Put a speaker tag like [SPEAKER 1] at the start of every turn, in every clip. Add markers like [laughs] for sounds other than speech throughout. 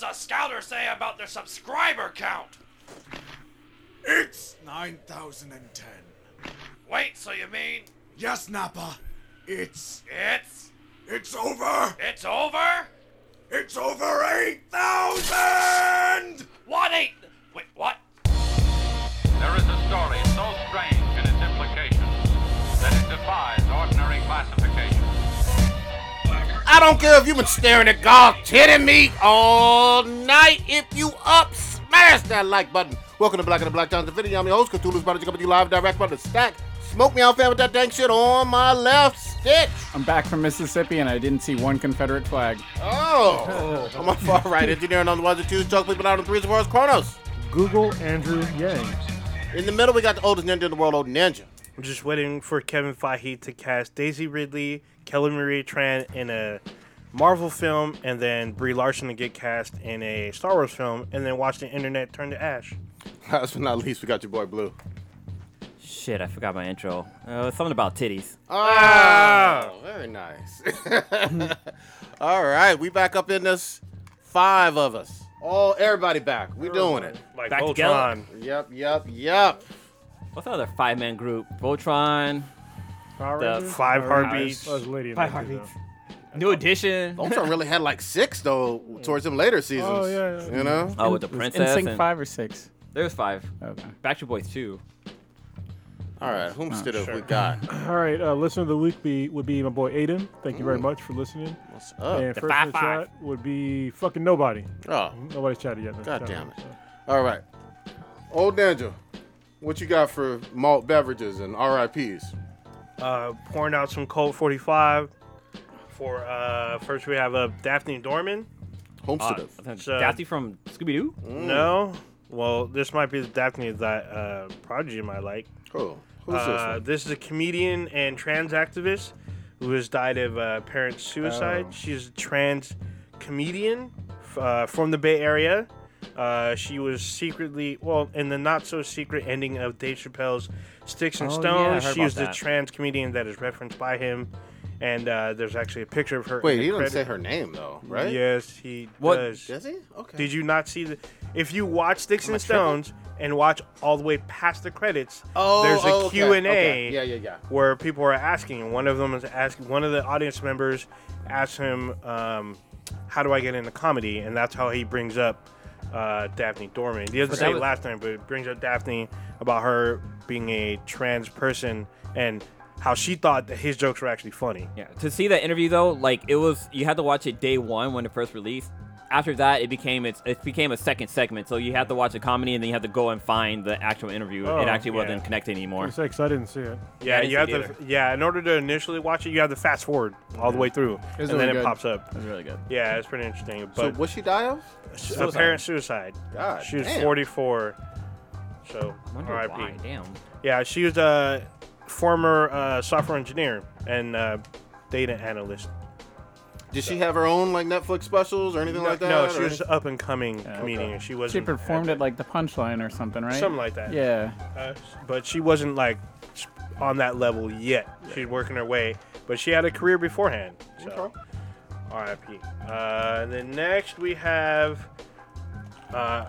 [SPEAKER 1] the scouter say about their subscriber count?
[SPEAKER 2] It's 9,010.
[SPEAKER 1] Wait, so you mean
[SPEAKER 2] Yes, Nappa. It's.
[SPEAKER 1] it's
[SPEAKER 2] It's over!
[SPEAKER 1] it's over?
[SPEAKER 2] It's over 8,000!
[SPEAKER 1] What eight? Wait, what?
[SPEAKER 3] There is a story so strange in its implications that it defies ordinary classification.
[SPEAKER 4] I don't care if you've been staring at Golf Titty Meat all night. If you up, smash that like button. Welcome to Black and the Black Times, the video. I'm your host, Cthulhu's about to come to you live direct from the stack. Smoke me out, fam, with that dang shit on my left stitch.
[SPEAKER 5] I'm back from Mississippi and I didn't see one Confederate flag.
[SPEAKER 6] [laughs]
[SPEAKER 4] Oh. on my far right, engineering on the ones and twos, Chuck, people out on the threes, as far as Kronos.
[SPEAKER 6] Google Andrew Yang.
[SPEAKER 4] In the middle, we got the oldest ninja in the world, old ninja. [laughs]
[SPEAKER 7] I'm just waiting for Kevin Feige to cast Daisy Ridley, Kelly Marie Tran in a Marvel film, and then Brie Larson to get cast in a Star Wars film, and then watch the internet turn to ash.
[SPEAKER 4] Last but not least, we got your boy Blue.
[SPEAKER 8] Shit, I forgot my intro. Uh, something about titties.
[SPEAKER 4] Oh, very nice. [laughs] all right, we back up in this. Five of us. All Oh, everybody back. We doing it.
[SPEAKER 7] Like
[SPEAKER 8] Back
[SPEAKER 7] Voltron.
[SPEAKER 4] Yep, yep, yep.
[SPEAKER 8] What's the other five man group? Voltron,
[SPEAKER 7] Five heartbeats.
[SPEAKER 6] That was Lady in
[SPEAKER 8] Five
[SPEAKER 6] the Ninja,
[SPEAKER 8] Heartbeats.
[SPEAKER 7] Oh.
[SPEAKER 8] New Edition.
[SPEAKER 4] Ultron really had like six though towards them later seasons.
[SPEAKER 6] Oh, yeah, yeah.
[SPEAKER 4] You know?
[SPEAKER 8] Oh, with the
[SPEAKER 5] In
[SPEAKER 8] princess.
[SPEAKER 5] sync
[SPEAKER 8] And
[SPEAKER 5] five or six.
[SPEAKER 8] there's five.
[SPEAKER 5] Okay.
[SPEAKER 8] Backstreet Boys two.
[SPEAKER 4] All right, whom stood up we got?
[SPEAKER 6] though. All right, uh, listener of the week be, would be my boy Aiden. Thank you very much for listening.
[SPEAKER 4] What's up?
[SPEAKER 6] and first in the
[SPEAKER 8] five-five.
[SPEAKER 6] chat would be fucking nobody.
[SPEAKER 4] Oh.
[SPEAKER 6] Nobody's chatted yet.
[SPEAKER 4] God damn it. All right. Old Ninja, what you got for malt beverages and RIPs?
[SPEAKER 7] Uh, pouring out some Colt 45. For uh, first we have uh, Daphne Dorman.
[SPEAKER 8] Uh,
[SPEAKER 4] Homestead.
[SPEAKER 7] So-
[SPEAKER 8] Daffy from Scooby Doo.
[SPEAKER 7] No, well this might be the Daphne that uh, Prodigy might like.
[SPEAKER 4] oh, who's this
[SPEAKER 7] Uh,
[SPEAKER 4] one?
[SPEAKER 7] this is a comedian and trans activist who has died of uh, parent suicide.
[SPEAKER 5] Oh.
[SPEAKER 7] She's a trans comedian f- uh, from the Bay Area. Uh, she was secretly, well, in the not so secret ending of Dave Chappelle's Sticks and
[SPEAKER 8] Oh, yeah, I
[SPEAKER 7] Stones,
[SPEAKER 8] heard
[SPEAKER 7] she
[SPEAKER 8] about
[SPEAKER 7] was the
[SPEAKER 8] that.
[SPEAKER 7] trans comedian that is referenced by him. And uh, there's actually a picture of her. in
[SPEAKER 4] Wait,
[SPEAKER 7] the
[SPEAKER 4] he doesn't
[SPEAKER 7] credit-
[SPEAKER 4] say her name though, right?
[SPEAKER 7] Yes, he
[SPEAKER 8] What-
[SPEAKER 7] does.
[SPEAKER 4] Does he? Okay.
[SPEAKER 7] Did you not see the? If you watch Sticks and
[SPEAKER 4] tripping?
[SPEAKER 7] Stones and watch all the way past the credits,
[SPEAKER 4] Oh,
[SPEAKER 7] there's a
[SPEAKER 4] oh, okay,
[SPEAKER 7] Q&A
[SPEAKER 4] okay. Yeah, yeah, yeah.
[SPEAKER 7] where people are asking. and One of them is asking. One of the audience members asks him, um, "How do I get into comedy?" And that's how he brings up uh, Daphne Dorman. He doesn't
[SPEAKER 8] But
[SPEAKER 7] say
[SPEAKER 8] that was-
[SPEAKER 7] last name, but it brings up Daphne about her being a trans person and how she thought that his jokes were actually funny.
[SPEAKER 8] Yeah. To see that interview though, like it was, you had to watch it day one when it first released. After that, it became it's, it became a second segment, so you have to watch the comedy and then you have to go and find the actual interview.
[SPEAKER 7] Oh,
[SPEAKER 8] it actually
[SPEAKER 7] yeah.
[SPEAKER 8] wasn't connected anymore.
[SPEAKER 6] Six, I didn't see it.
[SPEAKER 7] Yeah,
[SPEAKER 8] I didn't
[SPEAKER 7] you have
[SPEAKER 8] see it
[SPEAKER 7] to. Yeah, in order to initially watch it, you have to fast forward all the way through, and
[SPEAKER 4] really
[SPEAKER 7] then
[SPEAKER 4] good.
[SPEAKER 7] it pops up.
[SPEAKER 8] That's really good.
[SPEAKER 7] Yeah, it's pretty interesting.
[SPEAKER 4] So
[SPEAKER 7] But
[SPEAKER 4] what she die of?
[SPEAKER 7] a parent suicide.
[SPEAKER 4] God
[SPEAKER 7] she was
[SPEAKER 4] damn.
[SPEAKER 7] 44. So
[SPEAKER 8] I wonder why.
[SPEAKER 7] R.I.P.
[SPEAKER 8] Damn.
[SPEAKER 7] Yeah, she was a former uh, software engineer and uh, data analyst.
[SPEAKER 4] Did she have her own like Netflix specials or anything
[SPEAKER 7] no,
[SPEAKER 4] like that?
[SPEAKER 7] no,
[SPEAKER 4] or
[SPEAKER 7] she was
[SPEAKER 4] anything?
[SPEAKER 7] up and coming comedian. She was
[SPEAKER 5] She performed at like the punchline or something, right?
[SPEAKER 7] Something like that.
[SPEAKER 5] Yeah.
[SPEAKER 7] uh, but she wasn't like on that level yet. She's working her way, but she had a career beforehand. So.
[SPEAKER 4] Okay.
[SPEAKER 7] RIP. Uh, then next we have, uh,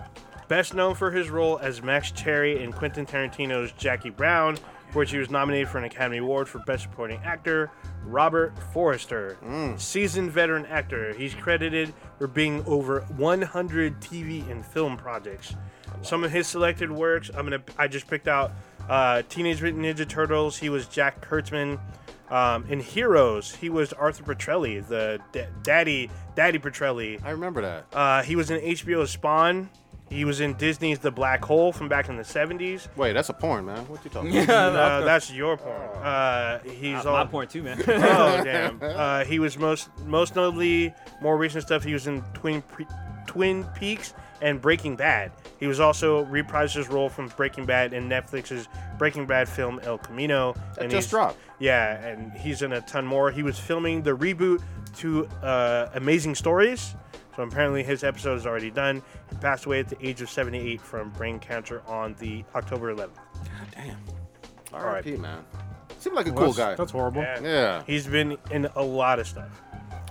[SPEAKER 7] best known for his role as Max Cherry in Quentin Tarantino's Jackie Brown, where he was nominated for an Academy Award for Best Supporting Actor. Robert Forrester, seasoned veteran actor, he's credited for being over 100 TV and film projects. Some of his selected works, I'm gonna, I just picked out uh, Teenage Mutant Ninja Turtles. He was Jack Kurtzman. Um, in Heroes, he was Arthur Petrelli, the da- daddy, Daddy Petrelli.
[SPEAKER 4] I remember that.
[SPEAKER 7] Uh, he was in HBO's Spawn. He was in Disney's The Black Hole from back in the 70s.
[SPEAKER 4] Wait, that's a porn, man. What you talking about?
[SPEAKER 7] Uh, that's your porn. Uh, he's all.
[SPEAKER 8] My point too, man.
[SPEAKER 7] [laughs]
[SPEAKER 4] [laughs]
[SPEAKER 7] Oh damn. Uh, he was most most notably more recent stuff. He was in Twin Pe- Twin Peaks and Breaking Bad. He was also reprised his role from Breaking Bad in Netflix's Breaking Bad film El Camino. and
[SPEAKER 4] just
[SPEAKER 7] he's-
[SPEAKER 4] dropped.
[SPEAKER 7] Yeah, and he's in a ton more. He was filming the reboot to uh, Amazing Stories. So apparently his episode is already done. He passed away at the age of 78 from brain cancer on the October 11th.
[SPEAKER 4] R.I.P. Man. Seemed like a
[SPEAKER 6] Well,
[SPEAKER 4] cool guy.
[SPEAKER 6] that's- That's horrible.
[SPEAKER 4] Yeah.
[SPEAKER 7] He's been in a lot of stuff.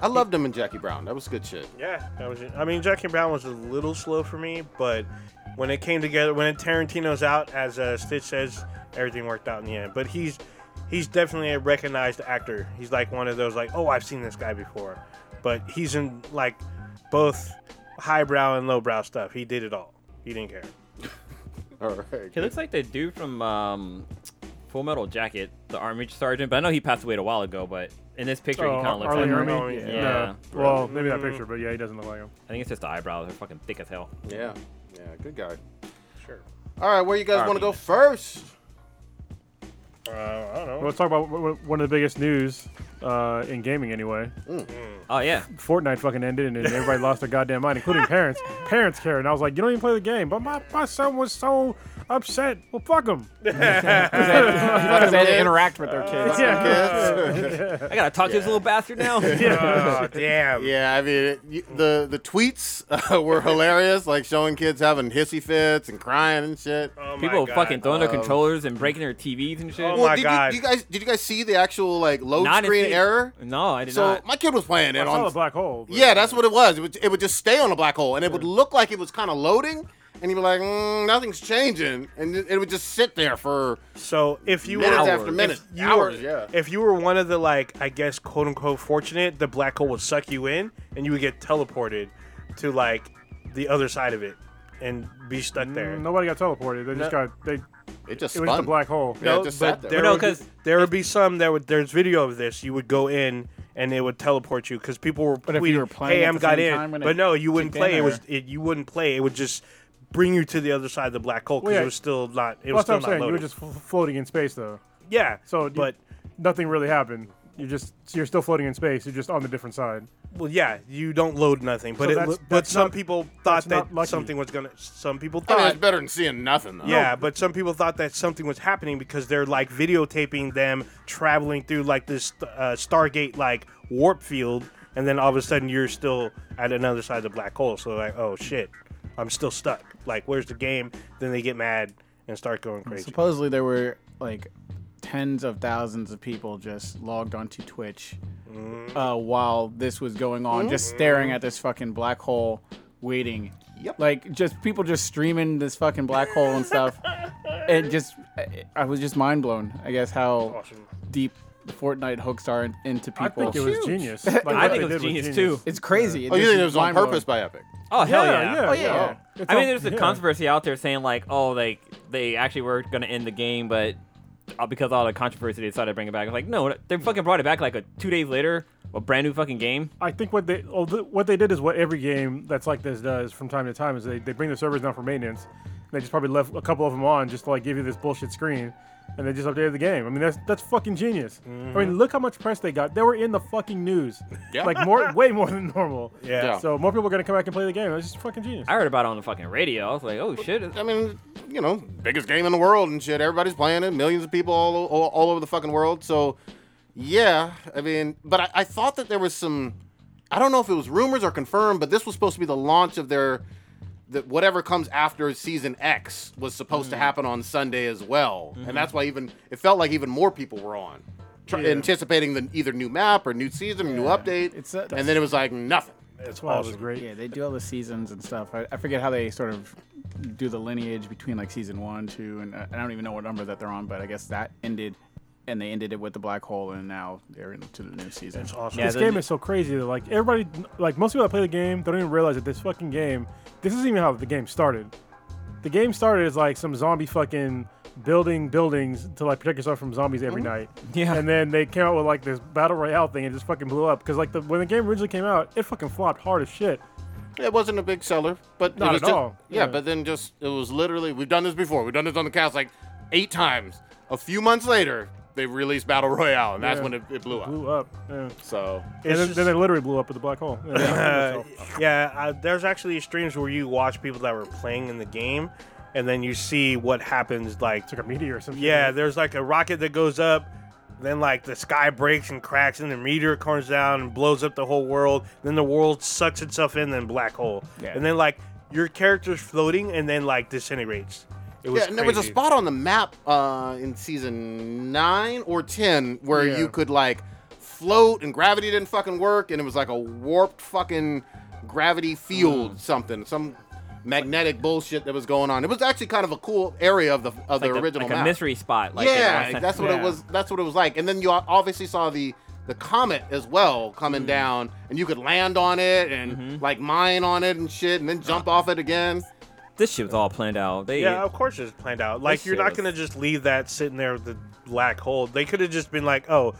[SPEAKER 4] I loved him in Jackie Brown. That was good shit.
[SPEAKER 7] Yeah, that was. It. I mean, Jackie Brown was a little slow for me, but when it came together, when it Tarantino's out, as uh, Stitch says, everything worked out in the end. But he's he's definitely a recognized actor. He's like one of those like, oh, I've seen this guy before. But he's in like both highbrow and lowbrow stuff. He did it all. He didn't care.
[SPEAKER 4] All right.
[SPEAKER 8] He looks like the dude from um, Full Metal Jacket, the Army sergeant. But I know he passed away a while ago. But in this picture,
[SPEAKER 6] Oh,
[SPEAKER 8] he kind of looks
[SPEAKER 6] Arlen
[SPEAKER 8] like him.
[SPEAKER 6] Army?
[SPEAKER 7] him.
[SPEAKER 8] Yeah.
[SPEAKER 6] No. Well, maybe that picture, but yeah, he doesn't look like him.
[SPEAKER 8] I think it's just the eyebrows. They're fucking thick as hell.
[SPEAKER 4] Yeah. Yeah. Good guy.
[SPEAKER 7] Sure.
[SPEAKER 4] All right. Where you guys
[SPEAKER 8] Alright,
[SPEAKER 4] want to
[SPEAKER 8] we-
[SPEAKER 4] go first?
[SPEAKER 7] Uh, I don't know.
[SPEAKER 6] Well, let's talk about wh- wh- one of the biggest news uh, in gaming, anyway.
[SPEAKER 8] Oh yeah.
[SPEAKER 6] Fortnite fucking ended, and then everybody lost their goddamn mind, including parents. Parents care, and I was like, "You don't even play the game." But my, my son was so upset. Well, fuck him.
[SPEAKER 5] Because they had to interact with their
[SPEAKER 7] Uh,
[SPEAKER 4] [laughs]
[SPEAKER 5] kids.
[SPEAKER 8] I gotta talk to this little
[SPEAKER 7] [laughs]
[SPEAKER 8] bastard now. [laughs]
[SPEAKER 7] oh, damn.
[SPEAKER 4] Yeah, I mean, it, you, the the tweets uh, [laughs] were hilarious, like showing kids having hissy fits and crying and shit.
[SPEAKER 7] Oh my
[SPEAKER 8] People
[SPEAKER 7] God.
[SPEAKER 8] fucking throwing their
[SPEAKER 4] Um,
[SPEAKER 8] controllers and breaking their TVs and shit.
[SPEAKER 7] Oh
[SPEAKER 4] well,
[SPEAKER 7] my
[SPEAKER 4] did
[SPEAKER 7] God.
[SPEAKER 4] You, you guys did you guys see the actual like load
[SPEAKER 8] Not in
[SPEAKER 4] screen
[SPEAKER 8] the-
[SPEAKER 4] error?
[SPEAKER 8] No, I did
[SPEAKER 4] So
[SPEAKER 8] not.
[SPEAKER 4] my kid was playing
[SPEAKER 6] I
[SPEAKER 4] it
[SPEAKER 6] saw
[SPEAKER 4] on.
[SPEAKER 6] the black hole. but-
[SPEAKER 4] yeah, that's what it was. It would, it would just stay on a black hole, and it would look like it was kind of loading, and you'd be like, mm, nothing's changing, and it, it would just sit there for
[SPEAKER 7] So if you
[SPEAKER 4] minutes
[SPEAKER 7] were
[SPEAKER 4] after minutes,
[SPEAKER 7] If you
[SPEAKER 4] hours.
[SPEAKER 7] were,
[SPEAKER 4] yeah.
[SPEAKER 7] If you were one of the like, I guess, quote unquote, fortunate, the black hole would suck you in, and you would get teleported to like the other side of it, and be stuck there.
[SPEAKER 6] Mm, Nobody got teleported. They just got they.
[SPEAKER 4] It just
[SPEAKER 6] It
[SPEAKER 4] spun.
[SPEAKER 6] was the black hole.
[SPEAKER 4] Yeah, it just sat there.
[SPEAKER 7] there,
[SPEAKER 8] No,
[SPEAKER 7] would be-
[SPEAKER 8] 'cause-
[SPEAKER 7] there would be some that would. There's video of this. You would go in, and it would teleport you because people were.
[SPEAKER 5] if
[SPEAKER 7] tweeting,
[SPEAKER 5] you were playing
[SPEAKER 7] hey,
[SPEAKER 5] at
[SPEAKER 7] I'm
[SPEAKER 5] the
[SPEAKER 7] got
[SPEAKER 5] same
[SPEAKER 7] in,
[SPEAKER 5] time when
[SPEAKER 7] but
[SPEAKER 5] it
[SPEAKER 7] no, you wouldn't
[SPEAKER 5] kicked in,
[SPEAKER 7] play. It was
[SPEAKER 5] or-
[SPEAKER 7] it, you wouldn't play. It would just bring you to the other side of the black hole because
[SPEAKER 6] Well, yeah.
[SPEAKER 7] it was still not. It was
[SPEAKER 6] Well, that's what
[SPEAKER 7] still
[SPEAKER 6] I'm
[SPEAKER 7] not
[SPEAKER 6] saying. You were
[SPEAKER 7] loaded.
[SPEAKER 6] just f- floating in space, though.
[SPEAKER 7] yeah.
[SPEAKER 6] So, you-
[SPEAKER 7] but
[SPEAKER 6] nothing really happened. You're just you're still floating in space. You're just on the different side.
[SPEAKER 7] Well, yeah, you don't load nothing, but
[SPEAKER 6] So
[SPEAKER 7] it,
[SPEAKER 6] that's-
[SPEAKER 7] but
[SPEAKER 6] that's
[SPEAKER 7] some
[SPEAKER 6] not-
[SPEAKER 7] people thought
[SPEAKER 6] that's not
[SPEAKER 7] that
[SPEAKER 6] lucky.
[SPEAKER 7] something was gonna. Some people
[SPEAKER 4] I mean,
[SPEAKER 7] thought,
[SPEAKER 4] it's better than seeing nothing though.
[SPEAKER 7] yeah, but some people thought that something was happening because they're like videotaping them traveling through like this uh, Stargate like warp field, and then all of a sudden you're still at another side of the black hole. So like, oh shit, I'm still stuck. Like, where's the game? Then they get mad and start going crazy.
[SPEAKER 5] Supposedly there were like tens of thousands of people just logged onto Twitch
[SPEAKER 4] Mm-hmm.
[SPEAKER 5] uh, while this was going on, just staring at this fucking black hole, waiting.
[SPEAKER 4] Yep.
[SPEAKER 5] Like just people just streaming this fucking black hole
[SPEAKER 4] [laughs]
[SPEAKER 5] and stuff. It just, I- I was just mind blown. I guess how deep the Fortnite hooks are in, into people.
[SPEAKER 6] I think it was
[SPEAKER 8] [laughs]
[SPEAKER 6] genius.
[SPEAKER 8] I think it was genius, too.
[SPEAKER 5] It's crazy.
[SPEAKER 4] Oh, you
[SPEAKER 5] just
[SPEAKER 4] think it was on
[SPEAKER 5] mind-blowing.
[SPEAKER 4] purpose by Epic?
[SPEAKER 8] oh
[SPEAKER 6] Yeah,
[SPEAKER 8] hell
[SPEAKER 6] yeah.
[SPEAKER 8] yeah.
[SPEAKER 6] yeah.
[SPEAKER 5] yeah.
[SPEAKER 6] It's
[SPEAKER 8] I mean,
[SPEAKER 6] all-
[SPEAKER 8] there's a
[SPEAKER 6] yeah.
[SPEAKER 8] controversy out there saying like, oh, like they actually were gonna end the game, but uh, because of all the controversy, they decided to bring it back. I'm like, no, they fucking brought it back like a two days later, a brand new fucking game.
[SPEAKER 6] I think what they oh, th- what they did is what every game that's like this does from time to time is they, they bring the servers down for maintenance. And they just probably left a couple of them on just to like give you this bullshit screen, and they just updated the game. I mean that's that's fucking genius. I mean look how much press they got. They were in the fucking news,
[SPEAKER 4] Yeah.
[SPEAKER 6] like more way more than normal.
[SPEAKER 7] Yeah.
[SPEAKER 4] Yeah.
[SPEAKER 6] So more people are gonna come back and play the game. It's just fucking genius.
[SPEAKER 8] I heard about it on the fucking radio. I was like, oh shit.
[SPEAKER 4] I mean, you know, biggest game in the world and shit. Everybody's playing it. Millions of people all all, all over the fucking world. So, yeah. I mean, but I, I thought that there was some. I don't know if it was rumors or confirmed, but this was supposed to be the launch of their. That whatever comes after season X was supposed
[SPEAKER 5] Mm-hmm.
[SPEAKER 4] to happen on Sunday as well, and that's why even it felt like even more people were on, tr- anticipating the either new map or new season, new update,
[SPEAKER 5] It's a-
[SPEAKER 4] and then it was like nothing.
[SPEAKER 6] That's why it was great.
[SPEAKER 5] Yeah, they do all the seasons and stuff. I, I forget how they sort of do the lineage between like season one, two, and uh, I I don't even know what number that they're on, but I guess that ended, and they ended it with the black hole, and now they're into the new season. That's awesome.
[SPEAKER 8] Yeah,
[SPEAKER 6] this
[SPEAKER 8] the-
[SPEAKER 6] game is so crazy that like everybody, like most people that play the game, don't even realize that this fucking game. This isn't even how the game started. The game started as like some zombie fucking building buildings to like protect yourself from zombies every night.
[SPEAKER 8] Yeah.
[SPEAKER 6] And then they came out with like this battle royale thing and it just fucking blew up because like the when the game originally came out, it fucking flopped hard as shit.
[SPEAKER 4] It wasn't a big seller, but
[SPEAKER 6] Not
[SPEAKER 4] it was
[SPEAKER 6] at
[SPEAKER 4] ju-
[SPEAKER 6] all.
[SPEAKER 4] Yeah,
[SPEAKER 6] Yeah.
[SPEAKER 4] but then just it was literally we've done this before. We've done this on the cast like eight times. A few months later, they released Battle Royale, and that's
[SPEAKER 6] Yeah.
[SPEAKER 4] when it, it blew up.
[SPEAKER 6] Blew up. Yeah.
[SPEAKER 4] So
[SPEAKER 6] And then,
[SPEAKER 7] just-
[SPEAKER 6] then they literally blew up with the black hole. Yeah,
[SPEAKER 7] Uh,
[SPEAKER 6] itself.
[SPEAKER 7] yeah, uh, there's actually streams where you watch people that were playing in the game, and then you see what happens. Like,
[SPEAKER 6] it's like a meteor or something.
[SPEAKER 7] yeah, there's like a rocket that goes up, then like the sky breaks and cracks, and the meteor comes down and blows up the whole world. Then the world sucks itself in, then black hole,
[SPEAKER 5] Yeah.
[SPEAKER 7] and then like your character's floating, and then like disintegrates. It was
[SPEAKER 4] yeah, and there was a
[SPEAKER 7] crazy.
[SPEAKER 4] spot on the map uh, in season nine or ten where
[SPEAKER 6] Yeah.
[SPEAKER 4] you could like float and gravity didn't fucking work and it was like a warped fucking gravity field something some magnetic bullshit that was going on. It was actually kind of a cool area of the of the
[SPEAKER 8] like a-
[SPEAKER 4] original
[SPEAKER 8] like a
[SPEAKER 4] map.
[SPEAKER 8] mystery spot. Like
[SPEAKER 4] yeah,
[SPEAKER 8] it's-
[SPEAKER 4] that's what it
[SPEAKER 5] Yeah.
[SPEAKER 4] was. That's what it was like. And then you o- obviously saw the the comet as well coming
[SPEAKER 8] Mm.
[SPEAKER 4] down, and you could land on it and
[SPEAKER 8] Mm-hmm.
[SPEAKER 4] like mine on it and shit, and then jump off it again.
[SPEAKER 8] this shit was all planned out. They,
[SPEAKER 7] Yeah, of course it's planned out. Like
[SPEAKER 8] This
[SPEAKER 7] you're
[SPEAKER 8] shit
[SPEAKER 7] not
[SPEAKER 8] was-
[SPEAKER 7] gonna just leave that sitting there with the black hole. They could have just been like, oh,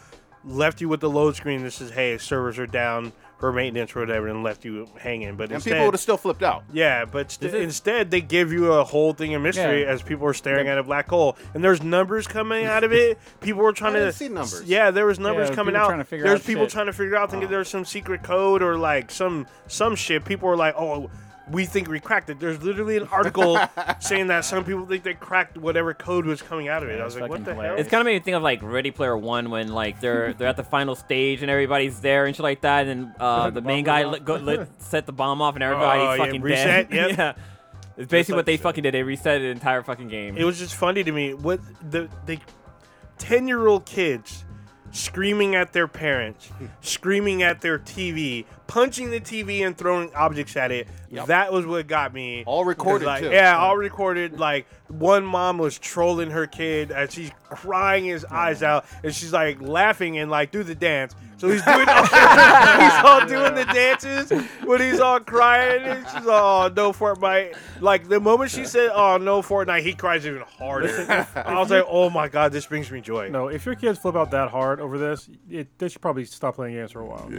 [SPEAKER 7] left you with the load screen that says, hey, servers are down for maintenance or whatever, and left you hanging. But
[SPEAKER 4] And
[SPEAKER 7] instead,
[SPEAKER 4] people would have still flipped out.
[SPEAKER 7] yeah, but st-
[SPEAKER 8] This is-
[SPEAKER 7] instead they give you a whole thing of mystery
[SPEAKER 5] Yeah.
[SPEAKER 7] as people are staring at a black hole, and there's numbers coming out of it. People were trying to
[SPEAKER 4] didn't see numbers. Oh.
[SPEAKER 7] Yeah, there was numbers
[SPEAKER 5] Yeah,
[SPEAKER 7] coming
[SPEAKER 5] people
[SPEAKER 7] out.
[SPEAKER 5] trying to figure
[SPEAKER 7] there's
[SPEAKER 5] out
[SPEAKER 7] people
[SPEAKER 5] shit.
[SPEAKER 7] trying to figure out. Thinking there's some secret code or like some some shit. People are like, oh. We think we cracked it. There's literally an
[SPEAKER 4] [laughs]
[SPEAKER 7] article saying that some people think they cracked whatever code was coming out of it. I was
[SPEAKER 5] it's
[SPEAKER 7] like, what
[SPEAKER 5] fucking
[SPEAKER 7] the hell?
[SPEAKER 5] hilarious.
[SPEAKER 8] It's kind of made me think of like Ready Player One when like they're they're at the final stage and everybody's there and shit like that, and uh, the main guy li- go,
[SPEAKER 7] [laughs]
[SPEAKER 8] li- set the bomb off and everybody's
[SPEAKER 7] Oh, yeah,
[SPEAKER 8] fucking [laughs]
[SPEAKER 7] reset,
[SPEAKER 8] dead.
[SPEAKER 7] yep.
[SPEAKER 8] yeah, it's basically
[SPEAKER 7] like
[SPEAKER 8] what they
[SPEAKER 7] so.
[SPEAKER 8] fucking did. They reset the entire fucking game.
[SPEAKER 7] It was just funny to me. What the the ten year old kids screaming at their parents, screaming at their TV, punching the TV and throwing objects at it. That was what got me.
[SPEAKER 4] All recorded,
[SPEAKER 7] Like,
[SPEAKER 4] too.
[SPEAKER 7] Yeah, all recorded. Like one mom was trolling her kid as she's crying his eyes out, and she's like laughing and like do the dance. So he's doing all, [laughs] he's all doing the dances when he's all crying. And she's all oh, no Fortnite. Like the moment she said oh no Fortnite, he cries even harder. I was like oh my god, this brings me joy.
[SPEAKER 6] No, if your kids flip out that hard over this, it, they should probably stop playing games for a while.
[SPEAKER 7] Yeah.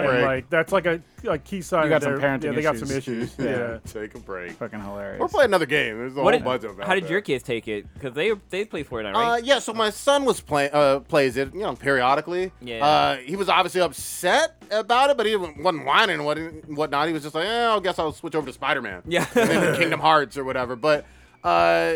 [SPEAKER 6] And, like that's like a, a key sign.
[SPEAKER 5] You got
[SPEAKER 6] that
[SPEAKER 5] some
[SPEAKER 6] they're-
[SPEAKER 5] parenting
[SPEAKER 6] Yeah, they got some
[SPEAKER 5] issues.
[SPEAKER 6] issues. [laughs] yeah.
[SPEAKER 4] Take a break.
[SPEAKER 5] Fucking hilarious.
[SPEAKER 4] We'll play another game. There's a
[SPEAKER 8] What
[SPEAKER 4] whole
[SPEAKER 8] did-
[SPEAKER 4] bunch of them out
[SPEAKER 8] how did
[SPEAKER 4] there.
[SPEAKER 8] your kids take it? Because they they played Fortnite,
[SPEAKER 4] Uh,
[SPEAKER 8] right?
[SPEAKER 4] yeah, so my son was playing, uh, plays it, you know, periodically.
[SPEAKER 8] Yeah.
[SPEAKER 4] Uh, he was obviously upset about it, but he wasn't whining and what whatnot. He was just like, eh, I guess I'll switch over to Spider Man.
[SPEAKER 8] [laughs] Yeah.
[SPEAKER 4] and then to Kingdom Hearts or whatever. But uh,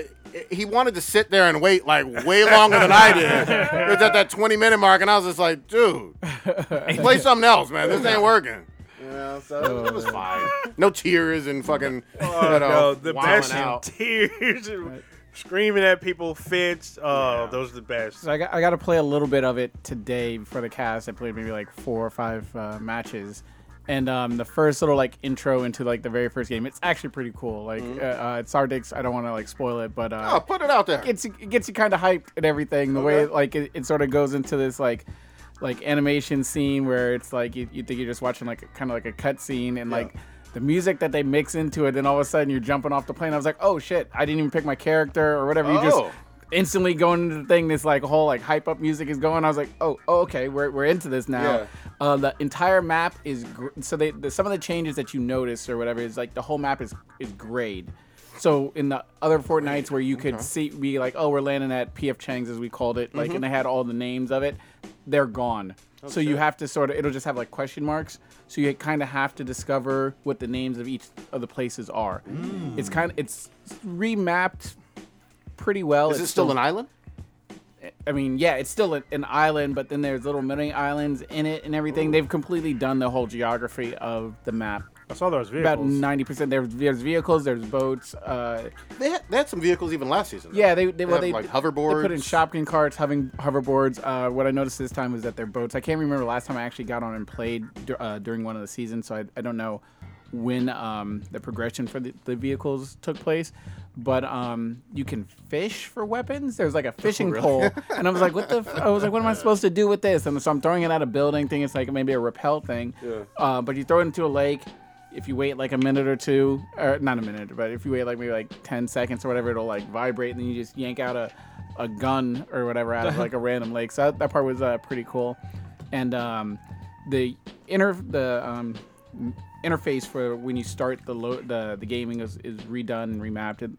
[SPEAKER 4] he wanted to sit there and wait like way longer than I did. it was at that 20 minute mark, and I was just like, dude, play something else, man. This ain't working. You know,
[SPEAKER 5] Oh,
[SPEAKER 4] so it was fine. No tears and fucking.
[SPEAKER 7] Oh,
[SPEAKER 4] you know,
[SPEAKER 7] no, the
[SPEAKER 4] wilding
[SPEAKER 7] best
[SPEAKER 4] out.
[SPEAKER 7] [laughs] tears and screaming at people, fits. Oh, those are the best.
[SPEAKER 5] So I got, I got to play a little bit of it today for the cast. I played maybe like four or five uh, matches, and um, the first little like intro into like the very first game. It's actually pretty cool. Like uh, uh, it's Sardix. I don't want to like spoil it, but uh,
[SPEAKER 4] Oh, put it out there.
[SPEAKER 5] gets you- it gets you kind of hyped and everything. The way like it, it sort of goes into this like like animation scene where it's like you, you think you're just watching like kind of like a cut scene and like the music that they mix into it. Then all of a sudden you're jumping off the plane. I was like, oh shit! I didn't even pick my character or whatever. You
[SPEAKER 4] Oh.
[SPEAKER 5] just instantly going into the thing. This like whole like hype up music is going. I was like, oh, oh okay, we're, we're into this now.
[SPEAKER 4] Yeah.
[SPEAKER 5] Uh, the entire map is gr- so they the, some of the changes that you notice or whatever is like the whole map is is grade. So in the other Fortnites where you could see be like, oh, we're landing at PF Chang's as we called it, like, and they had all the names of it, they're gone. so you have to sort of it'll just have like question marks. So you kind of have to discover what the names of each of the places are. It's
[SPEAKER 4] Hmm.
[SPEAKER 5] kind of it's remapped pretty well.
[SPEAKER 4] Is it
[SPEAKER 5] It's
[SPEAKER 4] still an island?
[SPEAKER 5] I mean, yeah, it's still an- an island, but then there's little mini islands in it and everything. They've completely done the whole geography of the map.
[SPEAKER 6] I saw those vehicles.
[SPEAKER 5] About ninety percent. There's there's vehicles, there's boats. Uh,
[SPEAKER 4] They had, they had some vehicles even last season.
[SPEAKER 5] yeah, they they, well,
[SPEAKER 4] have,
[SPEAKER 5] they
[SPEAKER 4] like
[SPEAKER 5] They put in
[SPEAKER 4] hoverboards.
[SPEAKER 5] shopping carts, having hoverboards. Uh, what I noticed this time was that their boats. I can't remember last time I actually got on and played dur- uh, during one of the seasons, so I, I don't know when um, the progression for the, the vehicles took place. But um, you can fish for weapons. There's
[SPEAKER 4] [laughs]
[SPEAKER 5] like a fishing pole, and I was like, "What the?" F-? I was like, "What am I supposed to do with this?" And so I'm throwing it at a building thing. It's like maybe a rappel thing. Uh, but you throw it into a lake. If you wait like a minute or two, or not a minute, but if you wait like maybe like ten seconds or whatever, it'll like vibrate, and then you just yank out a, a gun or whatever out of like a random lake. So that, that part was uh, pretty cool, and um, the inter the um, interface for when you start the lo- the the gaming is, is redone and remapped. It,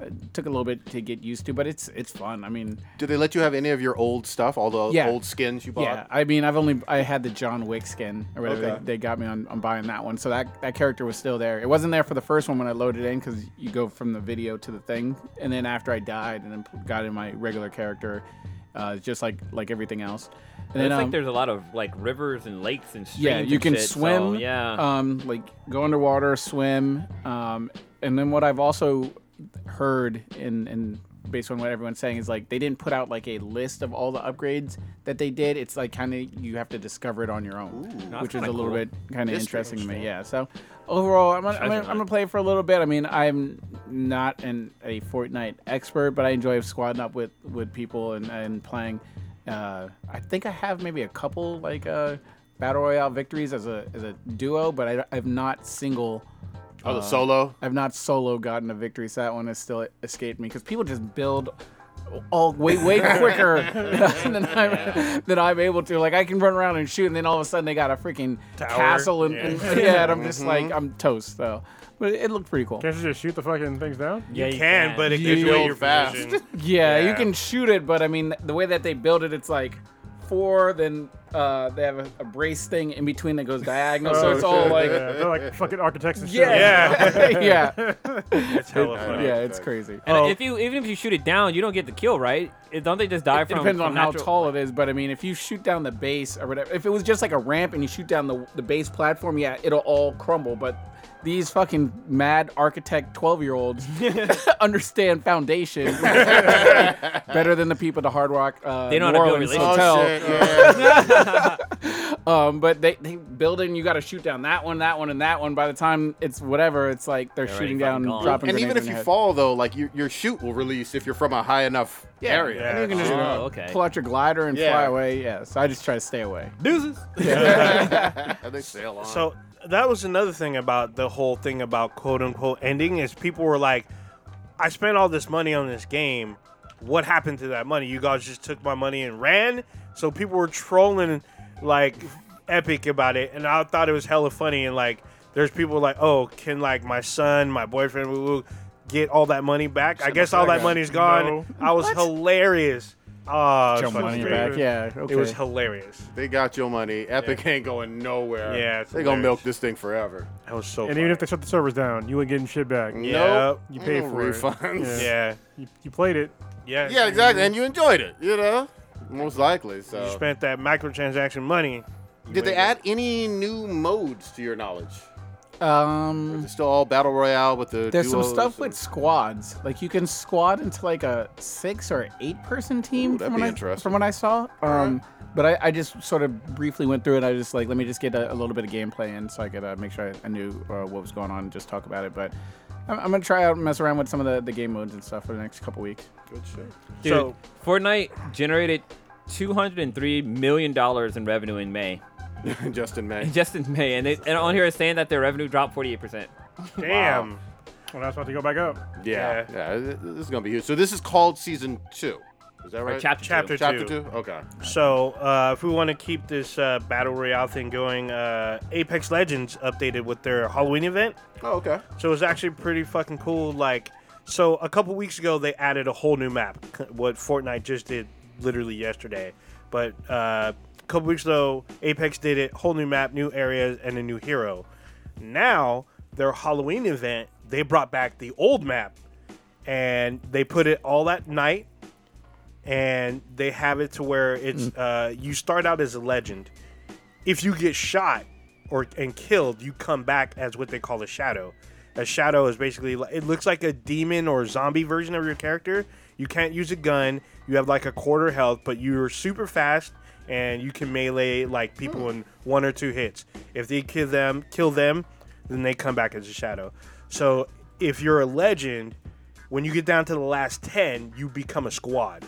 [SPEAKER 5] it took a little bit to get used to, but it's it's fun. I mean,
[SPEAKER 4] Did they let you have any of your old stuff, all the
[SPEAKER 5] Yeah.
[SPEAKER 4] old skins you bought?
[SPEAKER 5] yeah, I mean, I've only I had the John Wick skin or whatever.
[SPEAKER 4] Okay.
[SPEAKER 5] They, they got me on, on buying that one, so that that character was still there. It wasn't there for the first one when I loaded in because you go from the video to the thing, and then after I died and then p- got in my regular character, uh, just like like everything else. And
[SPEAKER 8] It's
[SPEAKER 5] then,
[SPEAKER 8] like
[SPEAKER 5] um,
[SPEAKER 8] there's a lot of like rivers and lakes and streams.
[SPEAKER 5] yeah, you
[SPEAKER 8] and
[SPEAKER 5] can
[SPEAKER 8] shit, so,
[SPEAKER 5] swim.
[SPEAKER 8] yeah,
[SPEAKER 5] Um, like go underwater, swim. Um, and then what I've also heard in in based on what everyone's saying is like they didn't put out like a list of all the upgrades that they did. It's like kind of you have to discover it on your own, which is a
[SPEAKER 8] kinda
[SPEAKER 5] little
[SPEAKER 8] cool.
[SPEAKER 5] bit kind of
[SPEAKER 4] History
[SPEAKER 5] interesting to me.
[SPEAKER 4] understand.
[SPEAKER 5] Yeah. So overall, I'm gonna, I'm,
[SPEAKER 8] Treasure
[SPEAKER 5] gonna, I'm
[SPEAKER 8] hunt.
[SPEAKER 5] gonna play it for a little bit. I mean, I'm not an a Fortnite expert, but I enjoy squadding up with with people and and playing. Uh, I think I have maybe a couple like uh, battle royale victories as a as a duo, but I, I've not single.
[SPEAKER 4] Oh, the solo.
[SPEAKER 5] I've not solo gotten a victory, so that one has still escaped me because people just build all way way quicker [laughs] than, I'm, than I'm able to. Like I can run around and shoot, and then all of a sudden they got a freaking castle and yeah. and, [laughs] yeah, and I'm just like I'm toast though. But it looked pretty cool.
[SPEAKER 6] Can't you just shoot the fucking things down?
[SPEAKER 8] Yeah, you
[SPEAKER 7] can, but it
[SPEAKER 5] You
[SPEAKER 7] gives away
[SPEAKER 4] build
[SPEAKER 7] your
[SPEAKER 4] fast.
[SPEAKER 7] position.
[SPEAKER 5] Yeah, you
[SPEAKER 7] Yeah.
[SPEAKER 5] can shoot it, but I mean the way that they build it, it's like four. Then uh, they have a, a brace thing in between that goes diagonal, so
[SPEAKER 6] Oh,
[SPEAKER 5] it's all
[SPEAKER 6] shit,
[SPEAKER 5] like
[SPEAKER 6] yeah, they're like fucking architects and
[SPEAKER 5] [laughs]
[SPEAKER 6] shit.
[SPEAKER 5] yeah, yeah,
[SPEAKER 7] It's hella funny.
[SPEAKER 5] yeah. It's crazy.
[SPEAKER 8] And if you even if you shoot it down, you don't get the kill, right? It- Don't they just die
[SPEAKER 5] it
[SPEAKER 8] from?
[SPEAKER 5] depends
[SPEAKER 8] from
[SPEAKER 5] on how
[SPEAKER 8] natural-
[SPEAKER 5] tall it is, but I mean, if you shoot down the base or whatever, if it was just like a ramp and you shoot down the, the base platform, yeah, it'll all crumble. But these fucking mad architect 12 year
[SPEAKER 8] [laughs]
[SPEAKER 5] olds [laughs] understand foundation better than the people at the Hard Rock uh,
[SPEAKER 8] They know how
[SPEAKER 5] New
[SPEAKER 8] to build
[SPEAKER 5] Orleans
[SPEAKER 8] relationships.
[SPEAKER 5] Hotel.
[SPEAKER 4] Oh shit! Yeah.
[SPEAKER 5] Um, but they, they build it and you got to shoot down that one, that one, and that one. By the time it's whatever, it's like they're
[SPEAKER 8] already
[SPEAKER 5] shooting down,
[SPEAKER 8] fucking gone.
[SPEAKER 5] dropping
[SPEAKER 4] and even
[SPEAKER 5] grenades in
[SPEAKER 4] if
[SPEAKER 5] your
[SPEAKER 4] you
[SPEAKER 5] head.
[SPEAKER 4] fall though, like your, your shoot will release if you're from a high enough area.
[SPEAKER 5] And you can just
[SPEAKER 8] Oh, okay.
[SPEAKER 5] pull out your glider and
[SPEAKER 4] Yeah.
[SPEAKER 5] fly away. Yeah, so I just try to stay away.
[SPEAKER 8] Deuces.
[SPEAKER 4] they sail on.
[SPEAKER 7] [laughs] So that was another thing about the whole thing about quote unquote ending is people were like, I spent all this money on this game. What happened to that money? You guys just took my money and ran. So people were trolling like epic about it, and I thought it was hella funny. And like, there's people like, oh, can like my son, my boyfriend, woo woo, get all that money back? I guess all that money's gone.
[SPEAKER 6] No.
[SPEAKER 7] I was hilarious. Oh,
[SPEAKER 5] Jump money back. Yeah, okay.
[SPEAKER 7] It was hilarious.
[SPEAKER 4] they got your money. Epic [laughs] ain't going nowhere.
[SPEAKER 7] Yeah, it's
[SPEAKER 4] they gonna
[SPEAKER 7] hilarious.
[SPEAKER 4] milk this thing forever.
[SPEAKER 7] That was so.
[SPEAKER 6] And
[SPEAKER 7] funny.
[SPEAKER 6] even if they shut the servers down, you ain't getting shit back.
[SPEAKER 4] Nope.
[SPEAKER 7] Yep.
[SPEAKER 6] You
[SPEAKER 4] Ain't
[SPEAKER 6] pay
[SPEAKER 4] no
[SPEAKER 6] for it.
[SPEAKER 4] refunds.
[SPEAKER 6] Yeah.
[SPEAKER 7] yeah,
[SPEAKER 6] You, you played it.
[SPEAKER 7] yeah,
[SPEAKER 4] [laughs] Yeah, exactly. And you enjoyed it, you know? Most likely. So
[SPEAKER 7] You spent that microtransaction money. You
[SPEAKER 4] did they
[SPEAKER 7] ain't-
[SPEAKER 4] add any new modes to your knowledge?
[SPEAKER 5] Um,
[SPEAKER 4] Is it still all battle royale with the
[SPEAKER 5] There's some
[SPEAKER 4] duos
[SPEAKER 5] stuff
[SPEAKER 4] and-
[SPEAKER 5] with squads. Like you can squad into like a six or eight person team.
[SPEAKER 4] Ooh, that'd
[SPEAKER 5] from,
[SPEAKER 4] be
[SPEAKER 5] what I,
[SPEAKER 4] interesting.
[SPEAKER 5] from what I saw. Um, but I, I just sort of briefly went through it. I just like let me just get a, a little bit of gameplay in so I could uh, make sure I, I knew uh, what was going on and just talk about it. But I'm, I'm gonna try out and mess around with some of the, the game modes and stuff for the next couple weeks.
[SPEAKER 4] Good shit.
[SPEAKER 8] Dude,
[SPEAKER 7] So-
[SPEAKER 8] Fortnite generated 203 million dollars in revenue in May, [laughs]
[SPEAKER 4] [laughs] Justin May.
[SPEAKER 8] just in May, and, they, and on here it's saying that their revenue dropped 48 percent.
[SPEAKER 7] Damn.
[SPEAKER 6] When I was about to go back up.
[SPEAKER 4] Yeah,
[SPEAKER 7] Yeah.
[SPEAKER 4] yeah. th- This is gonna be huge. So this is called season two. Is that right?
[SPEAKER 8] chapter two.
[SPEAKER 7] Chapter
[SPEAKER 4] Chapter
[SPEAKER 7] two.
[SPEAKER 4] two. Okay.
[SPEAKER 7] So, uh, if we want to keep this uh, battle royale thing going, uh, Apex Legends updated with their Halloween event.
[SPEAKER 4] Oh, okay.
[SPEAKER 7] So it was actually pretty fucking cool. Like, so a couple weeks ago they added a whole new map, c- what Fortnite just did literally yesterday. But uh, a couple weeks ago, Apex did it, whole new map, new areas, and a new hero. Now their Halloween event, they brought back the old map, and they put it all at night and they have it to where it's uh, you start out as a legend. If you get shot or and killed, you come back as what they call a shadow. A shadow is basically li- it looks like a demon or zombie version of your character. You can't use a gun. You have like a quarter health, but you're super fast and you can melee like people in one or two hits. If they kill them, kill them, then they come back as a shadow. So if you're a legend, when you get down to the last 10, you become a squad.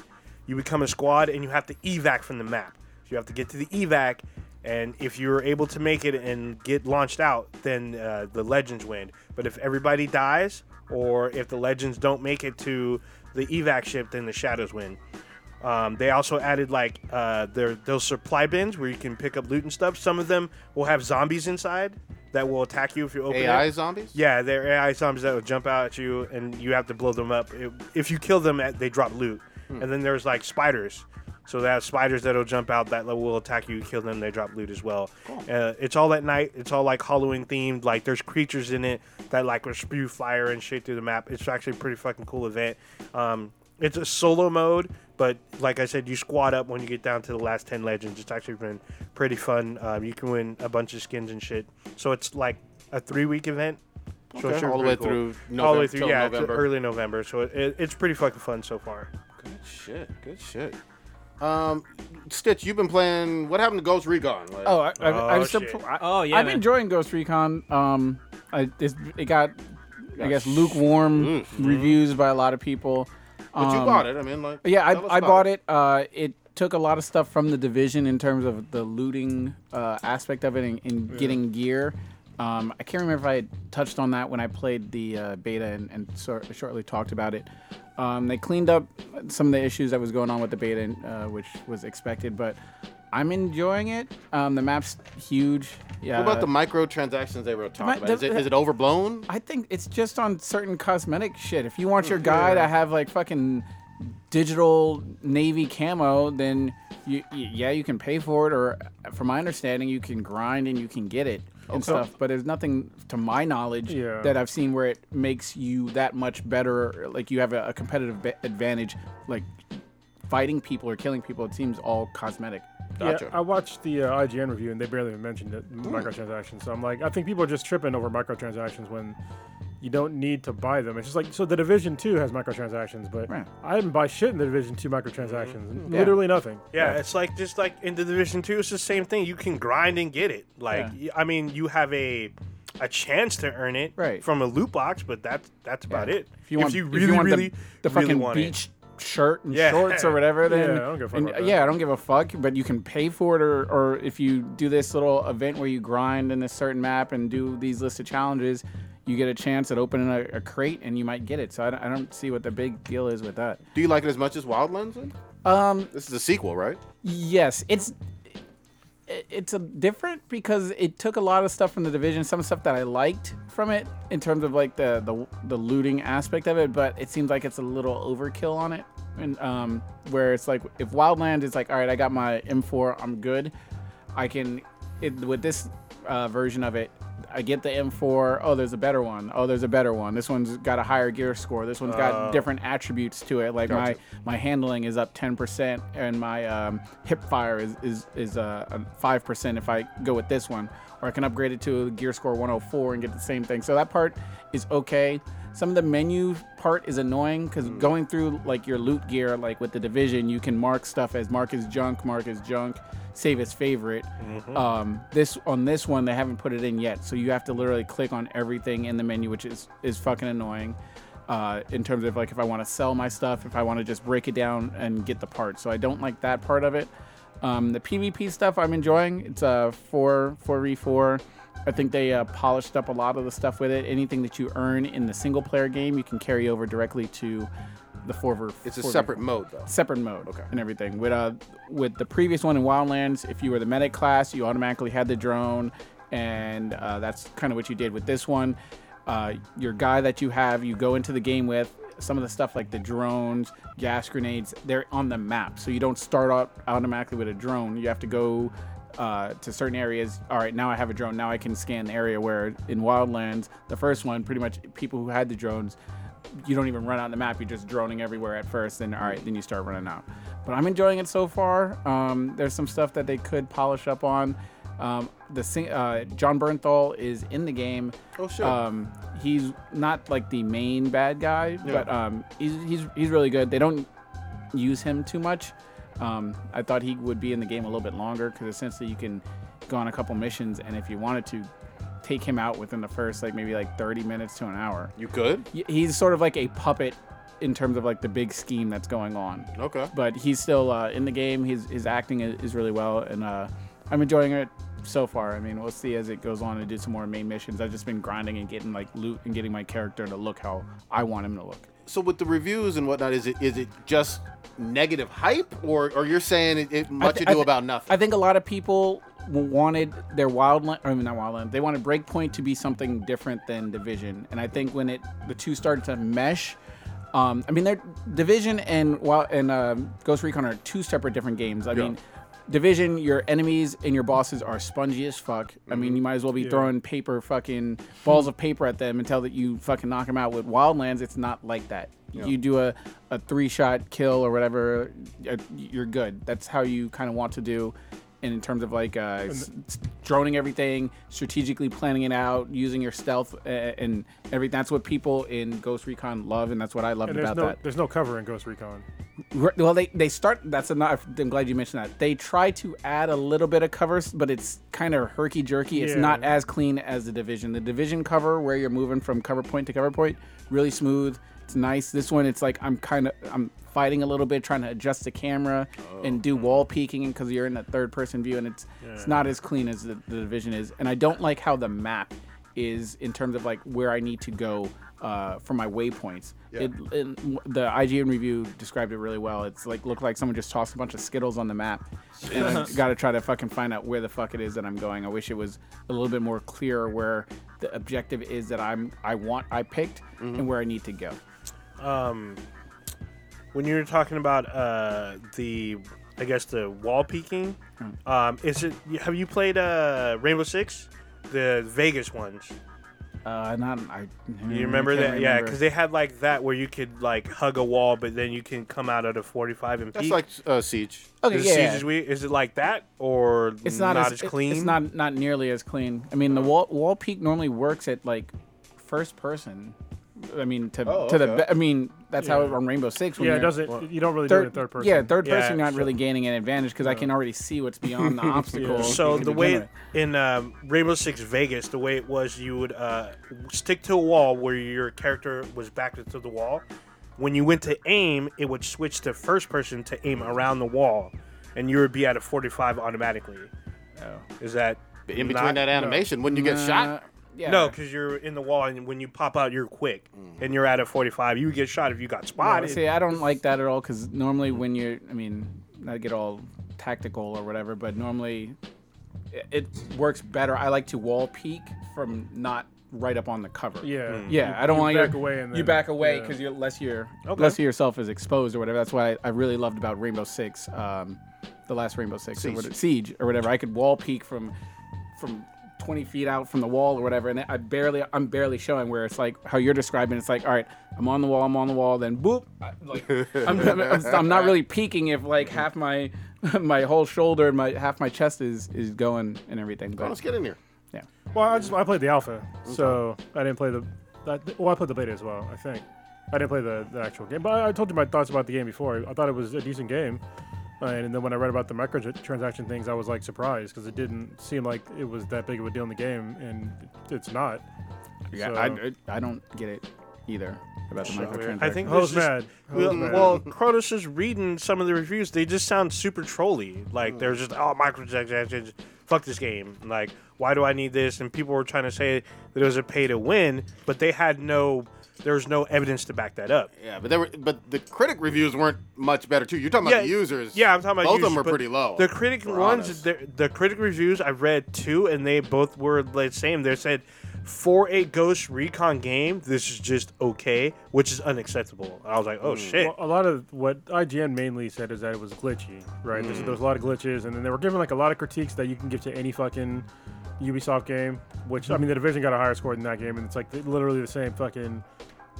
[SPEAKER 7] You become a squad and you have to evac from the map. So you have to get to the evac, and if you're able to make it and get launched out, then uh, the legends win. But if everybody dies, or if the legends don't make it to the evac ship, then the shadows win. Um, they also added like uh, their those supply bins where you can pick up loot and stuff. Some of them will have zombies inside that will attack you if you open it.
[SPEAKER 4] AI zombies.
[SPEAKER 7] Yeah, they're AI zombies that would jump out at you, and you have to blow them up. If- If you kill them, they drop loot. And then there's like spiders. So they have spiders that'll jump out that will attack you. Kill them, they drop loot as well. Uh, it's all at night. It's all like Halloween themed. Like there's creatures in it that like will spew fire and shit through the map. It's actually a pretty fucking cool event. Um, it's a solo mode, but like I said, you squad up when you get down to the last ten legends. It's actually been Uh, pretty fun. Um, you can win a bunch of skins and shit. So it's like a three week event So
[SPEAKER 4] Okay,
[SPEAKER 7] it should be
[SPEAKER 4] all the way
[SPEAKER 7] pretty cool.
[SPEAKER 4] through
[SPEAKER 7] all the
[SPEAKER 4] Novem-
[SPEAKER 7] way through,
[SPEAKER 4] till
[SPEAKER 7] yeah, to
[SPEAKER 4] November.
[SPEAKER 7] early November. So it, it, it's pretty fucking fun so far.
[SPEAKER 4] Good shit. Good shit. Um, Stitch, you've been playing. What happened to Ghost Recon? Like,
[SPEAKER 5] Oh, I, I, I,
[SPEAKER 7] Oh,
[SPEAKER 5] still,
[SPEAKER 7] shit.
[SPEAKER 5] I,
[SPEAKER 8] Oh, yeah,
[SPEAKER 5] I've
[SPEAKER 8] man.
[SPEAKER 5] been enjoying Ghost Recon. Um, I, it's, it got, I guess, lukewarm reviews by a lot of people.
[SPEAKER 4] but you bought it. I mean, like.
[SPEAKER 5] um, Yeah,
[SPEAKER 4] tell us
[SPEAKER 5] I, I
[SPEAKER 4] about
[SPEAKER 5] bought it. Uh, it took a lot of stuff from the division in terms of the looting uh, aspect of it and, and getting gear. Um, I can't remember if I had touched on that when I played the uh, beta and, and sor- shortly talked about it. Um, they cleaned up some of the issues that was going on with the beta, and, uh, which was expected, but I'm enjoying it. Um, the map's huge. Yeah.
[SPEAKER 4] What about the microtransactions they were talking
[SPEAKER 5] mi-
[SPEAKER 4] about? Is
[SPEAKER 5] uh, the-
[SPEAKER 4] it, is it overblown?
[SPEAKER 5] I think it's just on certain cosmetic shit. If you want
[SPEAKER 6] Mm,
[SPEAKER 5] your guy to have like fucking digital navy camo, then you, y yeah, you can pay for it. Or from my understanding, you can grind and you can get it and stuff. But there's nothing, to my knowledge,
[SPEAKER 6] Yeah.
[SPEAKER 5] that I've seen where it makes you that much better. Like you have a, a competitive ba- advantage, like fighting people or killing people. It seems all cosmetic.
[SPEAKER 4] Gotcha.
[SPEAKER 6] Yeah, I watched the uh, IGN review and they barely even mentioned it, microtransactions. So I'm like, I think people are just tripping over microtransactions when you don't need to buy them. It's just like, so the Division 2 has microtransactions, but
[SPEAKER 5] Right. Mm-hmm.
[SPEAKER 6] I didn't buy shit in the Division 2 microtransactions. Literally nothing.
[SPEAKER 7] Yeah, it's like just like in the Division Two, it's the same thing. You can grind and get it. Like y I I mean, you have a a chance to earn it
[SPEAKER 5] Right.
[SPEAKER 7] from a loot box, but that's that's about it.
[SPEAKER 5] If you want,
[SPEAKER 7] really
[SPEAKER 5] want
[SPEAKER 7] really
[SPEAKER 5] the, the
[SPEAKER 7] really
[SPEAKER 5] fucking
[SPEAKER 7] want it.
[SPEAKER 5] beach shirt and
[SPEAKER 7] Yeah.
[SPEAKER 5] shorts or whatever, then
[SPEAKER 6] Yeah, I don't give a fuck
[SPEAKER 5] and-
[SPEAKER 6] about that.
[SPEAKER 5] yeah, I don't give a fuck. But you can pay for it, or, or if you do this little event where you grind in this certain map and do these list of challenges, you get a chance at opening a, a crate and you might get it. So I don't, I don't see what the big deal is with that.
[SPEAKER 4] Do you like it as much as Wildlands? then?
[SPEAKER 5] Um,
[SPEAKER 4] this is a sequel, right?
[SPEAKER 5] Yes, it's it- it's a different because it took a lot of stuff from the division, some stuff that I liked from it in terms of like the the, the looting aspect of it, but it seems like it's a little overkill on it. And um, where it's like if Wildland is like, all right, I got my M4, I'm good. I can it, with this uh, version of it. I get the M4. Oh, there's a better one. Oh, there's a better one. This one's got a higher gear score. This one's got different attributes to it. Like my my handling is up 10%, and my um, hip fire is is is uh, um, 5% if I go with this one. Or I can upgrade it to gear score 104 and get the same thing. So that part is okay. Some of the menu part is annoying because going through like your loot gear, like with the division, you can mark stuff as mark as junk, mark as junk, save as favorite. Um, this on this one they haven't put it in yet, so you have to literally click on everything in the menu, which is is fucking annoying. Uh, in terms of like if I want to sell my stuff, if I want to just break it down and get the parts, so I don't like that part of it. Um, the PvP stuff I'm enjoying. It's a four four v four. I think they uh, polished up a lot of the stuff with it. Anything that you earn in the single player game, you can carry over directly to the four v.
[SPEAKER 4] It's a
[SPEAKER 5] 4v4
[SPEAKER 4] separate mode, though.
[SPEAKER 5] separate mode and everything. With uh, with the previous one in Wildlands, if you were the medic class, you automatically had the drone, and uh, that's kind of what you did with this one. Uh, your guy that you have, you go into the game with some of the stuff like the drones, gas grenades. They're on the map, so you don't start out automatically with a drone. You have to go uh, to certain areas. All right, now I have a drone. Now I can scan the area where in Wildlands, the first one, pretty much people who had the drones you don't even run out on the map. You're just droning everywhere at first, and all right, then you start running out. But I'm enjoying it so far. Um, there's some stuff that they could polish up on. Um, the sing- uh, John Bernthal is in the game.
[SPEAKER 4] Oh, sure.
[SPEAKER 5] Um, he's not like the main bad guy, but um, he's, he's he's really good. They don't use him too much. Um, I thought he would be in the game a little bit longer because essentially you can go on a couple missions, and if you wanted to, take him out within the first like maybe like 30 minutes to an hour
[SPEAKER 4] You could.
[SPEAKER 5] y- he's sort of like a puppet in terms of like the big scheme that's going on.
[SPEAKER 4] Okay.
[SPEAKER 5] But he's still uh, in the game. His his acting is, is really well, and uh, I'm enjoying it so far. I mean, we'll see as it goes on and do some more main missions. I've just been grinding and getting like loot and getting my character to look how I want him to look.
[SPEAKER 4] So with the reviews and whatnot, is it is it just negative hype, or or you're saying it, it much
[SPEAKER 5] thi-
[SPEAKER 4] ado
[SPEAKER 5] thi-
[SPEAKER 4] about nothing?
[SPEAKER 5] I think a lot of people w- wanted their wildland, I mean not wildland. They wanted Breakpoint to be something different than Division, and I think when it the two started to mesh. Um, I mean, they're Division and Wild and um, Ghost Recon are two separate different games. I mean, Division, your enemies and your bosses are spongy as fuck. I
[SPEAKER 4] Mm-hmm.
[SPEAKER 5] mean, you might as well be throwing paper, fucking balls of paper at them until that you fucking knock them out. With Wildlands, it's not like that. You do a, a three shot kill or whatever, uh, you're good. That's how you kind of want to do in terms of like uh, s- s- droning everything, strategically planning it out, using your stealth uh, and everything. That's what people in Ghost Recon love, and that's what I loved
[SPEAKER 6] And there's
[SPEAKER 5] about
[SPEAKER 6] no
[SPEAKER 5] that.
[SPEAKER 6] there's no cover in Ghost Recon.
[SPEAKER 5] Re- Well, they, they start. That's enough. I'm glad you mentioned that. They try to add a little bit of covers, but it's kind of herky jerky. It's
[SPEAKER 6] Yeah.
[SPEAKER 5] not as clean as the division. The division cover, where you're moving from cover point to cover point, really smooth. It's nice. This one, it's like I'm kind of I'm fighting a little bit, trying to adjust the camera and do wall peeking because you're in a third person view, and it's it's not as clean as the, the division is. And I don't like how the map is in terms of like where I need to go uh, for my waypoints. It, and w- the IGN review described it really well. It's like looked like someone just tossed a bunch of Skittles on the map, and I got to try to fucking find out where the fuck it is that I'm going. I wish it was a little bit more clear where the objective is that I'm I want I picked
[SPEAKER 7] Mm-hmm.
[SPEAKER 5] and where I need to go.
[SPEAKER 7] when you were talking about uh, the, I guess the wall peeking, um, is it? Have you played uh, Rainbow Six, the Vegas ones?
[SPEAKER 5] Uh, not I.
[SPEAKER 7] You remember
[SPEAKER 5] I
[SPEAKER 7] that?
[SPEAKER 5] can't
[SPEAKER 7] Yeah,
[SPEAKER 5] remember.
[SPEAKER 7] because they had like that where you could like hug a wall, but then you can come out at a 45 and
[SPEAKER 4] That's
[SPEAKER 7] peek.
[SPEAKER 4] like uh, Siege.
[SPEAKER 5] okay,
[SPEAKER 7] is,
[SPEAKER 5] yeah.
[SPEAKER 7] it Siege as we- is it like that or
[SPEAKER 5] it's not, as, it-
[SPEAKER 7] clean? Oh.
[SPEAKER 5] It's not not nearly as clean. I mean, the wall wall peek normally works at like first person. I mean, to
[SPEAKER 4] Oh,
[SPEAKER 5] to the
[SPEAKER 4] okay.
[SPEAKER 5] be- I mean that's how on Rainbow Six. When
[SPEAKER 6] Yeah, it
[SPEAKER 5] you're-
[SPEAKER 6] doesn't. you don't really do it in third person.
[SPEAKER 5] Yeah, third
[SPEAKER 7] Yeah,
[SPEAKER 5] person, you're not
[SPEAKER 7] so-
[SPEAKER 5] really gaining an advantage because I can already see what's beyond the
[SPEAKER 7] [laughs]
[SPEAKER 5] obstacle.
[SPEAKER 7] So
[SPEAKER 5] to
[SPEAKER 7] the
[SPEAKER 5] begin
[SPEAKER 7] way
[SPEAKER 5] with.
[SPEAKER 7] in um, Rainbow Six Vegas, the way it was, you would uh, stick to a wall where your character was backed to the wall. When you went to aim, it would switch to first person to aim around the wall, and you would be at a 45 automatically.
[SPEAKER 5] Oh.
[SPEAKER 7] Is that
[SPEAKER 4] In between
[SPEAKER 7] not-
[SPEAKER 4] that animation, wouldn't you get
[SPEAKER 5] Uh,
[SPEAKER 4] shot?
[SPEAKER 5] yeah.
[SPEAKER 7] No, because you're in the wall, and when you pop out, you're quick, and you're at a 45. You would get shot if you got
[SPEAKER 5] I
[SPEAKER 7] spotted.
[SPEAKER 5] see, I don't like that at all because normally when you're, I mean, not get all tactical or whatever, but normally it, it works better. I like to wall peek from not right up on the cover.
[SPEAKER 6] Yeah.
[SPEAKER 5] Yeah, I don't want
[SPEAKER 6] back
[SPEAKER 5] you
[SPEAKER 6] away and
[SPEAKER 5] you
[SPEAKER 6] then-
[SPEAKER 5] back away
[SPEAKER 6] yeah.
[SPEAKER 5] because you're less your less yourself is exposed or whatever. That's why I, I really loved about Rainbow Six, um, the last Rainbow Six Siege. Or what- Siege or whatever. I could wall peek from from 20 feet out from the wall or whatever, and I barely I'm barely showing where it's like how you're describing. It's like all right, I'm on the wall, I'm on the wall, then boop, I- like I'm, I'm, I'm, I'm not really peeking if like half my [laughs] my whole shoulder and my half my chest is is going and everything.
[SPEAKER 4] Oh, let's
[SPEAKER 5] But
[SPEAKER 4] get in here.
[SPEAKER 5] yeah,
[SPEAKER 6] Well, I just I played the alpha, so I didn't play the. I, well, I played the beta as well. I think I didn't play the, the actual game, but I, I told you my thoughts about the game before. I thought it was a decent game, uh, and then when I read about the microtransaction things, I was like surprised because it didn't seem like it was that big of a deal in the game, and it's not.
[SPEAKER 5] yeah, I, I don't get it either about the microtransactions.
[SPEAKER 7] I think
[SPEAKER 6] Who's
[SPEAKER 7] this is-
[SPEAKER 6] mad? Who's
[SPEAKER 7] Well,
[SPEAKER 6] mad?
[SPEAKER 7] well, Cronus is reading some of the reviews. They just sound super trolly. Like they're just oh microtransactions. Fuck this game. Like why do I need this? And people were trying to say that it was a pay to win, but they had no. There was no evidence to back that up.
[SPEAKER 4] Yeah, but they were, but the critic reviews weren't much better too. You're talking about the users.
[SPEAKER 7] Yeah, I'm talking about
[SPEAKER 4] both
[SPEAKER 7] users,
[SPEAKER 4] of them were
[SPEAKER 7] but
[SPEAKER 4] pretty low.
[SPEAKER 7] The critic
[SPEAKER 4] We're
[SPEAKER 7] ones,
[SPEAKER 4] honest.
[SPEAKER 7] the, the critic reviews I read two, and they both were the same. They said for a Ghost Recon game, this is just okay, which is unacceptable. I was like,
[SPEAKER 4] Hmm.
[SPEAKER 7] oh shit.
[SPEAKER 6] Well, a lot of what IGN mainly said is that it was glitchy, right? There's,
[SPEAKER 5] Mm.
[SPEAKER 6] there was a lot of glitches, and then they were giving like a lot of critiques that you can give to any fucking Ubisoft game. Which I mean, the Division got a higher score than that game, and it's like literally the same fucking,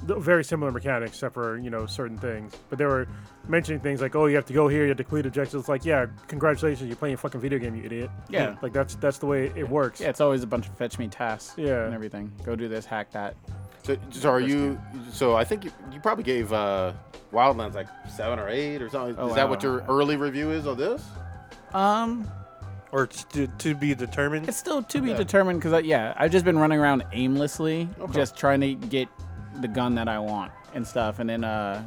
[SPEAKER 6] the- very similar mechanics, except for you know certain things. But they were mentioning things like, oh, you have to go here, you have to complete objectives. It's like, yeah, congratulations, you're playing a fucking video game, you idiot. Mm.
[SPEAKER 5] Yeah.
[SPEAKER 6] like that's that's the way it works.
[SPEAKER 5] Yeah, it's always a bunch of fetch me tasks
[SPEAKER 6] Yeah.
[SPEAKER 5] and everything. Go do this, hack that.
[SPEAKER 4] So, so are you? So I think you, you probably gave uh, Wildlands like seven or eight or something.
[SPEAKER 5] Oh,
[SPEAKER 4] is that
[SPEAKER 5] wow.
[SPEAKER 4] what your early review is on this?
[SPEAKER 5] Um,
[SPEAKER 7] Or it's to, to be determined.
[SPEAKER 5] it's still to be determined because, yeah, I've just been running around aimlessly, just trying to get the gun that I want and stuff. And then, uh,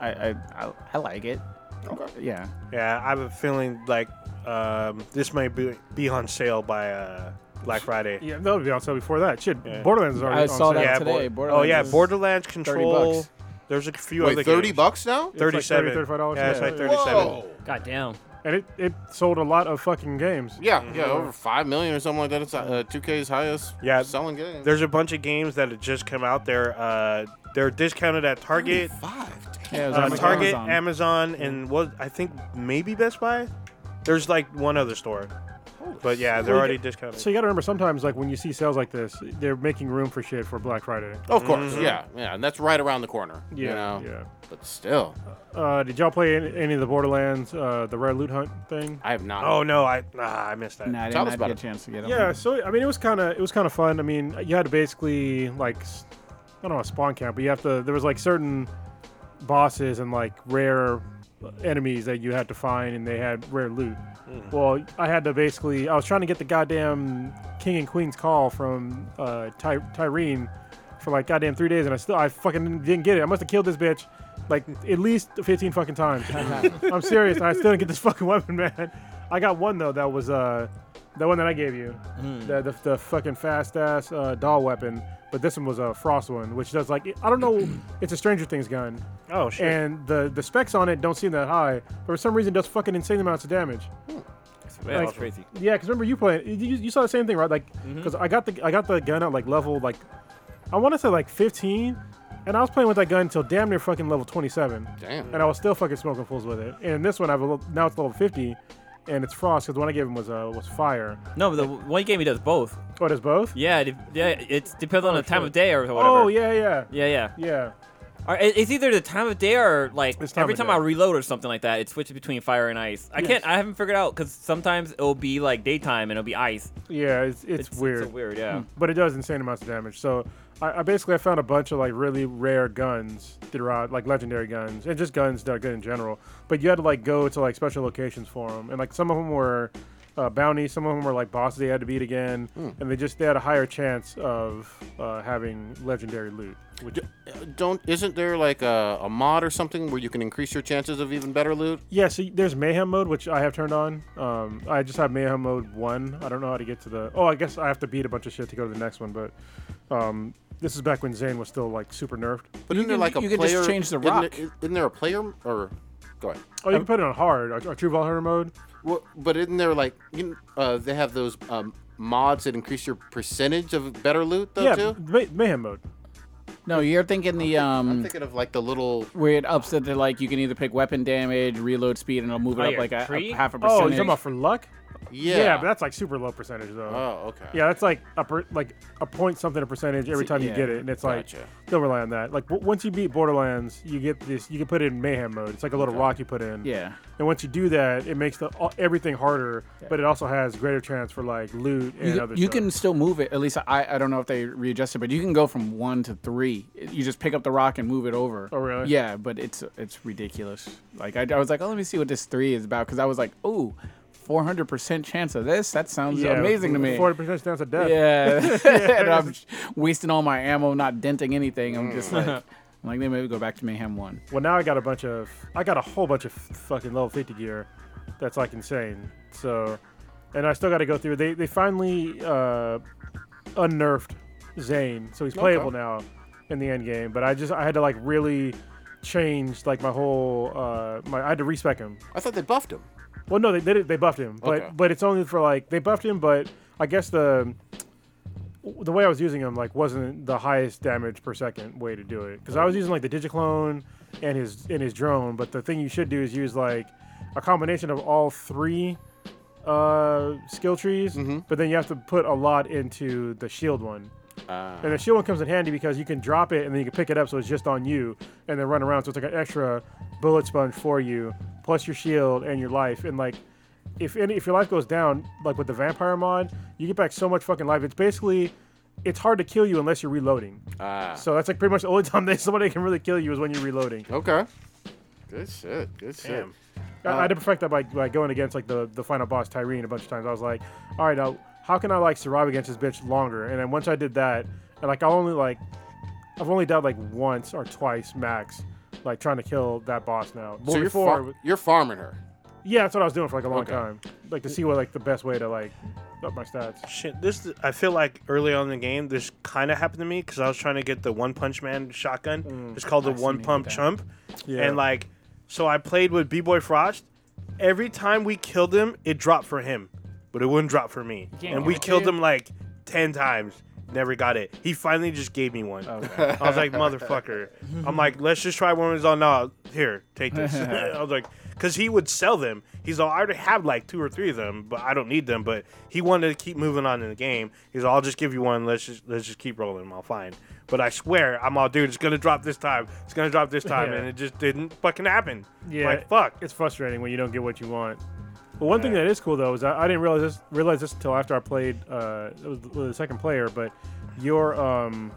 [SPEAKER 5] I I, I, I like it.
[SPEAKER 4] Okay.
[SPEAKER 5] Yeah.
[SPEAKER 7] Yeah, I have a feeling like um, this might be, be on sale by uh, Black Friday.
[SPEAKER 6] Yeah, that would be on sale before that. Shit, Borderlands is already
[SPEAKER 5] I
[SPEAKER 6] on
[SPEAKER 5] saw
[SPEAKER 6] sale.
[SPEAKER 5] that
[SPEAKER 7] Yeah,
[SPEAKER 5] today,
[SPEAKER 7] Bor- oh
[SPEAKER 5] Borderlands
[SPEAKER 7] yeah,
[SPEAKER 5] is
[SPEAKER 7] Borderlands Control.
[SPEAKER 5] bucks.
[SPEAKER 7] There's a few other
[SPEAKER 4] Wait, thirty
[SPEAKER 7] games.
[SPEAKER 4] bucks now?
[SPEAKER 6] like 30,
[SPEAKER 7] Thirty-seven.
[SPEAKER 6] $35,
[SPEAKER 7] Yeah, it's
[SPEAKER 6] yeah.
[SPEAKER 7] like thirty-seven.
[SPEAKER 8] God damn.
[SPEAKER 6] and it, it sold a lot of fucking games.
[SPEAKER 4] Yeah,
[SPEAKER 7] Mm-hmm.
[SPEAKER 4] yeah, over five million or something like that. It's uh, 2K's highest
[SPEAKER 7] Yeah,
[SPEAKER 4] selling game.
[SPEAKER 7] There's a bunch of games that had just come out. They're uh, they're discounted at Target,
[SPEAKER 4] five.
[SPEAKER 5] Yeah, it was
[SPEAKER 7] uh,
[SPEAKER 5] on my
[SPEAKER 7] Target,
[SPEAKER 5] Amazon.
[SPEAKER 7] Amazon, and was I think maybe Best Buy. There's like one other store. But yeah, they're
[SPEAKER 6] Well, you
[SPEAKER 7] already
[SPEAKER 6] got-
[SPEAKER 7] discounted.
[SPEAKER 6] So you got to remember sometimes, like when you see sales like this, they're making room for shit for Black Friday.
[SPEAKER 4] Of course,
[SPEAKER 7] Mm-hmm.
[SPEAKER 4] yeah, yeah, and that's right around the corner. you
[SPEAKER 6] Yeah,
[SPEAKER 4] know? But still,
[SPEAKER 6] yeah. Uh, did y'all play any, any of the Borderlands, uh, the rare loot hunt thing?
[SPEAKER 4] I have not.
[SPEAKER 7] oh no, I ah, I missed that.
[SPEAKER 5] Nah, I did
[SPEAKER 4] Tell
[SPEAKER 5] not
[SPEAKER 4] us about
[SPEAKER 5] get a
[SPEAKER 4] it.
[SPEAKER 5] chance to get them.
[SPEAKER 6] Yeah, so I mean, it was kind of it was kind of fun. I mean, you had to basically like s- I don't know a spawn camp, but you have to. There was like certain bosses and like rare enemies that you had to find, and they had rare loot. Well, I had to basically I was trying to get the goddamn king and queen's call from uh, Ty- Tyrene for like goddamn three days, and I still I fucking didn't get it. I must have killed this bitch. Like at least 15 fucking times. I'm serious. and I still didn't get this fucking [laughs] weapon, man. I got one though. That was uh, the one that I gave you, the, the, the fucking fast ass uh, doll weapon. But this one was a frost one, which does like I don't know. It's a Stranger Things gun,
[SPEAKER 7] Oh shit.
[SPEAKER 6] and the the specs on it don't seem that high, but for some reason it does fucking insane amounts of damage.
[SPEAKER 8] Man,
[SPEAKER 6] Like-
[SPEAKER 8] that's crazy.
[SPEAKER 6] Yeah, because remember you playing, you, you saw the same thing, right? Like, because I got the I got the gun at like level like, I want to say like 15, and I was playing with that gun until damn near fucking level 27
[SPEAKER 4] damn.
[SPEAKER 6] and I was still fucking smoking fools with it. And this one, I've a little, now it's level 50, and it's frost because the one I gave him was uh, was fire.
[SPEAKER 8] No, but the one you gave me does both.
[SPEAKER 6] Oh, does both?
[SPEAKER 8] Yeah, it, yeah, it depends on the time
[SPEAKER 6] shit.
[SPEAKER 8] of day or whatever.
[SPEAKER 6] Oh yeah, yeah,
[SPEAKER 8] Yeah, yeah.
[SPEAKER 6] yeah.
[SPEAKER 8] Or it- It's either the time of day or like
[SPEAKER 6] It's time
[SPEAKER 8] every
[SPEAKER 6] of
[SPEAKER 8] time
[SPEAKER 6] day.
[SPEAKER 8] I reload or something like that, it switches between fire and ice. I
[SPEAKER 6] Yes.
[SPEAKER 8] can't. I haven't figured out because sometimes it'll be like daytime and it'll be ice.
[SPEAKER 6] Yeah, it's, it's, weird, Hmm.
[SPEAKER 8] It's weird. Yeah.
[SPEAKER 6] but it does insane amounts of damage. So I, I basically I found a bunch of like really rare guns throughout, like legendary guns, and just guns that are good in general. But you had to like go to like special locations for them, and like some of them were uh, bounties, some of them were like bosses they had to beat again, and they just they had a higher chance of uh, having legendary loot. Which,
[SPEAKER 4] Don't isn't there like a, a mod or something where you can increase your chances of even better loot?
[SPEAKER 6] Yeah, so there's mayhem mode, which I have turned on. Um, I just have mayhem mode one. I don't know how to get to the. Oh, I guess I have to beat a bunch of shit to go to the next one. But um, this is back when Zane was still like super nerfed.
[SPEAKER 4] But isn't there
[SPEAKER 5] can-
[SPEAKER 4] like a
[SPEAKER 5] you can just
[SPEAKER 4] player?
[SPEAKER 5] change the
[SPEAKER 4] isn't there-
[SPEAKER 5] rock.
[SPEAKER 4] Isn't, there a player or? Go ahead.
[SPEAKER 6] Oh, you can put it on hard or, or true Valhalla mode.
[SPEAKER 4] Well, but isn't there like you know, uh, they have those um, mods that increase your percentage of better loot though
[SPEAKER 6] yeah,
[SPEAKER 4] too?
[SPEAKER 6] ma- mayhem mode.
[SPEAKER 5] No, you're thinking the
[SPEAKER 4] I'm
[SPEAKER 5] um
[SPEAKER 4] thinking of like the little
[SPEAKER 5] where it ups it to like you can either pick weapon damage, reload speed, and it'll move it
[SPEAKER 8] Oh,
[SPEAKER 5] up
[SPEAKER 8] your
[SPEAKER 5] like a,
[SPEAKER 8] tree?
[SPEAKER 5] a half a
[SPEAKER 6] Oh,
[SPEAKER 5] percentage.
[SPEAKER 6] you talking about for luck?
[SPEAKER 4] yeah.
[SPEAKER 6] but that's like super low percentage though.
[SPEAKER 4] oh, okay.
[SPEAKER 6] Yeah, that's like a per, like a point something a percentage every time you
[SPEAKER 5] yeah,
[SPEAKER 6] get it, and it's
[SPEAKER 4] gotcha.
[SPEAKER 6] like don't rely on that. Like w- once you beat Borderlands, you get this. You can put it in mayhem mode. It's like a little rock you put in.
[SPEAKER 5] Yeah.
[SPEAKER 6] And once you do that, it makes the all- everything harder, but it also has greater chance for like loot and
[SPEAKER 5] You,
[SPEAKER 6] other.
[SPEAKER 5] you
[SPEAKER 6] stuff.
[SPEAKER 5] can still move it. At least I, I don't know if they readjusted, but you can go from one to three. You just pick up the rock and move it over.
[SPEAKER 6] Oh, really?
[SPEAKER 5] Yeah, but it's it's ridiculous. Like I, I was like, oh, let me see what this three is about because I was like, oh, 400 percent chance of this. That sounds amazing to me.
[SPEAKER 6] Forty percent chance of death. [laughs]
[SPEAKER 5] Yeah, [laughs] and I'm wasting all my ammo, not denting anything. I'm just
[SPEAKER 6] Mm.
[SPEAKER 5] like, I'm like, they maybe go back to mayhem one.
[SPEAKER 6] Well, now I got a bunch of I got a whole bunch of fucking level fifty gear, that's like insane. So, and I still got to go through. They they finally uh, unnerfed Zane, so he's playable now in the end game. But I just I had to like really change like my whole uh, my I had to respec him
[SPEAKER 4] I thought they buffed him.
[SPEAKER 6] Well, no, they they, did- they buffed him, but
[SPEAKER 4] Okay.
[SPEAKER 6] but it's only for like they buffed him, but I guess the the way I was using him like wasn't the highest damage per second way to do it because I was using like the digiclone and his and his drone, but the thing you should do is use like a combination of all three uh, skill trees, but then you have to put a lot into the shield one. And the shield one comes in handy because you can drop it and then you can pick it up, so it's just on you, and then run around. So it's like an extra bullet sponge for you, plus your shield and your life. And like, if any, if your life goes down, like with the vampire mod, you get back so much fucking life. It's basically, it's hard to kill you unless you're reloading.
[SPEAKER 4] Ah.
[SPEAKER 6] So that's like pretty much the only [laughs] time that somebody can really kill you is when you're reloading.
[SPEAKER 4] Okay. Good shit. Good shit.
[SPEAKER 7] Damn.
[SPEAKER 6] I, I had to
[SPEAKER 4] Uh,
[SPEAKER 6] perfect that by, by going against like the, the final boss Tyrene a bunch of times. I was like, all right, now how can I like survive against this bitch longer? And then once I did that, and like I only like I've only died like once or twice max, like trying to kill that boss now.
[SPEAKER 4] So
[SPEAKER 6] Well,
[SPEAKER 4] you're
[SPEAKER 6] before,
[SPEAKER 4] far- you're farming her.
[SPEAKER 6] yeah, that's what I was doing for like a long
[SPEAKER 4] Okay.
[SPEAKER 6] time, like to see what like the best way to like up my stats.
[SPEAKER 7] Shit, this I feel like early on in the game, this kind of happened to me because I was trying to get the One Punch Man shotgun. it's called the One Pump Chump,
[SPEAKER 6] Yeah.
[SPEAKER 7] and like, so I played with B Boy Frost. Every time we killed him, it dropped for him, but it wouldn't drop for me. And we killed him like ten times, Never got it. He finally just gave me one. [laughs] I was like, motherfucker. I'm like, let's just try one. He's all, no, here, take
[SPEAKER 6] [laughs]
[SPEAKER 7] this. [laughs] I was like, because he would sell them. He's all, I already have like two or three of them, but I don't need them. But he wanted to keep moving on in the game. He's all, I'll just give you one. Let's just let's just keep rolling. I'll find. But I swear, I'm all, dude, it's gonna drop this time. It's gonna drop this time,
[SPEAKER 6] Yeah.
[SPEAKER 7] and it just didn't fucking happen.
[SPEAKER 6] Yeah,
[SPEAKER 7] like fuck.
[SPEAKER 6] It's frustrating when you don't get what you want. But one thing that is cool though is I, I didn't realize this realize this until after I played. Uh, it was with the second player, but your um,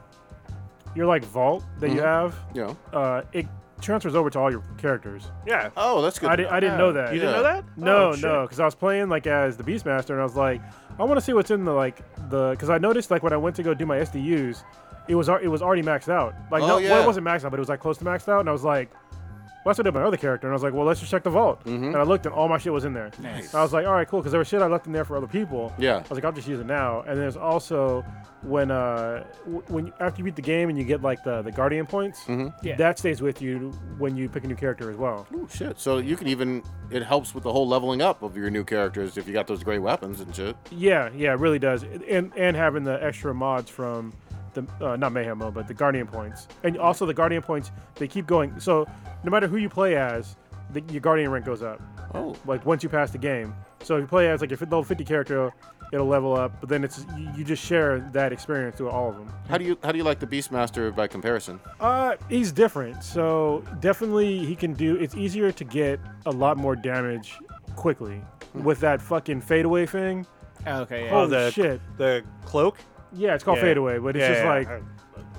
[SPEAKER 6] your like vault that you have,
[SPEAKER 4] Yeah.
[SPEAKER 6] uh, it transfers over to all your characters.
[SPEAKER 7] Yeah.
[SPEAKER 4] Oh, that's good.
[SPEAKER 6] I,
[SPEAKER 4] to
[SPEAKER 6] di-
[SPEAKER 4] know.
[SPEAKER 6] I didn't know that.
[SPEAKER 7] You didn't
[SPEAKER 4] Yeah.
[SPEAKER 7] know that?
[SPEAKER 6] No,
[SPEAKER 7] Oh, shit.
[SPEAKER 6] no, because I was playing like as the Beastmaster, and I was like, I want to see what's in the like the because I noticed like when I went to go do my SDUs, it was al- it was already maxed out. Like
[SPEAKER 4] Oh,
[SPEAKER 6] no, well,
[SPEAKER 4] yeah.
[SPEAKER 6] it wasn't maxed out, but it was like close to maxed out, and I was like, well, that's what I did with my other character, and I was like, well, let's just check the vault,
[SPEAKER 4] Mm-hmm.
[SPEAKER 6] and I looked, and all my shit was in there. Nice. I was like, all right, cool, because there was shit I left in there for other people.
[SPEAKER 4] Yeah.
[SPEAKER 6] I was like, I'll just use it now. And there's also when uh w- when you- after you beat the game and you get like the the guardian points,
[SPEAKER 4] Mm-hmm.
[SPEAKER 9] Yeah.
[SPEAKER 6] that stays with you when you pick a new character as well.
[SPEAKER 4] Ooh, Oh, shit. So you can even it helps with the whole leveling up of your new characters if you got those great weapons and shit.
[SPEAKER 6] Yeah, yeah, it really does, and and having the extra mods from the uh, not mayhem mode, but the guardian points, and also the guardian points they keep going. So no matter who you play as, the, your guardian rank goes up.
[SPEAKER 4] Oh.
[SPEAKER 6] Like once you pass the game, so if you play as like your fif- level fifty character, it'll level up. But then it's you, you just share that experience through all of them.
[SPEAKER 4] How do you how do you like the Beastmaster by comparison?
[SPEAKER 6] Uh, he's different. So definitely he can do. It's easier to get a lot more damage quickly
[SPEAKER 7] Hmm.
[SPEAKER 6] with that fucking fadeaway thing.
[SPEAKER 5] Okay. Yeah.
[SPEAKER 6] Oh,
[SPEAKER 7] Oh, the-
[SPEAKER 6] shit.
[SPEAKER 7] The cloak.
[SPEAKER 6] Yeah, it's called
[SPEAKER 7] Yeah.
[SPEAKER 6] fadeaway, but it's
[SPEAKER 7] Yeah,
[SPEAKER 6] just
[SPEAKER 7] yeah,
[SPEAKER 6] like
[SPEAKER 7] I-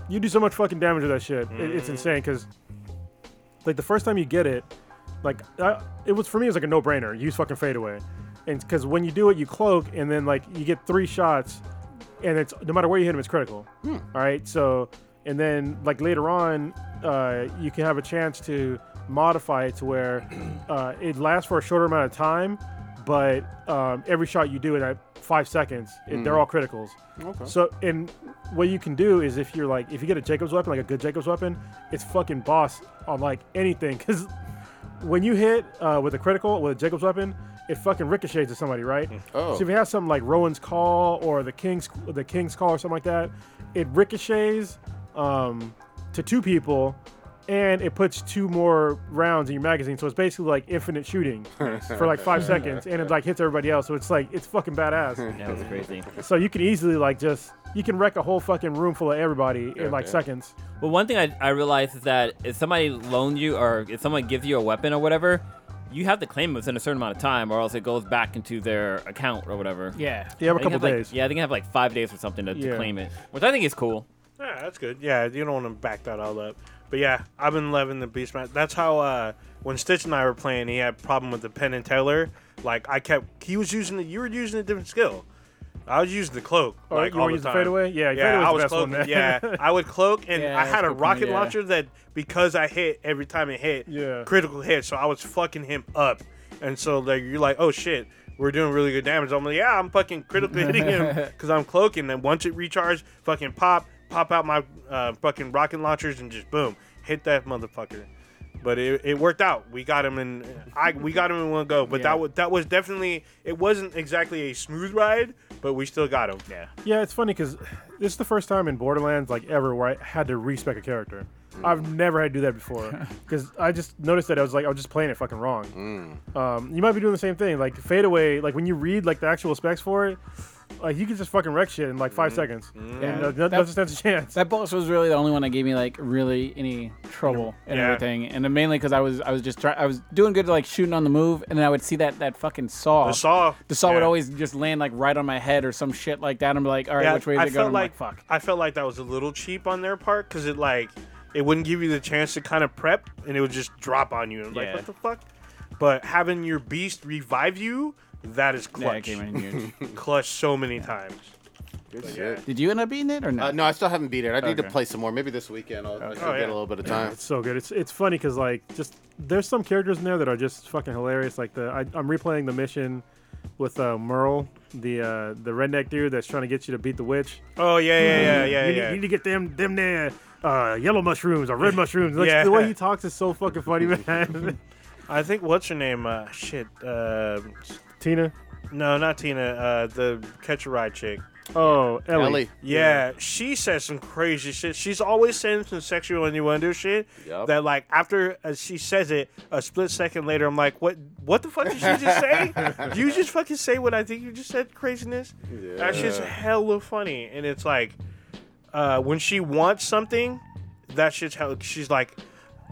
[SPEAKER 6] you do so much fucking damage with that shit. It, it's insane because, like, the first time you get it, like, I, it was for me, it was like a no brainer. Use fucking fadeaway. And because when you do it, you cloak, and then, like, you get three shots, and it's no matter where you hit him, it's critical. All right. So, and then, like, later on, uh, you can have a chance to modify it to where uh, it lasts for a shorter amount of time, but um, every shot you do in that five seconds, it, they're all criticals. Okay. So, and what you can do is if you're like, if you get a Jacob's weapon, like a good Jacob's weapon, it's fucking boss on like anything. Because when you hit uh, with a critical, with a Jacob's weapon, it fucking ricochets to somebody, right?
[SPEAKER 4] Oh.
[SPEAKER 6] So if you have something like Rowan's Call or the King's the King's Call or something like that, it ricochets um, to two people, and it puts two more rounds in your magazine. So it's basically like infinite shooting for like five seconds, and it like hits everybody else. So it's like it's
[SPEAKER 8] [laughs]
[SPEAKER 6] fucking badass.
[SPEAKER 8] That was crazy.
[SPEAKER 6] so you can easily like just you can wreck a whole fucking room full of everybody in like
[SPEAKER 4] Goddamn.
[SPEAKER 6] seconds.
[SPEAKER 8] Well, one thing I, I realized is that if somebody loans you or if someone gives you a weapon or whatever, you have to claim it within a certain amount of time, or else it goes back into their account or whatever.
[SPEAKER 9] Yeah.
[SPEAKER 6] You have
[SPEAKER 8] I think
[SPEAKER 6] a couple
[SPEAKER 8] have, like-
[SPEAKER 6] days.
[SPEAKER 8] yeah, I think I have like five days or something to, to
[SPEAKER 6] Yeah.
[SPEAKER 8] claim it, which I think is cool.
[SPEAKER 7] Yeah, that's good. Yeah, you don't want to back that all up. But yeah, I've been loving the Beastmaster. That's how uh, when Stitch and I were playing, he had a problem with the Penn and Teller. Like I kept, he was using the, you were using a different skill. I was using the cloak.
[SPEAKER 6] Oh,
[SPEAKER 7] like
[SPEAKER 6] you
[SPEAKER 7] all
[SPEAKER 6] were
[SPEAKER 7] the
[SPEAKER 6] using
[SPEAKER 7] time.
[SPEAKER 6] fadeaway? Yeah,
[SPEAKER 7] yeah,
[SPEAKER 6] fadeaway's
[SPEAKER 7] I
[SPEAKER 6] the
[SPEAKER 7] was
[SPEAKER 6] best one,
[SPEAKER 7] cloaking.
[SPEAKER 6] man.
[SPEAKER 7] yeah,
[SPEAKER 6] [laughs]
[SPEAKER 7] I would cloak, and
[SPEAKER 5] Yeah,
[SPEAKER 7] I had
[SPEAKER 5] that's
[SPEAKER 7] a
[SPEAKER 5] good point,
[SPEAKER 7] rocket
[SPEAKER 5] yeah.
[SPEAKER 7] launcher that because I hit every time it hit,
[SPEAKER 6] Yeah.
[SPEAKER 7] critical hit. So I was fucking him up, and so like you're like, oh shit, we're doing really good damage. I'm like, yeah, I'm fucking
[SPEAKER 5] [laughs]
[SPEAKER 7] critical hitting him because I'm cloaking. And once it recharged, fucking pop, pop out my uh, fucking rocket launchers and just boom, hit that motherfucker. But it, it worked out. We got him in. I we got him in one go. But that was that was definitely. It wasn't exactly a smooth ride, but we still got him. Yeah.
[SPEAKER 6] Yeah, it's funny because this is the first time in Borderlands like ever where I had to respec a character. I've never had to do that before because I just noticed that I was like I was just playing it fucking wrong. Um, you might be doing the same thing like fadeaway. Like when you read like the actual specs for it, like you can just fucking wreck shit in like 5 seconds.
[SPEAKER 5] Yeah,
[SPEAKER 6] And, uh, no,
[SPEAKER 5] that-
[SPEAKER 6] no stands a chance.
[SPEAKER 5] That boss was really the only one that gave me like really any trouble and
[SPEAKER 7] Yeah.
[SPEAKER 5] everything, and then mainly because I was I was just trying I was doing good like shooting on the move, and then I would see that that fucking saw.
[SPEAKER 7] The saw.
[SPEAKER 5] The saw would
[SPEAKER 7] Yeah.
[SPEAKER 5] always just land like right on my head or some shit like that. I'm like, all right, which way is
[SPEAKER 7] I
[SPEAKER 5] it
[SPEAKER 7] felt
[SPEAKER 5] going? I'm
[SPEAKER 7] like,
[SPEAKER 5] like, fuck.
[SPEAKER 7] I felt like that was a little cheap on their part because it like it wouldn't give you the chance to kind of prep, and it would just drop on you. And I'm
[SPEAKER 8] Yeah.
[SPEAKER 7] like, what the fuck? But having your beast revive you, that is
[SPEAKER 5] Yeah, it
[SPEAKER 7] clutch.
[SPEAKER 5] came in huge.
[SPEAKER 7] [laughs] clutch so many times.
[SPEAKER 4] Good
[SPEAKER 7] But
[SPEAKER 4] shit.
[SPEAKER 5] Did you end up beating it or no?
[SPEAKER 4] Uh, no, I still haven't beat it. I need to
[SPEAKER 5] Okay.
[SPEAKER 4] play some more. Maybe this weekend I'll I should
[SPEAKER 7] Oh, yeah.
[SPEAKER 4] get a little bit of time.
[SPEAKER 6] It's so good. It's it's funny because like just there's some characters in there that are just fucking hilarious. Like the I, I'm replaying the mission with uh, Merle, the uh, the redneck dude that's trying to get you to beat the witch.
[SPEAKER 7] Oh yeah, yeah, yeah,
[SPEAKER 6] Mm-hmm. Um, you,
[SPEAKER 7] yeah,
[SPEAKER 6] need-
[SPEAKER 7] yeah.
[SPEAKER 6] you need to get them them there uh, yellow mushrooms or red mushrooms. Like,
[SPEAKER 7] Yeah.
[SPEAKER 6] The way he talks is so fucking funny, [laughs] man.
[SPEAKER 7] I think what's her name? Uh, shit. Uh,
[SPEAKER 6] Tina.
[SPEAKER 7] no, not Tina. Uh, the catch a ride chick.
[SPEAKER 6] Oh, Ellie.
[SPEAKER 4] Ellie.
[SPEAKER 7] Yeah, she says some crazy shit. She's always saying some sexual innuendo shit
[SPEAKER 4] Yup.
[SPEAKER 7] that, like, after uh, she says it, a split second later, I'm like, what? What the fuck did you
[SPEAKER 4] [laughs]
[SPEAKER 7] just say? Did you just fucking say what I think you just said? Craziness. That shit's hella funny, and it's like, uh, when she wants something, that shit's hell. She's like.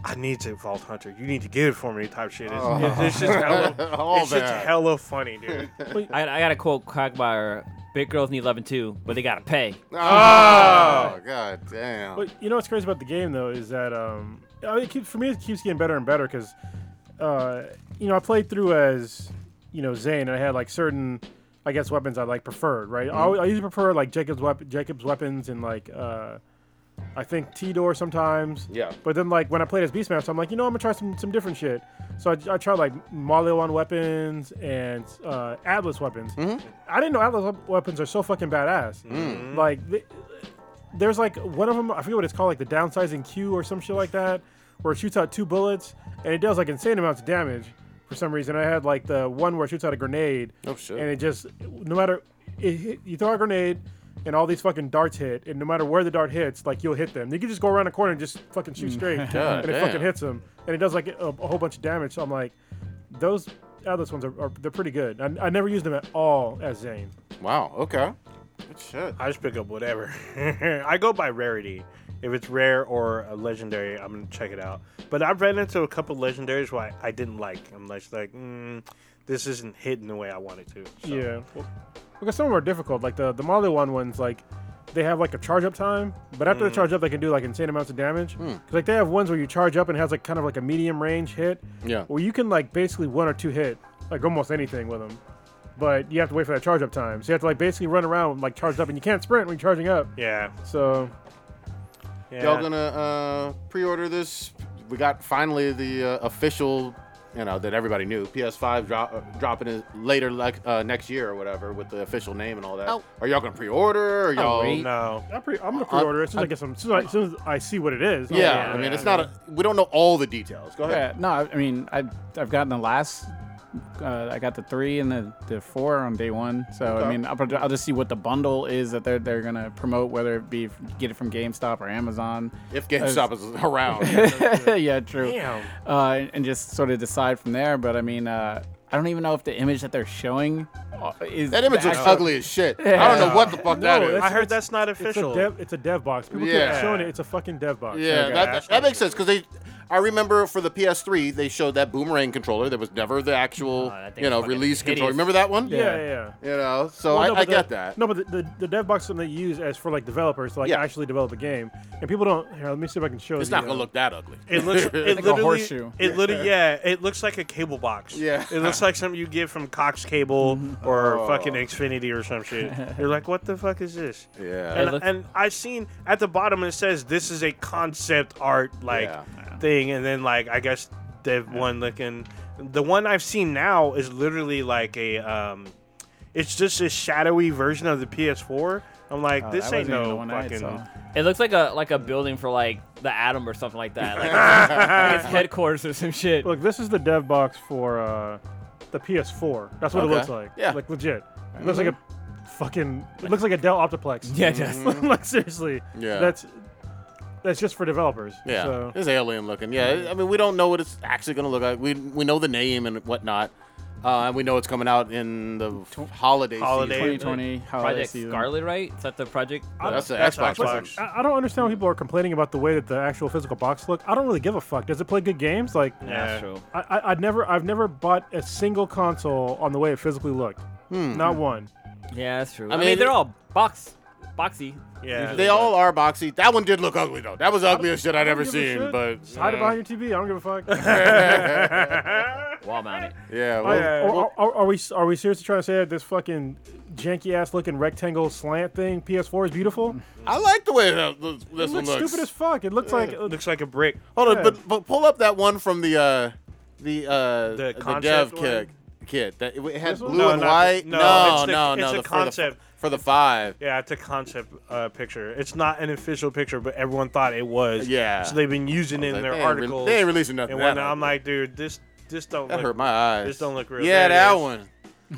[SPEAKER 7] I need it, Vault Hunter. You need to get it for me, type shit. It's, it's,
[SPEAKER 4] [laughs]
[SPEAKER 7] it's just hella,
[SPEAKER 4] All
[SPEAKER 7] it's just
[SPEAKER 4] that.
[SPEAKER 7] hella funny, dude.
[SPEAKER 8] I, I gotta quote Quagmire. Big girls need loving too, but they gotta pay.
[SPEAKER 4] Oh, god damn.
[SPEAKER 6] But you know what's crazy about the game though is that um, I mean, it keeps, for me it keeps getting better and better because, uh, you know, I played through as, you know, Zane and I had like certain, I guess, weapons I like preferred, right? I, always- I usually prefer like Jacob's weapon, Jacob's weapons, and like, uh, I think T door sometimes.
[SPEAKER 4] Yeah.
[SPEAKER 6] But then like when I played as Beastmaster, I'm like, you know, I'm gonna try some some different shit. So I, I tried like Molion weapons and uh, Atlas weapons. I didn't know Atlas wep- weapons are so fucking badass. Like. They, there's like one of them i forget what it's called like the downsizing q or some shit like that where it shoots out two bullets and it does like insane amounts of damage for some reason i had like the one where it shoots out a grenade
[SPEAKER 4] Oh, shit.
[SPEAKER 6] and it just no matter it hit, you throw a grenade and all these fucking darts hit and no matter where the dart hits like you'll hit them you can just go around a corner and just fucking shoot straight
[SPEAKER 4] God
[SPEAKER 6] and it fucking
[SPEAKER 4] damn.
[SPEAKER 6] hits them and it does like a, a whole bunch of damage so i'm like those atlas ones are, are they're pretty good I, I never used them at all as zane
[SPEAKER 4] Wow, okay. Good shit.
[SPEAKER 7] I just pick up whatever. [laughs] I go by rarity. If it's rare or a legendary, I'm gonna check it out. But I've ran into a couple legendaries where I, I didn't like. I'm just like, mm, this isn't hitting the way I want it to. So.
[SPEAKER 6] Yeah. because some of them are difficult. Like the the Molly one ones, like they have like a charge up time, but after
[SPEAKER 4] Mm.
[SPEAKER 6] the charge up, they can do like insane amounts of damage.
[SPEAKER 4] Hmm.
[SPEAKER 6] 'Cause, like they have ones where you charge up and it has like kind of like a medium range hit.
[SPEAKER 4] Yeah.
[SPEAKER 6] Where you can like basically one or two hit like almost anything with them, but you have to wait for that charge up time. So you have to like basically run around like charged up, and you can't sprint when you're charging up.
[SPEAKER 7] Yeah.
[SPEAKER 6] So
[SPEAKER 7] yeah.
[SPEAKER 4] Y'all gonna uh, pre-order this? We got finally the uh, official, you know, that everybody knew. PS5 drop, uh, dropping it later, like uh, next year or whatever, with the official name and all that.
[SPEAKER 8] Oh.
[SPEAKER 4] Are y'all gonna pre-order? Or y'all?
[SPEAKER 8] wait.
[SPEAKER 7] No.
[SPEAKER 6] I pre- I'm gonna pre-order it as soon as I get some. As soon as I, as soon as I see what it is. I'm
[SPEAKER 4] Yeah,
[SPEAKER 6] like,
[SPEAKER 4] I mean, it's not. A, we don't know all the details. Go ahead.
[SPEAKER 5] Yeah, no, I, I mean, I, I've gotten the last. Uh, I got the three and the, the four on day one, so I mean, I'll, prob- I'll just see what the bundle is that they're they're gonna promote, whether it be f- get it from GameStop or Amazon.
[SPEAKER 4] If GameStop is
[SPEAKER 8] [laughs]
[SPEAKER 4] around,
[SPEAKER 5] [laughs] yeah, true.
[SPEAKER 7] Damn.
[SPEAKER 5] Uh, and- and just sort of decide from there. But I mean, uh, I don't even know if the image that they're showing uh, is
[SPEAKER 4] that image
[SPEAKER 5] the
[SPEAKER 4] looks
[SPEAKER 5] actual-
[SPEAKER 4] ugly as shit. I don't know what the fuck that is.
[SPEAKER 7] I heard that's not
[SPEAKER 6] It's a
[SPEAKER 7] official.
[SPEAKER 6] dev. It's a dev box. People
[SPEAKER 4] Yeah.
[SPEAKER 6] keep showing it. It's a fucking dev box.
[SPEAKER 4] Yeah,
[SPEAKER 7] Okay,
[SPEAKER 4] that,
[SPEAKER 7] that's
[SPEAKER 4] that makes sense because they. I remember for the PS3, they showed that boomerang controller that was never the actual,
[SPEAKER 8] Oh, that thing
[SPEAKER 4] you know,
[SPEAKER 8] fucking
[SPEAKER 4] release controller.
[SPEAKER 8] hideous.
[SPEAKER 4] Remember that one?
[SPEAKER 6] Yeah. Yeah. yeah.
[SPEAKER 4] You know, so
[SPEAKER 6] Well,
[SPEAKER 4] I,
[SPEAKER 6] no,
[SPEAKER 4] I
[SPEAKER 6] but the-
[SPEAKER 4] get that.
[SPEAKER 6] No, but the, the, the dev box is something they use as for like developers to like
[SPEAKER 4] Yeah.
[SPEAKER 6] actually develop a game, and people don't. Here, let me see if I can show.
[SPEAKER 4] It's
[SPEAKER 6] you,
[SPEAKER 4] not gonna
[SPEAKER 6] uh,
[SPEAKER 4] look that ugly.
[SPEAKER 7] It looks. It
[SPEAKER 5] a
[SPEAKER 7] literally.
[SPEAKER 5] horseshoe.
[SPEAKER 7] It literally. Yeah. It looks like a cable box.
[SPEAKER 4] Yeah.
[SPEAKER 7] It looks like something you get from Cox Cable or
[SPEAKER 4] Oh.
[SPEAKER 7] fucking Xfinity or some shit. You're like, what the fuck is this?
[SPEAKER 4] yeah.
[SPEAKER 7] and,
[SPEAKER 8] look-
[SPEAKER 7] and I've seen at the bottom it says this is a concept art like
[SPEAKER 4] Yeah.
[SPEAKER 7] thing, and then like I guess they've one looking. The one I've seen now is literally like a, um, it's just a shadowy version of the PS4. I'm like,
[SPEAKER 5] Oh,
[SPEAKER 7] this
[SPEAKER 5] that
[SPEAKER 7] ain't
[SPEAKER 5] wasn't even the
[SPEAKER 7] no
[SPEAKER 5] one I had
[SPEAKER 7] fucking.
[SPEAKER 5] saw.
[SPEAKER 8] It looks like a like a building for like the Atom or something like that.
[SPEAKER 6] [laughs]
[SPEAKER 8] Like, it's headquarters or some shit.
[SPEAKER 6] Look, this is the dev box for uh, the PS4. That's what
[SPEAKER 4] Okay.
[SPEAKER 6] it looks like.
[SPEAKER 4] Yeah.
[SPEAKER 6] Like legit. It looks like a fucking. It looks like a
[SPEAKER 4] [laughs]
[SPEAKER 6] Dell Optiplex.
[SPEAKER 8] Yeah, it does.
[SPEAKER 6] [laughs] like seriously.
[SPEAKER 4] Yeah.
[SPEAKER 6] That's that's just for developers.
[SPEAKER 4] Yeah,
[SPEAKER 6] So.
[SPEAKER 4] it's alien looking. Yeah, I mean, we don't know what it's actually gonna look like. We we know the name and whatnot, uh, and we know it's coming out in the holiday. season.
[SPEAKER 7] Holiday.
[SPEAKER 5] 2020 holiday
[SPEAKER 6] Oh,
[SPEAKER 8] Project
[SPEAKER 5] season.
[SPEAKER 8] Scarlet, right? Is that the project?
[SPEAKER 4] That's the
[SPEAKER 7] That's
[SPEAKER 4] Xbox.
[SPEAKER 7] Xbox.
[SPEAKER 4] one.
[SPEAKER 6] I I don't understand why people are complaining about the way that the actual physical box look. I don't really give a fuck. Does it play good games? Like,
[SPEAKER 8] Yeah, that's true.
[SPEAKER 6] I, I, I'd never, I've never bought a single console on the way it physically looked.
[SPEAKER 4] Hmm.
[SPEAKER 6] Not one.
[SPEAKER 8] Yeah, that's true.
[SPEAKER 4] I
[SPEAKER 8] I
[SPEAKER 4] mean,
[SPEAKER 8] mean, they're all box boxy.
[SPEAKER 7] Yeah.
[SPEAKER 4] They all are boxy. That one did look ugly though. That was the ugliest shit I'd
[SPEAKER 6] I don't
[SPEAKER 4] ever
[SPEAKER 6] give a
[SPEAKER 4] seen.
[SPEAKER 6] shit.
[SPEAKER 4] But
[SPEAKER 6] hide it
[SPEAKER 4] uh,
[SPEAKER 6] behind your TV. I don't give a
[SPEAKER 4] [laughs]
[SPEAKER 6] fuck.
[SPEAKER 8] Wall mounted.
[SPEAKER 6] Oh,
[SPEAKER 4] yeah, well,
[SPEAKER 6] Are- are, are, are we are we seriously trying to say that this fucking janky ass looking rectangle slant thing PS4 is beautiful?
[SPEAKER 4] I like the way that this
[SPEAKER 6] It
[SPEAKER 4] one
[SPEAKER 6] looks
[SPEAKER 4] looks.
[SPEAKER 6] stupid as fuck. It looks like
[SPEAKER 7] Looks like a brick.
[SPEAKER 4] Hold on,
[SPEAKER 6] Yeah.
[SPEAKER 4] but, but pull up that one from the uh, the uh, the, dev
[SPEAKER 7] concept one?
[SPEAKER 4] kit kit that it had
[SPEAKER 6] one?
[SPEAKER 4] blue
[SPEAKER 7] No,
[SPEAKER 4] and
[SPEAKER 7] not the-
[SPEAKER 4] white.
[SPEAKER 7] no,
[SPEAKER 4] no,
[SPEAKER 7] it's the-
[SPEAKER 4] no,
[SPEAKER 7] it's
[SPEAKER 4] no,
[SPEAKER 7] the
[SPEAKER 4] the- for the f-
[SPEAKER 7] concept.
[SPEAKER 4] for the five.
[SPEAKER 7] Yeah, it's a concept uh, picture. It's not an official picture, but everyone thought it was.
[SPEAKER 4] Yeah.
[SPEAKER 7] So they've been using it in
[SPEAKER 4] Like,
[SPEAKER 7] their
[SPEAKER 4] they ain't re-
[SPEAKER 7] articles.
[SPEAKER 4] they ain't releasing nothing.
[SPEAKER 7] and
[SPEAKER 4] that
[SPEAKER 7] when I'm
[SPEAKER 4] ugly.
[SPEAKER 7] like, dude, this this don't
[SPEAKER 4] that
[SPEAKER 7] look
[SPEAKER 4] hurt my eyes.
[SPEAKER 7] this don't look real.
[SPEAKER 4] Yeah,
[SPEAKER 7] There it [laughs]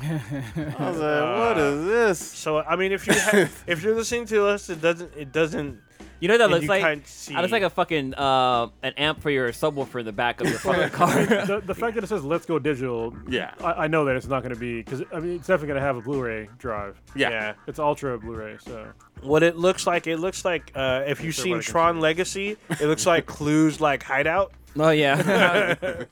[SPEAKER 4] that
[SPEAKER 7] is. Uh,
[SPEAKER 4] one. I was like, what is this?
[SPEAKER 7] So I mean, if you
[SPEAKER 4] [laughs]
[SPEAKER 7] ha- if you're listening to us, it doesn't it doesn't
[SPEAKER 8] You know what that
[SPEAKER 7] And
[SPEAKER 8] looks
[SPEAKER 7] you
[SPEAKER 8] like?
[SPEAKER 7] can't
[SPEAKER 8] That looks
[SPEAKER 7] see.
[SPEAKER 8] like a fucking uh, an amp for your subwoofer in the back of your fucking
[SPEAKER 6] [laughs]
[SPEAKER 8] car.
[SPEAKER 6] the, the fact that it says "Let's go digital,"
[SPEAKER 4] Yeah.
[SPEAKER 6] I, I know that it's not going to be because I mean it's definitely going to have a Blu-ray drive.
[SPEAKER 4] Yeah.
[SPEAKER 7] yeah.
[SPEAKER 6] It's ultra Blu-ray, so
[SPEAKER 7] What it looks like, it looks like uh, if you've seen
[SPEAKER 6] everybody can
[SPEAKER 7] Tron Legacy, it looks like Clues like Hideout.
[SPEAKER 8] oh yeah.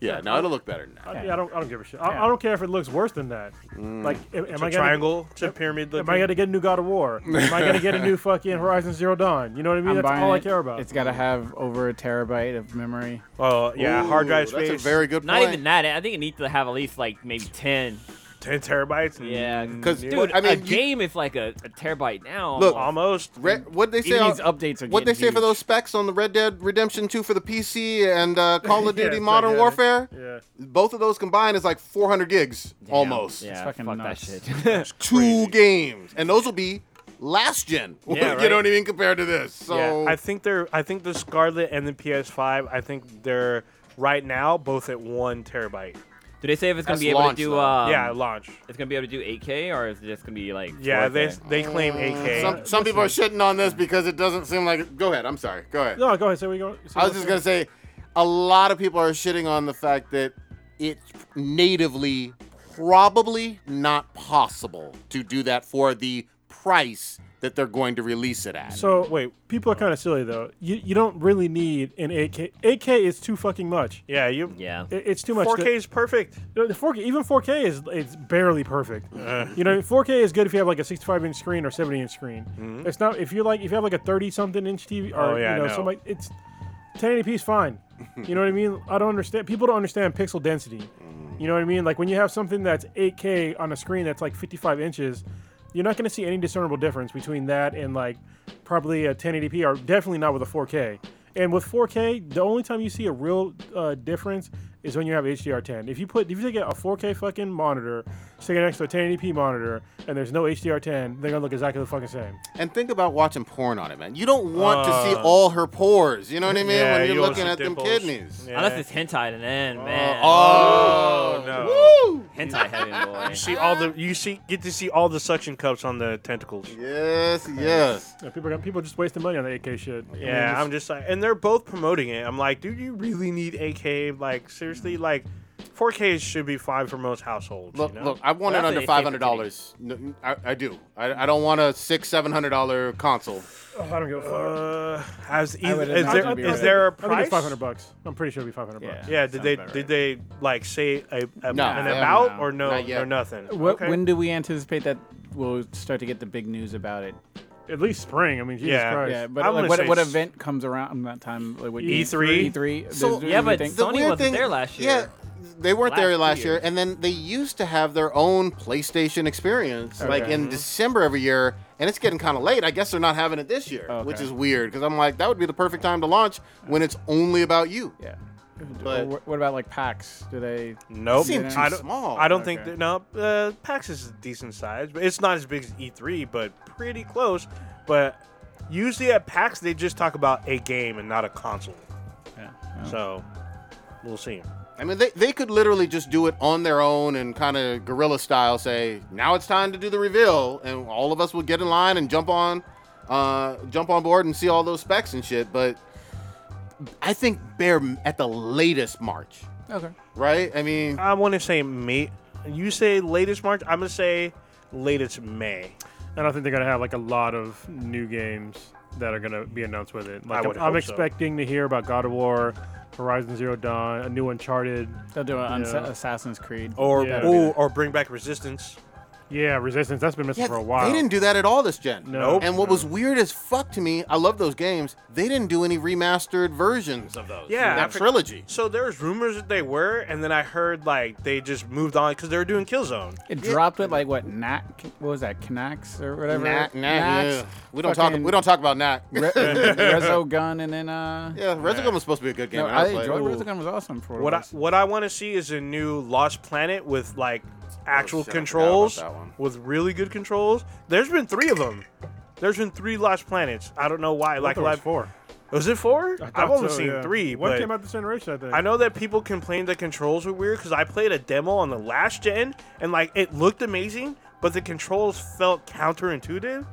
[SPEAKER 4] Yeah, no, it'll look better now.
[SPEAKER 6] I, yeah, I don't I don't give a shit. I, I don't care if it looks worse than that.
[SPEAKER 4] Mm.
[SPEAKER 6] Like, am, am
[SPEAKER 7] It's
[SPEAKER 6] I
[SPEAKER 7] a triangle. It's a pyramid.
[SPEAKER 6] Gonna,
[SPEAKER 7] Looking.
[SPEAKER 6] am I going to get a new God
[SPEAKER 4] [laughs]
[SPEAKER 6] of War? am I going to get a new fucking Horizon Zero Dawn? You know what I mean?
[SPEAKER 5] I'm
[SPEAKER 6] That's
[SPEAKER 5] buying
[SPEAKER 6] all I
[SPEAKER 5] it.
[SPEAKER 6] care about.
[SPEAKER 5] It's got to have over a terabyte of memory.
[SPEAKER 7] Oh yeah, hard
[SPEAKER 4] Ooh,
[SPEAKER 7] drive
[SPEAKER 4] That's
[SPEAKER 7] space.
[SPEAKER 4] a very good
[SPEAKER 8] [laughs] not
[SPEAKER 4] point.
[SPEAKER 8] even that. I think it needs to have at least like maybe ten.
[SPEAKER 7] ten terabytes. and
[SPEAKER 8] Yeah.
[SPEAKER 4] Because
[SPEAKER 8] Dude,
[SPEAKER 4] I mean,
[SPEAKER 8] a
[SPEAKER 4] you-
[SPEAKER 8] game is like a, a terabyte now.
[SPEAKER 4] Look,
[SPEAKER 8] almost.
[SPEAKER 7] almost.
[SPEAKER 4] Re- what they say?
[SPEAKER 5] Even these
[SPEAKER 4] on-
[SPEAKER 5] updates are
[SPEAKER 4] uh, What they
[SPEAKER 5] getting
[SPEAKER 4] say for
[SPEAKER 5] huge.
[SPEAKER 4] those specs on the Red Dead Redemption 2 for the PC and uh, Call of
[SPEAKER 6] [laughs] Yeah,
[SPEAKER 4] Duty
[SPEAKER 6] it's
[SPEAKER 4] Modern
[SPEAKER 6] gigantic.
[SPEAKER 4] Warfare?
[SPEAKER 6] yeah.
[SPEAKER 4] Both of those combined is like 400 gigs
[SPEAKER 8] Damn.
[SPEAKER 4] almost.
[SPEAKER 8] Yeah,
[SPEAKER 5] fucking
[SPEAKER 8] fuck
[SPEAKER 5] nuts. [laughs]
[SPEAKER 8] that shit.
[SPEAKER 4] Two games, and those will be last gen. [laughs]
[SPEAKER 8] Yeah,
[SPEAKER 4] you
[SPEAKER 8] right.
[SPEAKER 4] know what I mean compared to this. So
[SPEAKER 7] I think they're. I think the Scarlet and the PS5. I think they're right now both at one terabyte.
[SPEAKER 8] do they say if it's gonna
[SPEAKER 4] That's
[SPEAKER 8] be able
[SPEAKER 4] launch,
[SPEAKER 8] to do?
[SPEAKER 4] though.
[SPEAKER 8] Um,
[SPEAKER 7] yeah, launch.
[SPEAKER 8] It's gonna be able to do 8K, or is it just gonna be like?
[SPEAKER 7] Yeah, they
[SPEAKER 8] 4K?
[SPEAKER 7] they claim 8K.
[SPEAKER 4] Mm, some some people are shitting on this because it doesn't seem like. Go ahead. I'm sorry. Go ahead.
[SPEAKER 6] No, go ahead. Say we go.
[SPEAKER 4] I was just gonna say, a lot of people are shitting on the fact that it's natively probably not possible to do that for the price that they're going to release it at.
[SPEAKER 6] So wait, people are kind of silly though. You you don't really need an 8K. 8K is too fucking much.
[SPEAKER 7] yeah, you.
[SPEAKER 8] Yeah.
[SPEAKER 6] It- It's too much.
[SPEAKER 7] 4K is perfect.
[SPEAKER 6] No, the 4K, even 4K is it's barely perfect.
[SPEAKER 7] Uh.
[SPEAKER 6] you know, 4K is good if you have like a 65 inch screen or 70 inch screen. It's not if you like if you have like a 30 something inch TV or
[SPEAKER 7] Mm-hmm. Oh, yeah, I
[SPEAKER 6] you know,
[SPEAKER 7] know.
[SPEAKER 6] something like it's 1080p is fine. you know what I mean? I don't understand. People don't understand pixel density. You know what I mean? Like when you have something that's 8K on a screen that's like 55 inches, you're not going to see any discernible difference between that and like probably a 1080p or definitely not with a 4K. And with 4K, the only time you see a real uh, difference is when you have HDR10. If you put if you take a 4K fucking monitor, stick it next to a 1080p monitor, and there's no HDR10, they're gonna look exactly the fucking same.
[SPEAKER 4] and think about watching porn on it, man. You don't want to see all her pores. You know what I mean?
[SPEAKER 7] Uh. [laughs] yeah,
[SPEAKER 4] when you're
[SPEAKER 7] you don't
[SPEAKER 4] looking
[SPEAKER 7] see
[SPEAKER 4] at
[SPEAKER 7] dimples.
[SPEAKER 4] them kidneys.
[SPEAKER 7] Yeah.
[SPEAKER 8] Unless it's hentai, and then man,
[SPEAKER 4] Oh,
[SPEAKER 7] no.
[SPEAKER 4] Woo!
[SPEAKER 8] hentai heavy boy.
[SPEAKER 7] See all the you see get to see all the suction cups on the tentacles.
[SPEAKER 4] Yes, yes.
[SPEAKER 6] You know, people are gonna, people are just wasting money on the 8K shit. I mean,
[SPEAKER 7] Yeah,
[SPEAKER 6] it's-
[SPEAKER 7] I'm just like, and they're both promoting it. I'm like, do you really need 8K? Like, seriously, like, 4K should be fine for most households.
[SPEAKER 4] Look,
[SPEAKER 7] you know?
[SPEAKER 4] look. I want
[SPEAKER 8] Well,
[SPEAKER 4] it
[SPEAKER 8] that's
[SPEAKER 4] under
[SPEAKER 8] a-
[SPEAKER 4] five hundred dollars. I, I do. I, I don't want a six, seven hundred dollar console.
[SPEAKER 6] oh, I don't give a fuck.
[SPEAKER 7] Uh, as either,
[SPEAKER 5] would
[SPEAKER 7] is,
[SPEAKER 5] imagine
[SPEAKER 7] there,
[SPEAKER 5] it'd be
[SPEAKER 7] is
[SPEAKER 5] right.
[SPEAKER 7] there a
[SPEAKER 6] I think
[SPEAKER 7] price?
[SPEAKER 6] it's 500 bucks. I'm pretty sure it'll be 500 bucks.
[SPEAKER 7] Yeah, did
[SPEAKER 5] Sounds
[SPEAKER 7] they
[SPEAKER 5] about
[SPEAKER 7] did
[SPEAKER 5] right.
[SPEAKER 7] they like say a, a
[SPEAKER 4] No,
[SPEAKER 7] an
[SPEAKER 4] they haven't
[SPEAKER 7] about
[SPEAKER 5] now.
[SPEAKER 7] or no
[SPEAKER 4] Not yet.
[SPEAKER 7] or nothing?
[SPEAKER 5] Wh-
[SPEAKER 7] okay.
[SPEAKER 5] When do we anticipate that we'll start to get the big news about it?
[SPEAKER 6] At least spring. I mean, Jesus
[SPEAKER 7] Yeah.
[SPEAKER 6] Christ.
[SPEAKER 5] Yeah, but
[SPEAKER 7] I'm gonna
[SPEAKER 5] like, what,
[SPEAKER 7] say
[SPEAKER 5] what
[SPEAKER 7] s-
[SPEAKER 5] event comes around that time? Like what
[SPEAKER 7] E3?
[SPEAKER 5] E3.
[SPEAKER 4] So-
[SPEAKER 5] Does-
[SPEAKER 8] Yeah,
[SPEAKER 5] do
[SPEAKER 8] but
[SPEAKER 5] you think-
[SPEAKER 8] Sony wasn't there last year.
[SPEAKER 4] Yeah, they weren't
[SPEAKER 8] Last
[SPEAKER 4] there
[SPEAKER 8] two
[SPEAKER 4] last year,
[SPEAKER 8] years.
[SPEAKER 4] and then they used to have their own PlayStation experience, like
[SPEAKER 5] Okay.
[SPEAKER 8] Mm-hmm.
[SPEAKER 4] in December every year. And it's getting kind of late. I guess they're not having it this year, which
[SPEAKER 5] Okay.
[SPEAKER 4] is weird because I'm like, that would be the perfect time to launch when it's only about you.
[SPEAKER 5] yeah.
[SPEAKER 4] But-
[SPEAKER 5] But what, what about like PAX? Do they?
[SPEAKER 7] Nope.
[SPEAKER 4] Seem too
[SPEAKER 7] I don't,
[SPEAKER 4] small.
[SPEAKER 7] I don't think
[SPEAKER 5] Okay.
[SPEAKER 7] that, no. Uh, PAX is a decent size, but it's not as big as E3, but pretty close. But usually at PAX they just talk about a game and not a console.
[SPEAKER 5] Yeah.
[SPEAKER 7] So we'll see.
[SPEAKER 4] I mean, they, they could literally just do it on their own and kind of guerrilla style say, now it's time to do the reveal. And all of us will get in line and jump on, uh, jump on board and see all those specs and shit. But I think bare at the latest March,
[SPEAKER 5] Okay.
[SPEAKER 4] right? I mean,
[SPEAKER 7] I want to say May. You say latest March. I'm gonna say latest May.
[SPEAKER 6] I don't think they're gonna have like a lot of new games that are gonna be announced with it. Like
[SPEAKER 7] I would
[SPEAKER 6] I'm, I'm
[SPEAKER 7] hope so.
[SPEAKER 6] expecting to hear about God of War, Horizon Zero Dawn, a new Uncharted.
[SPEAKER 5] They'll do it on
[SPEAKER 6] Yeah.
[SPEAKER 5] Assassin's Creed.
[SPEAKER 7] Or
[SPEAKER 6] Yeah.
[SPEAKER 7] ooh, or bring back Resistance.
[SPEAKER 6] Yeah, Resistance. That's been missing
[SPEAKER 4] yeah,
[SPEAKER 6] for a while.
[SPEAKER 4] they didn't do that at all this gen.
[SPEAKER 6] No.
[SPEAKER 4] And what was weird as fuck to me, I love those games. They didn't do any remastered versions of those.
[SPEAKER 7] Yeah, I
[SPEAKER 4] That
[SPEAKER 7] for-
[SPEAKER 4] trilogy.
[SPEAKER 7] So there's rumors that they were, and then I heard like they just moved on because they were doing Killzone.
[SPEAKER 5] It dropped at like what Knack? What was that? Knax or whatever.
[SPEAKER 4] Nah, nah, yeah.
[SPEAKER 5] Knacks,
[SPEAKER 4] We don't talk.
[SPEAKER 5] fucking
[SPEAKER 4] We don't talk about Knack. [laughs]
[SPEAKER 5] Re- Rezo Gun and then uh.
[SPEAKER 4] yeah, Resident was supposed to be a good game.
[SPEAKER 5] No,
[SPEAKER 4] and I
[SPEAKER 5] I
[SPEAKER 4] played it.
[SPEAKER 5] enjoyed Resogun was awesome for
[SPEAKER 7] What I,
[SPEAKER 5] was.
[SPEAKER 7] what I want to see is a new Lost Planet with like
[SPEAKER 6] Oh,
[SPEAKER 7] actual
[SPEAKER 4] shit, I forgot about
[SPEAKER 7] controls,
[SPEAKER 4] that one.
[SPEAKER 7] with really good controls. There's been three of them. There's been three Lost Planets. I don't know why. Like
[SPEAKER 6] there was
[SPEAKER 7] like-
[SPEAKER 6] four.
[SPEAKER 7] Was it four?
[SPEAKER 6] I
[SPEAKER 7] I've
[SPEAKER 6] thought
[SPEAKER 7] only
[SPEAKER 6] so,
[SPEAKER 7] seen
[SPEAKER 6] yeah.
[SPEAKER 7] three.
[SPEAKER 6] One
[SPEAKER 7] but
[SPEAKER 6] came out this generation, I think.
[SPEAKER 7] I know that people complained the controls were weird because I played a demo on the last gen and like it looked amazing, but the controls felt counterintuitive. And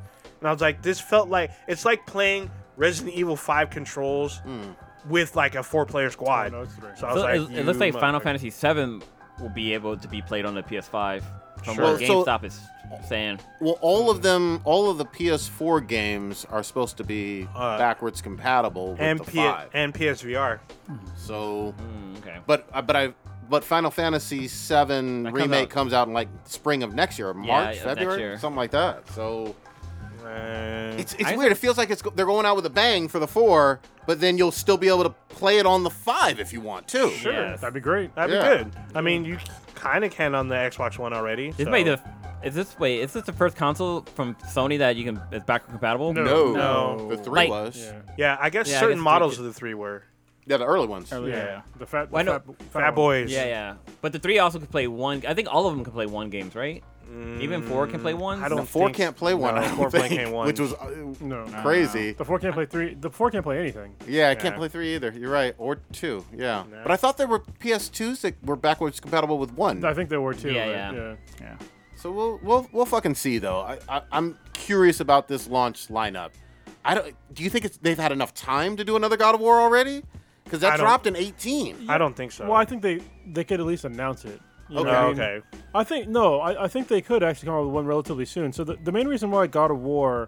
[SPEAKER 7] I was like, this felt like it's like playing Resident Evil 5 controls with like a four player squad.
[SPEAKER 6] Oh, no, it's three.
[SPEAKER 7] so I was
[SPEAKER 8] So
[SPEAKER 7] like,
[SPEAKER 8] it, it looks like
[SPEAKER 7] you
[SPEAKER 8] Final
[SPEAKER 7] motherfucker.
[SPEAKER 8] Fantasy VII will be able to be played on the PS5, from
[SPEAKER 4] Sure.
[SPEAKER 8] what
[SPEAKER 4] So-
[SPEAKER 8] GameStop is saying.
[SPEAKER 4] Well, all of them, all of the PS4 games are supposed to be backwards compatible with
[SPEAKER 7] Uh, and,
[SPEAKER 4] the
[SPEAKER 7] P-
[SPEAKER 4] five.
[SPEAKER 7] and PSVR.
[SPEAKER 4] so,
[SPEAKER 8] Mm, okay.
[SPEAKER 4] but uh, but I but Final Fantasy VII
[SPEAKER 8] comes
[SPEAKER 4] remake
[SPEAKER 8] out-
[SPEAKER 4] comes out in like spring of next year, March,
[SPEAKER 8] of next
[SPEAKER 4] February,
[SPEAKER 8] year.
[SPEAKER 4] something like that. So
[SPEAKER 7] Uh,
[SPEAKER 4] it's it's weird. It feels like it's go- they're going out with a bang for the four, but then you'll still be able to play it on the five if you want to.
[SPEAKER 7] sure.
[SPEAKER 8] Yes.
[SPEAKER 6] That'd be great.
[SPEAKER 7] That'd
[SPEAKER 4] Yeah.
[SPEAKER 7] be good. I mean, you kind of can on the Xbox One already.
[SPEAKER 8] This
[SPEAKER 7] so-
[SPEAKER 8] may be the. Is this wait? Is this the first console from Sony that you can is backward compatible?
[SPEAKER 4] No,
[SPEAKER 7] No.
[SPEAKER 4] the three
[SPEAKER 8] Like-
[SPEAKER 4] was
[SPEAKER 6] Yeah.
[SPEAKER 7] Yeah, I guess
[SPEAKER 8] Yeah, I
[SPEAKER 7] certain
[SPEAKER 8] guess they
[SPEAKER 7] models
[SPEAKER 8] could-
[SPEAKER 7] of the three were.
[SPEAKER 4] yeah the early ones.
[SPEAKER 5] Early-
[SPEAKER 6] Yeah.
[SPEAKER 7] Yeah.
[SPEAKER 6] The fat, the
[SPEAKER 8] Why no-
[SPEAKER 6] fat,
[SPEAKER 7] Fat
[SPEAKER 6] one.
[SPEAKER 7] Boys.
[SPEAKER 8] Yeah, yeah. But the three also can play one. I think all of them can play one games, right? Even four can play one.
[SPEAKER 7] I don't
[SPEAKER 4] The four
[SPEAKER 7] think-
[SPEAKER 4] can't play one.
[SPEAKER 7] No,
[SPEAKER 4] I don't
[SPEAKER 7] four
[SPEAKER 4] think,
[SPEAKER 7] can't one.
[SPEAKER 4] which was uh,
[SPEAKER 6] No. no.
[SPEAKER 4] crazy.
[SPEAKER 6] The four can't play three. The four can't play anything.
[SPEAKER 4] Yeah, I can't
[SPEAKER 7] Yeah.
[SPEAKER 4] play three either. You're right, or two. Yeah, but I thought there were PS2s that were backwards compatible with one.
[SPEAKER 6] I think there were two.
[SPEAKER 8] Yeah,
[SPEAKER 6] but,
[SPEAKER 8] yeah.
[SPEAKER 5] Yeah.
[SPEAKER 4] So we'll we'll we'll fucking see though. I, I I'm curious about this launch lineup. I don't. Do you think it's, they've had enough time to do another God of War already? Because
[SPEAKER 7] I
[SPEAKER 4] that
[SPEAKER 7] don't-
[SPEAKER 4] dropped in 18.
[SPEAKER 7] I don't think so. Oh,
[SPEAKER 6] Well, I think they they could at least announce it. You
[SPEAKER 4] Okay.
[SPEAKER 6] know what I mean?
[SPEAKER 7] okay.
[SPEAKER 6] I think no, I, I think they could actually come up with one relatively soon. So the, the main reason why God of War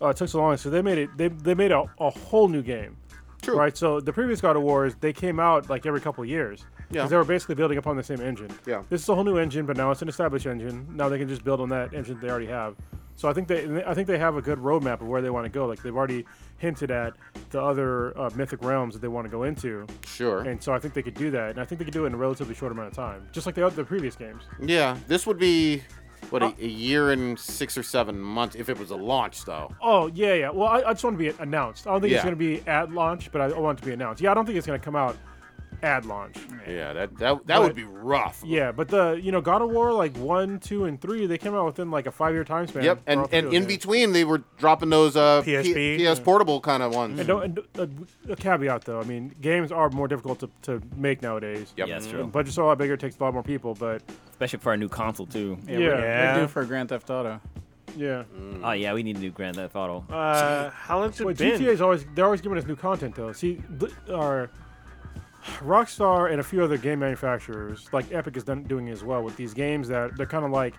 [SPEAKER 6] uh, took so long is because they made it they, they made a, a whole new game.
[SPEAKER 4] True.
[SPEAKER 6] Right. So the previous God of Wars they came out like every couple of years because
[SPEAKER 4] Yeah.
[SPEAKER 6] they were basically building upon the same engine.
[SPEAKER 4] Yeah.
[SPEAKER 6] This is a whole new engine, but now it's an established engine. Now they can just build on that engine they already have. So I think they I think they have a good roadmap of where they want to go. Like they've already hinted at the other uh, mythic realms that they want to go into.
[SPEAKER 4] Sure.
[SPEAKER 6] And so I think they could do that, and I think they could do it in a relatively short amount of time, just like the other the previous games.
[SPEAKER 4] yeah. This would be what a, a year and six or seven months if it was a launch though.
[SPEAKER 6] Oh yeah, yeah. Well, I, I just want to be announced. I don't think
[SPEAKER 4] Yeah.
[SPEAKER 6] it's going to be at launch, but I want it to be announced. Yeah, I don't think it's going to come out at launch.
[SPEAKER 4] Yeah. That that that would be rough.
[SPEAKER 6] Yeah, but the you know God of War like one, two, and three they came out within like a five year time span.
[SPEAKER 4] Yep.
[SPEAKER 6] for
[SPEAKER 4] And
[SPEAKER 6] all three
[SPEAKER 4] and
[SPEAKER 6] of
[SPEAKER 4] in
[SPEAKER 6] them.
[SPEAKER 4] between they were dropping those uh P-
[SPEAKER 7] PSP.
[SPEAKER 4] PS portable kind of ones.
[SPEAKER 6] And, don't, and uh, a caveat though, I mean games are more difficult to, to make nowadays.
[SPEAKER 4] Yep.
[SPEAKER 8] Yeah, it's
[SPEAKER 6] The
[SPEAKER 8] true.
[SPEAKER 6] budgets are a lot bigger, takes a lot more people, but
[SPEAKER 8] Especially for our new console too.
[SPEAKER 5] Yeah.
[SPEAKER 6] Yeah.
[SPEAKER 5] We're,
[SPEAKER 7] Yeah.
[SPEAKER 5] we're due for a Grand Theft Auto.
[SPEAKER 6] yeah.
[SPEAKER 8] Oh yeah, we need to do Grand Theft Auto.
[SPEAKER 7] Uh, how long's it
[SPEAKER 6] Well,
[SPEAKER 7] been?
[SPEAKER 6] GTA is always they're always giving us new content though. See, th- our Rockstar and a few other game manufacturers, like Epic, is done, doing as well with these games that they're kind of like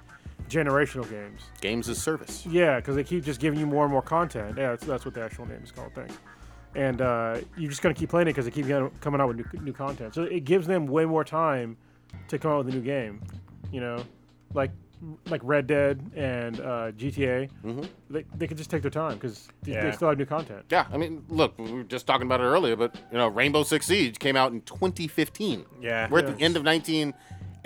[SPEAKER 6] generational games.
[SPEAKER 4] Games as service.
[SPEAKER 6] Yeah, because they keep just giving you more and more content. Yeah, that's, that's what the actual name is called. Thanks. And uh, you're just gonna keep playing it because they keep getting- coming out with new, new content. So it gives them way more time to come out with a new game. You know, like like Red Dead and uh, GTA. They, they could just take their time because
[SPEAKER 7] Yeah.
[SPEAKER 6] they still have new content.
[SPEAKER 4] Yeah, I mean, look, we were just talking about it earlier, but you know, Rainbow Six Siege came out in 2015.
[SPEAKER 7] Yeah.
[SPEAKER 4] we're at the end of 19.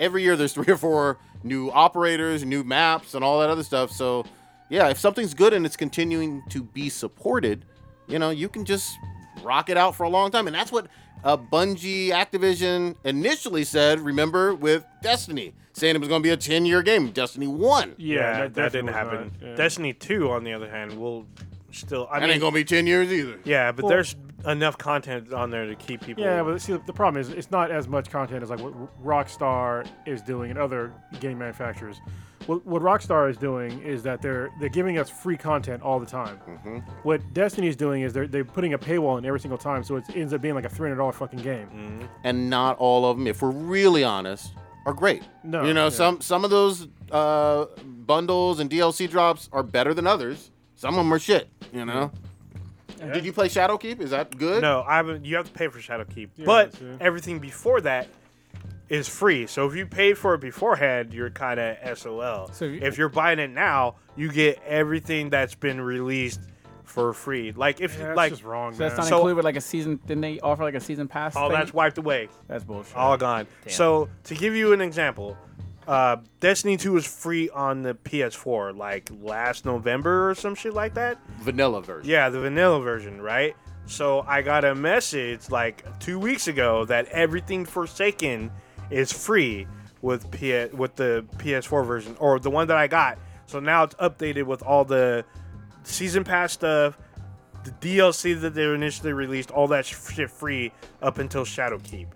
[SPEAKER 4] Every year, there's three or four new operators, new maps, and all that other stuff. So, yeah, if something's good and it's continuing to be supported, you know, you can just rock it out for a long time, and that's what uh, Bungie, Activision initially said. Remember with Destiny, saying it was going to be a 10-year game. Destiny won.
[SPEAKER 7] yeah, that,
[SPEAKER 6] definitely
[SPEAKER 7] didn't
[SPEAKER 6] was not-
[SPEAKER 7] happen.
[SPEAKER 6] yeah.
[SPEAKER 7] Destiny 2, on the other hand, will still. I
[SPEAKER 4] That
[SPEAKER 7] mean,
[SPEAKER 4] ain't going to be 10 years either.
[SPEAKER 7] yeah, but
[SPEAKER 6] Well-
[SPEAKER 7] there's enough content on there to keep people.
[SPEAKER 6] Yeah, but see, the problem is it's not as much content as like what Rockstar is doing and other game manufacturers. What, what Rockstar is doing is that they're they're giving us free content all the time.
[SPEAKER 4] Mm-hmm.
[SPEAKER 6] What Destiny is doing is they're they're putting a paywall in every single time, so it ends up being like a three hundred dollar fucking game.
[SPEAKER 7] Mm.
[SPEAKER 4] and not all of them, if we're really honest, are great.
[SPEAKER 6] No,
[SPEAKER 4] you know,
[SPEAKER 6] yeah.
[SPEAKER 4] some some of those uh, bundles and DLC drops are better than others. Some of them are shit. You know. Did you play Shadowkeep? Is that good?
[SPEAKER 7] No, I haven't. You have to pay for Shadowkeep, but
[SPEAKER 6] that's it.
[SPEAKER 7] everything before that is free. So if you paid for it beforehand, you're kind of SOL.
[SPEAKER 5] So you-
[SPEAKER 7] if you're buying it now, you get everything that's been released for free. Like if
[SPEAKER 6] That's
[SPEAKER 7] like
[SPEAKER 6] just wrong.
[SPEAKER 5] So that's not
[SPEAKER 7] So-
[SPEAKER 5] included with like a season. Didn't they offer like a season pass?
[SPEAKER 7] all
[SPEAKER 5] thing?
[SPEAKER 7] that's Oh. wiped away.
[SPEAKER 5] That's bullshit.
[SPEAKER 7] all gone. So to give you an example, uh, Destiny 2 was free on the PS4 like last November or some shit like that.
[SPEAKER 4] Vanilla version.
[SPEAKER 7] Yeah, the vanilla version, right? So I got a message like two weeks ago that everything Forsaken is free with P- with the PS4 version or the one that I got. So now it's updated with all the season pass stuff, the DLC that they initially released, all that sh- shit free up until Shadowkeep.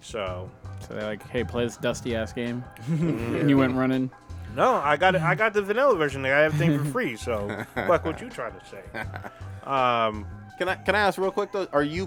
[SPEAKER 7] So
[SPEAKER 5] So they're like, hey, play this dusty
[SPEAKER 4] [laughs]
[SPEAKER 5] ass game. and you went running.
[SPEAKER 7] no, I got I got the vanilla version. I got everything for free. So fuck what you trying to say. Um,
[SPEAKER 4] Can I can I ask real quick though? Are you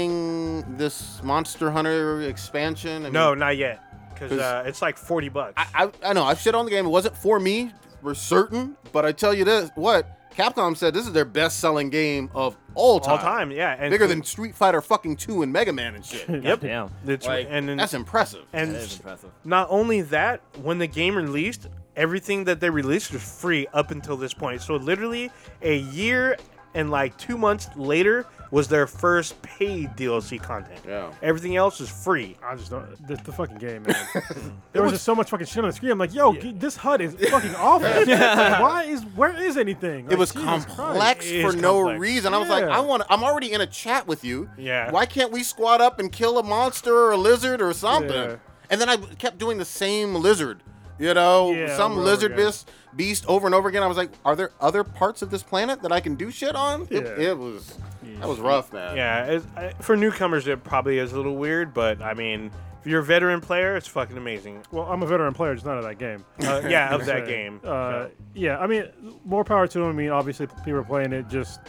[SPEAKER 4] playing this Monster Hunter expansion? I mean,
[SPEAKER 7] no, not yet, because
[SPEAKER 4] 'Cause-
[SPEAKER 7] uh, it's like forty bucks.
[SPEAKER 4] I, I I know I've shit on the game. It wasn't for me, for certain. But I tell you this, what Capcom said, this is their best-selling game of all time.
[SPEAKER 7] all time, yeah, and
[SPEAKER 4] Bigger than Street Fighter fucking two and Mega Man and
[SPEAKER 7] [laughs]
[SPEAKER 4] shit.
[SPEAKER 7] yep.
[SPEAKER 8] Damn.
[SPEAKER 7] It's,
[SPEAKER 8] Like,
[SPEAKER 7] and then-
[SPEAKER 4] That's impressive.
[SPEAKER 7] and
[SPEAKER 8] That is impressive.
[SPEAKER 7] not only that, when the game released, everything that they released was free up until this point. So literally a year and like two months later was their first paid DLC content.
[SPEAKER 4] Yeah.
[SPEAKER 7] Everything else is free.
[SPEAKER 6] I just don't. The, the fucking
[SPEAKER 4] [laughs]
[SPEAKER 6] game, man.
[SPEAKER 7] Mm.
[SPEAKER 6] there was just so much fucking shit on the screen. I'm like, yo, g this HUD is
[SPEAKER 7] [laughs]
[SPEAKER 6] fucking awful. Like, why is where is anything?
[SPEAKER 4] It
[SPEAKER 6] Like,
[SPEAKER 4] was
[SPEAKER 6] Jesus Christ.
[SPEAKER 4] complex
[SPEAKER 7] It
[SPEAKER 4] for
[SPEAKER 7] is
[SPEAKER 4] no
[SPEAKER 7] complex.
[SPEAKER 4] reason. I was like,
[SPEAKER 6] Yeah.
[SPEAKER 4] I want. I'm already in a chat with you.
[SPEAKER 7] Yeah.
[SPEAKER 4] Why can't we squat up and kill a monster or a lizard or something?
[SPEAKER 6] Yeah.
[SPEAKER 4] And then I kept doing the same lizard. You know,
[SPEAKER 6] Yeah,
[SPEAKER 4] some
[SPEAKER 6] over and
[SPEAKER 4] lizard
[SPEAKER 6] over again.
[SPEAKER 4] beast, beast over and over again. I was like, are there other parts of this planet that I can do shit on? It,
[SPEAKER 6] Yeah.
[SPEAKER 4] it was. That was rough, man.
[SPEAKER 7] Yeah, it's, I- for newcomers it probably is a little weird, but I mean, if you're a veteran player, it's fucking amazing.
[SPEAKER 6] Well, I'm a veteran player, just not of that game.
[SPEAKER 7] Uh,
[SPEAKER 4] [laughs]
[SPEAKER 7] yeah, of that
[SPEAKER 6] So,
[SPEAKER 7] game.
[SPEAKER 6] Uh,
[SPEAKER 7] So,
[SPEAKER 6] yeah, I mean, more power to them. I mean, obviously, people were playing it. Just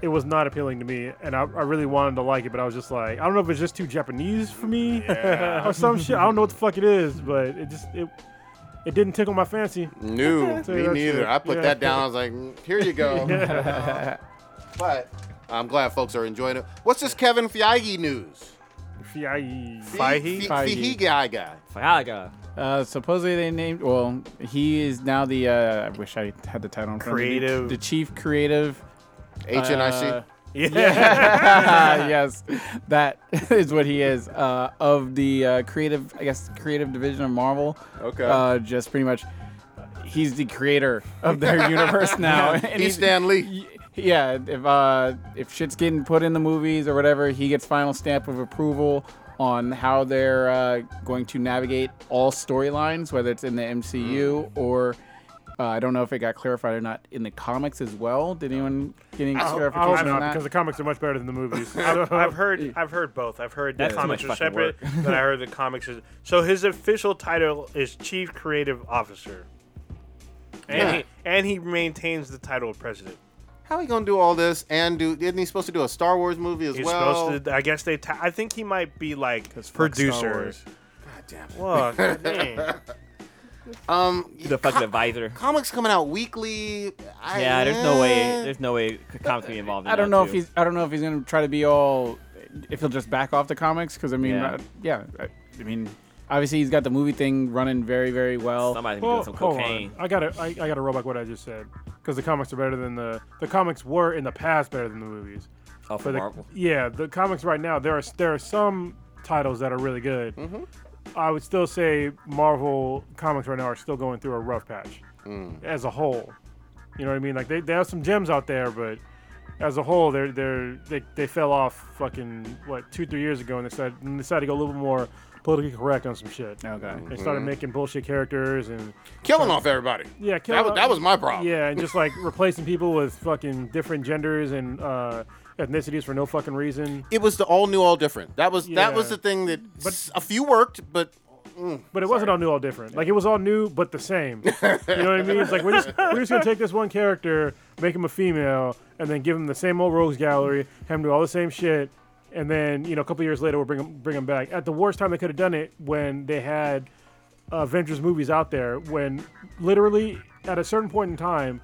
[SPEAKER 6] it was not appealing to me, and I, I really wanted to like it, but I was just like, I don't know if it's just too Japanese for me [laughs] or some shit. I don't know what the fuck it is, but it just it it didn't tickle my fancy. [laughs]
[SPEAKER 4] New.
[SPEAKER 6] So
[SPEAKER 4] me
[SPEAKER 6] that's
[SPEAKER 4] neither.
[SPEAKER 6] it.
[SPEAKER 4] I put
[SPEAKER 6] Yeah.
[SPEAKER 4] that down. I was like, "Mm, here you
[SPEAKER 6] [laughs]
[SPEAKER 4] go. but I'm glad folks are enjoying it. What's this Kevin Feige news?
[SPEAKER 6] Yeah,
[SPEAKER 7] Feige?
[SPEAKER 4] Fe-
[SPEAKER 5] Feige.
[SPEAKER 4] Feige guy guy.
[SPEAKER 8] Fahaga.
[SPEAKER 5] Uh, supposedly they named. Well, he is now the. Uh, I wish I had the title. in front of me.
[SPEAKER 7] Creative.
[SPEAKER 5] The chief creative.
[SPEAKER 4] HNIC.
[SPEAKER 5] uh,
[SPEAKER 7] yeah.
[SPEAKER 4] [laughs]
[SPEAKER 5] yes, that [laughs] is what he is uh, of the uh, creative, I guess, creative division of Marvel.
[SPEAKER 4] Okay.
[SPEAKER 5] Uh, just pretty much, he's the creator
[SPEAKER 4] [laughs]
[SPEAKER 5] of their universe now. [laughs] and
[SPEAKER 4] he's Stan Lee.
[SPEAKER 5] y- Yeah, if uh, if shit's getting put in the movies or whatever, he gets final stamp of approval on how they're uh, going to navigate all storylines, whether it's in the MCU
[SPEAKER 4] Mm.
[SPEAKER 5] or. Uh, I don't know if it got clarified or not in the comics as well. Did anyone get any clarification
[SPEAKER 6] I hope
[SPEAKER 5] on
[SPEAKER 6] not
[SPEAKER 5] that?
[SPEAKER 6] because the comics are much better than the movies. [laughs]
[SPEAKER 7] I've, I've heard I've heard both. I've heard the
[SPEAKER 8] That's too
[SPEAKER 7] comics
[SPEAKER 8] much
[SPEAKER 7] are
[SPEAKER 8] fucking
[SPEAKER 7] separate,
[SPEAKER 8] work.
[SPEAKER 7] but I
[SPEAKER 8] [laughs]
[SPEAKER 7] heard the comics is so his official title is Chief Creative Officer. And he, and he maintains the title of president.
[SPEAKER 4] How he gonna do all this and do? Isn't he supposed to do a Star Wars movie as
[SPEAKER 7] He's
[SPEAKER 4] well?
[SPEAKER 7] supposed to I guess they ta- I think he might be like
[SPEAKER 5] fuck Star
[SPEAKER 7] producer.
[SPEAKER 5] Wars.
[SPEAKER 7] God
[SPEAKER 8] [laughs]
[SPEAKER 7] damn it.
[SPEAKER 4] um,
[SPEAKER 8] The fucking advisor.
[SPEAKER 4] comics coming out weekly. I, eh,
[SPEAKER 8] Yeah, there's no way. There's no way comics can be involved. In
[SPEAKER 5] I don't
[SPEAKER 8] that,
[SPEAKER 5] know
[SPEAKER 8] too.
[SPEAKER 5] if he's. I don't know if he's gonna try to be all. If he'll just back off the comics, because I mean,
[SPEAKER 8] Yeah.
[SPEAKER 5] uh, yeah. I, I mean, obviously he's got the movie thing running very, very well.
[SPEAKER 8] Somebody's been
[SPEAKER 6] Well,
[SPEAKER 8] doing some
[SPEAKER 6] hold
[SPEAKER 8] cocaine.
[SPEAKER 6] on. I gotta, I, I gotta roll back what I just said because the comics are better than the the comics were in the past better than the movies.
[SPEAKER 8] Oh,
[SPEAKER 6] But
[SPEAKER 8] for
[SPEAKER 6] the,
[SPEAKER 8] Marvel.
[SPEAKER 6] yeah, the comics right now there are there are some titles that are really good. I would still say Marvel comics right now are still going through a rough patch as a whole. You know what I mean? Like they, they have some gems out there, but as a whole, they're they're they, they fell off fucking what two three years ago, and they decided and decided to go a little bit more politically correct on some shit.
[SPEAKER 5] Okay.
[SPEAKER 6] They started making bullshit characters and
[SPEAKER 4] killing off everybody.
[SPEAKER 6] yeah, kill
[SPEAKER 4] That was, that was my problem.
[SPEAKER 6] yeah, and just like replacing people with fucking different genders and uh, ethnicities for no fucking reason.
[SPEAKER 4] It was the all new, all different. That was that was
[SPEAKER 6] Yeah.
[SPEAKER 4] the thing that s- a few worked, but
[SPEAKER 6] But it wasn't all new, all different. Like it was all new, but the same. you know what I mean? It's like we're just we're just gonna take this one character, make him a female, and then give him the same old rogues gallery, have him do all the same shit, and then you know a couple years later we'll bring him bring him back. At the worst time they could have done it when they had Avengers movies out there. When literally at a certain point in time,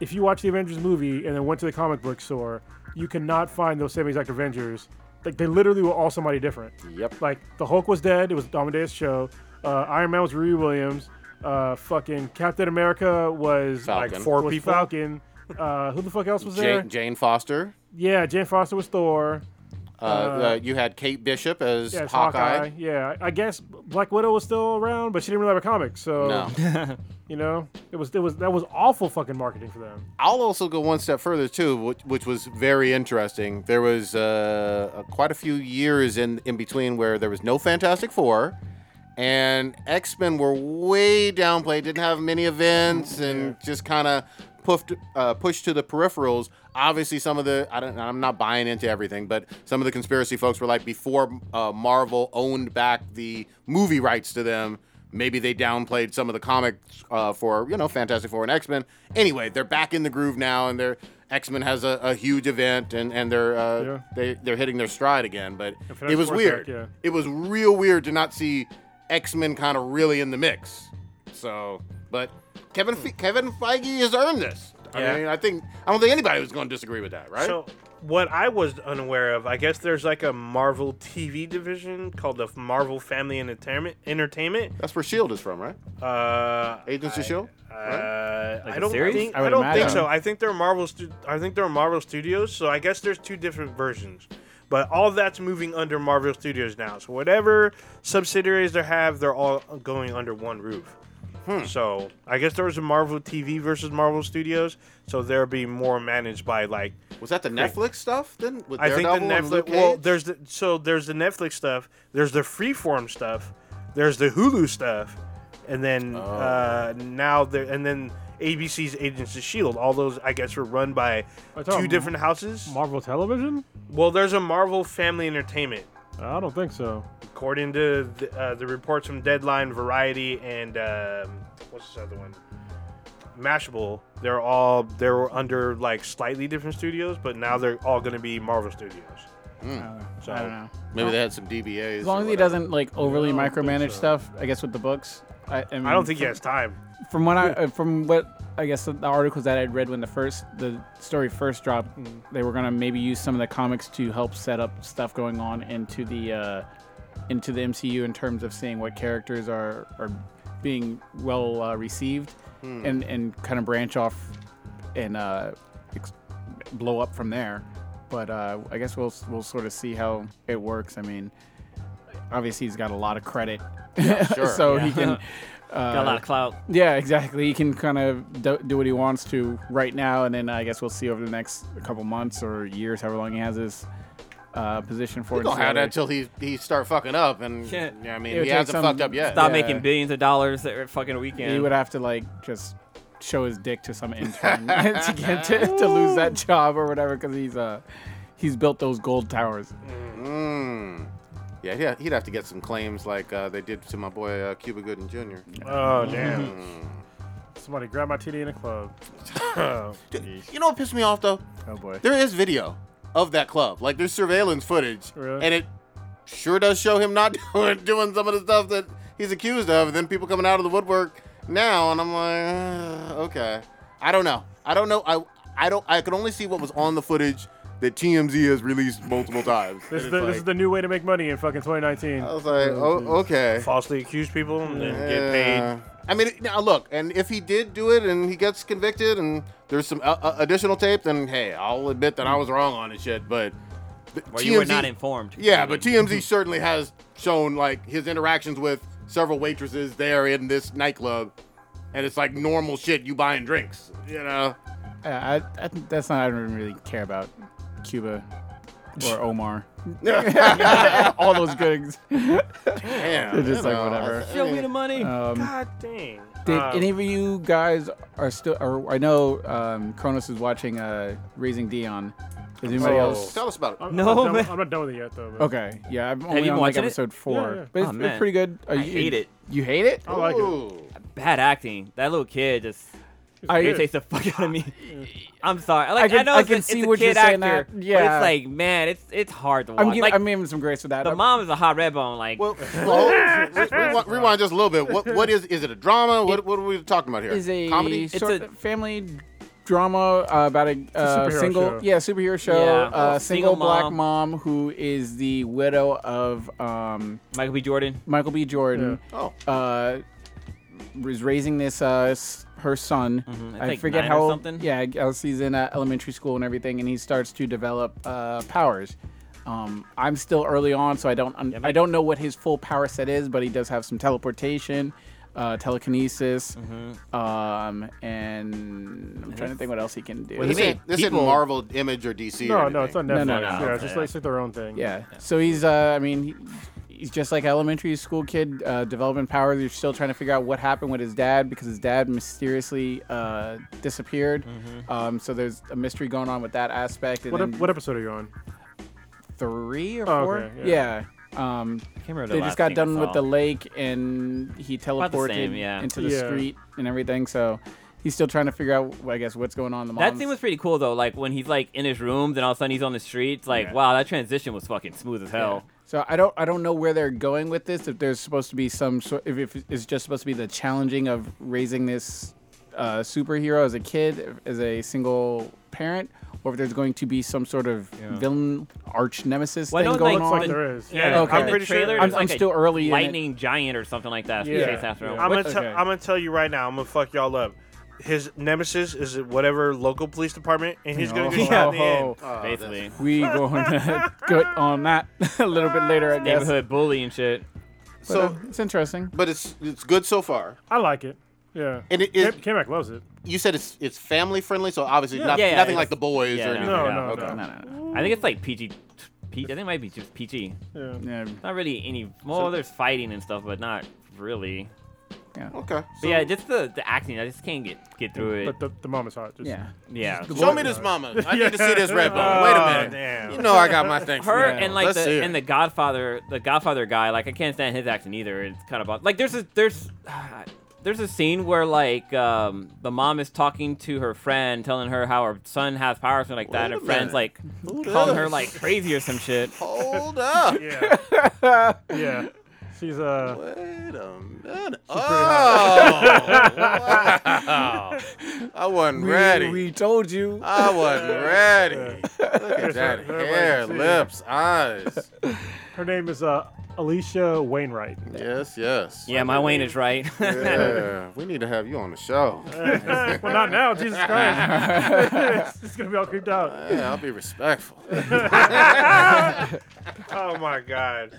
[SPEAKER 6] if you watch the Avengers movie and then went to the comic book store, you cannot find those same exact Avengers. Like they literally were all somebody different.
[SPEAKER 4] Yep.
[SPEAKER 6] Like the Hulk was dead. It was Amadeus Cho. Uh, Iron Man was Riri Williams. Uh, fucking Captain America was
[SPEAKER 4] Falcon.
[SPEAKER 7] Like four
[SPEAKER 6] was
[SPEAKER 7] people.
[SPEAKER 6] Falcon. Uh, who the fuck else was there?
[SPEAKER 4] Jane, Jane Foster.
[SPEAKER 6] yeah, Jane Foster was Thor.
[SPEAKER 4] Uh, uh, you had Kate Bishop as
[SPEAKER 6] Yeah, it's
[SPEAKER 4] Hawkeye.
[SPEAKER 6] Hawkeye. Yeah, I guess Black Widow was still around, but she didn't really have a comic, so
[SPEAKER 4] No,
[SPEAKER 6] you know it was it was that was awful fucking marketing for them.
[SPEAKER 4] I'll also go one step further too, which, which was very interesting. There was uh, uh, quite a few years in in between where there was no Fantastic Four, and X Men were way downplayed, didn't have many events, and just kind of puffed uh, pushed to the peripherals obviously some of the I don't I'm not buying into everything, but some of the conspiracy folks were like before uh, Marvel owned back the movie rights to them, maybe they downplayed some of the comics uh, for you know Fantastic Four and X Men. Anyway, they're back in the groove now, and they're X Men has a, a huge event, and and they're uh,
[SPEAKER 6] Yeah.
[SPEAKER 4] they they're hitting their stride again. But it
[SPEAKER 6] Fantastic
[SPEAKER 4] was
[SPEAKER 6] Four's
[SPEAKER 4] weird.
[SPEAKER 6] back, yeah.
[SPEAKER 4] It was real weird to not see X Men kind of really in the mix. So, but Kevin Fe- Kevin Feige has earned this. I
[SPEAKER 7] Yeah.
[SPEAKER 4] mean, I think I don't think anybody was going to disagree with that, right?
[SPEAKER 7] So, what I was unaware of, I guess there's like a Marvel TV division called the Marvel Family Entertainment. Entertainment.
[SPEAKER 4] That's where Shield E is from, right?
[SPEAKER 7] Uh,
[SPEAKER 4] Agents of Shield.
[SPEAKER 7] uh,
[SPEAKER 4] Right?
[SPEAKER 8] Like
[SPEAKER 7] I
[SPEAKER 8] a
[SPEAKER 7] don't
[SPEAKER 8] series?
[SPEAKER 7] think
[SPEAKER 5] I
[SPEAKER 7] I,
[SPEAKER 5] would
[SPEAKER 7] don't think
[SPEAKER 5] imagine.
[SPEAKER 7] so. I think they're Marvel. Stu- I think they're Marvel Studios. So I guess there's two different versions. But all that's moving under Marvel Studios now. So whatever subsidiaries they have, they're all going under one roof. So I guess there was a Marvel TV versus Marvel Studios. So there'll be more managed by like
[SPEAKER 4] Was that the Netflix stuff then? With
[SPEAKER 7] I think the
[SPEAKER 4] Daredevil and Luke
[SPEAKER 7] Netflix. Well,
[SPEAKER 4] Cage?
[SPEAKER 7] there's the, so there's the Netflix stuff. There's the Freeform stuff. There's the Hulu stuff, and
[SPEAKER 4] Oh.
[SPEAKER 7] then uh, now there and then ABC's Agents of Shield. All those I guess were run by
[SPEAKER 6] I thought
[SPEAKER 7] two
[SPEAKER 6] M-
[SPEAKER 7] different houses.
[SPEAKER 6] Marvel Television?
[SPEAKER 7] well, there's a Marvel Family Entertainment,
[SPEAKER 6] I don't think so.
[SPEAKER 7] according to the, uh, the reports from Deadline, Variety, and um, what's this other one? Mashable. They're all they were under like slightly different studios, but now they're all going to be Marvel Studios.
[SPEAKER 4] Hmm.
[SPEAKER 5] Uh, I don't know.
[SPEAKER 4] maybe they had some DBAs.
[SPEAKER 5] As long
[SPEAKER 4] or
[SPEAKER 5] as he
[SPEAKER 4] whatever.
[SPEAKER 5] doesn't like overly
[SPEAKER 7] I don't think
[SPEAKER 5] micromanage
[SPEAKER 7] so.
[SPEAKER 5] stuff, I guess with the books. I, mean,
[SPEAKER 7] I don't think he
[SPEAKER 5] from,
[SPEAKER 7] has time.
[SPEAKER 5] from what I uh, from what I guess the articles that I'd read when the first the story first dropped, they were gonna maybe use some of the comics to help set up stuff going on into the uh, into the MCU in terms of seeing what characters are are being well uh, received, and and kind of branch off and uh, ex- blow up from there. But uh, I guess we'll we'll sort of see how it works. I mean, obviously he's got a lot of credit, [laughs]
[SPEAKER 4] sure.
[SPEAKER 5] so he can. Uh,
[SPEAKER 8] Got a lot of clout.
[SPEAKER 5] yeah, exactly. He can kind of do, do what he wants to right now, and then I guess we'll see over the next couple months or years, however long he has his uh, position for.
[SPEAKER 4] He gonna have
[SPEAKER 5] himself.
[SPEAKER 4] that till he he start fucking up, and
[SPEAKER 8] Yeah.
[SPEAKER 4] yeah, I mean
[SPEAKER 5] It'll
[SPEAKER 4] he
[SPEAKER 5] take
[SPEAKER 4] hasn't
[SPEAKER 5] some-
[SPEAKER 4] fucked up yet.
[SPEAKER 8] Stop
[SPEAKER 5] Yeah.
[SPEAKER 8] making billions of dollars every fucking weekend.
[SPEAKER 5] He would have to like just show his dick to
[SPEAKER 4] [laughs]
[SPEAKER 5] some intern [laughs] to get to, to lose that job or whatever, because he's uh he's built those gold towers.
[SPEAKER 4] Mm. Yeah, he'd- he'd have to get some claims like uh, they did to my boy uh, Cuba Gooden Jr.
[SPEAKER 7] Oh damn.
[SPEAKER 6] Somebody grab my titty in a club.
[SPEAKER 4] You know what pissed me off though?
[SPEAKER 5] Oh boy.
[SPEAKER 4] There is video of that club. Like there's surveillance footage,
[SPEAKER 6] Really?
[SPEAKER 4] and it sure does show him not [laughs] doing, doing some of the stuff that he's accused of. And then people coming out of the woodwork now, and I'm like, "Ugh, okay, I don't know. I don't know. I I don't. I could only see what was on the footage that TMZ has released multiple times.
[SPEAKER 6] This,
[SPEAKER 4] And
[SPEAKER 6] is the,
[SPEAKER 4] it's
[SPEAKER 6] this
[SPEAKER 4] like-
[SPEAKER 6] is the new way to make money in fucking 2019.
[SPEAKER 4] I was like, oh, okay.
[SPEAKER 7] falsely accuse people and then
[SPEAKER 4] Yeah.
[SPEAKER 7] get
[SPEAKER 4] Uh, I mean, now look, and if he did do it and he gets convicted and there's some uh, uh, additional tape, then hey, I'll admit that I was wrong on it, shit. But but
[SPEAKER 8] Well, you were not informed.
[SPEAKER 4] Yeah, but
[SPEAKER 8] [laughs]
[SPEAKER 4] TMZ certainly has shown like his interactions with several waitresses there in this nightclub, and it's like normal shit. You buying drinks, you know?
[SPEAKER 5] Uh, I, I, that's not. I don't really care about Cuba
[SPEAKER 4] [laughs]
[SPEAKER 5] or Omar. [laughs] All those goods.
[SPEAKER 4] Damn,
[SPEAKER 5] It's just
[SPEAKER 4] you
[SPEAKER 5] like,
[SPEAKER 4] know,
[SPEAKER 5] whatever.
[SPEAKER 4] I- I
[SPEAKER 8] Show me
[SPEAKER 4] mean,
[SPEAKER 8] the money.
[SPEAKER 5] Uh,
[SPEAKER 7] paid. God dang.
[SPEAKER 5] Did
[SPEAKER 7] Uh,
[SPEAKER 5] any of you guys are still? Or I know um, Kronos is watching uh, Raising Dion. Is anybody
[SPEAKER 7] Oh.
[SPEAKER 5] else?
[SPEAKER 4] Tell us about it.
[SPEAKER 6] I'm,
[SPEAKER 8] No,
[SPEAKER 6] I'm not done-
[SPEAKER 8] man.
[SPEAKER 6] I'm not done with it yet, though. man.
[SPEAKER 5] Okay, yeah, I'm only
[SPEAKER 8] you been
[SPEAKER 5] on like
[SPEAKER 8] watching it?
[SPEAKER 5] episode four,
[SPEAKER 6] Yeah, yeah.
[SPEAKER 5] but it's,
[SPEAKER 8] Oh,
[SPEAKER 5] it's
[SPEAKER 8] man.
[SPEAKER 5] pretty good. Are
[SPEAKER 8] I
[SPEAKER 5] you-
[SPEAKER 8] hate it.
[SPEAKER 5] You hate it?
[SPEAKER 6] I like it.
[SPEAKER 4] Ooh.
[SPEAKER 8] Bad acting. That little kid just
[SPEAKER 5] I,
[SPEAKER 8] irritates the fuck out of
[SPEAKER 5] [laughs]
[SPEAKER 8] me. I'm sorry. Like, I,
[SPEAKER 5] can-
[SPEAKER 8] know
[SPEAKER 5] I
[SPEAKER 8] it's,
[SPEAKER 5] can
[SPEAKER 8] a,
[SPEAKER 5] see
[SPEAKER 8] it's a
[SPEAKER 5] what you're
[SPEAKER 8] kid
[SPEAKER 5] saying
[SPEAKER 8] actor,
[SPEAKER 5] that.
[SPEAKER 8] but
[SPEAKER 5] Yeah.
[SPEAKER 8] it's like, man, it's it's hard to watch.
[SPEAKER 5] I'm giving,
[SPEAKER 8] like,
[SPEAKER 5] I'm giving some grace for that.
[SPEAKER 8] the mom is a hot red bone. Like,
[SPEAKER 4] Well, well, re- rewind, rewind just a little bit. What what is is it a drama? What what are we talking about here?
[SPEAKER 5] is a
[SPEAKER 4] comedy.
[SPEAKER 8] It's
[SPEAKER 5] sort
[SPEAKER 8] a-
[SPEAKER 5] of family drama uh, about a, uh,
[SPEAKER 6] superhero
[SPEAKER 5] single,
[SPEAKER 6] show.
[SPEAKER 5] yeah, superhero show.
[SPEAKER 8] Yeah.
[SPEAKER 5] Uh,
[SPEAKER 8] Single
[SPEAKER 5] single black
[SPEAKER 8] mom.
[SPEAKER 5] mom who is the widow of um,
[SPEAKER 8] Michael B. Jordan.
[SPEAKER 5] Michael B. Jordan.
[SPEAKER 4] Oh,
[SPEAKER 5] uh, was raising this uh, s- her son.
[SPEAKER 8] Mhm, it's
[SPEAKER 5] I
[SPEAKER 8] like
[SPEAKER 5] forget
[SPEAKER 8] nine
[SPEAKER 5] how
[SPEAKER 8] or
[SPEAKER 5] old-
[SPEAKER 8] something.
[SPEAKER 5] Yeah, I guess he's in uh, elementary school and everything, and he starts to develop uh, powers. Um, I'm still early on, so I don't un- I don't know what his full power set is, but he does have some teleportation, uh, telekinesis,
[SPEAKER 8] Mm-hmm.
[SPEAKER 5] um, and I'm trying to think what else he can do.
[SPEAKER 8] Well, he
[SPEAKER 4] this
[SPEAKER 8] made
[SPEAKER 4] ain't, this ain't
[SPEAKER 8] people-
[SPEAKER 4] Marvel Image or DC. or
[SPEAKER 6] No, no,
[SPEAKER 4] anything.
[SPEAKER 6] it's on Netflix.
[SPEAKER 5] No, no, no.
[SPEAKER 6] Yeah, it's just like it's their own thing.
[SPEAKER 5] yeah. So he's uh, I mean, he, he's just like elementary school kid uh, development powers. You're still trying to figure out what happened with his dad because his dad mysteriously uh, disappeared.
[SPEAKER 8] Mm-hmm.
[SPEAKER 5] Um, so there's a mystery going on with that aspect. And
[SPEAKER 6] What, ep-
[SPEAKER 5] then
[SPEAKER 6] what episode are you on?
[SPEAKER 5] three or
[SPEAKER 6] Oh,
[SPEAKER 5] four?
[SPEAKER 6] okay,
[SPEAKER 5] yeah. Um,
[SPEAKER 8] can't remember the
[SPEAKER 5] they
[SPEAKER 8] last
[SPEAKER 5] just
[SPEAKER 8] thing
[SPEAKER 5] got
[SPEAKER 8] I
[SPEAKER 5] done with
[SPEAKER 8] saw.
[SPEAKER 5] the lake, and he
[SPEAKER 8] the
[SPEAKER 5] teleported
[SPEAKER 8] same, yeah.
[SPEAKER 5] into the
[SPEAKER 6] Yeah.
[SPEAKER 5] street and everything. So he's still trying to figure out, I guess, what's going on. in The
[SPEAKER 8] That
[SPEAKER 5] mom's-
[SPEAKER 8] scene was pretty cool though. Like when he's like in his room, then all of a sudden he's on the streets. Like
[SPEAKER 5] Yeah.
[SPEAKER 8] wow, that transition was fucking smooth as hell.
[SPEAKER 5] So I don't I don't know where they're going with this. If there's supposed to be some sort, if, if it's just supposed to be the challenging of raising this uh, superhero as a kid, as a single parent, or if there's going to be some sort of villain arch nemesis
[SPEAKER 8] Well, I
[SPEAKER 5] thing
[SPEAKER 8] know,
[SPEAKER 5] going
[SPEAKER 8] like,
[SPEAKER 5] on.
[SPEAKER 6] Looks like there is.
[SPEAKER 8] Yeah,
[SPEAKER 5] Okay. I'm
[SPEAKER 8] I'm pretty
[SPEAKER 7] pretty sure-
[SPEAKER 5] I'm-
[SPEAKER 8] trailer, there's,
[SPEAKER 5] I'm
[SPEAKER 8] like, a
[SPEAKER 5] still early in it.
[SPEAKER 8] Lightning giant or something like that. Yeah.
[SPEAKER 6] Yeah.
[SPEAKER 8] Chase after him.
[SPEAKER 7] I'm gonna,
[SPEAKER 5] What-
[SPEAKER 7] te-
[SPEAKER 5] okay.
[SPEAKER 7] I'm gonna tell you right now. I'm gonna fuck y'all up. His nemesis is whatever local police department, and he's gonna
[SPEAKER 8] Oh.
[SPEAKER 7] get shot in the
[SPEAKER 8] [laughs]
[SPEAKER 7] end.
[SPEAKER 4] Oh,
[SPEAKER 8] basically.
[SPEAKER 5] Oh, [laughs] we going to get on that [laughs] a little bit later, I guess.
[SPEAKER 8] Neighborhood bully and shit.
[SPEAKER 5] But, uh,
[SPEAKER 4] So,
[SPEAKER 5] it's interesting.
[SPEAKER 4] but it's it's good so far.
[SPEAKER 6] I like it. Yeah.
[SPEAKER 4] And it
[SPEAKER 6] K-
[SPEAKER 4] is.
[SPEAKER 6] Kamek loves it.
[SPEAKER 4] You said it's it's family friendly, so obviously not,
[SPEAKER 8] Yeah, yeah,
[SPEAKER 4] nothing
[SPEAKER 8] it's-
[SPEAKER 4] like the boys
[SPEAKER 8] yeah,
[SPEAKER 4] or
[SPEAKER 8] no.
[SPEAKER 4] anything.
[SPEAKER 6] No,
[SPEAKER 8] Yeah,
[SPEAKER 6] Oh, no,
[SPEAKER 4] okay.
[SPEAKER 5] No,
[SPEAKER 6] no.
[SPEAKER 5] no, no.
[SPEAKER 8] I think it's like PG. P- I think it might be just PG.
[SPEAKER 6] Yeah.
[SPEAKER 5] Yeah,
[SPEAKER 8] Not really any. Well, there's fighting and stuff, but not really.
[SPEAKER 4] Okay.
[SPEAKER 8] But yeah, just the, the acting. I just can't get get through it.
[SPEAKER 6] But the, the mom is hot. Just,
[SPEAKER 5] yeah.
[SPEAKER 8] yeah.
[SPEAKER 4] So, show me this mama.
[SPEAKER 8] [laughs]
[SPEAKER 4] I need to see this red bone.
[SPEAKER 7] Oh,
[SPEAKER 4] Wait a minute.
[SPEAKER 7] Damn.
[SPEAKER 4] You know I got my thing. for
[SPEAKER 8] her
[SPEAKER 4] you.
[SPEAKER 8] and like
[SPEAKER 4] Let's
[SPEAKER 8] the
[SPEAKER 4] see it.
[SPEAKER 8] and the Godfather, the Godfather guy. Like I can't stand his acting either. It's kind of odd. like there's a there's [sighs] there's a scene where like um the mom is talking to her friend, telling her how her son has powers and like that,
[SPEAKER 4] Wait
[SPEAKER 8] and
[SPEAKER 4] a
[SPEAKER 8] friends like
[SPEAKER 4] minute.
[SPEAKER 8] calling her
[SPEAKER 4] does?
[SPEAKER 8] like crazy or some shit. [laughs]
[SPEAKER 4] Hold up.
[SPEAKER 6] Yeah. yeah. She's uh
[SPEAKER 4] Wait a minute. Oh, wow. I
[SPEAKER 8] [laughs]
[SPEAKER 4] wasn't ready.
[SPEAKER 5] We told you.
[SPEAKER 4] I wasn't ready. Look at that
[SPEAKER 6] Everybody
[SPEAKER 4] hair,
[SPEAKER 6] see.
[SPEAKER 4] lips, eyes.
[SPEAKER 6] her name is uh
[SPEAKER 4] [laughs]
[SPEAKER 6] Alicia Wainwright.
[SPEAKER 4] Yes, yes.
[SPEAKER 8] Yeah, my Wayne is right. [laughs]
[SPEAKER 4] Yeah, we need to have you on the show.
[SPEAKER 6] well, not now. Jesus
[SPEAKER 4] [laughs]
[SPEAKER 6] Christ. [laughs] it's, it's gonna be all creeped out.
[SPEAKER 4] Yeah, I'll be
[SPEAKER 7] [laughs]
[SPEAKER 4] respectful.
[SPEAKER 7] Oh my god.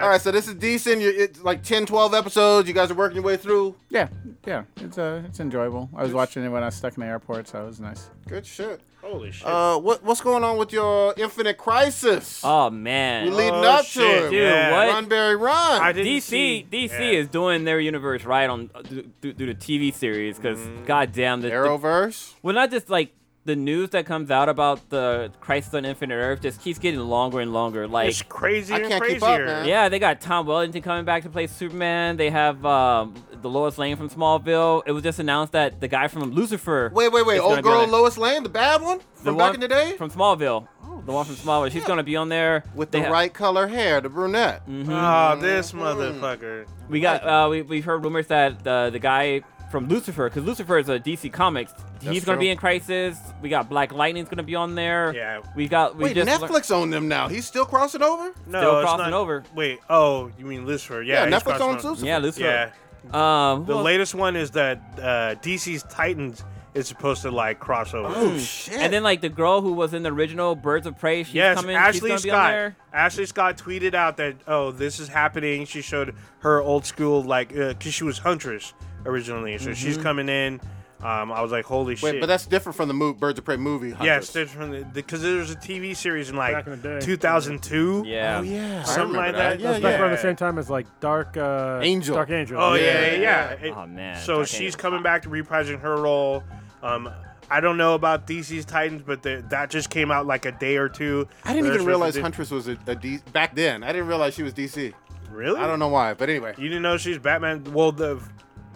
[SPEAKER 4] All right, so this is decent. You- It's like 10, 12 episodes. You guys are working your way through.
[SPEAKER 5] Yeah, yeah. It's uh, it's enjoyable. I was watching it when I was stuck in the airport, so it was nice.
[SPEAKER 4] Good shit.
[SPEAKER 7] Holy shit.
[SPEAKER 4] Uh, what what's going on with your Infinite Crisis?
[SPEAKER 8] oh
[SPEAKER 4] we
[SPEAKER 8] man,
[SPEAKER 4] leading
[SPEAKER 7] Uh, oh,
[SPEAKER 4] up
[SPEAKER 7] shit,
[SPEAKER 4] to it.
[SPEAKER 8] dude,
[SPEAKER 7] yeah.
[SPEAKER 8] what?
[SPEAKER 4] Run, Barry, run.
[SPEAKER 7] I didn't see.
[SPEAKER 8] DC DC
[SPEAKER 7] yeah.
[SPEAKER 8] is doing their universe right on through, through the TV series because goddamn the, the
[SPEAKER 4] Arrowverse.
[SPEAKER 8] Well, not just like the news that comes out about the Crisis on Infinite Earth just keeps getting longer and longer. Like,
[SPEAKER 7] It's crazier
[SPEAKER 4] I
[SPEAKER 7] and
[SPEAKER 4] can't
[SPEAKER 7] crazier.
[SPEAKER 4] keep up, man.
[SPEAKER 8] yeah, they got Tom Wellington coming back to play Superman. They have um, the Lois Lane from Smallville. It was just announced that the guy from Lucifer.
[SPEAKER 4] Wait, wait, wait.
[SPEAKER 8] is
[SPEAKER 4] Old
[SPEAKER 8] gonna be
[SPEAKER 4] girl
[SPEAKER 8] on it.
[SPEAKER 4] Lois Lane, the bad one
[SPEAKER 8] The
[SPEAKER 4] from back
[SPEAKER 8] one
[SPEAKER 4] in the day, Oh,
[SPEAKER 8] From Smallville. the one from Smallville. She's going to be on there.
[SPEAKER 4] with
[SPEAKER 8] They
[SPEAKER 4] the
[SPEAKER 8] ha-
[SPEAKER 4] right color hair, the brunette.
[SPEAKER 7] Oh, this motherfucker.
[SPEAKER 8] We got. Uh, we, we've heard rumors that uh, the guy from Lucifer, because Lucifer is a DC Comics, he's going to
[SPEAKER 4] true.
[SPEAKER 8] be in Crisis. We got Black Lightning's going to be on there.
[SPEAKER 7] Yeah.
[SPEAKER 8] We got. We
[SPEAKER 4] Wait,
[SPEAKER 8] just lear-
[SPEAKER 4] Netflix owned them now. He's still crossing over.
[SPEAKER 7] No,
[SPEAKER 8] Still
[SPEAKER 7] it's
[SPEAKER 8] crossing
[SPEAKER 7] not.
[SPEAKER 8] over.
[SPEAKER 7] Wait. Oh, you mean Lucifer? Yeah.
[SPEAKER 4] Yeah,
[SPEAKER 7] he's
[SPEAKER 4] Netflix
[SPEAKER 7] crossing
[SPEAKER 4] owns
[SPEAKER 7] over.
[SPEAKER 4] Lucifer.
[SPEAKER 8] Yeah, Lucifer.
[SPEAKER 7] Yeah.
[SPEAKER 8] Um,
[SPEAKER 7] The
[SPEAKER 8] who else-
[SPEAKER 7] latest one is that uh, DC's Titans is supposed to like cross over.
[SPEAKER 4] Oh shit.
[SPEAKER 8] And then like the girl who was in the original Birds of Prey, she's
[SPEAKER 7] yes,
[SPEAKER 8] coming.
[SPEAKER 7] Ashley
[SPEAKER 8] she's gonna Be on
[SPEAKER 7] Scott. Oh,
[SPEAKER 8] there.
[SPEAKER 7] Ashley Scott tweeted out that oh, this is happening. She showed her old school like because she was Huntress originally, so she's
[SPEAKER 8] Mm-hmm.
[SPEAKER 7] coming in. Um, I was like, holy
[SPEAKER 4] wait,
[SPEAKER 7] shit!
[SPEAKER 4] but that's different from the mo- Birds of Prey movie.
[SPEAKER 7] yes,
[SPEAKER 4] Hunters.
[SPEAKER 7] there's from the because there was a TV series in like
[SPEAKER 6] Back in the day.
[SPEAKER 7] 2002.
[SPEAKER 8] Yeah.
[SPEAKER 4] Oh yeah. I
[SPEAKER 7] Something
[SPEAKER 4] remember
[SPEAKER 7] like that.
[SPEAKER 4] Yeah,
[SPEAKER 7] That's
[SPEAKER 6] Back around
[SPEAKER 4] yeah.
[SPEAKER 6] the same time as like Dark uh,
[SPEAKER 4] Angel.
[SPEAKER 6] Dark Angel.
[SPEAKER 7] Oh yeah, yeah.
[SPEAKER 4] Yeah.
[SPEAKER 7] yeah.
[SPEAKER 8] Oh, man,
[SPEAKER 7] So
[SPEAKER 8] Dark
[SPEAKER 7] she's
[SPEAKER 8] Angel.
[SPEAKER 7] coming back to reprising her role. Um, I don't know about DC's Titans, but the, that just came out like a day or two.
[SPEAKER 4] I didn't
[SPEAKER 7] There's
[SPEAKER 4] even realize Huntress
[SPEAKER 7] references-
[SPEAKER 4] was a, a D- back then. I didn't realize she was DC.
[SPEAKER 7] Really?
[SPEAKER 4] I don't know why, but anyway.
[SPEAKER 7] You didn't know she's Batman. Well, the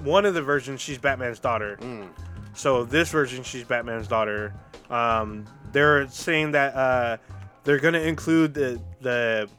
[SPEAKER 7] one of the versions she's Batman's daughter.
[SPEAKER 8] Mm.
[SPEAKER 7] So this version she's Batman's daughter. Um, they're saying that uh, they're gonna include the the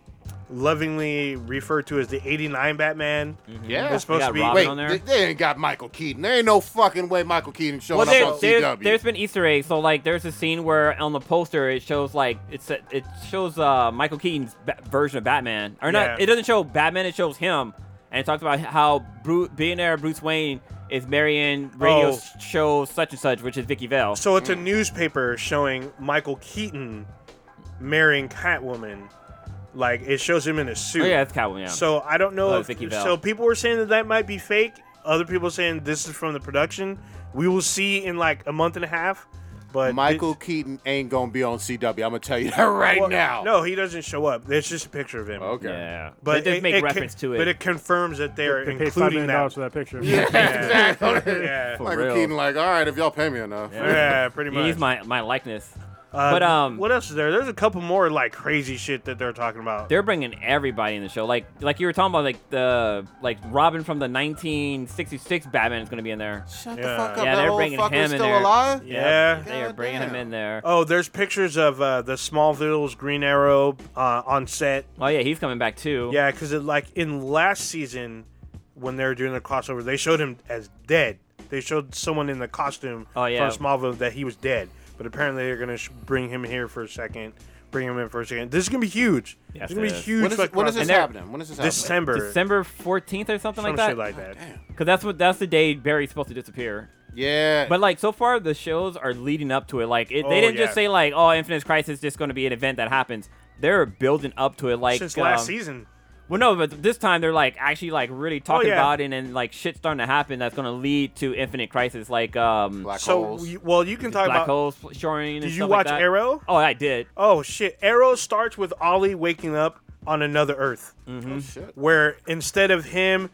[SPEAKER 7] lovingly referred to as the '89 Batman.
[SPEAKER 4] Yeah.
[SPEAKER 7] It's supposed
[SPEAKER 8] got
[SPEAKER 7] to be
[SPEAKER 8] Mm-hmm. Robin
[SPEAKER 4] Wait,
[SPEAKER 8] on there.
[SPEAKER 4] they, they ain't got Michael Keaton. There ain't no fucking way Michael Keaton showing
[SPEAKER 8] Well,
[SPEAKER 4] up on
[SPEAKER 8] there,
[SPEAKER 4] CW.
[SPEAKER 8] there's, there's been Easter eggs. So like, there's a scene where on the poster it shows like it's a, it shows uh Michael Keaton's ba- version of Batman, or not?
[SPEAKER 7] Yeah.
[SPEAKER 8] It doesn't show Batman. It shows him, and it talks about how Bru- billionaire Bruce Wayne is marrying radio
[SPEAKER 7] Oh.
[SPEAKER 8] s- show such and such, which is Vicky Vale.
[SPEAKER 7] So it's a newspaper showing Michael Keaton marrying Catwoman. Like it shows him in a suit.
[SPEAKER 8] oh yeah, that's Catwoman. Yeah.
[SPEAKER 7] So I don't know
[SPEAKER 8] Oh,
[SPEAKER 7] if
[SPEAKER 8] Vicky Vale.
[SPEAKER 7] so people were saying that that might be fake. Other people saying this is from the production. We will see in like a month and a half. But
[SPEAKER 4] Michael Keaton ain't gonna be on CW. I'm gonna tell you that right
[SPEAKER 7] well,
[SPEAKER 4] now.
[SPEAKER 7] No, he doesn't show up. It's just a picture of him.
[SPEAKER 4] Okay.
[SPEAKER 8] Yeah.
[SPEAKER 7] But
[SPEAKER 8] they
[SPEAKER 7] it-
[SPEAKER 8] did make
[SPEAKER 7] it con-
[SPEAKER 8] reference to it.
[SPEAKER 7] But it confirms that they're
[SPEAKER 6] They paid five
[SPEAKER 7] including
[SPEAKER 6] million
[SPEAKER 7] that.
[SPEAKER 6] dollars for that picture.
[SPEAKER 7] Yeah.
[SPEAKER 4] Exactly.
[SPEAKER 7] [laughs] yeah.
[SPEAKER 8] For
[SPEAKER 4] Michael
[SPEAKER 8] real.
[SPEAKER 4] Keaton, like, all right, if y'all pay me enough.
[SPEAKER 7] Yeah, pretty
[SPEAKER 8] They
[SPEAKER 7] much.
[SPEAKER 8] use my, my likeness.
[SPEAKER 7] Uh,
[SPEAKER 8] but, um,
[SPEAKER 7] what else is there? There's a couple more like crazy shit that they're talking about.
[SPEAKER 8] They're bringing everybody in the show. Like like you were talking about, like the like Robin from the 1966 Batman is gonna be in there.
[SPEAKER 4] Shut
[SPEAKER 7] Yeah.
[SPEAKER 4] the fuck up.
[SPEAKER 8] Yeah,
[SPEAKER 4] that
[SPEAKER 8] they're
[SPEAKER 4] old
[SPEAKER 8] bringing
[SPEAKER 4] fucker's
[SPEAKER 8] him in
[SPEAKER 4] still
[SPEAKER 8] there.
[SPEAKER 4] alive?
[SPEAKER 7] Yeah.
[SPEAKER 8] They are
[SPEAKER 4] God
[SPEAKER 8] bringing him
[SPEAKER 4] damn.
[SPEAKER 8] in there.
[SPEAKER 7] Oh, there's pictures of uh, the Smallville's Green Arrow uh, on set.
[SPEAKER 8] Oh yeah, he's coming back too.
[SPEAKER 7] Yeah, because like in last season, when they were doing the crossover, they showed him as dead. They showed someone in the costume
[SPEAKER 8] Oh, yeah.
[SPEAKER 7] from Smallville that he was dead. But apparently, they're gonna sh- bring him here for a second. Bring him in for a second. This is gonna be huge.
[SPEAKER 8] Yes,
[SPEAKER 7] it's gonna
[SPEAKER 8] it
[SPEAKER 7] be
[SPEAKER 8] is.
[SPEAKER 7] huge.
[SPEAKER 4] When is,
[SPEAKER 7] fucking
[SPEAKER 4] when is
[SPEAKER 7] crossover.
[SPEAKER 4] this happening? When is this happening?
[SPEAKER 7] December.
[SPEAKER 8] December 14th or something
[SPEAKER 7] Some
[SPEAKER 8] like that.
[SPEAKER 7] shit like that.
[SPEAKER 8] Cause that's what that's the day Barry's supposed to disappear.
[SPEAKER 4] Yeah.
[SPEAKER 8] But like so far, the shows are leading up to it. Like it,
[SPEAKER 7] Oh,
[SPEAKER 8] they didn't
[SPEAKER 7] yeah.
[SPEAKER 8] just say like, "Oh, Infinite Crisis is just going to be an event that happens." They're building up to it. Like
[SPEAKER 7] Since last
[SPEAKER 8] um,
[SPEAKER 7] season. Oh,
[SPEAKER 8] Well, no, but this time they're like actually like really talking
[SPEAKER 7] yeah.
[SPEAKER 8] about it and like shit starting to happen that's going to lead to Infinite Crisis. Like um,
[SPEAKER 4] Black
[SPEAKER 7] So,
[SPEAKER 4] holes.
[SPEAKER 7] we- well, you can talk
[SPEAKER 8] black
[SPEAKER 7] about.
[SPEAKER 8] holes showing. and
[SPEAKER 7] Did you
[SPEAKER 8] stuff like
[SPEAKER 7] watch
[SPEAKER 8] that.
[SPEAKER 7] Arrow?
[SPEAKER 8] Oh, I did.
[SPEAKER 7] Oh shit! Arrow starts with Ollie waking up on another Earth,
[SPEAKER 8] Mm.
[SPEAKER 4] Oh, shit.
[SPEAKER 7] where instead of him,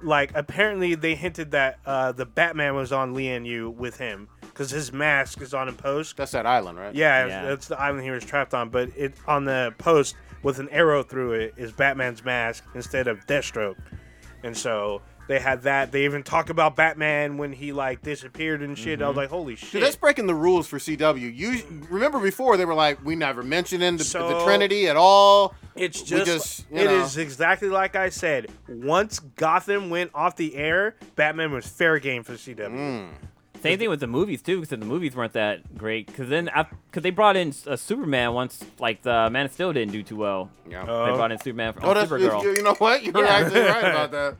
[SPEAKER 7] like apparently they hinted that uh, the Batman was on Lee and you with him because his mask is on a post.
[SPEAKER 4] That's that island, right?
[SPEAKER 7] Yeah,
[SPEAKER 8] Yeah.
[SPEAKER 7] that's the island he was trapped on. But it on the post with an arrow through it is Batman's mask instead of Deathstroke, and so. They had that. They even talk about Batman when he like disappeared and shit.
[SPEAKER 8] Mm-hmm.
[SPEAKER 7] I was like, "Holy shit!"
[SPEAKER 4] Dude, that's breaking the rules for CW. You remember before they were like, we never mentioning the, the
[SPEAKER 7] So-
[SPEAKER 4] Trinity at all.
[SPEAKER 7] It's
[SPEAKER 4] we
[SPEAKER 7] just,
[SPEAKER 4] just you
[SPEAKER 7] it
[SPEAKER 4] know.
[SPEAKER 7] is exactly like I said. Once Gotham went off the air, Batman was fair game for CW.
[SPEAKER 4] Mm.
[SPEAKER 8] Same thing with the movies too, because the movies weren't that great. Because then, because they brought in uh, Superman once, like the Man of Steel didn't do too well.
[SPEAKER 4] Yeah.
[SPEAKER 8] They brought in Superman for
[SPEAKER 4] oh,
[SPEAKER 8] on
[SPEAKER 4] that's
[SPEAKER 8] Supergirl.
[SPEAKER 4] you, you know what? You're
[SPEAKER 8] Yeah.
[SPEAKER 4] actually right about that.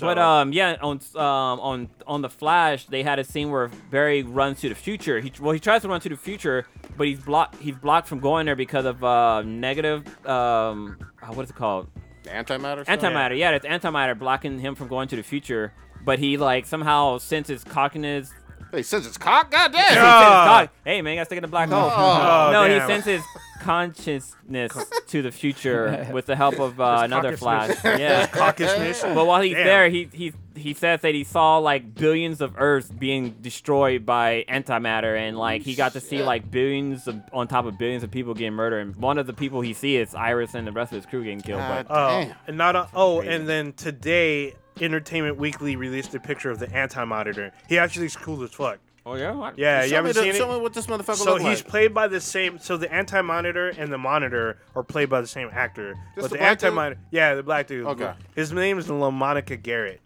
[SPEAKER 8] But um, yeah, on um, on on the Flash, they had a scene where Barry runs to the future. He well, he tries to run to the future, but he's blocked. He's blocked from going there because of uh, negative um, uh, what is it called?
[SPEAKER 4] The antimatter. stuff?
[SPEAKER 8] Antimatter. Yeah, it's antimatter blocking him from going to the future. But he like somehow senses cockiness.
[SPEAKER 4] Hey, since it's cock, goddamn.
[SPEAKER 8] he senses
[SPEAKER 7] Ah.
[SPEAKER 8] cock- hey man, got stuck in the black hole.
[SPEAKER 4] Oh,
[SPEAKER 8] no,
[SPEAKER 7] damn.
[SPEAKER 8] he senses consciousness to the future with the help of uh, another Flash.
[SPEAKER 6] consciousness.
[SPEAKER 8] Yeah.
[SPEAKER 7] Caucusness.
[SPEAKER 8] But while he's
[SPEAKER 7] Damn.
[SPEAKER 8] there, he he he says that he saw like billions of Earths being destroyed by antimatter, and like he got to see like billions of, on top of billions of people getting murdered. And one of the people he sees is Iris and the rest of his crew getting killed.
[SPEAKER 4] God
[SPEAKER 8] But
[SPEAKER 7] Oh,
[SPEAKER 4] damn.
[SPEAKER 7] and not a, oh, and then today, Entertainment Weekly released a picture of the anti-monitor. He actually is cool as fuck.
[SPEAKER 8] oh yeah,
[SPEAKER 7] Yeah, you
[SPEAKER 4] Show me
[SPEAKER 7] haven't
[SPEAKER 4] the-
[SPEAKER 7] seen
[SPEAKER 4] show
[SPEAKER 7] it.
[SPEAKER 4] me what this motherfucker
[SPEAKER 7] So
[SPEAKER 4] look
[SPEAKER 7] he's
[SPEAKER 4] like.
[SPEAKER 7] played by the same. So the anti-monitor and the monitor are played by the same actor. but
[SPEAKER 4] the
[SPEAKER 7] the,
[SPEAKER 4] black dude?
[SPEAKER 7] anti-monitor, yeah, the black dude.
[SPEAKER 4] Okay.
[SPEAKER 7] His name is Lamonica Garrett.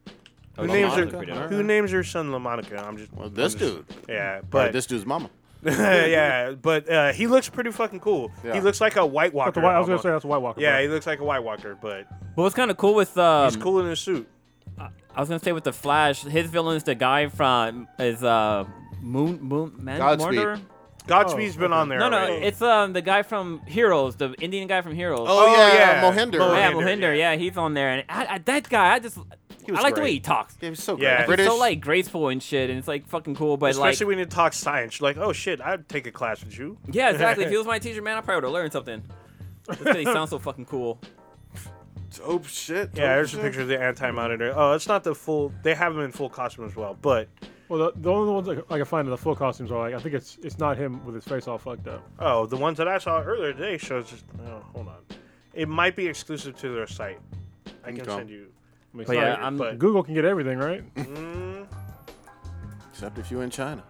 [SPEAKER 6] Oh,
[SPEAKER 7] Who
[SPEAKER 8] La
[SPEAKER 7] names
[SPEAKER 8] Monica?
[SPEAKER 7] her?
[SPEAKER 8] Alright.
[SPEAKER 7] Who names her son Lamonica? I'm just.
[SPEAKER 4] Well, this
[SPEAKER 7] I'm just-
[SPEAKER 4] dude.
[SPEAKER 7] Yeah,
[SPEAKER 4] All
[SPEAKER 7] but [laughs]
[SPEAKER 4] right, this dude's mama.
[SPEAKER 7] yeah, but uh, he looks pretty fucking cool.
[SPEAKER 4] Yeah.
[SPEAKER 7] He looks like a White Walker.
[SPEAKER 6] That's a White- I was gonna
[SPEAKER 7] almost.
[SPEAKER 6] say that's a White Walker.
[SPEAKER 7] yeah,
[SPEAKER 6] but-
[SPEAKER 7] he looks like a White Walker, but
[SPEAKER 8] But what's kind of cool with um,
[SPEAKER 7] he's cool in his suit.
[SPEAKER 8] I was gonna say with the Flash, his villain is the guy from is uh Moon Moon Man
[SPEAKER 4] Godspeed.
[SPEAKER 8] Murder?
[SPEAKER 7] Godspeed's been on there.
[SPEAKER 8] Oh, No, no,
[SPEAKER 7] already.
[SPEAKER 8] it's um the guy from Heroes, the Indian guy from Heroes.
[SPEAKER 4] Oh, yeah,
[SPEAKER 7] yeah.
[SPEAKER 4] Mohinder.
[SPEAKER 7] Mohinder.
[SPEAKER 8] yeah,
[SPEAKER 4] right?
[SPEAKER 8] Mohinder. Yeah, he's on there, and I, I, that guy, I just I
[SPEAKER 4] was
[SPEAKER 8] like the way
[SPEAKER 4] great.
[SPEAKER 8] he talks.
[SPEAKER 4] Yeah, he's so good.
[SPEAKER 7] Yeah.
[SPEAKER 4] British.
[SPEAKER 8] He's so like graceful and shit, and it's like fucking cool. But
[SPEAKER 7] especially
[SPEAKER 8] like,
[SPEAKER 7] when you talk science. You're like, oh shit, I'd take a class with you.
[SPEAKER 5] [laughs]
[SPEAKER 8] yeah, exactly. if he was my teacher, man, I probably would have learned something. Just 'cause he sounds so fucking cool.
[SPEAKER 4] dope shit.
[SPEAKER 7] Yeah,
[SPEAKER 4] dope
[SPEAKER 7] there's a
[SPEAKER 4] shit.
[SPEAKER 7] picture of the anti-monitor. Oh, it's not the full. They have him in full costume as well, but
[SPEAKER 6] Well, the, the only ones I, c- I can find in the full costumes are like I think it's it's not him with his face all fucked up.
[SPEAKER 7] oh, the ones that I saw earlier today shows. Just, oh, hold on, it might be exclusive to their site. I can
[SPEAKER 4] Okay.
[SPEAKER 7] send you.
[SPEAKER 8] But yeah,
[SPEAKER 7] Sorry,
[SPEAKER 8] I'm
[SPEAKER 7] but-
[SPEAKER 6] Google can get everything right.
[SPEAKER 4] Except if you in China.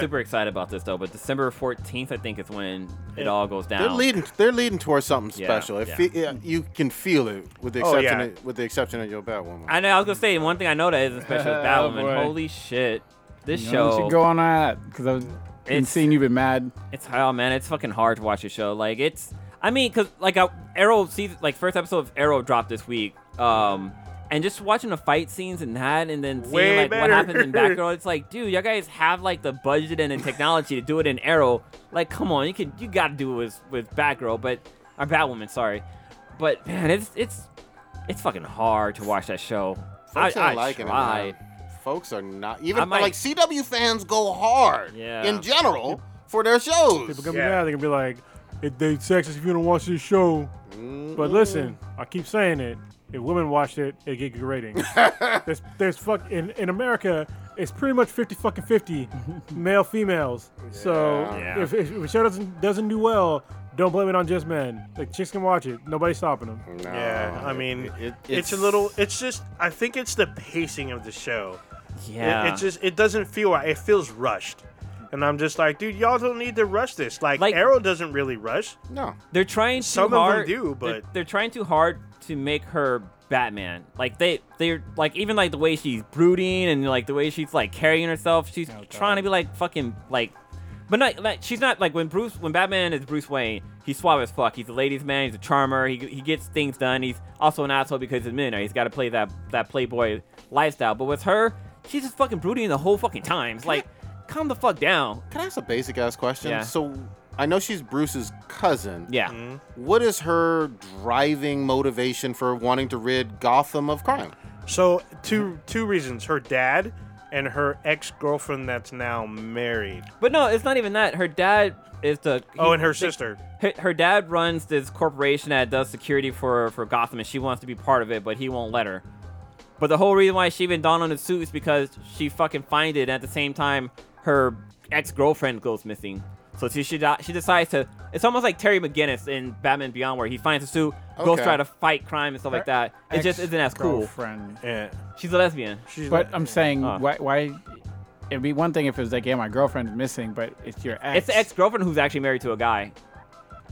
[SPEAKER 8] super excited about this though. But December 14th, I think, is when it all goes
[SPEAKER 4] They're
[SPEAKER 8] down.
[SPEAKER 4] leading. They're leading towards something
[SPEAKER 8] Yeah,
[SPEAKER 4] special. It
[SPEAKER 8] yeah.
[SPEAKER 4] fe- yeah, you can feel it, with the
[SPEAKER 7] Oh,
[SPEAKER 4] exception,
[SPEAKER 7] yeah.
[SPEAKER 4] of, with the exception of your Batwoman.
[SPEAKER 8] I know. I was gonna say one thing I know that isn't special is Batwoman.
[SPEAKER 5] Oh, boy.
[SPEAKER 8] Holy shit, this
[SPEAKER 5] You know, you
[SPEAKER 8] show.
[SPEAKER 5] should go on that because I've been
[SPEAKER 8] It's-
[SPEAKER 5] seeing you've been mad.
[SPEAKER 8] It's oh man, it's fucking hard to watch a show. Like it's, I mean, cause like I, Arrow season, like first episode of Arrow dropped this week. Um, and just watching the fight scenes and that, and then seeing
[SPEAKER 7] Way
[SPEAKER 8] like
[SPEAKER 7] better.
[SPEAKER 8] what happens
[SPEAKER 7] [laughs]
[SPEAKER 8] in Batgirl, it's like, dude, y'all guys have like the budget and the technology to do it in Arrow. Like, come on, you could, you gotta do it with with Batgirl, but or Batwoman, sorry. But man, it's it's it's fucking hard to watch that show.
[SPEAKER 4] Folks
[SPEAKER 8] I,
[SPEAKER 4] ain't
[SPEAKER 8] I
[SPEAKER 4] liking it,
[SPEAKER 8] tried.
[SPEAKER 4] man. folks are not even
[SPEAKER 8] I might-
[SPEAKER 4] like CW fans go hard
[SPEAKER 8] Yeah.
[SPEAKER 4] in general for their shows.
[SPEAKER 6] People gonna
[SPEAKER 7] Yeah.
[SPEAKER 6] be mad. They're gonna be like, it, they sexist if you don't watch this show. But listen, I keep saying it. If women watched it, it'd get
[SPEAKER 7] [laughs]
[SPEAKER 6] good ratings. there's, there's fuck in, in America. It's pretty much 50
[SPEAKER 7] [laughs]
[SPEAKER 6] fucking 50 male females. So
[SPEAKER 8] Yeah.
[SPEAKER 6] if, if if a show doesn't doesn't do well, don't blame it on just men. Like chicks can watch it. Nobody's stopping them.
[SPEAKER 4] No,
[SPEAKER 7] Yeah, I
[SPEAKER 4] it-
[SPEAKER 7] mean,
[SPEAKER 4] it-
[SPEAKER 7] it's, a little. It's just. I think it's the pacing of the show. It-
[SPEAKER 8] Yeah.
[SPEAKER 7] it's just. It doesn't feel right. It feels rushed, and I'm just like, dude, y'all don't need to rush this. Like,
[SPEAKER 8] Like-
[SPEAKER 7] Arrow doesn't really rush.
[SPEAKER 4] no.
[SPEAKER 8] They're trying too
[SPEAKER 7] Some of them
[SPEAKER 8] hard.
[SPEAKER 7] do,
[SPEAKER 8] they're-
[SPEAKER 7] but-
[SPEAKER 8] they're, trying too hard to make her Batman. Like they, they're like even like the way she's brooding and like the way she's like carrying herself. She's trying to be like fucking like, but not like she's not like when Bruce when Batman is Bruce Wayne. He's suave as fuck. He's a ladies' man. He's a charmer. He, he gets things done. He's also an asshole because he's a millionaire. He's got to play that that playboy lifestyle. But with her, she's just fucking brooding the whole fucking time. It's like, calm the fuck down.
[SPEAKER 4] Can I ask a basic ass question?
[SPEAKER 8] Yeah.
[SPEAKER 4] So I know she's Bruce's cousin.
[SPEAKER 8] Yeah.
[SPEAKER 7] Mm-hmm.
[SPEAKER 4] What is her driving motivation for wanting to rid Gotham of crime?
[SPEAKER 7] So two two reasons: her dad and her ex girlfriend that's now married.
[SPEAKER 8] But no, it's not even that. Her dad is the
[SPEAKER 7] Oh,
[SPEAKER 8] he-
[SPEAKER 7] and her
[SPEAKER 8] they-
[SPEAKER 7] sister.
[SPEAKER 8] Her, her dad runs this corporation that does security for for Gotham, and she wants to be part of it, but he won't let her. But the whole reason why she even donned on the suit is because she fucking finds it. And at the same time, her ex girlfriend goes missing. So she she, di- she decides to. It's almost like Terry McGinnis in Batman Beyond, where he finds a suit, goes
[SPEAKER 4] Okay.
[SPEAKER 8] try to fight crime and stuff like that. It just isn't as cool.
[SPEAKER 5] Ex-girlfriend.
[SPEAKER 7] Yeah.
[SPEAKER 8] She's a lesbian.
[SPEAKER 7] She's
[SPEAKER 5] But I'm saying,
[SPEAKER 8] Uh.
[SPEAKER 5] why, why? It'd be one thing if it was like, yeah, my girlfriend's missing, but it's your ex.
[SPEAKER 8] It's the ex girlfriend who's actually married to a guy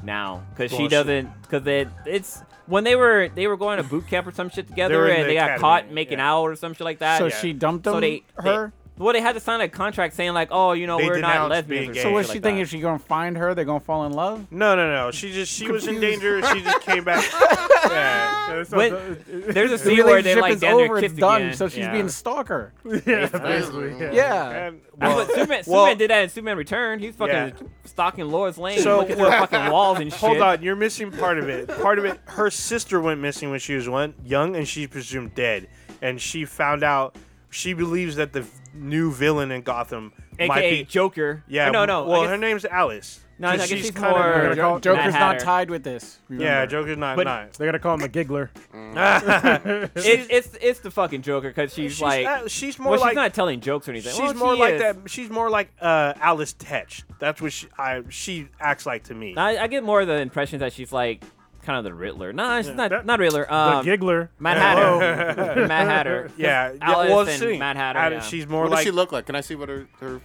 [SPEAKER 8] now, because she
[SPEAKER 7] Bullshit.
[SPEAKER 8] doesn't. Because it, it's when they were they were going to boot camp or some shit
[SPEAKER 7] They were
[SPEAKER 8] together,
[SPEAKER 7] in
[SPEAKER 8] and
[SPEAKER 7] the
[SPEAKER 8] they got
[SPEAKER 7] academy,
[SPEAKER 8] caught making
[SPEAKER 7] yeah.
[SPEAKER 8] out or some shit like that.
[SPEAKER 5] So she dumped him,
[SPEAKER 8] So they, they-
[SPEAKER 5] her.
[SPEAKER 8] well, they had to sign a contract saying like, oh, you know,
[SPEAKER 7] They
[SPEAKER 8] we're not
[SPEAKER 7] denounced
[SPEAKER 8] lesbians.
[SPEAKER 7] being
[SPEAKER 8] or
[SPEAKER 7] gay.
[SPEAKER 8] some
[SPEAKER 5] so
[SPEAKER 8] shit
[SPEAKER 5] was she
[SPEAKER 8] like
[SPEAKER 5] thinking
[SPEAKER 8] that.
[SPEAKER 5] if she gonna find her, they're gonna fall in love?
[SPEAKER 7] no, no, no. She just she was in danger. She just came back.
[SPEAKER 6] Yeah, that's not-
[SPEAKER 8] When-
[SPEAKER 5] [laughs]
[SPEAKER 8] there's a
[SPEAKER 5] The
[SPEAKER 8] scene where they
[SPEAKER 5] relationship
[SPEAKER 8] like
[SPEAKER 5] is
[SPEAKER 8] down there
[SPEAKER 5] over. It's
[SPEAKER 8] kissed
[SPEAKER 5] done.
[SPEAKER 8] again.
[SPEAKER 5] So she's
[SPEAKER 8] Yeah.
[SPEAKER 5] being stalker.
[SPEAKER 6] yeah, basically. Yeah.
[SPEAKER 5] Yeah.
[SPEAKER 7] And-
[SPEAKER 8] That's
[SPEAKER 5] [laughs]
[SPEAKER 7] well,
[SPEAKER 8] what Superman,
[SPEAKER 7] well-
[SPEAKER 8] Superman did that in Superman Returned. He's fucking
[SPEAKER 7] Yeah.
[SPEAKER 8] stalking Lois Lane,
[SPEAKER 7] So,
[SPEAKER 8] looking through her
[SPEAKER 7] well-
[SPEAKER 8] fucking walls and shit.
[SPEAKER 7] Hold on, you're missing part of it. Part of it, her sister went missing when she was one young, and she's presumed dead. And she found out. She believes that the new villain in Gotham might
[SPEAKER 8] AKA
[SPEAKER 7] be.
[SPEAKER 8] Joker.
[SPEAKER 7] Yeah.
[SPEAKER 8] no, no. I
[SPEAKER 7] Well,
[SPEAKER 8] guess-
[SPEAKER 7] her name's Alice.
[SPEAKER 8] No, I guess
[SPEAKER 7] she's
[SPEAKER 8] she's
[SPEAKER 7] kind of-
[SPEAKER 8] more-
[SPEAKER 5] Or
[SPEAKER 7] They're
[SPEAKER 8] Jo-
[SPEAKER 5] Jo- Joker's
[SPEAKER 8] Mad
[SPEAKER 5] not
[SPEAKER 8] Hatter.
[SPEAKER 5] tied with this.
[SPEAKER 7] Yeah,
[SPEAKER 5] remember.
[SPEAKER 7] Joker's not.
[SPEAKER 8] But-
[SPEAKER 7] not.
[SPEAKER 6] They're gonna call him a giggler.
[SPEAKER 8] It's it's it's the fucking Joker because she's,
[SPEAKER 7] she's,
[SPEAKER 8] like
[SPEAKER 7] uh, she's more
[SPEAKER 8] well,
[SPEAKER 7] like
[SPEAKER 8] she's not telling jokes or anything.
[SPEAKER 7] she's
[SPEAKER 8] Well,
[SPEAKER 7] more
[SPEAKER 8] she
[SPEAKER 7] like
[SPEAKER 8] is.
[SPEAKER 7] that. She's more like uh, Alice Tetch. That's what she I, she acts like to me.
[SPEAKER 8] I, I get more of the impression that she's like kind of the Riddler. Nah, she's not
[SPEAKER 6] That-
[SPEAKER 8] not Riddler.
[SPEAKER 6] The
[SPEAKER 8] Um,
[SPEAKER 6] giggler.
[SPEAKER 7] [laughs]
[SPEAKER 8] Mad Hatter. Mad Hatter.
[SPEAKER 7] yeah, yeah,
[SPEAKER 8] Alice
[SPEAKER 7] well,
[SPEAKER 8] and
[SPEAKER 7] see,
[SPEAKER 8] Mad Hatter.
[SPEAKER 7] Alice-
[SPEAKER 8] yeah.
[SPEAKER 7] She's more
[SPEAKER 4] What does
[SPEAKER 7] like
[SPEAKER 4] she look like? Can I see what her, her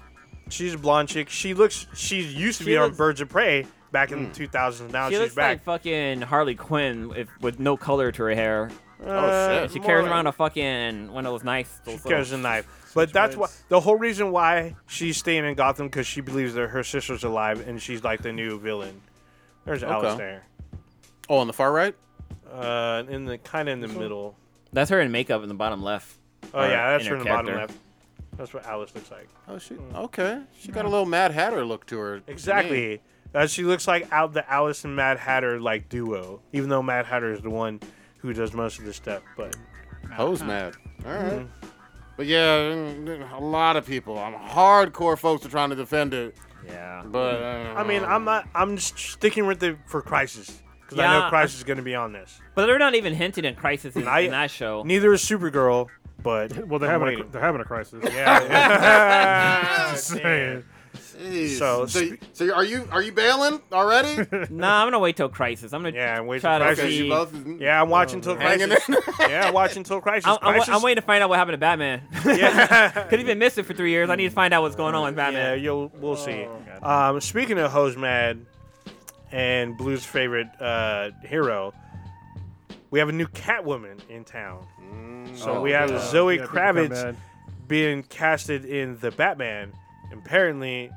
[SPEAKER 7] She's a blonde chick. She looks. She used to
[SPEAKER 8] She
[SPEAKER 7] be on
[SPEAKER 8] looks-
[SPEAKER 7] Birds of Prey back in the 2000s. Now
[SPEAKER 8] she
[SPEAKER 7] she's
[SPEAKER 8] looks
[SPEAKER 7] back.
[SPEAKER 8] like fucking Harley Quinn if, with no color to her hair.
[SPEAKER 7] Uh,
[SPEAKER 4] shit.
[SPEAKER 8] She
[SPEAKER 7] more
[SPEAKER 8] carries
[SPEAKER 7] like-
[SPEAKER 8] around a fucking one of those nice. Those
[SPEAKER 7] She carries a
[SPEAKER 8] little-
[SPEAKER 7] knife. But that's why the whole reason why she's staying in Gotham because she believes that her sister's alive and she's like the new villain. There's Alice there.
[SPEAKER 4] Oh, on the far right?
[SPEAKER 7] Uh, in the kind of in the middle.
[SPEAKER 8] That's her in makeup in the bottom left.
[SPEAKER 7] Oh yeah, that's
[SPEAKER 8] Uh, in
[SPEAKER 7] her
[SPEAKER 8] her
[SPEAKER 7] in the bottom
[SPEAKER 8] character.
[SPEAKER 7] left. That's what Alice looks like.
[SPEAKER 4] Oh, she okay. She got a little Mad Hatter look to her. to me.
[SPEAKER 7] Exactly. Uh, she looks like out the Alice and Mad Hatter like duo. Even though Mad Hatter is the one who does most of the stuff, but
[SPEAKER 4] Hose mad. All right.
[SPEAKER 8] Mm-hmm.
[SPEAKER 4] But yeah, mm, a lot of people, um, hardcore folks, are trying to defend it.
[SPEAKER 8] Yeah.
[SPEAKER 4] But uh,
[SPEAKER 7] I mean, I'm not. I'm just sticking with it for Crisis because I know
[SPEAKER 8] Yeah,
[SPEAKER 7] Crisis is going to be on this.
[SPEAKER 8] But they're not even hinting at crisis in,
[SPEAKER 7] I-
[SPEAKER 8] in that show.
[SPEAKER 7] Neither is Supergirl, but
[SPEAKER 6] [laughs] Well, they're
[SPEAKER 7] I'm
[SPEAKER 6] having a,
[SPEAKER 7] waiting.
[SPEAKER 6] they're having a
[SPEAKER 7] [laughs]
[SPEAKER 6] crisis.
[SPEAKER 8] [laughs]
[SPEAKER 7] yeah.
[SPEAKER 6] Just saying.
[SPEAKER 4] jeez.
[SPEAKER 7] so-
[SPEAKER 4] so so are you are you bailing already?
[SPEAKER 8] Nah, I'm gonna wait till crisis. I'm gonna
[SPEAKER 7] Yeah, wait till
[SPEAKER 8] try to
[SPEAKER 7] Crisis.
[SPEAKER 4] Because
[SPEAKER 8] see.
[SPEAKER 4] you both
[SPEAKER 7] yeah, I'm watching till
[SPEAKER 4] hanging
[SPEAKER 7] Crisis.
[SPEAKER 4] in.
[SPEAKER 7] [laughs] yeah, I'm watching till Crisis.
[SPEAKER 8] I'm, I'm, wa-
[SPEAKER 7] Crisis-
[SPEAKER 8] I'm waiting to find out what happened to Batman. [laughs]
[SPEAKER 7] Yeah.
[SPEAKER 8] Cause he's been missing for three years. I need to find out what's going on with
[SPEAKER 7] yeah,
[SPEAKER 8] Batman.
[SPEAKER 7] you'll we'll see.
[SPEAKER 6] Oh,
[SPEAKER 7] Um, speaking of Hose Mad and Blue's favorite uh, hero, we have a new Catwoman in town. So we have Zoe
[SPEAKER 6] Mm. uh, Yeah, uh, people come
[SPEAKER 7] Kravitz
[SPEAKER 6] mad.
[SPEAKER 7] being casted in the Batman. Apparently,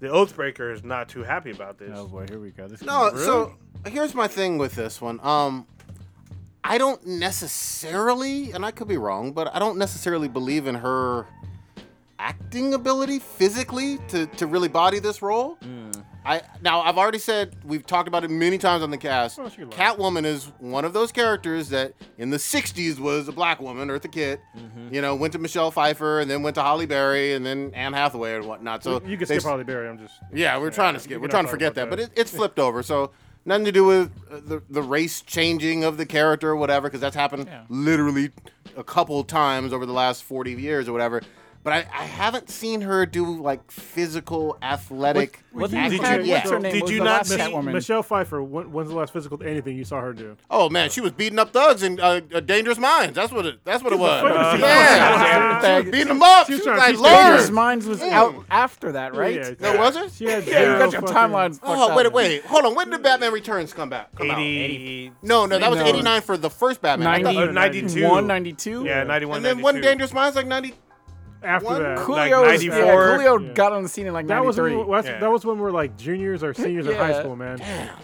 [SPEAKER 7] the Oathbreaker is not too happy about this.
[SPEAKER 5] Oh boy, here we go. This is
[SPEAKER 4] No, so here's my thing with this one. Um, I don't necessarily, and I could be wrong, but I don't necessarily believe in her. acting ability physically to, to really body this role. I now I've already said we've talked about it many times on the cast.
[SPEAKER 6] Well, Oh, she lied.
[SPEAKER 4] Catwoman is one of those characters that in the '60s was a black woman, Eartha Kitt. You know, went to Michelle Pfeiffer and then went to Holly Berry and then Anne Hathaway and whatnot. So
[SPEAKER 6] you can
[SPEAKER 4] they
[SPEAKER 6] skip Holly Berry. I'm just.
[SPEAKER 4] yeah, we're trying to
[SPEAKER 6] we
[SPEAKER 4] skip.
[SPEAKER 6] can
[SPEAKER 4] We're
[SPEAKER 6] not
[SPEAKER 4] trying to
[SPEAKER 6] talk
[SPEAKER 4] forget that,
[SPEAKER 6] about
[SPEAKER 4] but it,
[SPEAKER 6] that.
[SPEAKER 4] it's flipped over. So nothing to do with uh, the the race changing of the character or whatever, because that's happened
[SPEAKER 5] Yeah.
[SPEAKER 4] literally a couple times over the last forty years or whatever. But I, I haven't seen her do like physical athletic
[SPEAKER 5] What-
[SPEAKER 4] act
[SPEAKER 5] did
[SPEAKER 6] you-
[SPEAKER 4] yet.
[SPEAKER 6] what's her
[SPEAKER 5] name?
[SPEAKER 7] Did
[SPEAKER 5] What was
[SPEAKER 7] you
[SPEAKER 5] the
[SPEAKER 7] not
[SPEAKER 5] last
[SPEAKER 7] see
[SPEAKER 5] Catwoman?
[SPEAKER 6] Michelle Pfeiffer. When, when's the last physical anything you saw her do?
[SPEAKER 4] Oh man, she was beating up thugs and uh, uh, dangerous minds. That's what it. That's what it was.
[SPEAKER 6] fuck was she
[SPEAKER 4] Yeah,
[SPEAKER 5] doing?
[SPEAKER 4] She was beating them up.
[SPEAKER 6] She
[SPEAKER 4] She
[SPEAKER 6] was
[SPEAKER 4] was
[SPEAKER 6] trying to
[SPEAKER 4] like,
[SPEAKER 6] teach them
[SPEAKER 4] Lord.
[SPEAKER 5] Dangerous Minds was
[SPEAKER 4] Mm.
[SPEAKER 5] out after that, right?
[SPEAKER 6] Yeah,
[SPEAKER 4] No, was it?
[SPEAKER 6] She had
[SPEAKER 5] Yeah, you
[SPEAKER 6] zero
[SPEAKER 5] got your
[SPEAKER 6] fucking-
[SPEAKER 5] timelines. fucked
[SPEAKER 4] Oh
[SPEAKER 5] up.
[SPEAKER 4] wait, wait, hold on. When did Batman Returns come back? Come out?
[SPEAKER 7] 80,
[SPEAKER 4] No, no, that was
[SPEAKER 5] No.
[SPEAKER 4] '89 for the first Batman. I thought-
[SPEAKER 5] 90,
[SPEAKER 7] Oh, 92.
[SPEAKER 5] 91, 92?
[SPEAKER 7] yeah, 91,
[SPEAKER 4] And then one
[SPEAKER 7] 92.
[SPEAKER 4] Dangerous Minds like ninety.
[SPEAKER 6] After
[SPEAKER 4] One
[SPEAKER 6] that.
[SPEAKER 5] Coolio,
[SPEAKER 7] Like
[SPEAKER 5] was- yeah,
[SPEAKER 7] 94.
[SPEAKER 5] Coolio
[SPEAKER 6] Yeah.
[SPEAKER 5] got on the scene in like
[SPEAKER 6] That was,
[SPEAKER 5] 93.
[SPEAKER 6] when, we- that's,
[SPEAKER 7] Yeah.
[SPEAKER 6] that was when we were like juniors or seniors in high
[SPEAKER 5] Yeah.
[SPEAKER 6] school, man.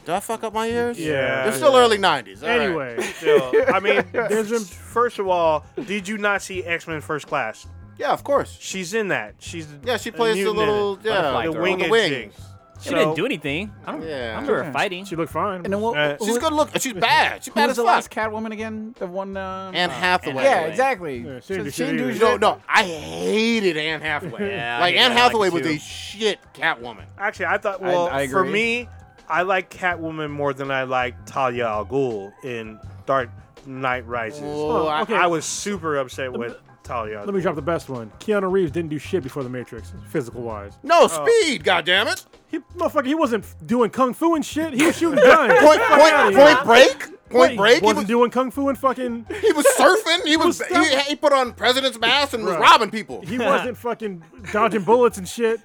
[SPEAKER 4] Do I fuck up my ears?
[SPEAKER 7] Yeah.
[SPEAKER 4] It's still early nineties.
[SPEAKER 6] Anyway,
[SPEAKER 7] [laughs] Still, I mean,
[SPEAKER 6] There's been-
[SPEAKER 7] first of all, did you not see X Men First Class?
[SPEAKER 4] Yeah, of course.
[SPEAKER 7] She's in that. She's
[SPEAKER 4] Yeah, she
[SPEAKER 7] a
[SPEAKER 4] plays the
[SPEAKER 7] mutant in
[SPEAKER 4] little
[SPEAKER 7] it.
[SPEAKER 4] yeah
[SPEAKER 8] Butterfly
[SPEAKER 7] the
[SPEAKER 8] girl.
[SPEAKER 7] winged
[SPEAKER 4] the
[SPEAKER 7] chick.
[SPEAKER 4] wings.
[SPEAKER 8] She
[SPEAKER 7] So-
[SPEAKER 8] didn't do anything. I don't,
[SPEAKER 4] Yeah.
[SPEAKER 8] I remember her
[SPEAKER 5] Yeah.
[SPEAKER 8] fighting.
[SPEAKER 6] she looked fine.
[SPEAKER 5] and then what,
[SPEAKER 7] Uh,
[SPEAKER 5] who-
[SPEAKER 4] She's good looking. She's bad. She's
[SPEAKER 5] who
[SPEAKER 4] bad
[SPEAKER 5] was
[SPEAKER 4] as
[SPEAKER 5] the last
[SPEAKER 4] fuck.
[SPEAKER 5] Catwoman again? The one. Um,
[SPEAKER 4] Anne Hathaway.
[SPEAKER 5] yeah, exactly.
[SPEAKER 6] Yeah, she
[SPEAKER 5] So
[SPEAKER 6] didn't do
[SPEAKER 5] she
[SPEAKER 6] shit
[SPEAKER 5] didn't do
[SPEAKER 6] either.
[SPEAKER 5] shit.
[SPEAKER 4] No, no, I hated Anne Hathaway.
[SPEAKER 8] Yeah, I
[SPEAKER 4] like
[SPEAKER 8] hated
[SPEAKER 4] Anne
[SPEAKER 8] her, like,
[SPEAKER 4] Hathaway was
[SPEAKER 8] too.
[SPEAKER 4] a shit Catwoman.
[SPEAKER 7] Actually, I thought. Well,
[SPEAKER 5] I
[SPEAKER 7] for
[SPEAKER 5] agree.
[SPEAKER 7] me, I like Catwoman more than I like Talia al Ghul in Dark Knight Rises.
[SPEAKER 4] Oh, I-
[SPEAKER 6] okay.
[SPEAKER 7] I was super upset with Talia. al
[SPEAKER 6] Let me drop the best one. Keanu Reeves didn't do shit before The Matrix, physical wise.
[SPEAKER 4] No speed, goddammit.
[SPEAKER 6] He, motherfucker, he wasn't f- doing kung fu and shit. He was shooting guns.
[SPEAKER 4] Point,
[SPEAKER 6] Fuck
[SPEAKER 4] point,
[SPEAKER 6] outta here.
[SPEAKER 4] point break. Point
[SPEAKER 6] He
[SPEAKER 4] break. He
[SPEAKER 6] Wasn't
[SPEAKER 4] was,
[SPEAKER 6] doing kung fu and fucking.
[SPEAKER 4] he was surfing. He was
[SPEAKER 6] was
[SPEAKER 4] he, he put on president's mask and was
[SPEAKER 6] Bruh.
[SPEAKER 4] robbing
[SPEAKER 6] [laughs]
[SPEAKER 4] people.
[SPEAKER 6] He wasn't fucking dodging bullets and shit.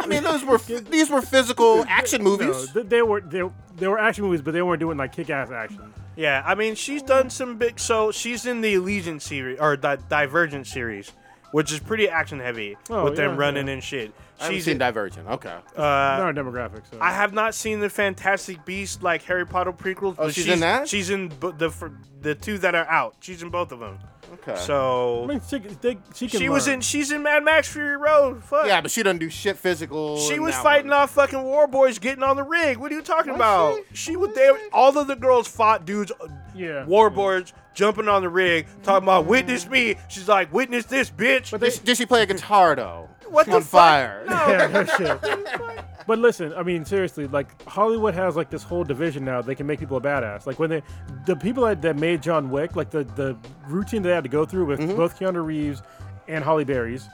[SPEAKER 4] I mean, those were these were physical action
[SPEAKER 6] No,
[SPEAKER 4] movies.
[SPEAKER 6] th- they were they, they were action movies, but they weren't doing like kick-ass action.
[SPEAKER 7] Ghul. Yeah, I mean, she's done some big. So she's in the Allegiant series or the Divergent series, which is pretty action heavy
[SPEAKER 6] Oh,
[SPEAKER 7] with them
[SPEAKER 6] yeah,
[SPEAKER 7] running and shit. She's in.
[SPEAKER 4] Divergent. Okay.
[SPEAKER 7] uh,
[SPEAKER 6] Not our demographic. So.
[SPEAKER 7] I have not seen the Fantastic Beast like Harry Potter prequels. but
[SPEAKER 4] Oh, she's in that?
[SPEAKER 7] She's in b- the fir- the two that are out. She's in both of them.
[SPEAKER 4] Okay.
[SPEAKER 6] I
[SPEAKER 7] So
[SPEAKER 6] mean, she, they, she, can
[SPEAKER 7] she was
[SPEAKER 6] learn.
[SPEAKER 7] in. She's in Mad Max Fury Road. Fuck.
[SPEAKER 4] yeah, but she doesn't do shit physical.
[SPEAKER 7] She
[SPEAKER 4] in
[SPEAKER 7] was
[SPEAKER 4] that
[SPEAKER 7] fighting
[SPEAKER 4] one.
[SPEAKER 7] off fucking war boys getting on the rig. What are you talking about?
[SPEAKER 4] she?
[SPEAKER 7] She, was there. All of the girls fought dudes, uh,
[SPEAKER 6] Yeah.
[SPEAKER 7] war boys jumping on the rig, talking about witness me. She's like, witness this bitch.
[SPEAKER 4] Did she, did she play a guitar though?
[SPEAKER 7] What
[SPEAKER 4] She
[SPEAKER 7] the
[SPEAKER 4] on
[SPEAKER 7] fuck?
[SPEAKER 4] fire?
[SPEAKER 6] Yeah, no
[SPEAKER 4] [laughs]
[SPEAKER 6] shit. But listen, I mean, seriously, like Hollywood has like this whole division now. They can make people a badass. Like when they, the people that, that made John Wick, like the the routine they had to go through with
[SPEAKER 4] Mm-hmm.
[SPEAKER 6] both Keanu Reeves and Holly Berry's,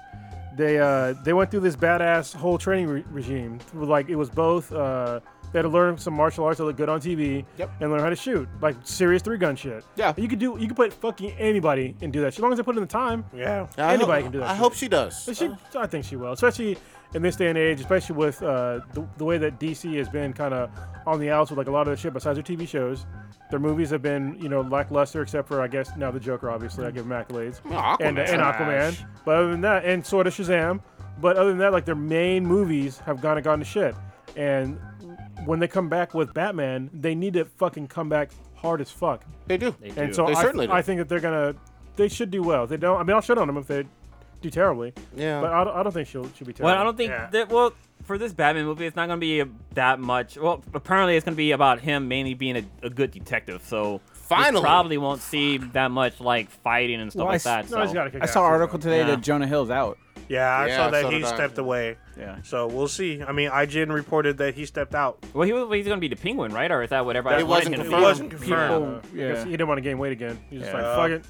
[SPEAKER 6] they uh they went through this badass whole training re- regime. Like it was both. uh they had to learn some martial arts to look good on TV
[SPEAKER 4] Yep.
[SPEAKER 6] and learn how to shoot, like serious three gun shit.
[SPEAKER 4] Yeah.
[SPEAKER 6] you could do, you could put fucking anybody and do that, as long as they put in the time.
[SPEAKER 7] yeah.
[SPEAKER 4] I
[SPEAKER 6] anybody
[SPEAKER 4] hope-
[SPEAKER 6] can do that.
[SPEAKER 4] I
[SPEAKER 6] shit.
[SPEAKER 4] hope she does.
[SPEAKER 6] But She, I think she will, especially in this day and age, especially with uh, the, the way that DC has been kind of on the outs with like a lot of the shit besides their TV shows. Their movies have been, you know, lackluster, except for I guess now the Joker. Obviously, I give him accolades
[SPEAKER 4] Aw,
[SPEAKER 6] and, uh,
[SPEAKER 4] Aquaman.
[SPEAKER 6] and Aquaman. But other than that, and sort of Shazam. But other than that, like their main movies have gone and gone to shit. And when they come back with Batman, they need to fucking come back hard as fuck.
[SPEAKER 4] they do.
[SPEAKER 6] And so
[SPEAKER 4] They
[SPEAKER 6] I,
[SPEAKER 4] certainly do.
[SPEAKER 6] I think that they're gonna, they should do well. If they don't. I mean, I'll shit on them if they do terribly.
[SPEAKER 4] Yeah.
[SPEAKER 6] But I don't, I don't think she'll she'll be terrible.
[SPEAKER 8] Well, I don't think
[SPEAKER 7] Yeah.
[SPEAKER 8] that. Well, for this Batman movie, it's not going to be that much. Well, apparently, it's going to be about him mainly being a, a good detective. So
[SPEAKER 4] Finally.
[SPEAKER 8] we probably won't see that much like fighting and stuff
[SPEAKER 5] Well, I
[SPEAKER 8] like
[SPEAKER 5] s-
[SPEAKER 8] that.
[SPEAKER 6] No, he's
[SPEAKER 8] so.
[SPEAKER 6] got to kick
[SPEAKER 5] I saw
[SPEAKER 6] ass.
[SPEAKER 5] an article today
[SPEAKER 8] Yeah.
[SPEAKER 5] that Jonah Hill's out.
[SPEAKER 7] Yeah, I
[SPEAKER 4] Yeah,
[SPEAKER 7] saw that
[SPEAKER 4] so
[SPEAKER 7] he
[SPEAKER 4] did I.
[SPEAKER 7] stepped away.
[SPEAKER 5] Yeah.
[SPEAKER 7] So we'll see. I mean, IGN reported that he stepped out.
[SPEAKER 8] well, he was, he's going to be the Penguin, right? Or is that whatever?
[SPEAKER 4] It
[SPEAKER 8] I wanted
[SPEAKER 4] wasn't
[SPEAKER 8] [laughs] him to be?
[SPEAKER 7] It wasn't
[SPEAKER 6] Uh,
[SPEAKER 7] confirmed.
[SPEAKER 5] Oh,
[SPEAKER 6] I guess
[SPEAKER 5] yeah.
[SPEAKER 6] he didn't want to gain weight again. He's just
[SPEAKER 7] Yeah.
[SPEAKER 6] like, fuck it.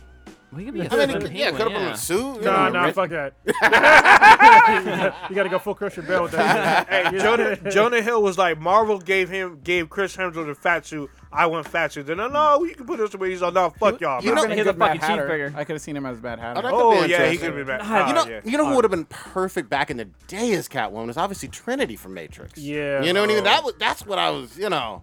[SPEAKER 8] Well, he could be a
[SPEAKER 4] I mean,
[SPEAKER 8] fucking
[SPEAKER 4] it- yeah,
[SPEAKER 8] penguin,
[SPEAKER 4] could have been
[SPEAKER 8] yeah.
[SPEAKER 4] a suit. you
[SPEAKER 6] Nah,
[SPEAKER 4] know,
[SPEAKER 6] nah,
[SPEAKER 4] red-
[SPEAKER 6] fuck that. you got to go full Christian Bale with that.
[SPEAKER 7] Hey, Jonah,
[SPEAKER 4] [laughs]
[SPEAKER 7] Jonah Hill was like, Marvel gave him gave Chris Hemsworth a fat suit. I want fat suit. Then no, no, you can put us away. He's like, no, fuck y'all.
[SPEAKER 4] you
[SPEAKER 7] man."
[SPEAKER 4] know-
[SPEAKER 5] Been a
[SPEAKER 8] He's a
[SPEAKER 5] good Mad
[SPEAKER 8] fucking
[SPEAKER 5] Hatter.
[SPEAKER 8] cheeseburger.
[SPEAKER 5] I could have seen him as Bad
[SPEAKER 4] Oh, that
[SPEAKER 5] Hatter.
[SPEAKER 4] could
[SPEAKER 7] oh
[SPEAKER 4] be
[SPEAKER 7] yeah, he
[SPEAKER 4] interesting.
[SPEAKER 7] could be back.
[SPEAKER 8] Ah,
[SPEAKER 7] Oh,
[SPEAKER 4] You know,
[SPEAKER 7] yeah.
[SPEAKER 4] you know who would have been perfect back in the day as Catwoman is obviously Trinity from Matrix.
[SPEAKER 6] Yeah.
[SPEAKER 4] You know what I mean?
[SPEAKER 6] Oh.
[SPEAKER 4] That was that's what I was. You know.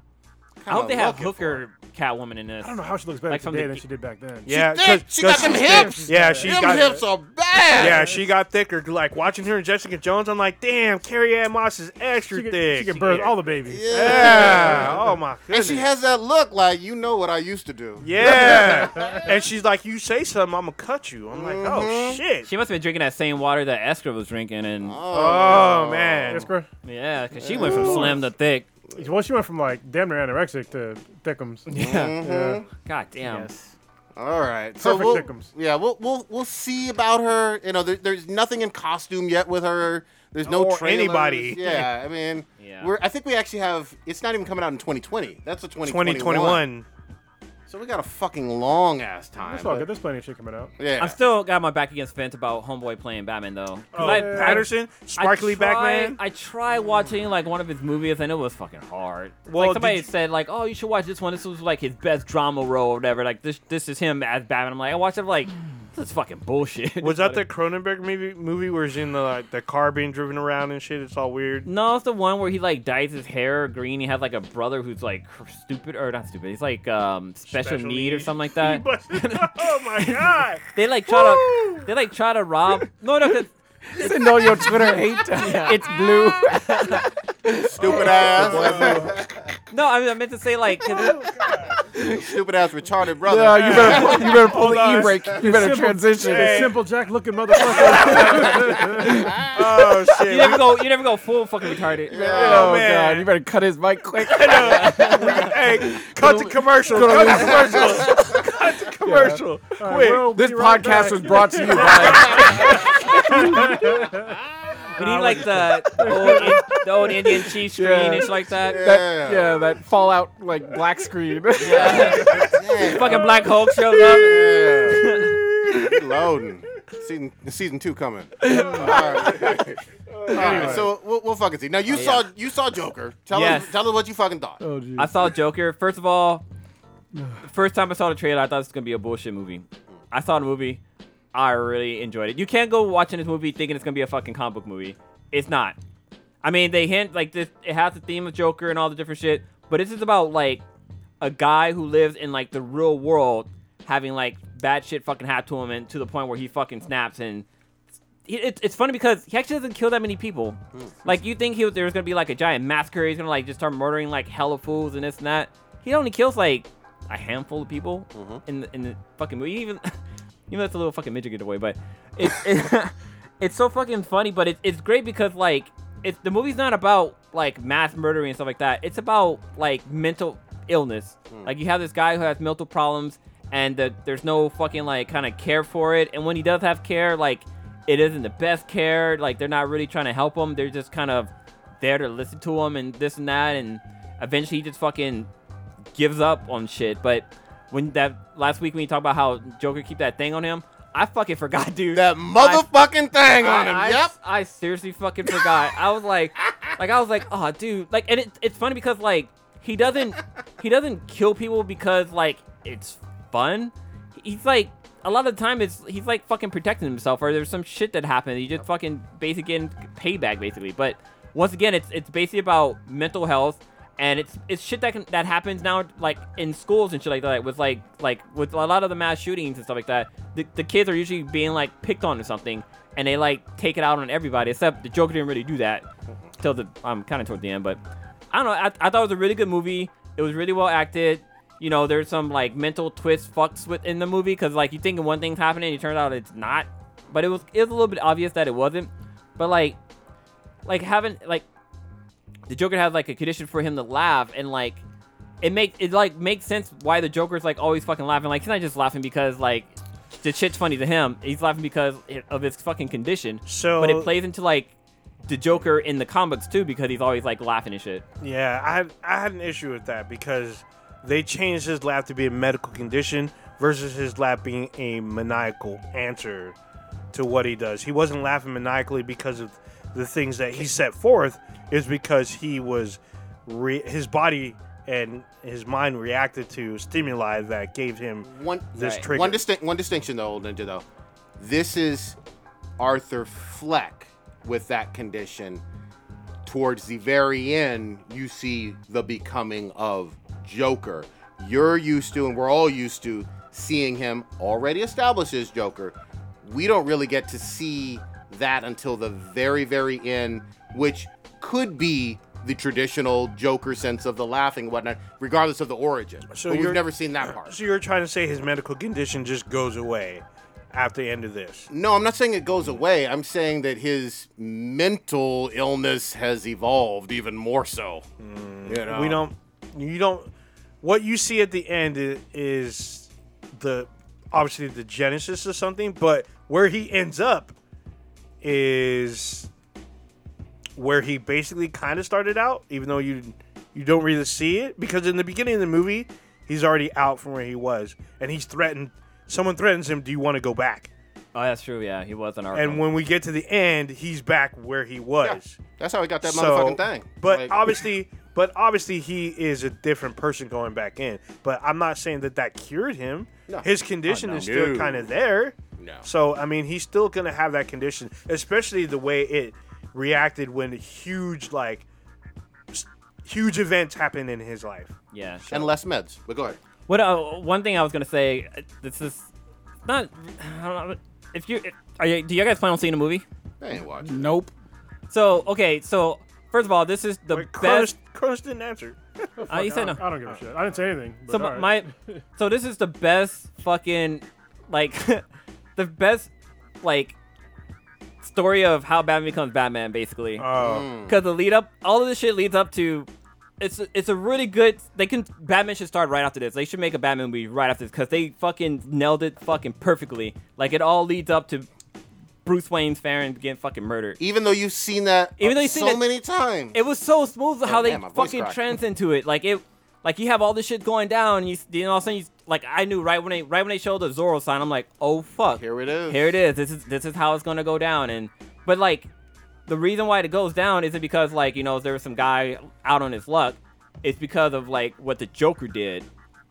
[SPEAKER 8] I hope they have
[SPEAKER 4] kinda looking for.
[SPEAKER 8] Hooker Catwoman in this.
[SPEAKER 6] I don't know how she looks better
[SPEAKER 8] Like from
[SPEAKER 6] today
[SPEAKER 8] the
[SPEAKER 6] than
[SPEAKER 8] be-
[SPEAKER 6] she did back then.
[SPEAKER 7] Yeah,
[SPEAKER 4] She thick.
[SPEAKER 7] 'cause-
[SPEAKER 4] She got
[SPEAKER 7] 'cause
[SPEAKER 4] them
[SPEAKER 7] she's
[SPEAKER 4] hips.
[SPEAKER 7] thick. Yeah, she's
[SPEAKER 4] them
[SPEAKER 7] got
[SPEAKER 4] hips are bad.
[SPEAKER 7] Yeah, she got thicker. Like watching her and Jessica Jones, I'm like, damn, Carrie Ann Moss is extra
[SPEAKER 6] She could,
[SPEAKER 7] thick.
[SPEAKER 6] she could birth all the babies.
[SPEAKER 7] Yeah. Oh my
[SPEAKER 4] and
[SPEAKER 7] goodness.
[SPEAKER 4] she has that look like you know what I used to do.
[SPEAKER 7] Yeah. and she's like, you say something, I'm gonna cut you. I'm like, oh shit.
[SPEAKER 8] She must have been drinking that same water that Escra was drinking, and
[SPEAKER 7] oh man.
[SPEAKER 6] That's great.
[SPEAKER 8] yeah, because she went from slim to thick.
[SPEAKER 6] Well, she went from like damn near anorexic to thickums.
[SPEAKER 8] Yeah.
[SPEAKER 6] Yeah.
[SPEAKER 8] God damn.
[SPEAKER 5] Yes.
[SPEAKER 4] All right. So
[SPEAKER 6] Perfect
[SPEAKER 4] we'll,
[SPEAKER 6] thickums.
[SPEAKER 4] yeah, we'll we'll we'll see about her. You know, there, there's nothing in costume yet with her. There's no
[SPEAKER 7] Or
[SPEAKER 4] trailers.
[SPEAKER 7] anybody.
[SPEAKER 4] Yeah, I mean,
[SPEAKER 8] Yeah.
[SPEAKER 4] we're I think we actually have. It's not even coming out in 2020. That's a 2021.
[SPEAKER 7] 2021.
[SPEAKER 4] So we got a fucking long ass time.
[SPEAKER 6] That's all good.
[SPEAKER 4] but-
[SPEAKER 6] There's plenty of shit coming out.
[SPEAKER 4] Yeah.
[SPEAKER 8] I'm still got my back against fence about Homeboy playing Batman though. 'Cause
[SPEAKER 7] Oh,
[SPEAKER 8] I- I-
[SPEAKER 7] Patterson,
[SPEAKER 8] I
[SPEAKER 7] sparkly
[SPEAKER 8] try-
[SPEAKER 7] Batman.
[SPEAKER 8] I tried watching like one of his movies, and it was fucking hard.
[SPEAKER 7] Well,
[SPEAKER 8] like somebody
[SPEAKER 7] did you-
[SPEAKER 8] said, like, "Oh, you should watch this one. This was like his best drama role, or whatever." Like this, this is him as Batman. I'm like, I watched it, I'm like, this is fucking bullshit.
[SPEAKER 7] Was that
[SPEAKER 8] But-
[SPEAKER 7] the Cronenberg movie, movie where he's in the like, the car being driven around and shit? It's all weird.
[SPEAKER 8] No, it's the one where he like dyes his hair green. He had like a brother who's like cr- stupid or not stupid. He's like um special,
[SPEAKER 7] Special
[SPEAKER 8] need, or
[SPEAKER 7] need.
[SPEAKER 8] something like [laughs] that.
[SPEAKER 7] oh my god!
[SPEAKER 8] [laughs] they like try to they like try to rob. [laughs] No, no, 'cause
[SPEAKER 5] Send all your Twitter hate. to-
[SPEAKER 8] it's [laughs] blue.
[SPEAKER 4] Stupid ass.
[SPEAKER 8] No, I, mean, I meant to say like 'cause it-
[SPEAKER 4] Stupid ass retarded brother.
[SPEAKER 5] No, you better pull, you better pull the
[SPEAKER 7] on.
[SPEAKER 5] e brake. You better transition.
[SPEAKER 6] The simple jack looking motherfucker.
[SPEAKER 7] Oh shit! [laughs]
[SPEAKER 8] you never go you never go full fucking retarded.
[SPEAKER 5] Oh
[SPEAKER 7] man.
[SPEAKER 5] god, you better cut his mic quick.
[SPEAKER 7] hey, cut to commercial.
[SPEAKER 5] Go to-
[SPEAKER 7] Cut to commercial. cut to commercial. Quick.
[SPEAKER 6] We'll
[SPEAKER 5] This
[SPEAKER 6] be right
[SPEAKER 5] podcast
[SPEAKER 6] back.
[SPEAKER 5] was brought to you by
[SPEAKER 8] We need like the old, in, the old Indian chief screen
[SPEAKER 5] Yeah.
[SPEAKER 8] and shit like that.
[SPEAKER 5] that, uh, yeah, that Fallout like black screen. [laughs]
[SPEAKER 4] Damn.
[SPEAKER 8] [laughs] Fucking Black Hulk shows up.
[SPEAKER 4] Loading. Season season two
[SPEAKER 8] [laughs]
[SPEAKER 4] coming. All right. All right, so we'll, we'll fucking see. Now you saw you saw Joker. Tell
[SPEAKER 8] Yes.
[SPEAKER 4] us tell us what you fucking thought.
[SPEAKER 5] oh, geez.
[SPEAKER 8] I saw Joker. First of all, the first time I saw the trailer, I thought it was gonna be a bullshit movie. I saw the movie. I really enjoyed it. You can't go watching this movie thinking it's gonna be a fucking comic book movie. It's not. I mean, they hint like this. It has the theme of Joker and all the different shit, but this is about like a guy who lives in like the real world having like bad shit fucking happen to him, and to the point where he fucking snaps and he- it, it's funny because he actually doesn't kill that many people. Like you think he was, there was gonna be like a giant massacre, he's gonna like just start murdering like hella fools and this and that. He only kills like a handful of people in the in the fucking movie. Even [laughs] even that's a little fucking midget getaway, but it's it, it's so fucking funny. But it, it's great because like it's the movie's not about like mass murdering and stuff like that. It's about like mental illness. Like you have this guy who has mental problems, and the, there's no fucking like kind of care for it. And when he does have care, like it isn't the best care. Like they're not really trying to help him. They're just kind of there to listen to him and this and that. And eventually he just fucking gives up on shit. But when that last week when you talked about how Joker keep that thing on him, I fucking [laughs] forgot, dude.
[SPEAKER 4] That
[SPEAKER 8] I-
[SPEAKER 4] motherfucking thing on him.
[SPEAKER 8] I,
[SPEAKER 4] yep.
[SPEAKER 8] I, I seriously fucking forgot. I
[SPEAKER 4] [laughs]
[SPEAKER 8] was like, like I was like, oh, dude, like, and it, it's funny because like he doesn't, he doesn't kill people because like it's fun. He's like, a lot of the time it's he's like fucking protecting himself or there's some shit that happened. He just fucking basically getting payback basically. But once again, it's it's basically about mental health. And it's it's shit that can, that happens now, like in schools and shit like that. With like like with a lot of the mass shootings and stuff like that, the, the kids are usually being like picked on or something, and they like take it out on everybody. Except the Joker didn't really do that till the um kind of toward the end. But I don't know. I, I thought it was a really good movie. It was really well acted. You know, there's some like mental twist fucks within the movie because like you think one thing's happening, it turns out it's not. But it was it was a little bit obvious that it wasn't. But like like having like the Joker has like a condition for him to laugh and like it makes it like makes sense why the Joker's like always fucking laughing. Like he's not just laughing because like the shit's funny to him. He's laughing because of his fucking condition.
[SPEAKER 7] So-
[SPEAKER 8] but it plays into like the Joker in the comics too because he's always like laughing and shit.
[SPEAKER 7] Yeah, I had I had an issue with that because they changed his laugh to be a medical condition versus his laugh being a maniacal answer to what he does. He wasn't laughing maniacally because of the things that he set forth. Is because he was re- his body and his mind reacted to stimuli that gave him
[SPEAKER 4] One
[SPEAKER 7] this
[SPEAKER 8] Right.
[SPEAKER 7] trigger.
[SPEAKER 4] one distinct one distinction though, old ninja though. This is Arthur Fleck with that condition. Towards the very end, you see the becoming of Joker. you're used to and we're all used to seeing him already established as Joker. We don't really get to see that until the very, very end, which could be the traditional Joker sense of the laughing and whatnot, regardless of the origin.
[SPEAKER 7] So
[SPEAKER 4] but we've
[SPEAKER 7] you're-
[SPEAKER 4] never seen
[SPEAKER 7] [clears throat]
[SPEAKER 4] that part.
[SPEAKER 7] So you're trying to say his medical condition just goes away at the end of this?
[SPEAKER 4] No, I'm not saying it goes away. I'm saying that his mental illness has evolved even more so.
[SPEAKER 8] Mm.
[SPEAKER 4] You know?
[SPEAKER 7] We don't. You don't. What you see at the end i- is the obviously the genesis of something, but where he ends up is where he basically kind of started out, even though you you don't really see it because in the beginning of the movie he's already out from where he was, and he's threatened. Someone threatens him. Do you want to go back?
[SPEAKER 8] Oh, that's true. Yeah, he was an Arkham.
[SPEAKER 7] And when we get to the end, he's back where he was.
[SPEAKER 4] That's how he got that
[SPEAKER 7] So-
[SPEAKER 4] motherfucking thing.
[SPEAKER 7] But
[SPEAKER 4] Like-
[SPEAKER 7] obviously, but obviously, he is a different person going back in. But I'm not saying that that cured him. His condition
[SPEAKER 8] Oh,
[SPEAKER 7] is still
[SPEAKER 4] No.
[SPEAKER 7] kind of there.
[SPEAKER 4] No.
[SPEAKER 7] So I mean, he's still gonna have that condition, especially the way it reacted when huge like s- huge events happened in his life.
[SPEAKER 8] yeah. sure.
[SPEAKER 4] and less meds. But go ahead.
[SPEAKER 8] What uh, one thing I was gonna say? uh, This is not. [sighs] I don't know. If you are you, do you guys plan on seeing the movie?
[SPEAKER 4] I ain't watching.
[SPEAKER 5] Nope.
[SPEAKER 8] So okay, so first of all, this is the
[SPEAKER 7] Wait, Cronus,
[SPEAKER 8] best.
[SPEAKER 7] Cronus didn't answer.
[SPEAKER 8] Uh, you said no.
[SPEAKER 6] I don't give a shit. I didn't say anything. But
[SPEAKER 8] So
[SPEAKER 6] all right.
[SPEAKER 8] my, so this is the best fucking, like, [laughs] the best like story of how Batman becomes Batman, basically.
[SPEAKER 7] Oh.
[SPEAKER 8] Because the lead up, all of this shit leads up to. It's a, it's a really good. They can Batman should start right after this. They should make a Batman movie right after this because they fucking nailed it fucking perfectly. Like it all leads up to Bruce Wayne's parents getting fucking murdered.
[SPEAKER 4] Even though you've seen that
[SPEAKER 8] Even though you've
[SPEAKER 4] so
[SPEAKER 8] seen that-
[SPEAKER 4] many times.
[SPEAKER 8] It was so smooth how
[SPEAKER 4] Oh, man, my
[SPEAKER 8] they
[SPEAKER 4] voice
[SPEAKER 8] fucking
[SPEAKER 4] cracked.
[SPEAKER 8] trans into it. Like it, like you have all this shit going down. And you, s- you know, all of a sudden, you, s- like I knew right when they right when they showed the Zorro sign, I'm like, oh fuck,
[SPEAKER 4] Here it is.
[SPEAKER 8] here it is. This is this is how it's gonna go down. And but like the reason why it goes down isn't because like you know there was some guy out on his luck. It's because of like what the Joker did.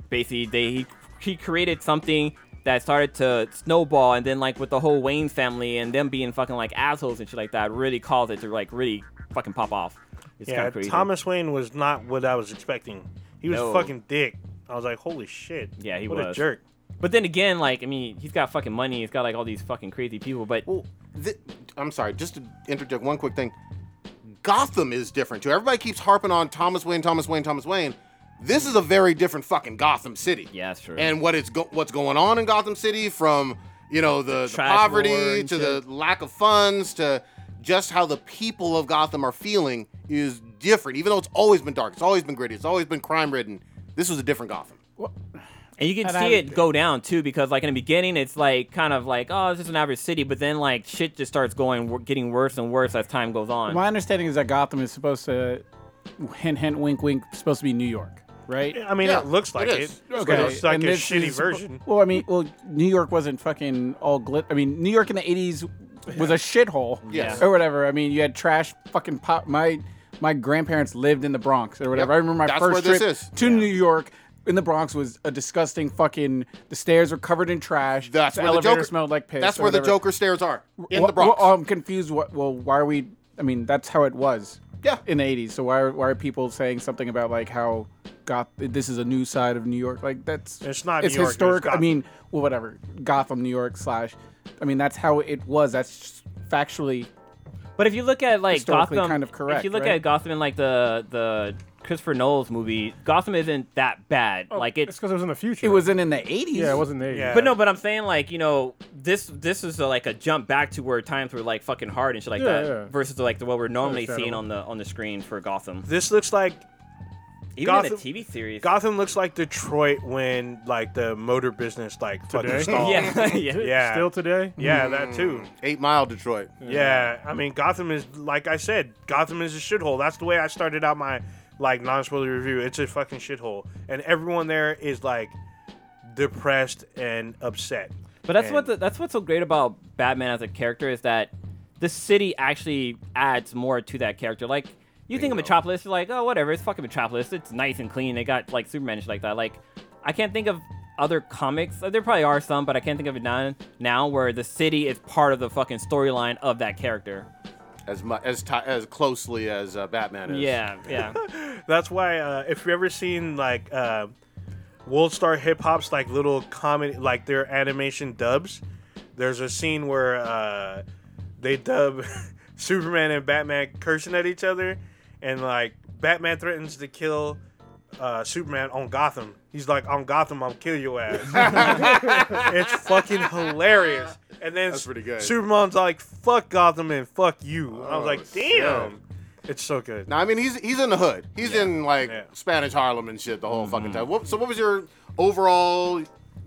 [SPEAKER 8] Basically, they he, he created something that started to snowball, and then like with the whole Wayne family and them being fucking like assholes and shit like that, really caused it to like really fucking pop off. It's kind
[SPEAKER 7] Yeah,
[SPEAKER 8] of crazy.
[SPEAKER 7] Thomas Wayne was not what I was expecting. He was
[SPEAKER 8] No.
[SPEAKER 7] a fucking dick. I was like, holy shit.
[SPEAKER 8] Yeah, he
[SPEAKER 7] what a
[SPEAKER 8] was.
[SPEAKER 7] jerk.
[SPEAKER 8] But then again, like I mean, he's got fucking money. He's got like all these fucking crazy people. But
[SPEAKER 4] Well, th- I'm sorry, just to interject one quick thing. Gotham is different too. Everybody keeps harping on Thomas Wayne, Thomas Wayne, Thomas Wayne. This is a very different fucking Gotham City.
[SPEAKER 8] Yeah, that's true.
[SPEAKER 4] And what it's go- what's going on in Gotham City from you know the, the
[SPEAKER 8] Trash war
[SPEAKER 4] poverty
[SPEAKER 8] and
[SPEAKER 4] to the lack of funds to just how the people of Gotham are feeling is different. Even though it's always been dark, it's always been gritty, it's always been crime ridden. This was a different Gotham.
[SPEAKER 8] And you can
[SPEAKER 5] And
[SPEAKER 8] see
[SPEAKER 5] I-
[SPEAKER 8] it go down too, because like in the beginning, it's like kind of like, oh, it's just an average city, but then like shit just starts going, wor- getting worse and worse as time goes on.
[SPEAKER 5] My understanding is that Gotham is supposed to, hint, hint, wink, wink, supposed to be New York, right?
[SPEAKER 7] I mean,
[SPEAKER 4] Yeah,
[SPEAKER 7] it looks
[SPEAKER 4] it
[SPEAKER 7] like it.
[SPEAKER 4] is.
[SPEAKER 7] Okay. It's like
[SPEAKER 5] and
[SPEAKER 7] a
[SPEAKER 5] this
[SPEAKER 7] shitty
[SPEAKER 5] is-
[SPEAKER 7] version.
[SPEAKER 5] Well, I mean, well, New York wasn't fucking all glit. I mean, New York in the '80s was a shithole,
[SPEAKER 4] Yes.
[SPEAKER 5] or whatever. I mean, you had trash fucking pop. My my grandparents lived in the Bronx or whatever.
[SPEAKER 4] Yep.
[SPEAKER 5] I remember my
[SPEAKER 4] That's
[SPEAKER 5] first
[SPEAKER 4] where this
[SPEAKER 5] trip
[SPEAKER 4] is.
[SPEAKER 5] to New York. In the Bronx was a disgusting fucking. The stairs were covered in trash.
[SPEAKER 4] That's
[SPEAKER 5] the
[SPEAKER 4] where the
[SPEAKER 5] elevator
[SPEAKER 4] Joker
[SPEAKER 5] smelled like piss.
[SPEAKER 4] That's
[SPEAKER 5] or
[SPEAKER 4] where the
[SPEAKER 5] whatever. uh,
[SPEAKER 4] Joker stairs are in
[SPEAKER 5] Wh-
[SPEAKER 4] the Bronx.
[SPEAKER 5] Well, I'm confused. What? Well, why are we? I mean, that's how it was.
[SPEAKER 4] Yeah.
[SPEAKER 5] In the '80s, so why are, why are people saying something about like how Goth? This is a new side of New York. Like that's
[SPEAKER 7] It's not
[SPEAKER 5] It's
[SPEAKER 7] New York, it's
[SPEAKER 5] historic. I
[SPEAKER 7] Gotham.
[SPEAKER 5] mean, well, whatever. Gotham, New York slash. I mean, that's how it was. That's just factually.
[SPEAKER 8] But if you look at like
[SPEAKER 5] Historically
[SPEAKER 8] Gotham,
[SPEAKER 5] kind of correct,
[SPEAKER 8] if you look
[SPEAKER 5] right?
[SPEAKER 8] at Gotham in like the the Christopher Knowles movie, Gotham isn't that bad. like
[SPEAKER 6] it's because it was in the future.
[SPEAKER 5] It wasn't in the '80s.
[SPEAKER 6] Yeah, it wasn't there.
[SPEAKER 7] Yeah.
[SPEAKER 8] But no, but I'm saying like you know this this is a, like a jump back to where times were like fucking hard and shit like
[SPEAKER 6] Yeah,
[SPEAKER 8] that
[SPEAKER 6] yeah.
[SPEAKER 8] versus like the, what we're normally seeing
[SPEAKER 6] Understandable.
[SPEAKER 8] on the on the screen for Gotham.
[SPEAKER 7] This looks like
[SPEAKER 8] Even in
[SPEAKER 7] Gotham-
[SPEAKER 8] the TV series.
[SPEAKER 7] Gotham looks like Detroit when like the motor business like fucking
[SPEAKER 6] Today?
[SPEAKER 7] stalled.
[SPEAKER 8] [laughs] yeah, yeah.
[SPEAKER 7] Yeah.
[SPEAKER 6] Still today?
[SPEAKER 7] Yeah, that too.
[SPEAKER 4] Eight Mile, Detroit.
[SPEAKER 7] Yeah. I mean, Gotham is like I said, Gotham is a shithole. That's the way I started out my like non-spoiler review. It's a fucking shithole, and everyone there is like depressed and upset.
[SPEAKER 8] But that's what
[SPEAKER 7] And-
[SPEAKER 8] the, that's what's so great about Batman as a character is that the city actually adds more to that character. Like you think of Metropolis, you're like, oh whatever, it's fucking Metropolis. It's nice and clean. They got like Superman and shit like that. Like I can't think of other comics. uh, There probably are some, but I can't think of it now, now where the city is part of the fucking storyline of that character.
[SPEAKER 4] as mu- as ti as closely as uh, Batman is.
[SPEAKER 8] Yeah, yeah.
[SPEAKER 7] That's why uh, if you've ever seen like uh, World Star Hip Hop's like little comedy, like their animation dubs. There's a scene where uh, they dub [laughs] Superman and Batman cursing at each other, and like Batman threatens to kill uh, Superman on Gotham. He's like, "On Gotham, I'll kill
[SPEAKER 4] [laughs]
[SPEAKER 7] your ass." it's fucking hilarious. And then
[SPEAKER 4] That's pretty good.
[SPEAKER 7] Superman's like, "Fuck Gotham and fuck you." I was
[SPEAKER 4] Oh,
[SPEAKER 7] like,
[SPEAKER 4] shit.
[SPEAKER 7] "Damn." It's so good.
[SPEAKER 4] Now, I mean, he's he's in the hood. He's in like
[SPEAKER 7] Yeah.
[SPEAKER 4] Spanish Harlem and shit the whole fucking time. What, so, what was your overall?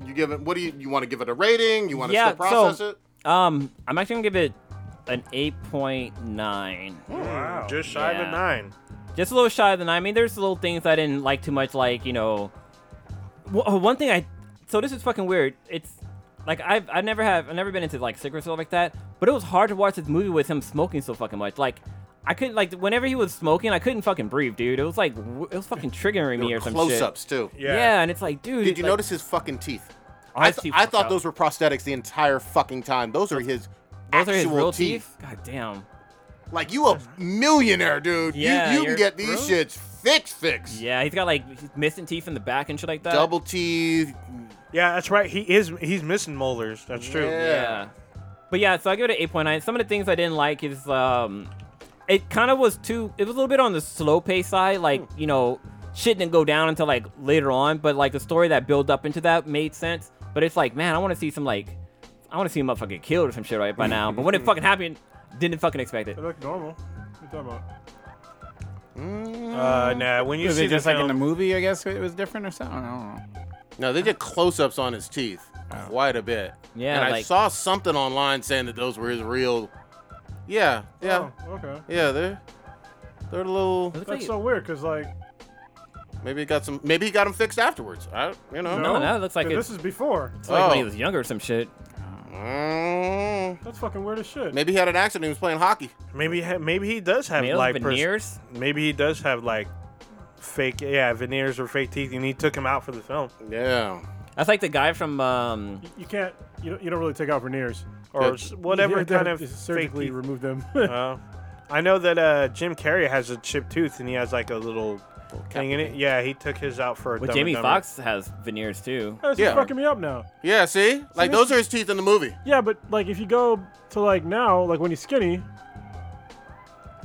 [SPEAKER 4] You give it. What do you you want to give it a rating? You want to
[SPEAKER 8] Yeah,
[SPEAKER 4] still process
[SPEAKER 8] so-
[SPEAKER 4] it?
[SPEAKER 8] Um, I'm actually gonna give it an 8.9.
[SPEAKER 7] Wow. Just shy of
[SPEAKER 8] Yeah.
[SPEAKER 7] a nine.
[SPEAKER 8] just a little shy of the nine. I mean, there's little things I didn't like too much, like you know, w- oh, one thing I. So this is fucking weird. It's like I've I never have I've never been into like cigarettes or stuff like that, but it was hard to watch this movie with him smoking so fucking much. Like I couldn't like whenever he was smoking, I couldn't fucking breathe, dude. It was like w- it was fucking triggering me or some shit.
[SPEAKER 4] Close-ups too.
[SPEAKER 8] Yeah. and it's like, dude.
[SPEAKER 4] Did you
[SPEAKER 8] like,
[SPEAKER 4] notice his fucking teeth?
[SPEAKER 8] Oh,
[SPEAKER 4] I,
[SPEAKER 8] his
[SPEAKER 4] th-
[SPEAKER 8] teeth
[SPEAKER 4] I
[SPEAKER 8] fucked
[SPEAKER 4] thought
[SPEAKER 8] up.
[SPEAKER 4] those were prosthetics the entire fucking time. Those are his
[SPEAKER 8] those are
[SPEAKER 4] actual
[SPEAKER 8] his real
[SPEAKER 4] teeth.
[SPEAKER 8] teeth? God damn.
[SPEAKER 4] Like you a millionaire, dude.
[SPEAKER 8] Yeah,
[SPEAKER 4] you you can
[SPEAKER 8] you're-
[SPEAKER 4] get these
[SPEAKER 8] bro.
[SPEAKER 4] shits fix fix.
[SPEAKER 8] Yeah, he's got like missing teeth in the back and shit like that.
[SPEAKER 4] Double teeth.
[SPEAKER 7] Yeah, that's right. He is. He's missing molars. That's true.
[SPEAKER 4] Yeah.
[SPEAKER 8] Yeah. But yeah, so I give it an 8.9. Some of the things I didn't like is um it kind of was too it was a little bit on the slow pace side, like,
[SPEAKER 4] Hmm.
[SPEAKER 8] you know, shit didn't go down until like later on, but like the story that built up into that made sense. But it's like, man, I want to see some like I want to see him fucking killed or some shit right by now. But when it
[SPEAKER 4] [laughs]
[SPEAKER 8] fucking happened, didn't fucking expect it.
[SPEAKER 6] It looked normal. What are you talking about?
[SPEAKER 7] Uh, nah. When you
[SPEAKER 5] Was
[SPEAKER 7] see
[SPEAKER 5] it just
[SPEAKER 7] the
[SPEAKER 5] like in the
[SPEAKER 7] film-
[SPEAKER 5] movie? I guess it was different or something. I don't know.
[SPEAKER 4] No, they did close-ups on his teeth
[SPEAKER 6] Oh.
[SPEAKER 4] quite a bit.
[SPEAKER 8] Yeah,
[SPEAKER 4] and I
[SPEAKER 8] like-
[SPEAKER 4] saw something online saying that those were his real. Yeah, yeah,
[SPEAKER 6] Oh, okay.
[SPEAKER 4] yeah. They're they're a little.
[SPEAKER 8] It looks
[SPEAKER 6] That's
[SPEAKER 8] like,
[SPEAKER 6] so weird because like
[SPEAKER 4] Maybe he got some. Maybe he got them fixed afterwards. I, you know.
[SPEAKER 8] No, that looks like
[SPEAKER 6] yeah, this
[SPEAKER 8] it's
[SPEAKER 6] is before.
[SPEAKER 8] it's like when he
[SPEAKER 4] Oh.
[SPEAKER 8] was younger or some shit.
[SPEAKER 4] Mm.
[SPEAKER 6] That's fucking weird as shit.
[SPEAKER 4] Maybe he had an accident. He was playing hockey.
[SPEAKER 7] Maybe. he- Maybe he does have
[SPEAKER 8] Nails,
[SPEAKER 7] like. pers-
[SPEAKER 8] veneers.
[SPEAKER 7] maybe he does have like fake. Yeah, veneers or fake teeth, and he took them out for the film.
[SPEAKER 4] Yeah.
[SPEAKER 8] That's like the guy from um
[SPEAKER 6] You can't. You don't, you don't really take out veneers.
[SPEAKER 7] Or
[SPEAKER 4] Good.
[SPEAKER 7] s- [laughs]
[SPEAKER 6] [laughs]
[SPEAKER 7] whatever
[SPEAKER 6] You have
[SPEAKER 7] kind
[SPEAKER 6] to
[SPEAKER 7] of fake
[SPEAKER 6] surgically
[SPEAKER 7] teeth.
[SPEAKER 6] remove them. [laughs]
[SPEAKER 7] Uh, I know that uh, Jim Carrey has a chipped tooth, and he has like a little thing in it. Yeah, he took his out for. a Dumb
[SPEAKER 8] with
[SPEAKER 7] and
[SPEAKER 8] Jamie
[SPEAKER 7] Dumber.
[SPEAKER 8] Foxx has veneers too.
[SPEAKER 6] That's
[SPEAKER 4] Yeah.
[SPEAKER 6] fucking me up now.
[SPEAKER 4] Yeah. See, like
[SPEAKER 6] this-
[SPEAKER 4] those are his teeth in the movie.
[SPEAKER 6] Yeah, but like if you go to like now, like when he's skinny,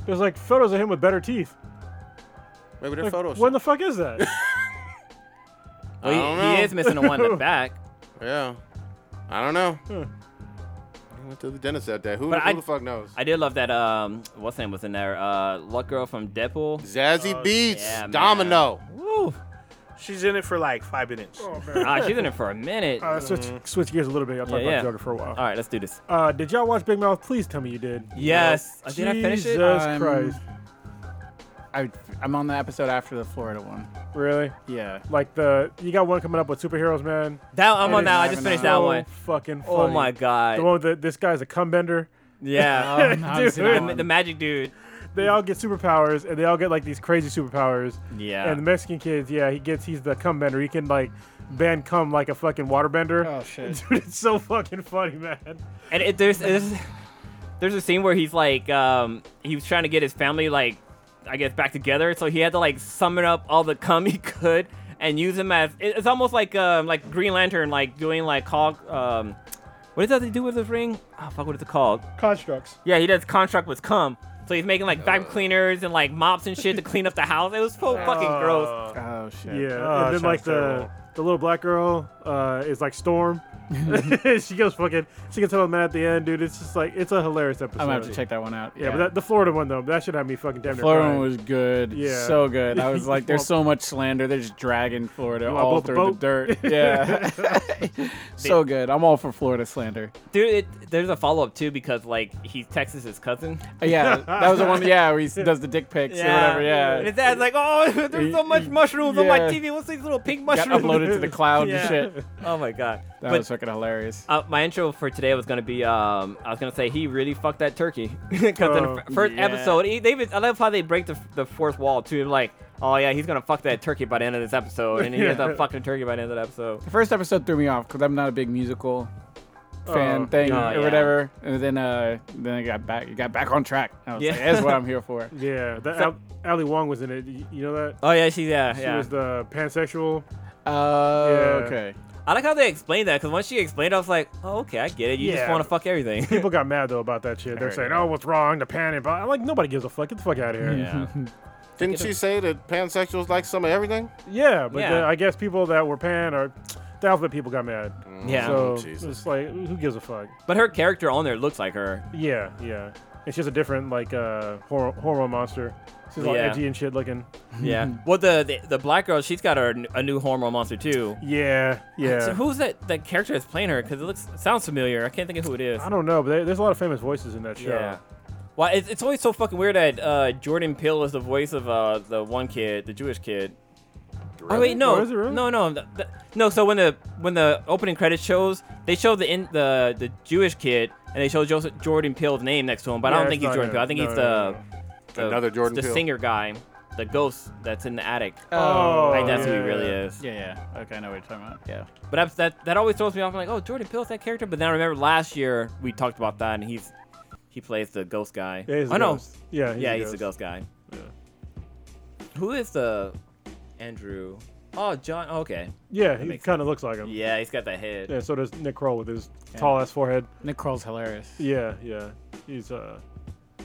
[SPEAKER 6] there's like photos of him with better teeth.
[SPEAKER 4] Maybe they're
[SPEAKER 6] Like,
[SPEAKER 4] photos.
[SPEAKER 6] when the fuck
[SPEAKER 7] [laughs]
[SPEAKER 6] is that?
[SPEAKER 4] I don't
[SPEAKER 8] Well, he, he
[SPEAKER 4] know.
[SPEAKER 8] is missing the one in
[SPEAKER 4] [laughs]
[SPEAKER 8] the back.
[SPEAKER 4] Yeah. I don't know.
[SPEAKER 6] Huh.
[SPEAKER 4] I went to the dentist that day. Who, who
[SPEAKER 8] But I-
[SPEAKER 4] the fuck knows?
[SPEAKER 8] I did love that. Um, what's name was in there? Uh, Luck Girl from Deadpool.
[SPEAKER 4] Zazzy Beats,
[SPEAKER 8] Oh, yeah, man.
[SPEAKER 4] Domino.
[SPEAKER 8] Woo!
[SPEAKER 7] She's in it for like five minutes.
[SPEAKER 4] Oh.
[SPEAKER 8] Ah, she's in it for a minute.
[SPEAKER 6] Uh, switch, switch gears a little bit. I'll
[SPEAKER 8] Yeah,
[SPEAKER 6] talk
[SPEAKER 8] yeah.
[SPEAKER 6] about Joker for a while.
[SPEAKER 8] All right, let's do this.
[SPEAKER 6] Uh, did y'all watch Big Mouth? Please tell me you did.
[SPEAKER 8] Yes. Uh, did I finish
[SPEAKER 6] Jesus
[SPEAKER 8] it?
[SPEAKER 5] Um,
[SPEAKER 6] Christ.
[SPEAKER 5] I, I'm on the episode after the Florida one.
[SPEAKER 6] Really?
[SPEAKER 5] Yeah.
[SPEAKER 6] Like the you got one coming up with superheroes, man.
[SPEAKER 8] That I'm
[SPEAKER 6] It
[SPEAKER 8] on
[SPEAKER 6] is
[SPEAKER 8] now. I
[SPEAKER 5] live
[SPEAKER 8] just
[SPEAKER 5] and
[SPEAKER 8] finished
[SPEAKER 5] on.
[SPEAKER 8] that
[SPEAKER 6] so
[SPEAKER 8] one.
[SPEAKER 6] Fucking. Funny.
[SPEAKER 8] Oh my
[SPEAKER 6] The
[SPEAKER 8] god.
[SPEAKER 6] one that this guy's a cum bender.
[SPEAKER 8] Yeah.
[SPEAKER 5] I haven't seen that
[SPEAKER 8] The-
[SPEAKER 5] one.
[SPEAKER 8] the magic dude.
[SPEAKER 6] They all get superpowers, and they all get like these crazy superpowers.
[SPEAKER 8] Yeah.
[SPEAKER 6] And the Mexican kids, yeah, he gets he's the cum bender. He can like ban cum like a fucking waterbender.
[SPEAKER 5] Oh, [laughs] shit.
[SPEAKER 6] [laughs] Dude, it's so fucking funny, man.
[SPEAKER 8] And it, there's, there's there's a scene where he's like um he was trying to get his family like I guess back together, so he had to like summon up all the cum [laughs] he could and use him as it- it's almost like um like Green Lantern like doing like Hulk um what does that do with his ring? Oh fuck, what is it called?
[SPEAKER 6] Constructs.
[SPEAKER 8] Yeah, he does contract with cum. So he's making like vacuum cleaners and like mops and shit to clean up the house. It was so fucking gross.
[SPEAKER 5] Oh shit.
[SPEAKER 6] Yeah,
[SPEAKER 7] Oh,
[SPEAKER 6] and
[SPEAKER 7] that
[SPEAKER 6] then like
[SPEAKER 7] sounds
[SPEAKER 6] the
[SPEAKER 7] terrible.
[SPEAKER 6] the little black girl uh, is
[SPEAKER 5] [laughs]
[SPEAKER 6] like Storm. [laughs] she goes fucking. She gets held man at the end, dude. It's just like it's a hilarious episode.
[SPEAKER 5] I'm gonna have to check that one out.
[SPEAKER 6] Yeah, but that, the Florida one though, that should have me fucking damn near.
[SPEAKER 5] Florida
[SPEAKER 6] crying.
[SPEAKER 5] one was good.
[SPEAKER 6] Yeah.
[SPEAKER 5] So good. I was like,
[SPEAKER 6] [laughs]
[SPEAKER 5] there's so much slander. They're just dragging Florida
[SPEAKER 6] wanna blow
[SPEAKER 5] all
[SPEAKER 6] up a
[SPEAKER 5] through the
[SPEAKER 6] boat?
[SPEAKER 5] dirt.
[SPEAKER 6] [laughs]
[SPEAKER 5] Yeah. so good. I'm all for Florida slander.
[SPEAKER 8] Dude, it, there's a follow up too because like he texts his cousin.
[SPEAKER 5] Uh, Yeah. That was the one. Yeah,
[SPEAKER 6] [laughs]
[SPEAKER 5] where he does the dick pics or whatever.
[SPEAKER 8] And
[SPEAKER 5] Yeah.
[SPEAKER 8] his dad's like, oh, [laughs] there's so much mushrooms on my
[SPEAKER 5] Yeah.
[SPEAKER 8] TV. What's these little pink
[SPEAKER 5] Got
[SPEAKER 8] mushrooms?
[SPEAKER 5] uploaded to
[SPEAKER 8] [laughs]
[SPEAKER 5] the cloud
[SPEAKER 8] Yeah.
[SPEAKER 5] and shit.
[SPEAKER 8] Oh my god.
[SPEAKER 5] That
[SPEAKER 8] but
[SPEAKER 5] was fucking hilarious.
[SPEAKER 8] uh, my intro for today was gonna be, um, I was gonna say he really fucked that turkey [laughs] because in the
[SPEAKER 6] Oh,
[SPEAKER 8] f- first
[SPEAKER 5] yeah.
[SPEAKER 8] episode, he, they even, I love how they break the, the fourth wall too. Like, oh yeah, he's gonna fuck that turkey by the end of this episode, and he
[SPEAKER 5] [laughs]
[SPEAKER 8] ends up fucking turkey by the end of the episode.
[SPEAKER 5] The first episode threw me off because I'm not a big musical fan
[SPEAKER 6] Oh,
[SPEAKER 5] thing
[SPEAKER 8] oh,
[SPEAKER 5] or
[SPEAKER 8] yeah.
[SPEAKER 5] whatever. And then uh, then I got back, got back on track. I was
[SPEAKER 8] Yeah.
[SPEAKER 5] like, that's what I'm here [laughs] for.
[SPEAKER 6] Yeah, that
[SPEAKER 8] So-
[SPEAKER 6] Al- Ali Wong was in it. You, you know that
[SPEAKER 8] Oh yeah, she yeah
[SPEAKER 6] she
[SPEAKER 8] yeah.
[SPEAKER 6] was the pansexual.
[SPEAKER 5] Uh,
[SPEAKER 6] Yeah.
[SPEAKER 5] Okay.
[SPEAKER 8] I like how they explained that because once she explained, it, I was like, oh, okay, I get it. You just
[SPEAKER 6] Yeah.
[SPEAKER 8] want to fuck everything.
[SPEAKER 5] [laughs]
[SPEAKER 8] [laughs]
[SPEAKER 6] People got mad though about that shit. They're
[SPEAKER 5] heard
[SPEAKER 6] saying,
[SPEAKER 5] that.
[SPEAKER 6] "Oh, what's wrong?" The panic, but I'm like, nobody gives a fuck. Get the fuck out of here.
[SPEAKER 8] yeah.
[SPEAKER 4] Didn't she say that pansexuals like some of everything?
[SPEAKER 6] Yeah, but
[SPEAKER 8] Mm-hmm. Yeah.
[SPEAKER 6] the- I guess people that were pan or the alphabet people got mad.
[SPEAKER 8] Yeah.
[SPEAKER 6] so
[SPEAKER 4] Jesus.
[SPEAKER 6] it's like, who gives a fuck?
[SPEAKER 8] But her character on there looks like her.
[SPEAKER 6] Yeah, yeah. It's just a different like uh horror, hormone monster. She's like
[SPEAKER 8] Yeah.
[SPEAKER 6] edgy and shit looking.
[SPEAKER 8] Yeah. well, the, the the black girl, she's got her, a new hormone monster too.
[SPEAKER 6] Yeah, yeah.
[SPEAKER 8] So who's that that character that's playing her? Because it looks sounds familiar. I can't think of who it is.
[SPEAKER 6] I don't know, but there- there's a lot of famous voices in that show.
[SPEAKER 8] Yeah. Well, it's, it's always so fucking weird that uh, Jordan Peele is the voice of uh, the one kid, the Jewish kid. Oh wait, no,
[SPEAKER 6] Oh, is it really?
[SPEAKER 8] no, no, th- th- no. So when the when the opening credits shows, they show the in, the the Jewish kid, and they show Joseph Jordan Peele's name next to him, but
[SPEAKER 6] Yeah,
[SPEAKER 8] I don't
[SPEAKER 6] it's
[SPEAKER 8] think he's
[SPEAKER 6] not
[SPEAKER 8] Jordan
[SPEAKER 6] him.
[SPEAKER 8] Peele. I think
[SPEAKER 6] No,
[SPEAKER 8] he's
[SPEAKER 6] no,
[SPEAKER 8] the,
[SPEAKER 6] no,
[SPEAKER 8] the
[SPEAKER 4] Another Jordan
[SPEAKER 8] the
[SPEAKER 4] Peele.
[SPEAKER 8] singer guy, the ghost that's in the attic.
[SPEAKER 6] Oh,
[SPEAKER 8] Like, that's who
[SPEAKER 6] yeah.
[SPEAKER 8] he really is.
[SPEAKER 5] Yeah, yeah. Okay, I know what you're talking about. Yeah.
[SPEAKER 8] But that's, that that always throws me off. I'm like, oh, Jordan Peele's that character. But then I remember last year we talked about that, and he's he plays the ghost guy.
[SPEAKER 6] Yeah, he's a
[SPEAKER 8] I know.
[SPEAKER 6] ghost. Yeah,
[SPEAKER 8] yeah, he's the ghost guy. Who is the Andrew? Oh, John. oh, okay.
[SPEAKER 6] Yeah, he
[SPEAKER 8] makes
[SPEAKER 6] kind of looks like him.
[SPEAKER 8] Yeah, he's got that head.
[SPEAKER 6] Yeah, so does Nick Kroll with his tall ass forehead.
[SPEAKER 5] Nick Kroll's hilarious.
[SPEAKER 6] Yeah, yeah. He's uh,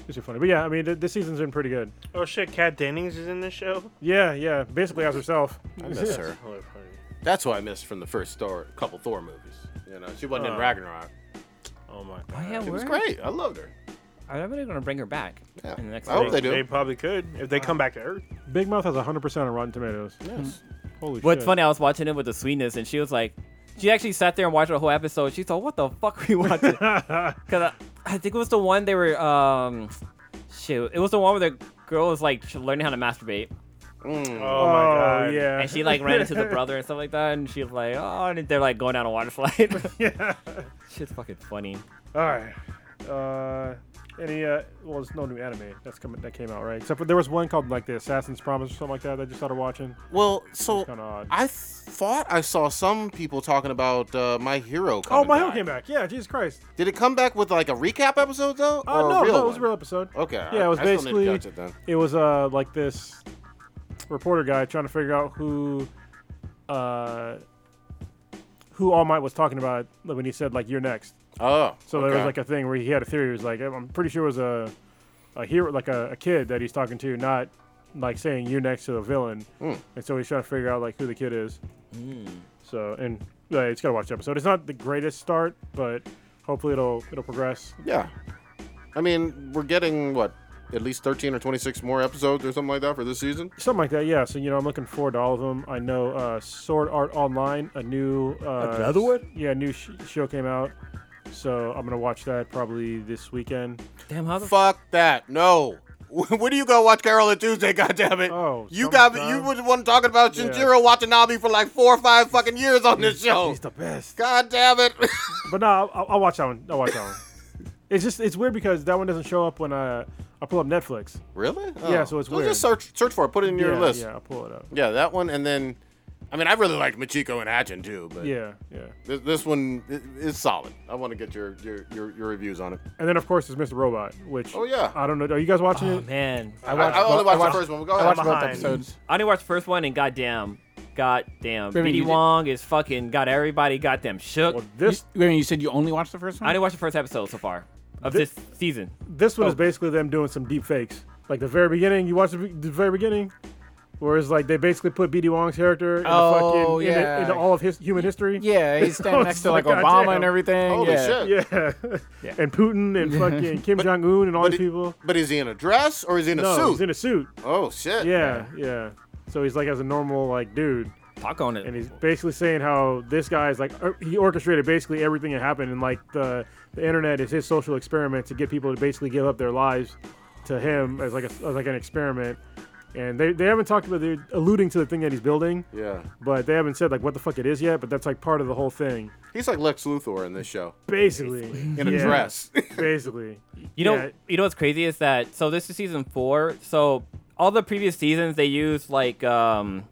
[SPEAKER 6] he's funny. But yeah, I mean, th- this season's been pretty good.
[SPEAKER 7] Oh shit, Kat Dennings is in this show.
[SPEAKER 6] Yeah, yeah. Basically, as herself.
[SPEAKER 4] I miss her.
[SPEAKER 7] Oh, funny.
[SPEAKER 4] That's what I missed from the first Thor, couple Thor movies. You know, she wasn't in
[SPEAKER 6] Uh,
[SPEAKER 7] Oh.
[SPEAKER 4] Ragnarok.
[SPEAKER 7] Oh my god.
[SPEAKER 8] Oh, yeah,
[SPEAKER 4] She was
[SPEAKER 8] where-
[SPEAKER 4] great. I loved her.
[SPEAKER 8] I'm really gonna bring her back.
[SPEAKER 4] Yeah.
[SPEAKER 8] In the next
[SPEAKER 4] I hope
[SPEAKER 8] week.
[SPEAKER 4] they do.
[SPEAKER 7] They probably could if they come back to Earth.
[SPEAKER 6] Big Mouth has 100% on Rotten Tomatoes.
[SPEAKER 4] Yes.
[SPEAKER 6] Holy
[SPEAKER 8] What's
[SPEAKER 6] shit.
[SPEAKER 8] funny, I was watching it with the sweetness, and she was like, she actually sat there and watched the whole episode. She thought, "What the fuck are we watching?"
[SPEAKER 7] [laughs]
[SPEAKER 8] Because I, I think it was the one they were, um, shoot, it was the one where the girl was like learning how to masturbate,
[SPEAKER 7] Oh,
[SPEAKER 4] Mm.
[SPEAKER 7] my god.
[SPEAKER 6] yeah.
[SPEAKER 8] and she like ran
[SPEAKER 7] [laughs]
[SPEAKER 8] into the brother and stuff like that, and she was like, "Oh," and they're like going down a water slide.
[SPEAKER 7] [laughs]
[SPEAKER 6] yeah.
[SPEAKER 8] Shit's fucking funny.
[SPEAKER 6] All right. Uh, any uh, well, there's no new anime that's coming that came out, right? Except for there was one called like the Assassin's Promise or something like that. That I just started watching.
[SPEAKER 4] Well, so
[SPEAKER 6] Kinda odd.
[SPEAKER 4] I thought I saw some people talking about uh, My Hero.
[SPEAKER 6] Oh,
[SPEAKER 4] coming
[SPEAKER 6] my hero
[SPEAKER 4] back.
[SPEAKER 6] came back. Yeah, Jesus Christ.
[SPEAKER 4] Did it come back with like a recap episode though?
[SPEAKER 6] Uh,
[SPEAKER 4] Or
[SPEAKER 6] no,
[SPEAKER 4] a Oh, real
[SPEAKER 6] no, it was a
[SPEAKER 4] one?
[SPEAKER 6] real episode.
[SPEAKER 4] Okay.
[SPEAKER 6] Yeah, it was
[SPEAKER 4] I, I still need
[SPEAKER 6] basically
[SPEAKER 4] to catch it then.
[SPEAKER 6] it was uh like this reporter guy trying to figure out who uh who All Might was talking about when he said like you're next.
[SPEAKER 4] Oh.
[SPEAKER 6] So
[SPEAKER 4] okay.
[SPEAKER 6] there was like a thing where he had a theory. He was like, I'm pretty sure it was a, a hero, like a, a kid that he's talking to, not like saying you're next to a villain.
[SPEAKER 8] Hmm.
[SPEAKER 6] And so he's trying to figure out like who the kid is. So and uh, it's gotta watch the episode. It's not the greatest start, but hopefully it'll it'll progress.
[SPEAKER 4] Yeah. I mean, we're getting what, at least thirteen or twenty-six more episodes or something like that for this season.
[SPEAKER 6] Something like that, yeah. So you know, I'm looking forward to all of them. I know uh, Sword Art Online, a new uh,
[SPEAKER 8] Another one?
[SPEAKER 6] Yeah, a new sh- show came out. So I'm gonna watch that probably this weekend.
[SPEAKER 8] Damn, how the
[SPEAKER 4] Fuck that. No. [laughs] When do you go watch Carol on Tuesday? [laughs] God damn it!
[SPEAKER 6] Oh,
[SPEAKER 4] you got you
[SPEAKER 6] sometime.
[SPEAKER 4] was the one talking about
[SPEAKER 6] Yeah.
[SPEAKER 4] Shinjiro Watanabe for like four or five fucking years on this show.
[SPEAKER 6] He's
[SPEAKER 4] [laughs]
[SPEAKER 6] the best.
[SPEAKER 4] God damn [laughs] it!
[SPEAKER 6] But no, I'll, I'll watch that one. I'll watch
[SPEAKER 4] [laughs]
[SPEAKER 6] that one. It's just it's weird because that one doesn't show up when I I pull up Netflix.
[SPEAKER 4] really?
[SPEAKER 6] Yeah, so it's
[SPEAKER 4] Well, Just
[SPEAKER 6] weird.
[SPEAKER 4] search search for it. Put it in your
[SPEAKER 6] yeah,
[SPEAKER 4] list.
[SPEAKER 6] Yeah, I'll pull it up.
[SPEAKER 4] Yeah, that one, and then, I mean, I really like Machiko and Hachin too, but
[SPEAKER 6] Yeah, yeah.
[SPEAKER 4] this, this one i- is solid. I want to get your, your your your reviews on it.
[SPEAKER 6] And then of course there's Mr. Robot, which
[SPEAKER 4] Oh, yeah.
[SPEAKER 6] I don't know. Are you guys watching
[SPEAKER 8] Oh
[SPEAKER 6] it?
[SPEAKER 8] man,
[SPEAKER 4] I, I only watched,
[SPEAKER 5] I watched-
[SPEAKER 4] the first one. But go
[SPEAKER 5] I
[SPEAKER 4] ahead.
[SPEAKER 5] watched both
[SPEAKER 7] behind.
[SPEAKER 5] episodes.
[SPEAKER 8] I only watched the first one and goddamn, goddamn,
[SPEAKER 5] Wait, wait,
[SPEAKER 8] BD
[SPEAKER 5] you did-
[SPEAKER 8] Wong is fucking got everybody goddamn shook.
[SPEAKER 6] Well, this
[SPEAKER 5] You, wait, you said you only watched the first one?
[SPEAKER 8] [laughs] I only watched the first episode so far of
[SPEAKER 6] Thi-
[SPEAKER 8] this, season.
[SPEAKER 6] this
[SPEAKER 4] Oh.
[SPEAKER 6] one is basically them doing some deep fakes. Like the very beginning, you watch the, be- the very beginning, whereas like they basically put BD Wong's character in
[SPEAKER 5] Oh,
[SPEAKER 6] the fucking in the-
[SPEAKER 5] yeah.
[SPEAKER 6] into all of his human history.
[SPEAKER 5] Yeah,
[SPEAKER 6] [laughs]
[SPEAKER 5] he's
[SPEAKER 6] Oh, I
[SPEAKER 5] standing
[SPEAKER 6] was
[SPEAKER 5] next to
[SPEAKER 6] like,
[SPEAKER 5] like
[SPEAKER 6] "Goddamn."
[SPEAKER 5] Obama and everything.
[SPEAKER 4] Holy
[SPEAKER 5] yeah.
[SPEAKER 4] shit!
[SPEAKER 6] [laughs] Yeah. and
[SPEAKER 5] [laughs]
[SPEAKER 6] Putin and fucking Kim Jong Un and all
[SPEAKER 4] But,
[SPEAKER 6] these
[SPEAKER 4] i-
[SPEAKER 6] people.
[SPEAKER 4] but is he in a dress or is he in a
[SPEAKER 6] No,
[SPEAKER 4] suit?
[SPEAKER 6] he's in a suit.
[SPEAKER 4] oh shit!
[SPEAKER 6] Yeah, yeah. So he's like as a normal like dude,
[SPEAKER 8] Talk on it.
[SPEAKER 6] and he's basically saying how this guy is like or- he orchestrated basically everything that happened, and like the the internet is his social experiment to get people to basically give up their lives to him as like a, as like an experiment. And they, they haven't talked about they're alluding to the thing that he's building,
[SPEAKER 4] yeah.
[SPEAKER 6] but they haven't said like what the fuck it is yet. But that's like part of the whole thing,
[SPEAKER 4] He's like Lex Luthor in this show
[SPEAKER 6] basically.
[SPEAKER 4] in a
[SPEAKER 6] Yeah,
[SPEAKER 4] dress. [laughs]
[SPEAKER 6] Basically.
[SPEAKER 8] you know,
[SPEAKER 6] yeah.
[SPEAKER 8] you know what's crazy is that so this is season four. So all the previous seasons they used like um.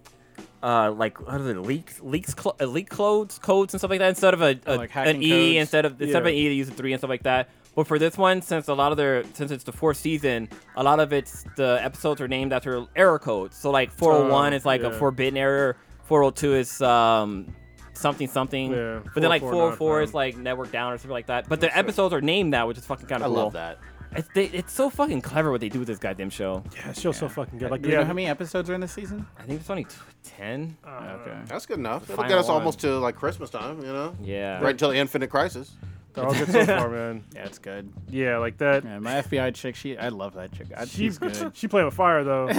[SPEAKER 8] Uh, like what are the leaks, leaks, cl- uh, leak codes, codes and stuff like that. Instead of a, a
[SPEAKER 5] like hacking
[SPEAKER 8] an E,
[SPEAKER 5] codes.
[SPEAKER 8] instead of instead of
[SPEAKER 6] Yeah.
[SPEAKER 8] an E, they use a three and stuff like that. But for this one, since a lot of their since it's the fourth season, a lot of it's the episodes are named after error codes. So like 401
[SPEAKER 6] Oh,
[SPEAKER 8] is like
[SPEAKER 6] yeah.
[SPEAKER 8] a forbidden error. 402 is um something something.
[SPEAKER 6] Yeah,
[SPEAKER 8] but then like
[SPEAKER 6] 449,
[SPEAKER 8] 404 is
[SPEAKER 6] um,
[SPEAKER 8] like network down or something like that. But the episodes are named that, which is fucking kind
[SPEAKER 4] I
[SPEAKER 8] of cool.
[SPEAKER 4] love that.
[SPEAKER 8] It's, they, it's so fucking clever what they do with this goddamn show.
[SPEAKER 6] Yeah, that show's so fucking good. Like,
[SPEAKER 5] Do
[SPEAKER 6] yeah,
[SPEAKER 5] you know how many episodes are in this season?
[SPEAKER 8] I think it's only t- 10.
[SPEAKER 5] Okay.
[SPEAKER 4] That's good enough. It'll get
[SPEAKER 8] final
[SPEAKER 4] us almost to like Christmas time, you know?
[SPEAKER 8] Yeah.
[SPEAKER 4] Right until the Infinite Crisis.
[SPEAKER 6] they're all good so far, man.
[SPEAKER 5] Yeah, it's good.
[SPEAKER 6] Yeah, like that.
[SPEAKER 5] Yeah, my FBI chick, she, I love that chick. I,
[SPEAKER 6] She,
[SPEAKER 5] she's good.
[SPEAKER 6] [laughs] she playing with fire though. she,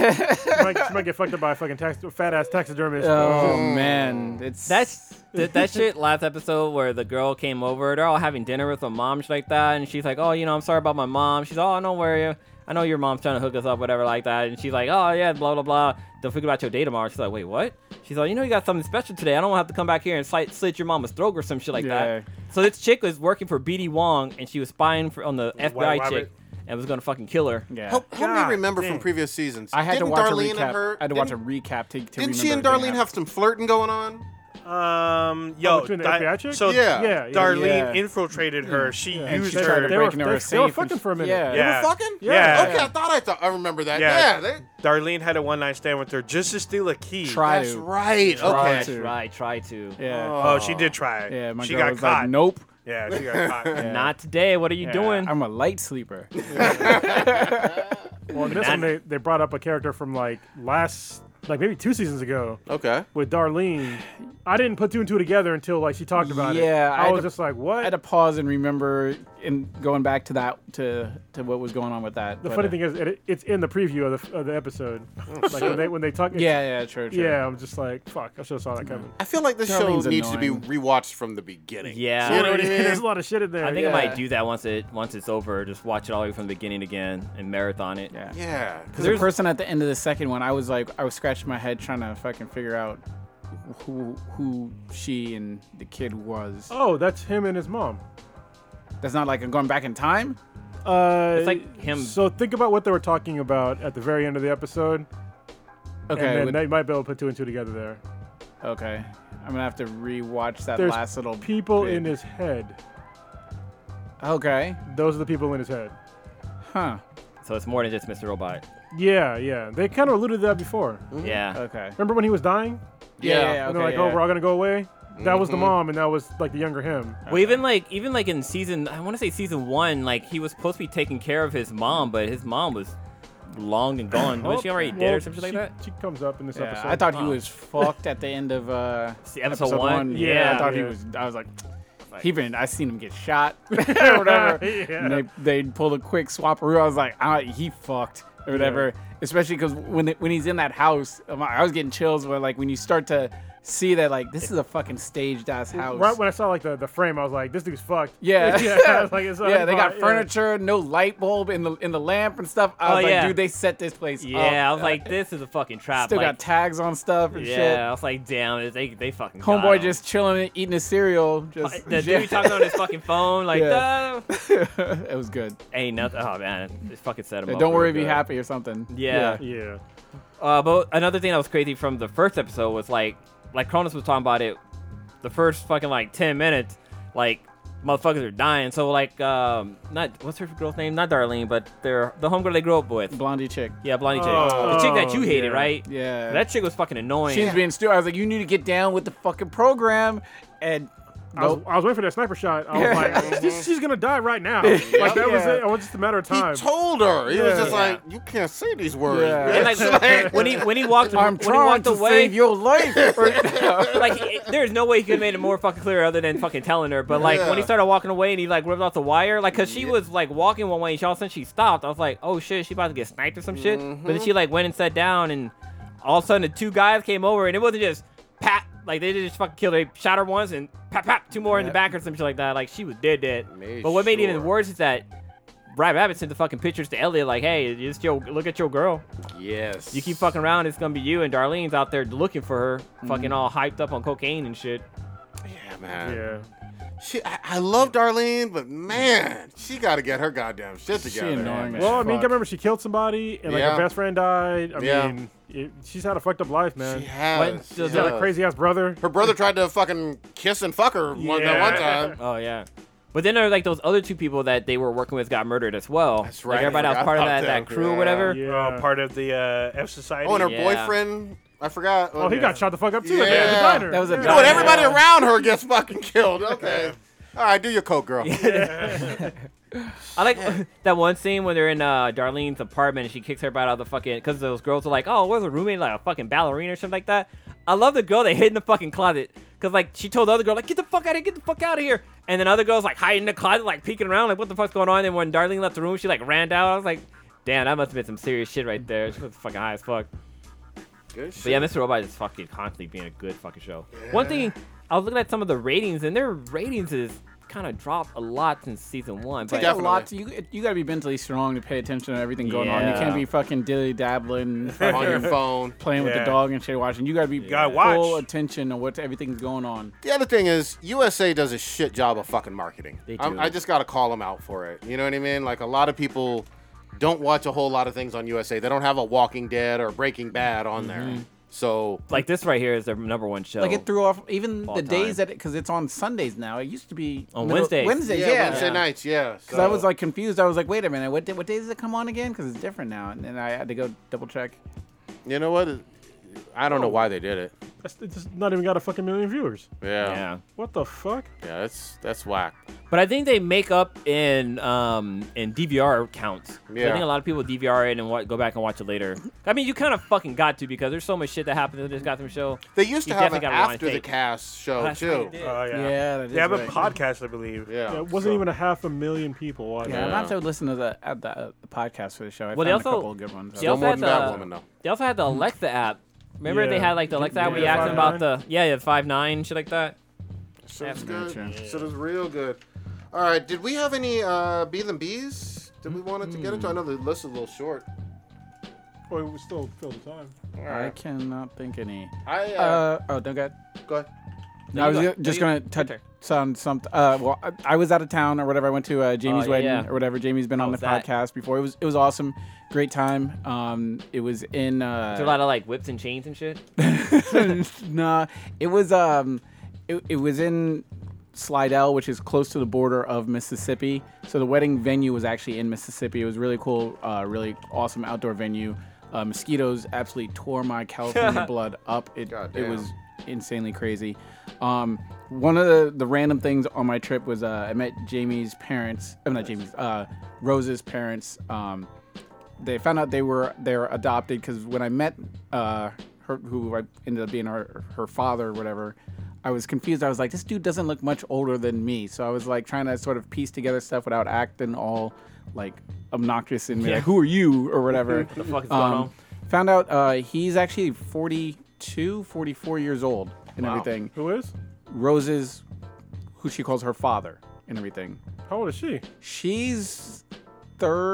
[SPEAKER 6] might, she might get fucked up by a fucking tax, fat ass taxidermist.
[SPEAKER 5] [laughs] Oh man, it's
[SPEAKER 8] That's that, that shit last episode where the girl came over. They're all having dinner with her mom, shit like that, and she's like, "Oh, you know, I'm sorry about my mom." She's, "Oh, don't worry, I know your mom's trying to hook us up, whatever, like that." And she's like, "Oh yeah, blah blah blah. Don't forget about your day tomorrow." She's like, "Wait, what?" She's like, "You know, you got something special today. I don't want to have to come back here and slit, slit your mama's throat or some shit like that." So this chick was working for BD Wong, and she was spying for, on the FBI
[SPEAKER 7] Rabbit.
[SPEAKER 8] chick, and was gonna fucking kill her.
[SPEAKER 5] yeah.
[SPEAKER 4] Help, help
[SPEAKER 7] God
[SPEAKER 4] me remember from
[SPEAKER 7] dang.
[SPEAKER 4] previous seasons.
[SPEAKER 5] I had
[SPEAKER 4] didn't
[SPEAKER 5] to watch
[SPEAKER 4] Darlene
[SPEAKER 5] a recap.
[SPEAKER 4] and her.
[SPEAKER 5] I had to watch a
[SPEAKER 4] didn't-
[SPEAKER 5] recap to, to
[SPEAKER 4] Didn't she and
[SPEAKER 5] remember everything
[SPEAKER 4] Darlene have some flirting going on?
[SPEAKER 7] Um,
[SPEAKER 5] Oh,
[SPEAKER 7] yo,
[SPEAKER 6] between the
[SPEAKER 7] Di-
[SPEAKER 6] FBI chick?
[SPEAKER 7] so
[SPEAKER 4] Yeah.
[SPEAKER 6] yeah, yeah.
[SPEAKER 7] Darlene
[SPEAKER 5] Yeah.
[SPEAKER 7] infiltrated her. She
[SPEAKER 5] happened. And
[SPEAKER 7] used
[SPEAKER 5] she
[SPEAKER 7] her.
[SPEAKER 5] started
[SPEAKER 6] They were-
[SPEAKER 5] breaking
[SPEAKER 6] they-
[SPEAKER 5] her
[SPEAKER 6] they were
[SPEAKER 5] safe.
[SPEAKER 6] fucking
[SPEAKER 5] and-
[SPEAKER 6] for a minute.
[SPEAKER 5] Yeah.
[SPEAKER 7] Yeah.
[SPEAKER 4] They were fucking?
[SPEAKER 7] Yeah.
[SPEAKER 4] Okay, I thought I thought I remember that.
[SPEAKER 7] Yeah.
[SPEAKER 4] Yeah. they,
[SPEAKER 7] Darlene had a one night stand with her just to steal a key.
[SPEAKER 5] Try
[SPEAKER 4] that's
[SPEAKER 5] to.
[SPEAKER 4] right.
[SPEAKER 5] Try
[SPEAKER 4] Okay.
[SPEAKER 5] to.
[SPEAKER 8] Try, try to.
[SPEAKER 5] Yeah.
[SPEAKER 7] Oh, she did try it.
[SPEAKER 5] yeah. My
[SPEAKER 7] she
[SPEAKER 5] girl
[SPEAKER 7] got
[SPEAKER 5] was
[SPEAKER 7] caught.
[SPEAKER 5] like, nope.
[SPEAKER 7] Yeah, she got
[SPEAKER 4] [laughs]
[SPEAKER 7] caught. yeah.
[SPEAKER 8] Not today. What are you
[SPEAKER 5] Yeah,
[SPEAKER 8] doing?
[SPEAKER 5] I'm a light sleeper.
[SPEAKER 6] Well, in this one they, they brought up a character from like last, like maybe two seasons ago
[SPEAKER 4] Okay.
[SPEAKER 6] with Darlene. I didn't put two and two together until like she talked about it.
[SPEAKER 5] Yeah, I
[SPEAKER 6] I,
[SPEAKER 5] had
[SPEAKER 6] was
[SPEAKER 5] to-
[SPEAKER 6] just like,
[SPEAKER 5] I
[SPEAKER 6] what?
[SPEAKER 5] had to pause and remember and going back to that to to what was going on with that.
[SPEAKER 6] the
[SPEAKER 5] but,
[SPEAKER 6] funny
[SPEAKER 5] uh,
[SPEAKER 6] thing is, it, it's in the preview of the, of
[SPEAKER 5] [laughs]
[SPEAKER 6] the episode. like when they when they talk. it's-
[SPEAKER 5] Yeah, yeah, true, true.
[SPEAKER 6] Yeah, I'm just like, fuck. I should have saw that coming.
[SPEAKER 4] I feel like this
[SPEAKER 5] Darlene's
[SPEAKER 4] show needs to
[SPEAKER 5] annoying.
[SPEAKER 4] be rewatched from the beginning.
[SPEAKER 8] Yeah.
[SPEAKER 4] You know what I
[SPEAKER 6] There's
[SPEAKER 4] mean?
[SPEAKER 6] a lot of shit in there.
[SPEAKER 8] I think
[SPEAKER 6] yeah.
[SPEAKER 8] I
[SPEAKER 5] Yeah.
[SPEAKER 8] might do that once it once it's over. Just watch it all the way from the beginning again and marathon it.
[SPEAKER 5] Yeah.
[SPEAKER 4] Yeah.
[SPEAKER 5] Because the
[SPEAKER 8] There's-
[SPEAKER 5] person at the end of the second one, I was like, I was scratching my head trying to fucking figure out who who she and the kid was.
[SPEAKER 6] Oh, that's him and his mom.
[SPEAKER 5] That's not like I'm going back in time.
[SPEAKER 6] Uh,
[SPEAKER 8] It's like him-
[SPEAKER 6] So think about what they were talking about at the very end of the episode, and
[SPEAKER 5] Okay,
[SPEAKER 6] then
[SPEAKER 5] would-
[SPEAKER 6] they might be able to put two and two together there.
[SPEAKER 5] okay. I'm gonna have to rewatch that
[SPEAKER 6] There's
[SPEAKER 5] last little
[SPEAKER 6] People
[SPEAKER 5] bit.
[SPEAKER 6] in his head.
[SPEAKER 5] Okay,
[SPEAKER 6] Those are the people in his head.
[SPEAKER 5] huh?
[SPEAKER 8] So it's more than just Mr. Robot.
[SPEAKER 6] Yeah, yeah. They kind of alluded to that before.
[SPEAKER 8] Yeah.
[SPEAKER 5] Okay.
[SPEAKER 6] Remember when he was dying?
[SPEAKER 5] Yeah. yeah,
[SPEAKER 6] and
[SPEAKER 5] Mm-hmm. okay,
[SPEAKER 6] they're like,
[SPEAKER 5] yeah. Mm-hmm.
[SPEAKER 6] "Oh, we're all gonna go away." That was the mom, and that was like the younger him.
[SPEAKER 8] Well, even like even like in season, I want to say season one, like he was supposed to be taking care of his mom, but his mom was long and gone. was she already dead
[SPEAKER 6] Well,
[SPEAKER 8] or something like
[SPEAKER 6] she-
[SPEAKER 8] that?
[SPEAKER 6] She comes up in this
[SPEAKER 5] Yeah,
[SPEAKER 6] episode.
[SPEAKER 5] I thought he
[SPEAKER 8] Huh.
[SPEAKER 5] was fucked at the end of uh,
[SPEAKER 8] See, episode one?
[SPEAKER 5] Yeah, I
[SPEAKER 8] Yeah.
[SPEAKER 5] thought he
[SPEAKER 6] Yeah.
[SPEAKER 5] was. I was like, he been. I seen him get shot [laughs] or whatever.
[SPEAKER 6] Yeah.
[SPEAKER 5] And they they pulled a quick swaparoo. I was like, ah, he fucked or whatever. Especially because when they, when he's in that house, I'm like- I was getting chills. Where like when you start to see that like this is a fucking staged ass house.
[SPEAKER 6] Right when I saw like the, the frame, I was like, "This dude's fucked."
[SPEAKER 5] [laughs] yeah,
[SPEAKER 6] [laughs] yeah. I was
[SPEAKER 5] [laughs]
[SPEAKER 6] like, it's
[SPEAKER 5] yeah. They got
[SPEAKER 6] yeah.
[SPEAKER 5] furniture, no light bulb in the in the lamp and stuff. I
[SPEAKER 8] Oh,
[SPEAKER 5] was like,
[SPEAKER 8] yeah.
[SPEAKER 5] dude, they set this place up.
[SPEAKER 8] Yeah. I was like, this is a fucking trap.
[SPEAKER 5] Oh, uh, still
[SPEAKER 8] like,
[SPEAKER 5] got tags on stuff and
[SPEAKER 8] yeah.
[SPEAKER 5] shit.
[SPEAKER 8] I was like, damn, they they fucking. got
[SPEAKER 5] Homeboy
[SPEAKER 8] him.
[SPEAKER 5] just chilling, eating his cereal. Just [laughs]
[SPEAKER 8] The dude talking on his fucking phone, like,
[SPEAKER 5] Yeah.
[SPEAKER 8] "Duh."
[SPEAKER 5] it was good.
[SPEAKER 8] ain't nothing. Oh man, it fucking set him
[SPEAKER 5] Hey,
[SPEAKER 8] up.
[SPEAKER 5] don't worry, be
[SPEAKER 8] really good.
[SPEAKER 5] happy or something.
[SPEAKER 8] Yeah.
[SPEAKER 6] Yeah.
[SPEAKER 8] Uh, but another thing that was crazy from the first episode was like, like Cronus was talking about it, the first fucking like ten minutes, like motherfuckers are dying. So like, um, not what's her girl's name? Not Darlene, but they're the homegirl they grew up with.
[SPEAKER 5] Blondie chick.
[SPEAKER 8] Yeah, Blondie chick,
[SPEAKER 6] Oh.
[SPEAKER 8] the chick that you hated,
[SPEAKER 6] Yeah.
[SPEAKER 8] right?
[SPEAKER 5] Yeah.
[SPEAKER 8] That chick was fucking annoying.
[SPEAKER 5] She was being stupid. I was like, you need to get down with the fucking program. And
[SPEAKER 6] I was,
[SPEAKER 5] Nope.
[SPEAKER 6] I was waiting for that sniper shot. I was like, she's, she's gonna die right
[SPEAKER 5] [laughs]
[SPEAKER 6] now. Like that was
[SPEAKER 5] Yeah.
[SPEAKER 6] it. It was just a matter of
[SPEAKER 4] He
[SPEAKER 6] time.
[SPEAKER 4] told her. He was
[SPEAKER 6] Yeah.
[SPEAKER 4] just like, you can't say these words.
[SPEAKER 5] Yeah.
[SPEAKER 8] and
[SPEAKER 4] man."
[SPEAKER 5] [laughs]
[SPEAKER 8] like,
[SPEAKER 4] It's like-
[SPEAKER 8] when he when he walked
[SPEAKER 5] I'm
[SPEAKER 8] when he
[SPEAKER 5] trying
[SPEAKER 8] walked
[SPEAKER 5] to
[SPEAKER 8] away,
[SPEAKER 5] save [laughs] your life.
[SPEAKER 8] [laughs] like it- there's no way he could have made it more fucking clear other than fucking telling her. But like when he
[SPEAKER 4] Yeah.
[SPEAKER 8] started walking away and he like ripped off the wire, like cause she was like walking one way and she all of a sudden she stopped. I was like, oh shit, she about to get sniped or some shit. But
[SPEAKER 4] Mm-hmm.
[SPEAKER 8] then she like went and sat down and all of a sudden the two guys came over and it wasn't just pat like they didn't just fucking kill her. They shot her once and pat pat two more in the back or some shit like that. Like she was dead dead.
[SPEAKER 4] Made
[SPEAKER 8] but what made it even
[SPEAKER 4] sure.
[SPEAKER 8] worse is that. Brad Rabbit sent the fucking pictures to Elliot like, hey, it's your, look at your girl.
[SPEAKER 4] [laughs] yes.
[SPEAKER 8] You keep fucking around, it's gonna be you and Darlene's out there looking for her,
[SPEAKER 4] Mm-hmm.
[SPEAKER 8] fucking all hyped up on cocaine
[SPEAKER 4] [laughs]
[SPEAKER 8] and shit.
[SPEAKER 4] Yeah, man.
[SPEAKER 6] yeah.
[SPEAKER 4] She, I, I love Darlene, but man, she got to get her goddamn shit
[SPEAKER 5] She
[SPEAKER 4] together.
[SPEAKER 5] annoying as
[SPEAKER 6] Well, I mean,
[SPEAKER 5] fuck.
[SPEAKER 6] I remember she killed somebody, and like
[SPEAKER 4] Yeah.
[SPEAKER 6] her best friend died. I
[SPEAKER 4] Yeah.
[SPEAKER 6] mean, it, she's had a fucked up life, man.
[SPEAKER 4] She
[SPEAKER 6] She
[SPEAKER 8] What?
[SPEAKER 4] has. she
[SPEAKER 8] Does
[SPEAKER 6] had
[SPEAKER 8] that
[SPEAKER 4] has.
[SPEAKER 6] a crazy ass brother.
[SPEAKER 4] Her brother tried to fucking kiss and fuck her one, that one
[SPEAKER 6] Yeah.
[SPEAKER 4] time.
[SPEAKER 8] Oh yeah. But then there were like those other two people that they were working with got murdered as well.
[SPEAKER 4] That's
[SPEAKER 8] Like
[SPEAKER 4] right, I
[SPEAKER 8] everybody that was
[SPEAKER 4] forgot
[SPEAKER 8] part of
[SPEAKER 4] about
[SPEAKER 8] that, that
[SPEAKER 4] them.
[SPEAKER 8] crew or
[SPEAKER 4] Yeah.
[SPEAKER 8] whatever.
[SPEAKER 6] Yeah.
[SPEAKER 7] Oh, part of the uh, F Society.
[SPEAKER 4] Oh, and her
[SPEAKER 8] Yeah.
[SPEAKER 4] boyfriend. I forgot.
[SPEAKER 6] Oh, he got shot the fuck up too. at the- at
[SPEAKER 4] Yeah.
[SPEAKER 6] the diner.
[SPEAKER 5] That was a
[SPEAKER 6] Yeah.
[SPEAKER 5] diner.
[SPEAKER 4] Dude, everybody around her gets fucking
[SPEAKER 6] [laughs]
[SPEAKER 4] killed. Okay. All right, do your coke, girl.
[SPEAKER 8] I like [laughs] that one scene when they're in uh, Darlene's apartment and she kicks her butt out of the fucking. Because those girls are like, oh, where's a roommate? Like a fucking ballerina or something like that. I love the girl that hid in the fucking closet. Because, like, she told the other girl, like, get the fuck out of here, get the fuck out of here. And then other girl's, like, hiding in the closet, like, peeking around, like, what the fuck's going on? And when Darlene left the room, she, like, ran down. I was like, damn, that must have been some serious shit right there. She was fucking high as fuck.
[SPEAKER 4] Good
[SPEAKER 8] But yeah, Mr. Robot is fucking constantly being a good fucking show. One thing, I was looking at some of the ratings, and their ratings is kind of dropped a lot since season one. But
[SPEAKER 5] Take a lot. To, you you gotta be mentally strong to pay attention to everything going on. You
[SPEAKER 8] Yeah.
[SPEAKER 5] can't be fucking dilly [laughs] dabbling,
[SPEAKER 4] on
[SPEAKER 6] [laughs]
[SPEAKER 4] your phone.
[SPEAKER 5] playing with
[SPEAKER 7] Yeah.
[SPEAKER 5] the dog and shit, watching. You gotta be
[SPEAKER 7] gotta
[SPEAKER 5] full
[SPEAKER 7] watch.
[SPEAKER 5] attention to what everything's going on.
[SPEAKER 4] The other thing is USA does a shit job of fucking marketing.
[SPEAKER 8] They
[SPEAKER 4] I'm-
[SPEAKER 8] do.
[SPEAKER 4] I just gotta call them out for it. You know what I mean? Like a lot of people don't watch a whole lot of things on USA. They don't have a Walking Dead or Breaking Bad on
[SPEAKER 8] Mm-hmm.
[SPEAKER 4] there. So
[SPEAKER 8] like this right here is their number one show.
[SPEAKER 5] Like it threw off even
[SPEAKER 8] All
[SPEAKER 5] the days
[SPEAKER 8] time.
[SPEAKER 5] that because it's on Sundays now. It used to be
[SPEAKER 8] On
[SPEAKER 5] middle-
[SPEAKER 8] Wednesdays.
[SPEAKER 5] Wednesdays,
[SPEAKER 4] yeah,
[SPEAKER 5] yeah.
[SPEAKER 4] Wednesday nights, yeah.
[SPEAKER 5] Because I was like confused. I was like, wait a minute, what day, what day does it come on again? Because it's different now, and then I had to go double check.
[SPEAKER 4] you know what? I don't know why they did it.
[SPEAKER 6] That's- It's just not even got a fucking million viewers.
[SPEAKER 4] Yeah, yeah,
[SPEAKER 8] yeah.
[SPEAKER 6] What the fuck?
[SPEAKER 4] that's that's whack.
[SPEAKER 8] But I think they make up in um in DVR counts. Yeah. I
[SPEAKER 4] Yeah.
[SPEAKER 8] think a lot of people DVR it and wa- go back and watch it later. I mean, you kind of fucking got to because there's so much shit that happens in this Gotham show.
[SPEAKER 4] They used to
[SPEAKER 8] You
[SPEAKER 4] have an
[SPEAKER 8] definitely gotta rewind
[SPEAKER 4] after the
[SPEAKER 8] tape.
[SPEAKER 4] cast show
[SPEAKER 8] That's right,
[SPEAKER 4] too.
[SPEAKER 8] they did.
[SPEAKER 7] Oh yeah.
[SPEAKER 5] Yeah, that is
[SPEAKER 7] They have a
[SPEAKER 5] right.
[SPEAKER 7] podcast, I believe.
[SPEAKER 4] Yeah,
[SPEAKER 6] Yeah, it wasn't
[SPEAKER 4] so-
[SPEAKER 6] even a half a million people watching.
[SPEAKER 5] Yeah, I'm
[SPEAKER 4] Yeah.
[SPEAKER 5] gonna have to listen to the uh, the, uh, the podcast for the show. I well,
[SPEAKER 8] Well, they
[SPEAKER 5] found a
[SPEAKER 8] also-
[SPEAKER 5] couple of good ones.
[SPEAKER 8] they
[SPEAKER 4] no
[SPEAKER 8] also
[SPEAKER 4] more
[SPEAKER 8] had
[SPEAKER 4] than Batwoman
[SPEAKER 8] the-
[SPEAKER 4] though.
[SPEAKER 8] They also had the Alexa app. Remember
[SPEAKER 6] Yeah.
[SPEAKER 8] they had like the Alexa app where you
[SPEAKER 6] Yeah,
[SPEAKER 8] asked them about
[SPEAKER 6] 5'9"?
[SPEAKER 8] the yeah, the five nine shit like that.
[SPEAKER 4] Shit was
[SPEAKER 8] Yeah.
[SPEAKER 4] good.
[SPEAKER 5] Gotcha.
[SPEAKER 4] Shit was real good. All right, did we have any uh, bees and bees? Did we wanted to get into? I know the list is a little short.
[SPEAKER 6] Boy, we still fill the time.
[SPEAKER 4] All
[SPEAKER 5] I
[SPEAKER 4] right,
[SPEAKER 5] cannot think any.
[SPEAKER 4] I uh,
[SPEAKER 5] Uh, oh, don't go.
[SPEAKER 4] go ahead.
[SPEAKER 5] No,
[SPEAKER 8] you
[SPEAKER 5] I was
[SPEAKER 8] go.
[SPEAKER 5] ju-
[SPEAKER 8] No,
[SPEAKER 5] just
[SPEAKER 8] you-
[SPEAKER 5] gonna
[SPEAKER 8] your
[SPEAKER 5] touch
[SPEAKER 8] turn.
[SPEAKER 5] on something. Uh, well, I, I was out of town or whatever. I went to uh, Jamie's
[SPEAKER 8] Oh, yeah,
[SPEAKER 5] wedding
[SPEAKER 8] yeah.
[SPEAKER 5] or whatever. Jamie's been on the
[SPEAKER 8] was that?
[SPEAKER 5] podcast before. It was it was awesome, great time. Um, it was in. Uh,
[SPEAKER 8] There's a lot of like whips and chains and shit.
[SPEAKER 5] [laughs] nah, it was um, it, it was in Slidell, which is close to the border of Mississippi. So the wedding venue was actually in Mississippi. It was really cool, uh, really awesome outdoor venue. Uh, mosquitoes absolutely tore my California blood up. It it
[SPEAKER 4] Goddamn.
[SPEAKER 5] was insanely crazy. Um, one of the, the random things on my trip was uh, I met Jamie's parents. I'm not Jamie's. Uh, Rose's parents. Um, they found out they were they're adopted because when I met uh, her, who I ended up being her her father or whatever, I was confused. I was like, this dude doesn't look much older than me. So I was like trying to sort of piece together stuff without acting all like obnoxious and be like, who are you or whatever.
[SPEAKER 8] The fuck is going
[SPEAKER 5] Um,
[SPEAKER 8] on?
[SPEAKER 5] Found out uh, he's actually 42, 44 years old and everything.
[SPEAKER 6] Who is?
[SPEAKER 5] Rose's, who she calls her father and everything.
[SPEAKER 6] How old is she?
[SPEAKER 5] She's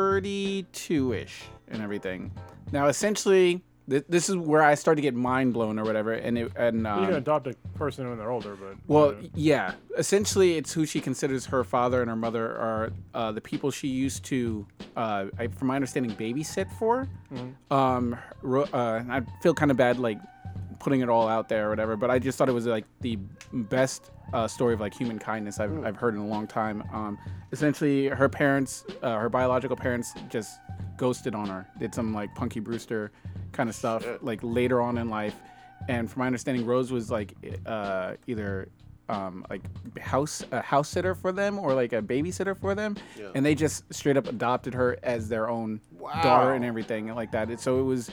[SPEAKER 5] 32 ish and everything. Now, essentially, th- this is where I started to get mind blown or whatever. And, it, and
[SPEAKER 6] You can
[SPEAKER 5] um,
[SPEAKER 6] adopt a person when they're older, but
[SPEAKER 5] well, yeah, essentially, it's who she considers her father and her mother are uh, the people she used to, uh, I, from my understanding, babysit for. Um, ro- uh, and I feel kind of bad, like putting it all out there or whatever, but I just thought it was like the best uh, story of like human kindness I've, I've heard in a long time. Um, essentially, her parents, uh, her biological parents, just ghosted on her. Did some like Punky Brewster kind of stuff, like later on in life. And from my understanding, Rose was like uh, either um, like house a house sitter for them or like a babysitter for them, and they just straight up adopted her as their own daughter and everything like that. It, so it was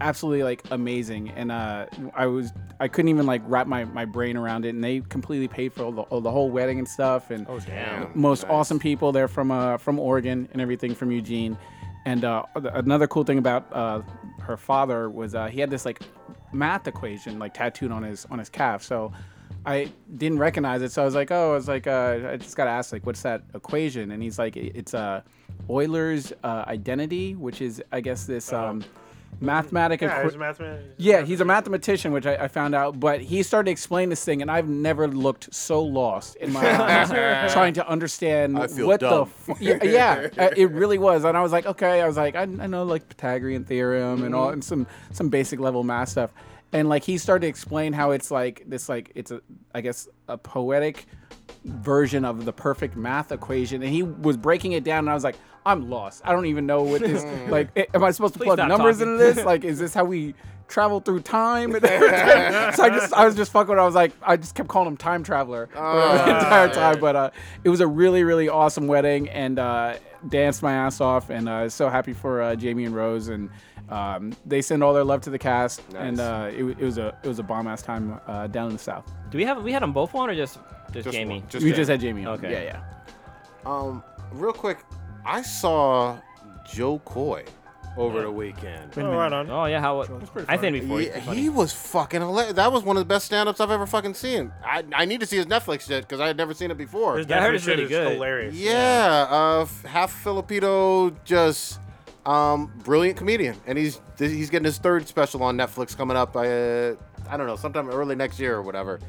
[SPEAKER 5] absolutely like amazing and uh i was i couldn't even like wrap my, my brain around it and they completely paid for all the, all the whole wedding and stuff and oh,
[SPEAKER 4] Damn,
[SPEAKER 5] most
[SPEAKER 4] nice.
[SPEAKER 5] awesome people they're from uh from oregon and everything from eugene and uh th- another cool thing about uh her father was uh he had this like math equation like tattooed on his on his calf so I didn't recognize it, so I was like, "Oh, I was like, uh, I just got to ask, like, what's that equation?" And he's like, "It- "It's uh, Euler's uh, identity, which is, I guess, this um, mathematic
[SPEAKER 7] Yeah,
[SPEAKER 5] equi-
[SPEAKER 7] it's mathemat-
[SPEAKER 5] yeah, he's a mathematician, which I, I found out, but he started explaining this thing, and I've never looked so lost
[SPEAKER 4] [laughs]
[SPEAKER 5] in my life trying to understand
[SPEAKER 4] I feel
[SPEAKER 5] what
[SPEAKER 4] dumb.
[SPEAKER 5] the. F- yeah, yeah,
[SPEAKER 4] [laughs]
[SPEAKER 5] uh, it really was. And I was like, okay, I was like, I, I know like Pythagorean theorem and all, and some some basic level math stuff. And like he started to explain how it's like this, like it's a, I guess, a poetic version of the perfect math equation, and he was breaking it down, and I was like.
[SPEAKER 8] [laughs]
[SPEAKER 5] I'm lost. I don't even know what this like. Am I supposed to plug
[SPEAKER 8] stop
[SPEAKER 5] numbers
[SPEAKER 8] talking.
[SPEAKER 5] into this? Like, is this how we travel through time. [laughs] And everything. so I just I was just fucking. with it. I was like I just kept calling him time traveler the entire time. But uh, it was a really really awesome wedding and uh, danced my ass off. And uh, so happy for uh, Jamie and Rose and. Um, they send all their love to the cast, and uh, it, wa- it was a it was a bomb ass time uh, down in the south.
[SPEAKER 8] Do we have we had them both on or just just,
[SPEAKER 4] Just
[SPEAKER 8] Jamie?
[SPEAKER 4] one-
[SPEAKER 5] we
[SPEAKER 4] yeah.
[SPEAKER 5] just had Jamie. On.
[SPEAKER 8] Okay.
[SPEAKER 5] Yeah, yeah.
[SPEAKER 4] Um, real quick, I saw Joe Coy over the weekend.
[SPEAKER 7] Oh, right on.
[SPEAKER 8] Oh yeah, how I think before.
[SPEAKER 4] Yeah, he was fucking hilarious. That was one of the best stand-ups I've ever fucking seen. I, I need to see his Netflix shit because I had never seen it before.
[SPEAKER 7] His
[SPEAKER 8] Yeah, I heard
[SPEAKER 7] Netflix
[SPEAKER 8] it's
[SPEAKER 7] shit
[SPEAKER 8] really
[SPEAKER 7] is
[SPEAKER 8] good.
[SPEAKER 7] Hilarious.
[SPEAKER 4] Yeah, uh, f- half Filipino, just um, brilliant comedian, and he's th- he's getting his third special on Netflix coming up. Uh, I don't know, sometime early next year or whatever.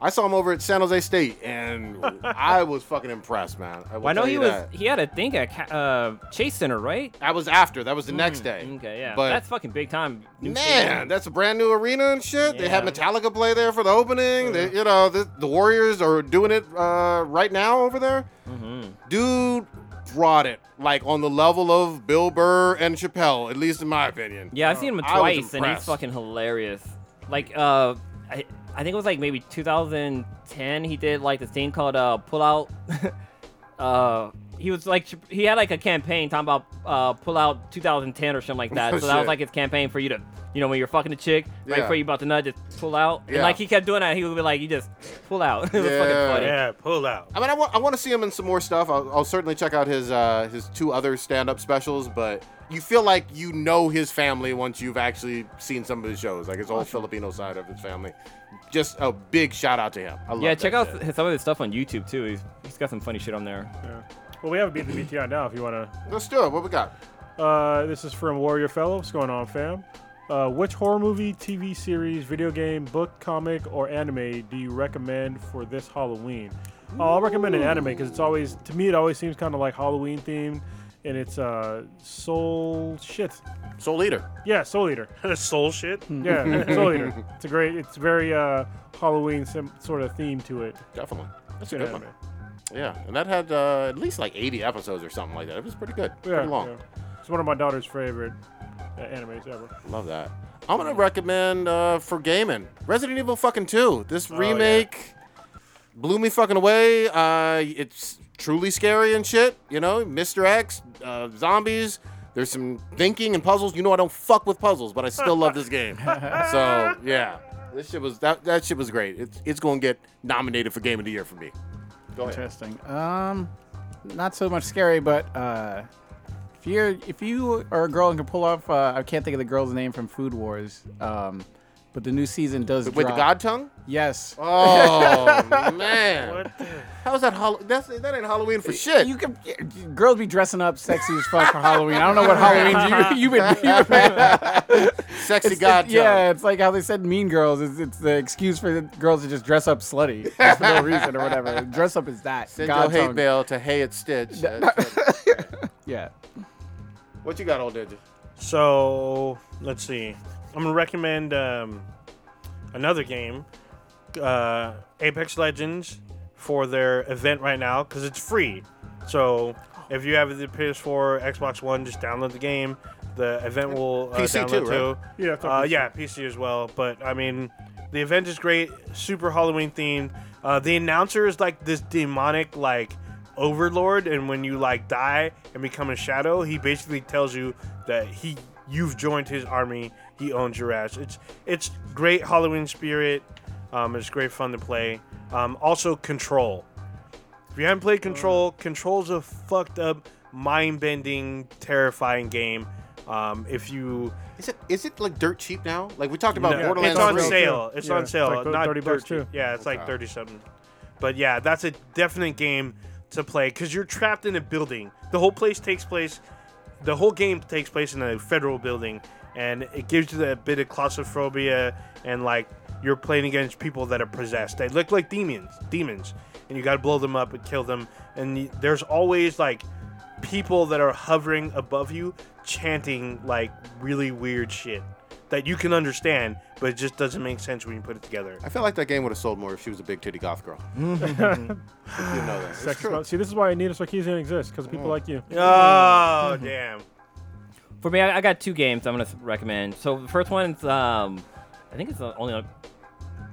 [SPEAKER 4] I saw him over at San Jose State,
[SPEAKER 8] [laughs]
[SPEAKER 4] and I was fucking impressed, man. I, will
[SPEAKER 8] Well, I know
[SPEAKER 4] tell
[SPEAKER 8] he
[SPEAKER 4] you
[SPEAKER 8] was
[SPEAKER 4] That.
[SPEAKER 8] he had a thing at Ca- uh, Chase Center, right?
[SPEAKER 4] That was after. That was the next day.
[SPEAKER 8] Mm, Okay, yeah,
[SPEAKER 4] But
[SPEAKER 8] that's fucking big time. new
[SPEAKER 4] Man, that's a brand new arena and shit. They had
[SPEAKER 8] Yeah. Mm-hmm.
[SPEAKER 4] Metallica play there for the opening. They, you know, the, the Warriors are doing it uh, right now over there.
[SPEAKER 8] Mm-hmm.
[SPEAKER 4] Dude brought it like on the level of Bill Burr and Chappelle, at least in my opinion.
[SPEAKER 8] Yeah, I've seen
[SPEAKER 4] I
[SPEAKER 8] him
[SPEAKER 4] was
[SPEAKER 8] twice, and he's
[SPEAKER 4] impressed.
[SPEAKER 8] fucking hilarious. Like, uh, I, I think it was like maybe 2010. He did like this thing called uh, pull out. [laughs] uh, he was like he had like a campaign talking about uh, pull out 2010 or something like
[SPEAKER 4] [laughs]
[SPEAKER 8] that.
[SPEAKER 4] Oh,
[SPEAKER 8] so that was
[SPEAKER 4] shit.
[SPEAKER 8] like his campaign for you to, you know, when you're fucking a chick, right
[SPEAKER 4] Yeah.
[SPEAKER 8] before you about to nut, just pull out.
[SPEAKER 4] Yeah.
[SPEAKER 8] And like he kept doing that, he would be like, you just pull out. [laughs] it was
[SPEAKER 4] Yeah.
[SPEAKER 8] fucking funny.
[SPEAKER 7] Yeah, pull out.
[SPEAKER 4] I mean, I want to see him in some more stuff. I'll, I'll certainly check out his uh, his two other stand up specials, but you feel like you know his family once you've actually seen some of his shows, like his whole Filipino side of his family. Just a big shout out to him. I love
[SPEAKER 8] Yeah,
[SPEAKER 4] that
[SPEAKER 8] check out
[SPEAKER 4] shit.
[SPEAKER 8] his- some of his stuff on YouTube too. He's he's got some funny shit on there.
[SPEAKER 6] Well, we have a beat the BT on now if you want to
[SPEAKER 4] Let's do it. What we got?
[SPEAKER 6] Uh, this is from Warrior Fellow. What's going on, fam? Uh, which horror movie, TV series, video game, book, comic, or anime do you recommend for this Halloween? Uh, I'll recommend an anime because it's always, to me, it always seems kind of like Halloween themed, and it's uh, Soul shit.
[SPEAKER 4] Soul Eater.
[SPEAKER 6] Yeah, Soul Eater.
[SPEAKER 7] Soul shit.
[SPEAKER 6] [laughs] Yeah, Soul Eater. It's a great. It's very uh, Halloween sim- sort of theme to it.
[SPEAKER 4] Definitely. That's a
[SPEAKER 6] Good
[SPEAKER 4] good
[SPEAKER 6] anime.
[SPEAKER 4] one. Yeah, and that had uh, at least like 80 episodes or something like that. It was pretty good.
[SPEAKER 6] Yeah,
[SPEAKER 4] pretty long.
[SPEAKER 6] yeah. It's one of my daughter's favorite uh, animes ever.
[SPEAKER 4] Love that. I'm gonna recommend uh, for gaming Resident Evil fucking two. This
[SPEAKER 6] Oh,
[SPEAKER 4] remake blew me fucking away. Uh, it's truly scary and shit. You know, Mr. X, uh, zombies. There's some thinking and puzzles. You know, I don't fuck with puzzles, but I still love this
[SPEAKER 6] [laughs]
[SPEAKER 4] game. So yeah, this shit was that that shit was great. It's it's gonna get nominated for Game of the Year for me. Go ahead.
[SPEAKER 5] Interesting. Um, not so much scary, but uh, if you're if you are a girl and can pull off, uh, I can't think of the girl's name from Food Wars. Um, but the new season does
[SPEAKER 4] With the
[SPEAKER 5] drop.
[SPEAKER 4] God tongue?
[SPEAKER 5] Yes.
[SPEAKER 4] [laughs] Oh man! How's that? Hol- that's, that ain't Halloween for shit.
[SPEAKER 5] You can girls be dressing up sexy as fuck for Halloween. I don't know what Halloween you you've been.
[SPEAKER 4] [laughs]
[SPEAKER 5] You've been
[SPEAKER 4] Sexy
[SPEAKER 5] [laughs] it's-
[SPEAKER 4] God tongue.
[SPEAKER 5] yeah, it's like how they said Mean Girls. It's, it's the excuse for the girls to just dress up slutty
[SPEAKER 4] [laughs]
[SPEAKER 5] just for no reason or whatever. Dress up as that.
[SPEAKER 4] Send
[SPEAKER 5] God
[SPEAKER 4] your hate
[SPEAKER 5] tongue.
[SPEAKER 4] mail to hey at [laughs] Stitch.
[SPEAKER 5] Yeah.
[SPEAKER 4] what you got, old digit?
[SPEAKER 7] So let's see. I'm gonna recommend um, another game, uh, Apex Legends, for their event right now because it's free. So if you have the PS4, Xbox One, just download the game. The event will uh,
[SPEAKER 4] PC too,
[SPEAKER 7] download
[SPEAKER 4] right?
[SPEAKER 7] too.
[SPEAKER 6] Yeah, it's on
[SPEAKER 7] uh,
[SPEAKER 6] PC.
[SPEAKER 7] yeah, PC as well. But I mean, the event is great, super Halloween themed. Uh, the announcer is like this demonic like overlord, and when you like die and become a shadow, he basically tells you that he you've joined his army. He owns your ass. It's it's great Halloween spirit. Um, it's great fun to play. Um, also, Control. If you haven't played Control, Control's a fucked up, mind bending, terrifying game. Um, if you
[SPEAKER 4] Is it is it like dirt cheap now? Like we talked about
[SPEAKER 7] no,
[SPEAKER 4] Borderlands.
[SPEAKER 7] It's on
[SPEAKER 4] 3.
[SPEAKER 6] three.
[SPEAKER 7] sale. It's
[SPEAKER 6] Yeah,
[SPEAKER 7] on
[SPEAKER 6] it's
[SPEAKER 7] sale.
[SPEAKER 6] like
[SPEAKER 7] Not
[SPEAKER 6] 30 bucks, too.
[SPEAKER 7] Yeah, it's like
[SPEAKER 4] Okay.
[SPEAKER 7] thirty something. But yeah, that's a definite game to play because you're trapped in a building. The whole place takes place. The whole game takes place in a federal building, and it gives you that bit of claustrophobia and like you're playing against people that are possessed. They look like demons, demons, and you got to blow them up and kill them. And y- there's always like people that are hovering above you chanting like really weird shit that you can understand, but it just doesn't make sense when you put it together.
[SPEAKER 4] I feel like that game would have sold more if she was a big titty goth girl. you know that. It's
[SPEAKER 6] Sex is
[SPEAKER 4] true.
[SPEAKER 8] Mm.
[SPEAKER 6] not- See, this is why Anita Sarkeesian exists because people like you.
[SPEAKER 7] Oh damn!
[SPEAKER 8] For me, I, I got two games I'm gonna s- recommend. So the first one's um, I think it's the only. on-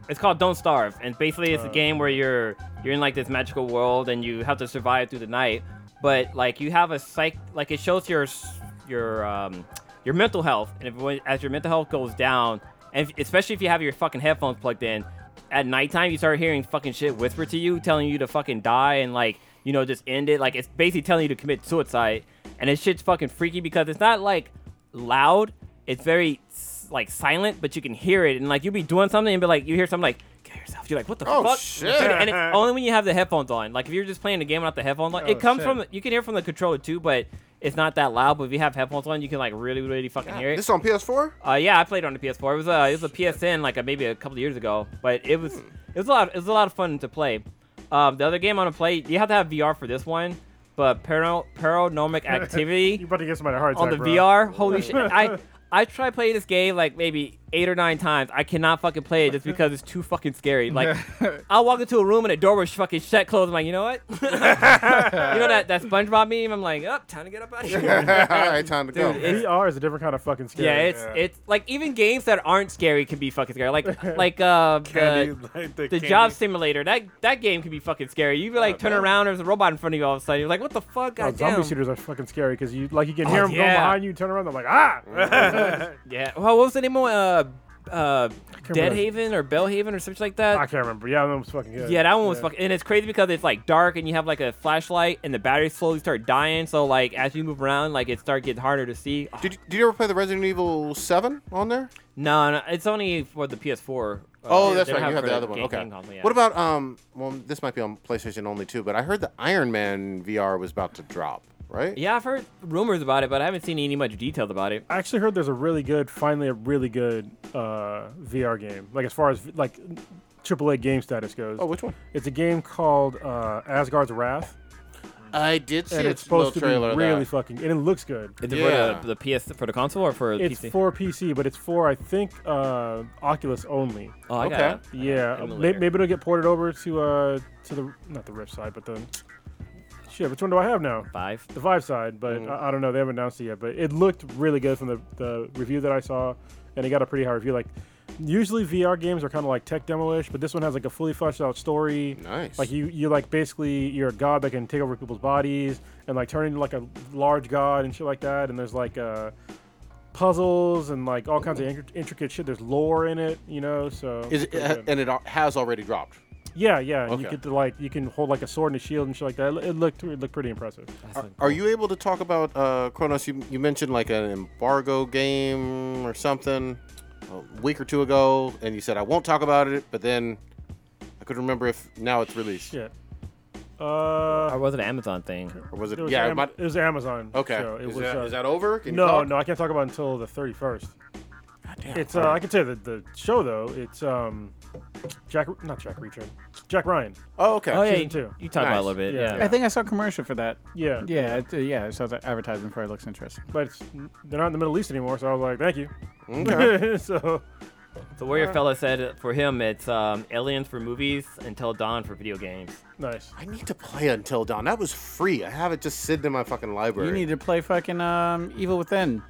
[SPEAKER 8] It's called Don't Starve, and basically it's a game where you're you're in like this magical world and you have to survive through the night. But like you have a psych, like it shows your s- your um, your mental health, and if, when- as your mental health goes down, and if, especially if you have your fucking headphones plugged in, at nighttime you start hearing fucking shit whisper to you, telling you to fucking die and like you know just end it. Like it's basically telling you to commit suicide, and it's shit's fucking freaky because it's not like loud. It's very s- like silent, but you can hear it, and like you'll be doing something and be like you hear something like kill yourself. You're like what the
[SPEAKER 4] Oh,
[SPEAKER 8] fuck?
[SPEAKER 4] shit.
[SPEAKER 8] Dude, and it's only when you have the headphones on. Like if you're just playing the game without the headphones
[SPEAKER 4] Oh,
[SPEAKER 8] on, it comes
[SPEAKER 5] shit.
[SPEAKER 8] from you can hear from the controller too, but. It's not that loud, but if you have headphones on, you can like really, really fucking hear it.
[SPEAKER 4] This on PS4?
[SPEAKER 8] Uh, yeah, I played it on the PS4. It was a it was a PSN like uh, maybe a couple of years ago, but it
[SPEAKER 4] Hmm.
[SPEAKER 8] was it was a lot it was a lot of fun to play. Um, the other game I'm gonna play, you have to have VR for this one, but Parano-
[SPEAKER 4] [laughs]
[SPEAKER 8] Paranormic
[SPEAKER 6] You're
[SPEAKER 8] Activity
[SPEAKER 6] about to get somebody a heart attack.
[SPEAKER 8] on the
[SPEAKER 6] bro.
[SPEAKER 8] VR, holy shit! I I tried playing this game like maybe eight or nine times. I cannot fucking play it just because it's too fucking scary. Like I walk into a room and the door was fucking shut closed. I'm like, you know what? you know that that SpongeBob meme? I'm like, up, time to get up out
[SPEAKER 4] [laughs]
[SPEAKER 8] of
[SPEAKER 4] All
[SPEAKER 8] here.
[SPEAKER 4] right, time to go.
[SPEAKER 8] Dude, it's-
[SPEAKER 6] VR is a different kind of fucking scary.
[SPEAKER 8] Yeah, it's it's like even games that aren't scary can be fucking scary. Like like uh the,
[SPEAKER 7] [laughs] like
[SPEAKER 8] the
[SPEAKER 7] candy-
[SPEAKER 8] job simulator that that game can be fucking scary. You like turn around, there's a robot in front of you all of a sudden. You're like, what the fuck?
[SPEAKER 6] Oh,
[SPEAKER 8] God
[SPEAKER 6] zombie shooters are fucking scary because you like you can
[SPEAKER 8] Oh,
[SPEAKER 6] hear them going
[SPEAKER 8] yeah.
[SPEAKER 6] behind you, turn around, they're like
[SPEAKER 8] [laughs]
[SPEAKER 6] ah.
[SPEAKER 8] Yeah. Well, what was the name of uh uh
[SPEAKER 6] remember.
[SPEAKER 8] Deadhaven or Bellhaven or something like
[SPEAKER 6] I
[SPEAKER 8] that?
[SPEAKER 6] can't remember. Yeah, that was fucking good.
[SPEAKER 8] Yeah, that one was fucking. And it's crazy because it's like dark and you have like a flashlight and the batteries slowly start dying. So like as you move around, like it start getting harder to see. Oh,
[SPEAKER 4] Did, did you ever play the Resident Evil 7 on there?
[SPEAKER 8] no, no, it's only for the PS4. uh,
[SPEAKER 4] Oh, that's
[SPEAKER 8] they don't
[SPEAKER 4] right. You
[SPEAKER 8] it
[SPEAKER 4] have
[SPEAKER 8] for
[SPEAKER 4] the other one.
[SPEAKER 8] game-
[SPEAKER 4] Okay.
[SPEAKER 8] game console, yeah.
[SPEAKER 4] What about um? Well, this might be on PlayStation only too, but I heard the Iron Man VR was about to drop, right?
[SPEAKER 8] Yeah, I've heard rumors about it, but I haven't seen any much details about it.
[SPEAKER 6] I actually heard there's a really good, finally a really good uh, VR game. Like as far as like AAA game status goes,
[SPEAKER 4] Oh, which one?
[SPEAKER 6] it's a game called uh, Asgard's Wrath,
[SPEAKER 4] I did see
[SPEAKER 6] and
[SPEAKER 4] a
[SPEAKER 6] it's supposed to be
[SPEAKER 4] trailer.
[SPEAKER 6] really fucking, and it looks good.
[SPEAKER 8] Is it
[SPEAKER 4] Yeah.
[SPEAKER 8] for the, the PS for the console or for
[SPEAKER 6] It's
[SPEAKER 8] PC?
[SPEAKER 6] for PC, but it's for I think uh, Oculus only.
[SPEAKER 8] oh, I
[SPEAKER 4] Okay.
[SPEAKER 8] got it.
[SPEAKER 6] Yeah, uh, may-
[SPEAKER 8] emulator.
[SPEAKER 6] maybe it'll get ported over to uh to the not the Rift side, but the shit. Which one do I have now?
[SPEAKER 8] Five.
[SPEAKER 6] The Vive side, but
[SPEAKER 4] Mm-hmm.
[SPEAKER 6] I, I don't know. They haven't announced it yet, but it looked really good from the the review that I saw, and it got a pretty high review. Like usually VR games are kind of like tech demo-ish, but this one has like a fully fleshed out story.
[SPEAKER 4] Nice.
[SPEAKER 6] Like you you like basically you're a god that can take over people's bodies and like turn into like a large god and shit like that. And there's like uh puzzles and like all kinds of intric- intricate shit. There's lore in it, you know. So
[SPEAKER 4] Is
[SPEAKER 6] it's
[SPEAKER 4] it,
[SPEAKER 6] pretty good.
[SPEAKER 4] and it al- has already dropped.
[SPEAKER 6] Yeah, yeah. and You
[SPEAKER 4] Okay.
[SPEAKER 6] get to like you can hold like a sword and a shield and shit like that. It lo- It looked it looked pretty impressive.
[SPEAKER 4] Are you able to talk about uh, Kronos? You, you mentioned like an embargo game or something a week or two ago, and you said I won't talk about it, but then I couldn't remember if now it's released
[SPEAKER 6] Shit. Uh,
[SPEAKER 8] Or was it an Amazon thing?
[SPEAKER 4] or was it?
[SPEAKER 6] it was,
[SPEAKER 4] yeah,
[SPEAKER 6] Am-
[SPEAKER 4] it might-
[SPEAKER 6] it was Amazon.
[SPEAKER 4] okay.
[SPEAKER 6] So it
[SPEAKER 4] is,
[SPEAKER 6] was.
[SPEAKER 4] that,
[SPEAKER 6] uh,
[SPEAKER 4] is that over? Can you
[SPEAKER 6] no,
[SPEAKER 4] talk?
[SPEAKER 6] no, I can't talk about it until the thirty first. It's uh, I can tell you the, the show though. It's um, Jack not Jack Reacher, Jack Ryan.
[SPEAKER 4] Oh, okay.
[SPEAKER 8] Oh yeah,
[SPEAKER 6] Season
[SPEAKER 8] you,
[SPEAKER 6] two.
[SPEAKER 8] you talked about it a
[SPEAKER 4] Nice.
[SPEAKER 8] little bit.
[SPEAKER 6] Yeah.
[SPEAKER 8] Yeah.
[SPEAKER 5] I think I saw a commercial for that.
[SPEAKER 6] Yeah,
[SPEAKER 5] Yeah, it, uh, yeah. So the advertising for it looks interesting.
[SPEAKER 6] but it's, they're not in the Middle East anymore, so I was like, thank you.
[SPEAKER 4] Okay.
[SPEAKER 6] [laughs] so
[SPEAKER 8] The Warrior Fella said uh, for him it's um, Aliens for movies, Until Dawn for video games.
[SPEAKER 6] nice.
[SPEAKER 4] I need to play Until Dawn. That was free. I have it just sitting in my fucking library.
[SPEAKER 5] You need to play fucking um, Evil Within.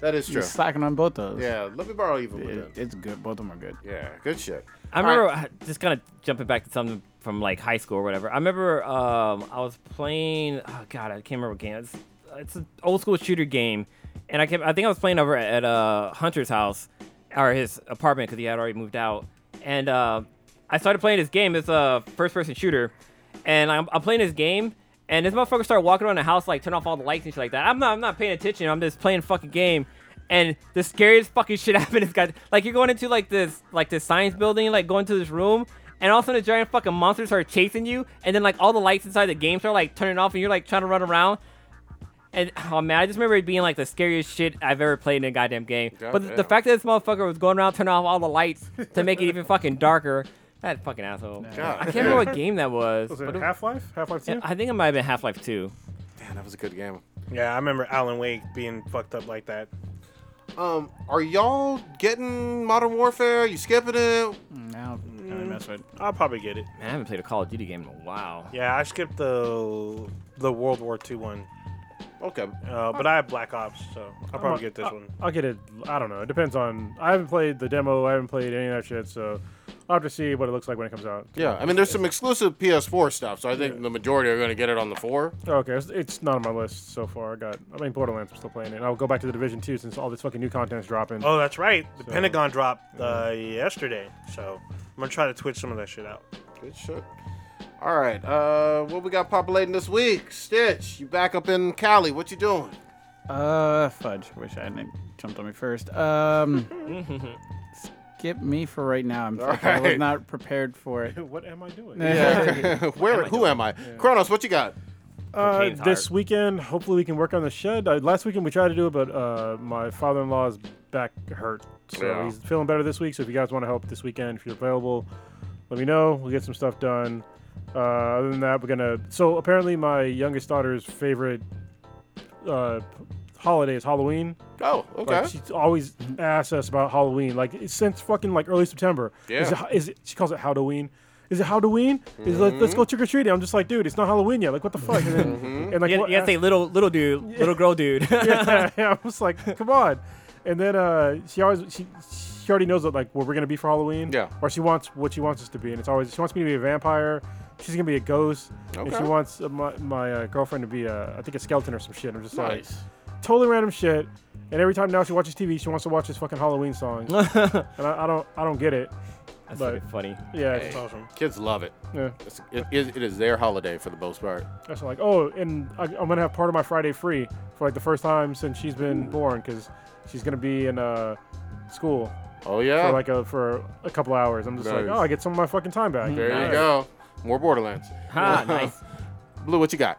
[SPEAKER 4] that is
[SPEAKER 5] You're
[SPEAKER 4] true.
[SPEAKER 5] slacking on both those.
[SPEAKER 4] Yeah, let me borrow Evil
[SPEAKER 5] It,
[SPEAKER 4] Within.
[SPEAKER 5] it's good. Both of them are good.
[SPEAKER 4] Yeah, good shit.
[SPEAKER 8] I remember uh, just kind of jumping back to something from like high school or whatever. I remember um, I was playing. Oh god, I can't remember what game. It's, uh, it's an old school shooter game, and I kept. I think I was playing over at uh, Hunter's house or his apartment because he had already moved out. And uh, I started playing this game. It's a first person shooter, and I'm, I'm playing this game. And this motherfucker started walking around the house, like turn off all the lights and shit like that. I'm not, I'm not paying attention. I'm just playing fucking game and the scariest fucking shit [laughs] happened. It's got like you're going into like this like this science building, like going to this room, and all of a sudden the giant fucking monsters are chasing you, and then like all the lights inside the game are like turning off, and you're like trying to run around. And oh man, I just remember it being like the scariest shit I've ever played in a goddamn game. but the, the
[SPEAKER 4] Goddamn.
[SPEAKER 8] fact that this motherfucker was going around turning off all the lights to make it even fucking darker, that fucking asshole. I can't remember what game that was.
[SPEAKER 6] Was
[SPEAKER 8] but
[SPEAKER 6] it
[SPEAKER 8] it-
[SPEAKER 6] Half Life? Half Life Two?
[SPEAKER 8] I think it might have been Half Life Two.
[SPEAKER 4] Man, that was a good game.
[SPEAKER 7] Yeah, I remember Alan Wake being fucked up like that.
[SPEAKER 4] Um, are y'all getting Modern Warfare? You skipping it?
[SPEAKER 5] Now, now I mess with.
[SPEAKER 7] I'll probably get it.
[SPEAKER 8] Man, I haven't played a Call of Duty game in a while.
[SPEAKER 7] Yeah, I skipped the the World War II one.
[SPEAKER 4] Okay.
[SPEAKER 7] Uh, but I have Black Ops, so I'll probably get this
[SPEAKER 6] I'll,
[SPEAKER 7] one.
[SPEAKER 6] I'll get it. I don't know. It depends on. I haven't played the demo. I haven't played any of that shit, so I'll have to see what it looks like when it comes out.
[SPEAKER 4] Yeah, I mean, there's some exclusive PS4 stuff, so I think the majority are going to get it on the four.
[SPEAKER 6] Okay, it's, it's not on my list so far. I got. I mean, Borderlands. I'm still playing it. I'll go back to the Division Two since all this fucking new content's dropping.
[SPEAKER 7] Oh, that's right. The Pentagon dropped uh, yesterday, so I'm gonna try to twitch some of that shit out.
[SPEAKER 4] Good shit. All right, uh, what we got populating this week? Stitch, you back up in Cali? What you doing? [laughs]
[SPEAKER 5] Uh, fudge. Wish I hadn't jumped on me first. [laughs] Um, skip me for right now. I'm I was
[SPEAKER 4] Alright.
[SPEAKER 5] not prepared for [laughs] it.
[SPEAKER 6] what am I doing?
[SPEAKER 4] Where? who am I? Kronos, what you got?
[SPEAKER 6] Uh,
[SPEAKER 8] Cocaine's
[SPEAKER 6] this
[SPEAKER 8] hard.
[SPEAKER 6] weekend, hopefully we can work on the shed. Uh, last weekend we tried to do it, but uh, my father-in-law's back hurt, so
[SPEAKER 4] Yeah.
[SPEAKER 6] he's feeling better this week. So if you guys want to help this weekend, if you're available, let me know. We'll get some stuff done. Uh, other than that, we're gonna. So apparently, my youngest daughter's favorite uh, p- holiday is Halloween.
[SPEAKER 4] Oh, okay.
[SPEAKER 6] Like she's always asks us about Halloween, like it's since fucking like early September. Is it,
[SPEAKER 4] Yeah.
[SPEAKER 6] is it, she calls it Halloween. Is it Halloween? Is it, let's
[SPEAKER 4] Mm-hmm.
[SPEAKER 6] go trick or treating. I'm just like, dude, it's not Halloween yet. Like, what the fuck? And, then, and like,
[SPEAKER 8] You,
[SPEAKER 6] what-
[SPEAKER 8] you have to say little little dude, little girl dude. [laughs]
[SPEAKER 6] [laughs] yeah, yeah, I was like, come on. And then uh, she always she she already knows that like what we're gonna be for Halloween.
[SPEAKER 4] Yeah.
[SPEAKER 6] Or she wants what she wants us to be, and it's always she wants me to be a vampire. She's gonna be a ghost, and
[SPEAKER 4] Okay.
[SPEAKER 6] she wants uh, my, my uh, girlfriend to be a I think a skeleton or some shit. I'm just like
[SPEAKER 4] nice.
[SPEAKER 6] totally random shit. And every time now she watches TV, she wants to watch this fucking
[SPEAKER 8] [laughs]
[SPEAKER 6] Halloween song. and I, I don't I don't get it.
[SPEAKER 8] That's
[SPEAKER 6] But-
[SPEAKER 8] fucking funny.
[SPEAKER 6] Yeah. it's-
[SPEAKER 7] Awesome.
[SPEAKER 4] Kids love it.
[SPEAKER 6] yeah.
[SPEAKER 4] It's, it, is- it is their holiday for the most part.
[SPEAKER 6] That's like, oh, and I, I'm gonna have part of my Friday free for like the first time since she's been born, because she's gonna be in uh, school
[SPEAKER 4] Oh yeah.
[SPEAKER 6] for like a for a couple hours. I'm just like,
[SPEAKER 4] Nice.
[SPEAKER 6] oh, I get some of my fucking time back.
[SPEAKER 4] there
[SPEAKER 8] Nice.
[SPEAKER 4] you go. More Borderlands.
[SPEAKER 8] Ha, nice.
[SPEAKER 4] Blue, what you got?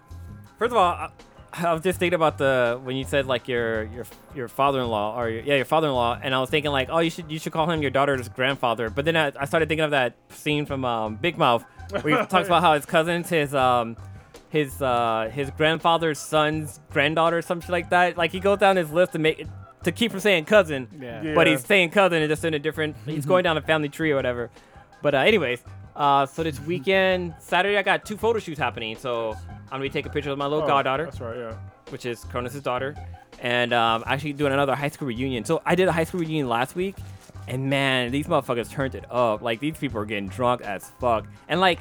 [SPEAKER 8] First of all, I, I was just thinking about the when you said like your your your father-in-law or your, yeah your father-in-law, and I was thinking like, oh, you should you should call him your daughter's grandfather. But then I, I started thinking of that scene from um, Big Mouth where he talks about how his cousins, his um, his uh, his grandfather's son's granddaughter, or some shit like that. Like he goes down his list to make to keep from saying cousin,
[SPEAKER 5] Yeah.
[SPEAKER 8] but
[SPEAKER 6] Yeah.
[SPEAKER 8] he's saying cousin and just in a different. He's
[SPEAKER 6] Mm-hmm.
[SPEAKER 8] going down a family tree or whatever. But uh, anyways, uh, so this weekend, Saturday, I got two photo shoots happening. So I'm gonna be taking pictures of my little
[SPEAKER 6] Oh,
[SPEAKER 8] goddaughter,
[SPEAKER 6] That's right. Yeah.
[SPEAKER 8] which is Cronus' daughter, and um, actually doing another high school reunion. So I did a high school reunion last week, and man, these motherfuckers turned it up. Like these people are getting drunk as fuck, and like.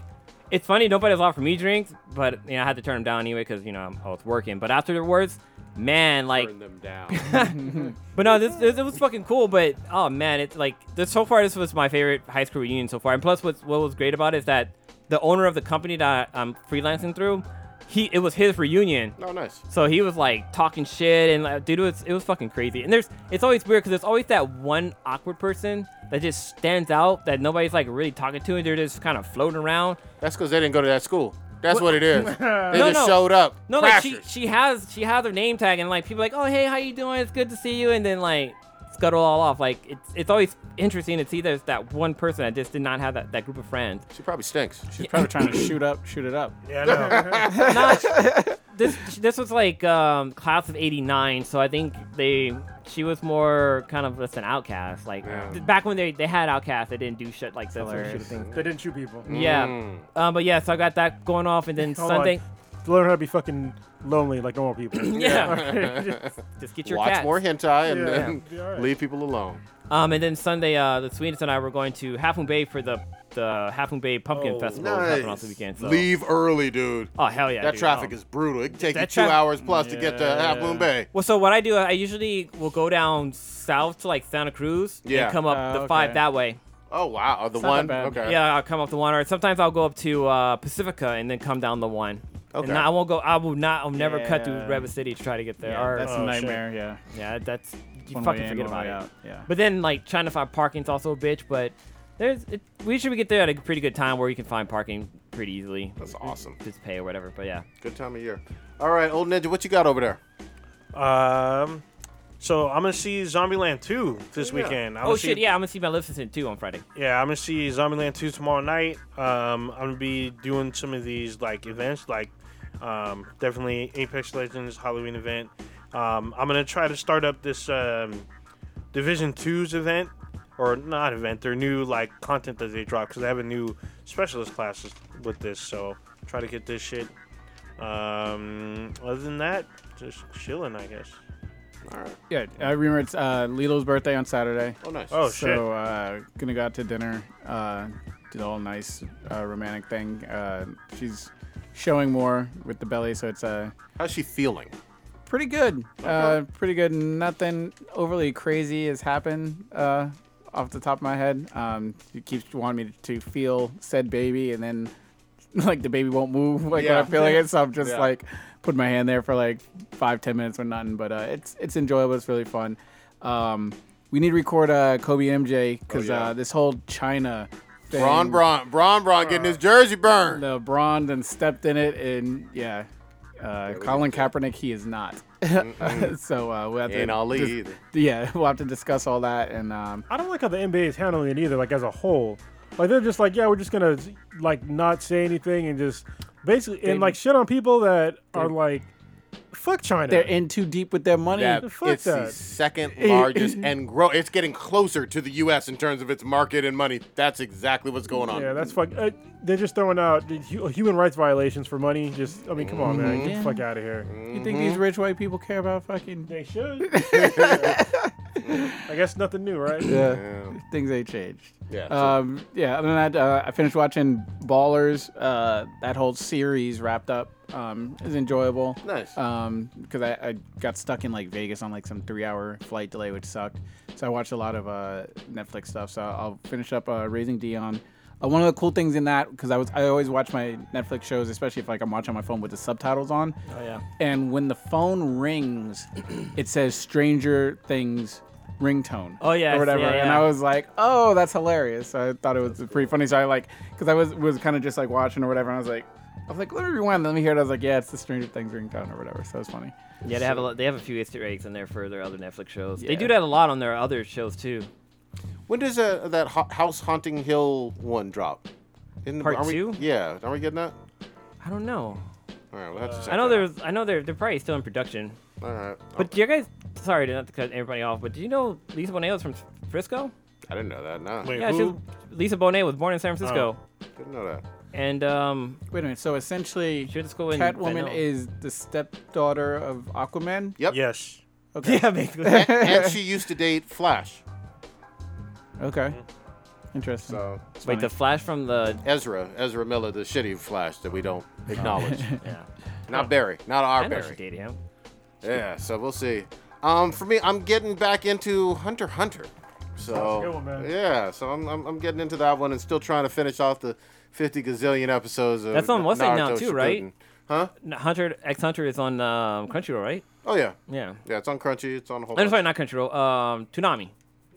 [SPEAKER 8] It's funny, nobody's offered me drinks, but you know, I had to turn them down anyway because you know I'm, I was working. But afterwards, man, like
[SPEAKER 4] them down.
[SPEAKER 8] [laughs] but no, this, this it was fucking cool. But oh man, it's like this so far. This was my favorite high school reunion so far. And plus, what's, what was great about it is that the owner of the company that I'm freelancing through, he it was his reunion.
[SPEAKER 4] oh nice.
[SPEAKER 8] So he was like talking shit, and like, dude, it was, it was fucking crazy. And there's it's always weird because there's always that one awkward person that just stands out that nobody's like really talking to, and they're just kind of floating around.
[SPEAKER 4] That's because they didn't go to that school. That's what, it is. They just
[SPEAKER 8] no.
[SPEAKER 4] showed up.
[SPEAKER 8] No, like she
[SPEAKER 4] Crashers.
[SPEAKER 8] she has she has her name tag and like people are like, oh hey, how you doing? It's good to see you, and then like scuttle all off. Like it's it's always interesting to see there's that one person that just did not have that, that group of friends.
[SPEAKER 4] She probably stinks.
[SPEAKER 5] She's probably trying to shoot up, shoot it [laughs] up.
[SPEAKER 7] Yeah, no.
[SPEAKER 4] [laughs]
[SPEAKER 8] Nah, this this was like um, class of '89, so I think they she was more kind of just an outcast. Like
[SPEAKER 4] Yeah.
[SPEAKER 8] back when they they had outcasts, they didn't do shit like that sort of shit [laughs]
[SPEAKER 6] [laughs]
[SPEAKER 8] thing.
[SPEAKER 6] They didn't shoot people.
[SPEAKER 8] Yeah,
[SPEAKER 4] Hmm.
[SPEAKER 8] um, but yeah, so I got that going off, and
[SPEAKER 5] [laughs] Oh,
[SPEAKER 8] then
[SPEAKER 6] Hold on.
[SPEAKER 8] Sunday,
[SPEAKER 6] Learn how to be fucking lonely like normal
[SPEAKER 8] [clears throat]
[SPEAKER 6] people.
[SPEAKER 8] [laughs]
[SPEAKER 6] [clears throat]
[SPEAKER 8] yeah,
[SPEAKER 4] [laughs]
[SPEAKER 8] just get your
[SPEAKER 4] Watch
[SPEAKER 8] cats.
[SPEAKER 4] more hentai and
[SPEAKER 6] Yeah.
[SPEAKER 4] then
[SPEAKER 6] Yeah. Be alright.
[SPEAKER 4] leave people alone.
[SPEAKER 8] Um, and then Sunday, uh, the Sweetest and I were going to Half Moon Bay for the the Half Moon Bay Pumpkin
[SPEAKER 5] Oh,
[SPEAKER 8] Festival that's happening off the weekend. So.
[SPEAKER 4] Leave early, dude.
[SPEAKER 8] Oh hell yeah!
[SPEAKER 4] that
[SPEAKER 8] dude.
[SPEAKER 4] traffic
[SPEAKER 8] Oh.
[SPEAKER 4] is brutal. It can take you
[SPEAKER 8] That
[SPEAKER 4] two
[SPEAKER 8] traf-
[SPEAKER 4] hours plus to get to Half Moon
[SPEAKER 5] Yeah.
[SPEAKER 4] Bay.
[SPEAKER 8] Well, so what I do, I usually will go down south to like Santa Cruz
[SPEAKER 4] Yeah.
[SPEAKER 8] and come up
[SPEAKER 5] Ah,
[SPEAKER 8] the
[SPEAKER 5] okay.
[SPEAKER 8] five that way.
[SPEAKER 4] Oh wow, oh, the
[SPEAKER 5] It's not
[SPEAKER 4] one.
[SPEAKER 5] that bad.
[SPEAKER 4] Okay.
[SPEAKER 8] Yeah, I'll come up the one, or sometimes I'll go up to uh, Pacifica and then come down the one.
[SPEAKER 4] Okay.
[SPEAKER 8] And I won't go. I will not. I'll never cut through
[SPEAKER 5] Yeah.
[SPEAKER 8] Reva City to try to get there.
[SPEAKER 5] Yeah,
[SPEAKER 8] or,
[SPEAKER 5] that's
[SPEAKER 7] oh,
[SPEAKER 5] a nightmare. Yeah.
[SPEAKER 8] yeah, that's you
[SPEAKER 5] One way
[SPEAKER 8] fucking
[SPEAKER 5] in,
[SPEAKER 8] forget
[SPEAKER 5] one
[SPEAKER 8] about
[SPEAKER 5] way
[SPEAKER 8] it.
[SPEAKER 5] out, Yeah.
[SPEAKER 8] But then like trying to find parking's also a bitch. But there's it, we should get there at a pretty good time where you can find parking pretty easily.
[SPEAKER 4] That's awesome.
[SPEAKER 8] just pay or whatever. But yeah,
[SPEAKER 4] Good time of year. All right, old ninja, what you got over there?
[SPEAKER 7] um, so I'm gonna see Zombieland 2 this weekend. I'm
[SPEAKER 8] oh
[SPEAKER 7] gonna see-
[SPEAKER 8] shit, yeah, I'm gonna see Maleficent too on Friday.
[SPEAKER 7] Yeah, I'm gonna see Zombieland 2 tomorrow night. Um, I'm gonna be doing some of these like events, like um, definitely Apex Legends Halloween event. Um, I'm gonna try to start up this um, Division 2's event, or not event, their new like content that they drop because they have a new specialist class with this. So try to get this shit Um, other than that, just chilling, I guess.
[SPEAKER 4] All right.
[SPEAKER 5] Yeah, I remember it's uh, Lilo's birthday on Saturday.
[SPEAKER 4] Oh, nice.
[SPEAKER 7] Oh
[SPEAKER 5] so,
[SPEAKER 7] shit!
[SPEAKER 5] uh, gonna go out to dinner. Uh, did all nice uh, romantic thing. Uh, she's showing more with the belly, so it's uh,
[SPEAKER 4] How's she feeling?
[SPEAKER 5] pretty good. Uh, pretty good. Nothing overly crazy has happened uh, off the top of my head. Um, she keeps wanting me to feel said baby, and then [laughs] like the baby won't move like
[SPEAKER 4] Yeah.
[SPEAKER 5] when I'm feeling it. So I'm just
[SPEAKER 4] Yeah.
[SPEAKER 5] like put my hand there for like five ten minutes or nothing. But uh, it's it's enjoyable. It's really fun. Um, we need to record uh, Kobe MJ because
[SPEAKER 4] Oh, yeah.
[SPEAKER 5] uh, this whole China. Thing,
[SPEAKER 4] Braun Braun Braun Braun getting his jersey burned.
[SPEAKER 5] [laughs] the Braun then stepped in it, and yeah, uh, Colin Kaepernick, he is not. [laughs] so uh, we'll have
[SPEAKER 4] Mm. Ain't
[SPEAKER 5] to
[SPEAKER 4] Ali
[SPEAKER 5] dis-
[SPEAKER 4] either.
[SPEAKER 5] yeah, [laughs] we'll have to discuss all that. And um,
[SPEAKER 6] I don't like how the NBA is handling it either, like as a whole. Like they're just like, yeah, we're just gonna like not say anything and just basically and like shit on people that are like, fuck China.
[SPEAKER 5] they're in too deep with their money.
[SPEAKER 4] Yeah,
[SPEAKER 6] Fuck
[SPEAKER 4] it's the
[SPEAKER 6] that.
[SPEAKER 4] second largest and grow. It's getting closer to the U.S. in terms of its market and money. That's exactly what's going on.
[SPEAKER 6] yeah, that's fuck. Uh, they're just throwing out the hu- human rights violations for money. Just, I mean, come on, man, get the
[SPEAKER 8] Mm-hmm.
[SPEAKER 6] fuck out of here.
[SPEAKER 5] You
[SPEAKER 4] Mm-hmm.
[SPEAKER 5] think these rich white people care about fucking
[SPEAKER 6] They
[SPEAKER 8] [laughs]
[SPEAKER 6] should. I guess nothing new, right?
[SPEAKER 5] yeah. things? They changed.
[SPEAKER 4] Yeah, so-
[SPEAKER 5] Um, yeah. Other than that, uh, I finished watching Ballers. Uh, that whole series wrapped up. Um, is enjoyable.
[SPEAKER 4] Nice.
[SPEAKER 5] Um, because I, I got stuck in like Vegas on like some three-hour flight delay, which sucked. So I watched a lot of uh, Netflix stuff. So I'll finish up uh, Raising Dion. Uh, one of the cool things in that, because I was I always watch my Netflix shows, especially if like I'm watching on my phone with the subtitles on. Oh yeah. And when the phone rings, it says Stranger Things ringtone.
[SPEAKER 8] Oh, yes,
[SPEAKER 5] Or
[SPEAKER 8] yeah,
[SPEAKER 5] whatever. And
[SPEAKER 8] yeah.
[SPEAKER 5] I was was like, "Oh, that's hilarious!" I thought it was pretty funny. So I like, because I was was kind of just like watching or whatever, and I was like, I was like, "Let me rewind, let me hear it." I was like, "Yeah, it's the Stranger Things ringtone or whatever." So it's funny.
[SPEAKER 8] Yeah, they have a lot, they have a few Easter eggs in there for their other Netflix shows. They
[SPEAKER 5] Yeah.
[SPEAKER 8] do that a lot on their other shows too.
[SPEAKER 4] When does uh, that ho- House Haunting Hill one drop? Isn't-
[SPEAKER 8] Part
[SPEAKER 4] are we-
[SPEAKER 8] two?
[SPEAKER 4] Yeah, are we getting that?
[SPEAKER 8] I don't know.
[SPEAKER 4] All right, we'll have to check.
[SPEAKER 8] I know
[SPEAKER 4] that
[SPEAKER 8] there's I know they're they're probably still in production.
[SPEAKER 4] out. All right,
[SPEAKER 8] But do you guys, sorry to not to cut everybody off, but do you know Lisa Bonet was from Frisco?
[SPEAKER 4] I didn't know that. No,
[SPEAKER 7] Wait,
[SPEAKER 8] Yeah, she was,
[SPEAKER 7] who?
[SPEAKER 8] Lisa Bonet was born in San Francisco,
[SPEAKER 4] didn't know that.
[SPEAKER 8] and um,
[SPEAKER 5] Wait a minute. So essentially,
[SPEAKER 8] she went to school in
[SPEAKER 5] Catwoman
[SPEAKER 8] Benel.
[SPEAKER 5] is the stepdaughter of Aquaman.
[SPEAKER 4] Yep.
[SPEAKER 7] Yes.
[SPEAKER 5] Okay.
[SPEAKER 8] [laughs] yeah, basically.
[SPEAKER 4] A- and she used to date Flash.
[SPEAKER 5] Okay.
[SPEAKER 8] Mm-hmm.
[SPEAKER 5] Interesting.
[SPEAKER 4] So
[SPEAKER 8] Wait, the Flash from [laughs] the
[SPEAKER 4] Ezra, Ezra Miller, the shitty Flash that we don't acknowledge.
[SPEAKER 8] yeah,
[SPEAKER 4] not Barry, not
[SPEAKER 8] I
[SPEAKER 4] our
[SPEAKER 8] know she
[SPEAKER 4] Barry.
[SPEAKER 8] dated him.
[SPEAKER 4] Yeah, so we'll see. Um, for me, I'm getting back into Hunter x Hunter. So
[SPEAKER 6] good one, man.
[SPEAKER 4] yeah, so I'm, I'm I'm getting into that one and still trying to finish off the 50 gazillion episodes of
[SPEAKER 8] That's on
[SPEAKER 4] Naruto
[SPEAKER 8] What's-It now too, right?
[SPEAKER 4] Shippuden. Huh?
[SPEAKER 8] No, Hunter X Hunter is on um, Crunchyroll, right?
[SPEAKER 4] Oh yeah,
[SPEAKER 8] Yeah.
[SPEAKER 4] yeah. It's on Crunchy. It's on a whole.
[SPEAKER 8] I'm
[SPEAKER 4] bunch.
[SPEAKER 8] sorry, not Crunchyroll. Um, Toonami.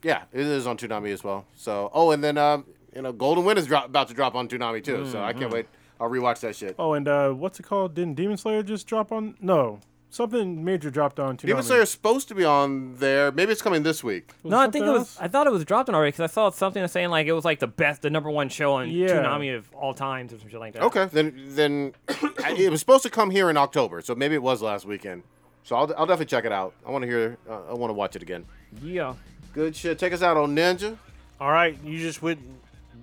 [SPEAKER 4] Yeah, it is on Toonami as well. So oh, and then um, you know, Golden Wind is drop, about to drop on Toonami too. So I
[SPEAKER 8] Mm-hmm.
[SPEAKER 4] can't wait. I'll rewatch that shit.
[SPEAKER 6] Oh, and uh, what's it called? Didn't Demon Slayer just drop on? No, something major dropped on. Toonami.
[SPEAKER 4] Demon Slayer is supposed to be on there. Maybe it's coming this week.
[SPEAKER 8] No, I think
[SPEAKER 6] something
[SPEAKER 8] it was.
[SPEAKER 6] else?
[SPEAKER 8] I thought it was dropped already because I saw something saying like it was like the best, the number one show on
[SPEAKER 6] Yeah.
[SPEAKER 8] Toonami of all times or something like that.
[SPEAKER 4] Okay, then then I- it was supposed to come here in October, so maybe it was last weekend. So I'll, I'll definitely check it out. I want to hear. Uh, I want to watch it again.
[SPEAKER 8] Yeah.
[SPEAKER 4] Good shit. Take us out on Ninja.
[SPEAKER 7] All right, you just went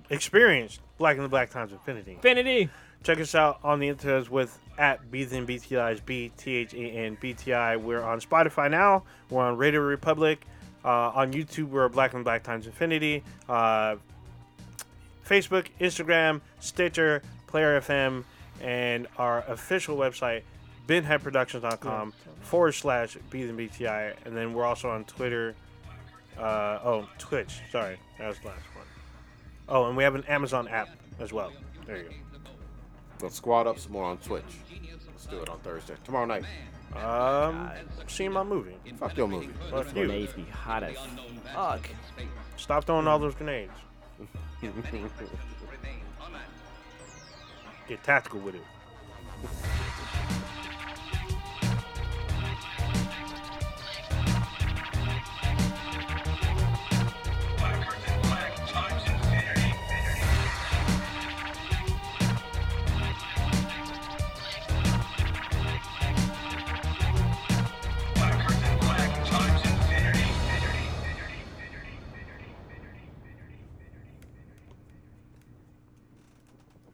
[SPEAKER 7] experienced Black and the Black times infinity.
[SPEAKER 8] Infinity.
[SPEAKER 7] Check us out on the internet with at Beathan BTI's B T H A N B T I. We're on Spotify now. We're on Radio Republic. Uh, on YouTube, we're Black and Black Times Infinity. Uh, Facebook, Instagram, Stitcher, Player FM, and our official website, binheadproductions.com forward slash Beathan BTI. And then we're also on Twitter. Uh, oh, Twitch. Sorry, that was the last one. Oh, and we have an Amazon app as well. There you go.
[SPEAKER 4] Let's squad up some more on Twitch. Let's do it on Thursday. Tomorrow night.
[SPEAKER 7] Um, seeing my movie.
[SPEAKER 4] Fuck your movie.
[SPEAKER 7] Fuck you.
[SPEAKER 8] Grenades be hot as fuck.
[SPEAKER 7] Stop throwing all those grenades. Get tactical with it.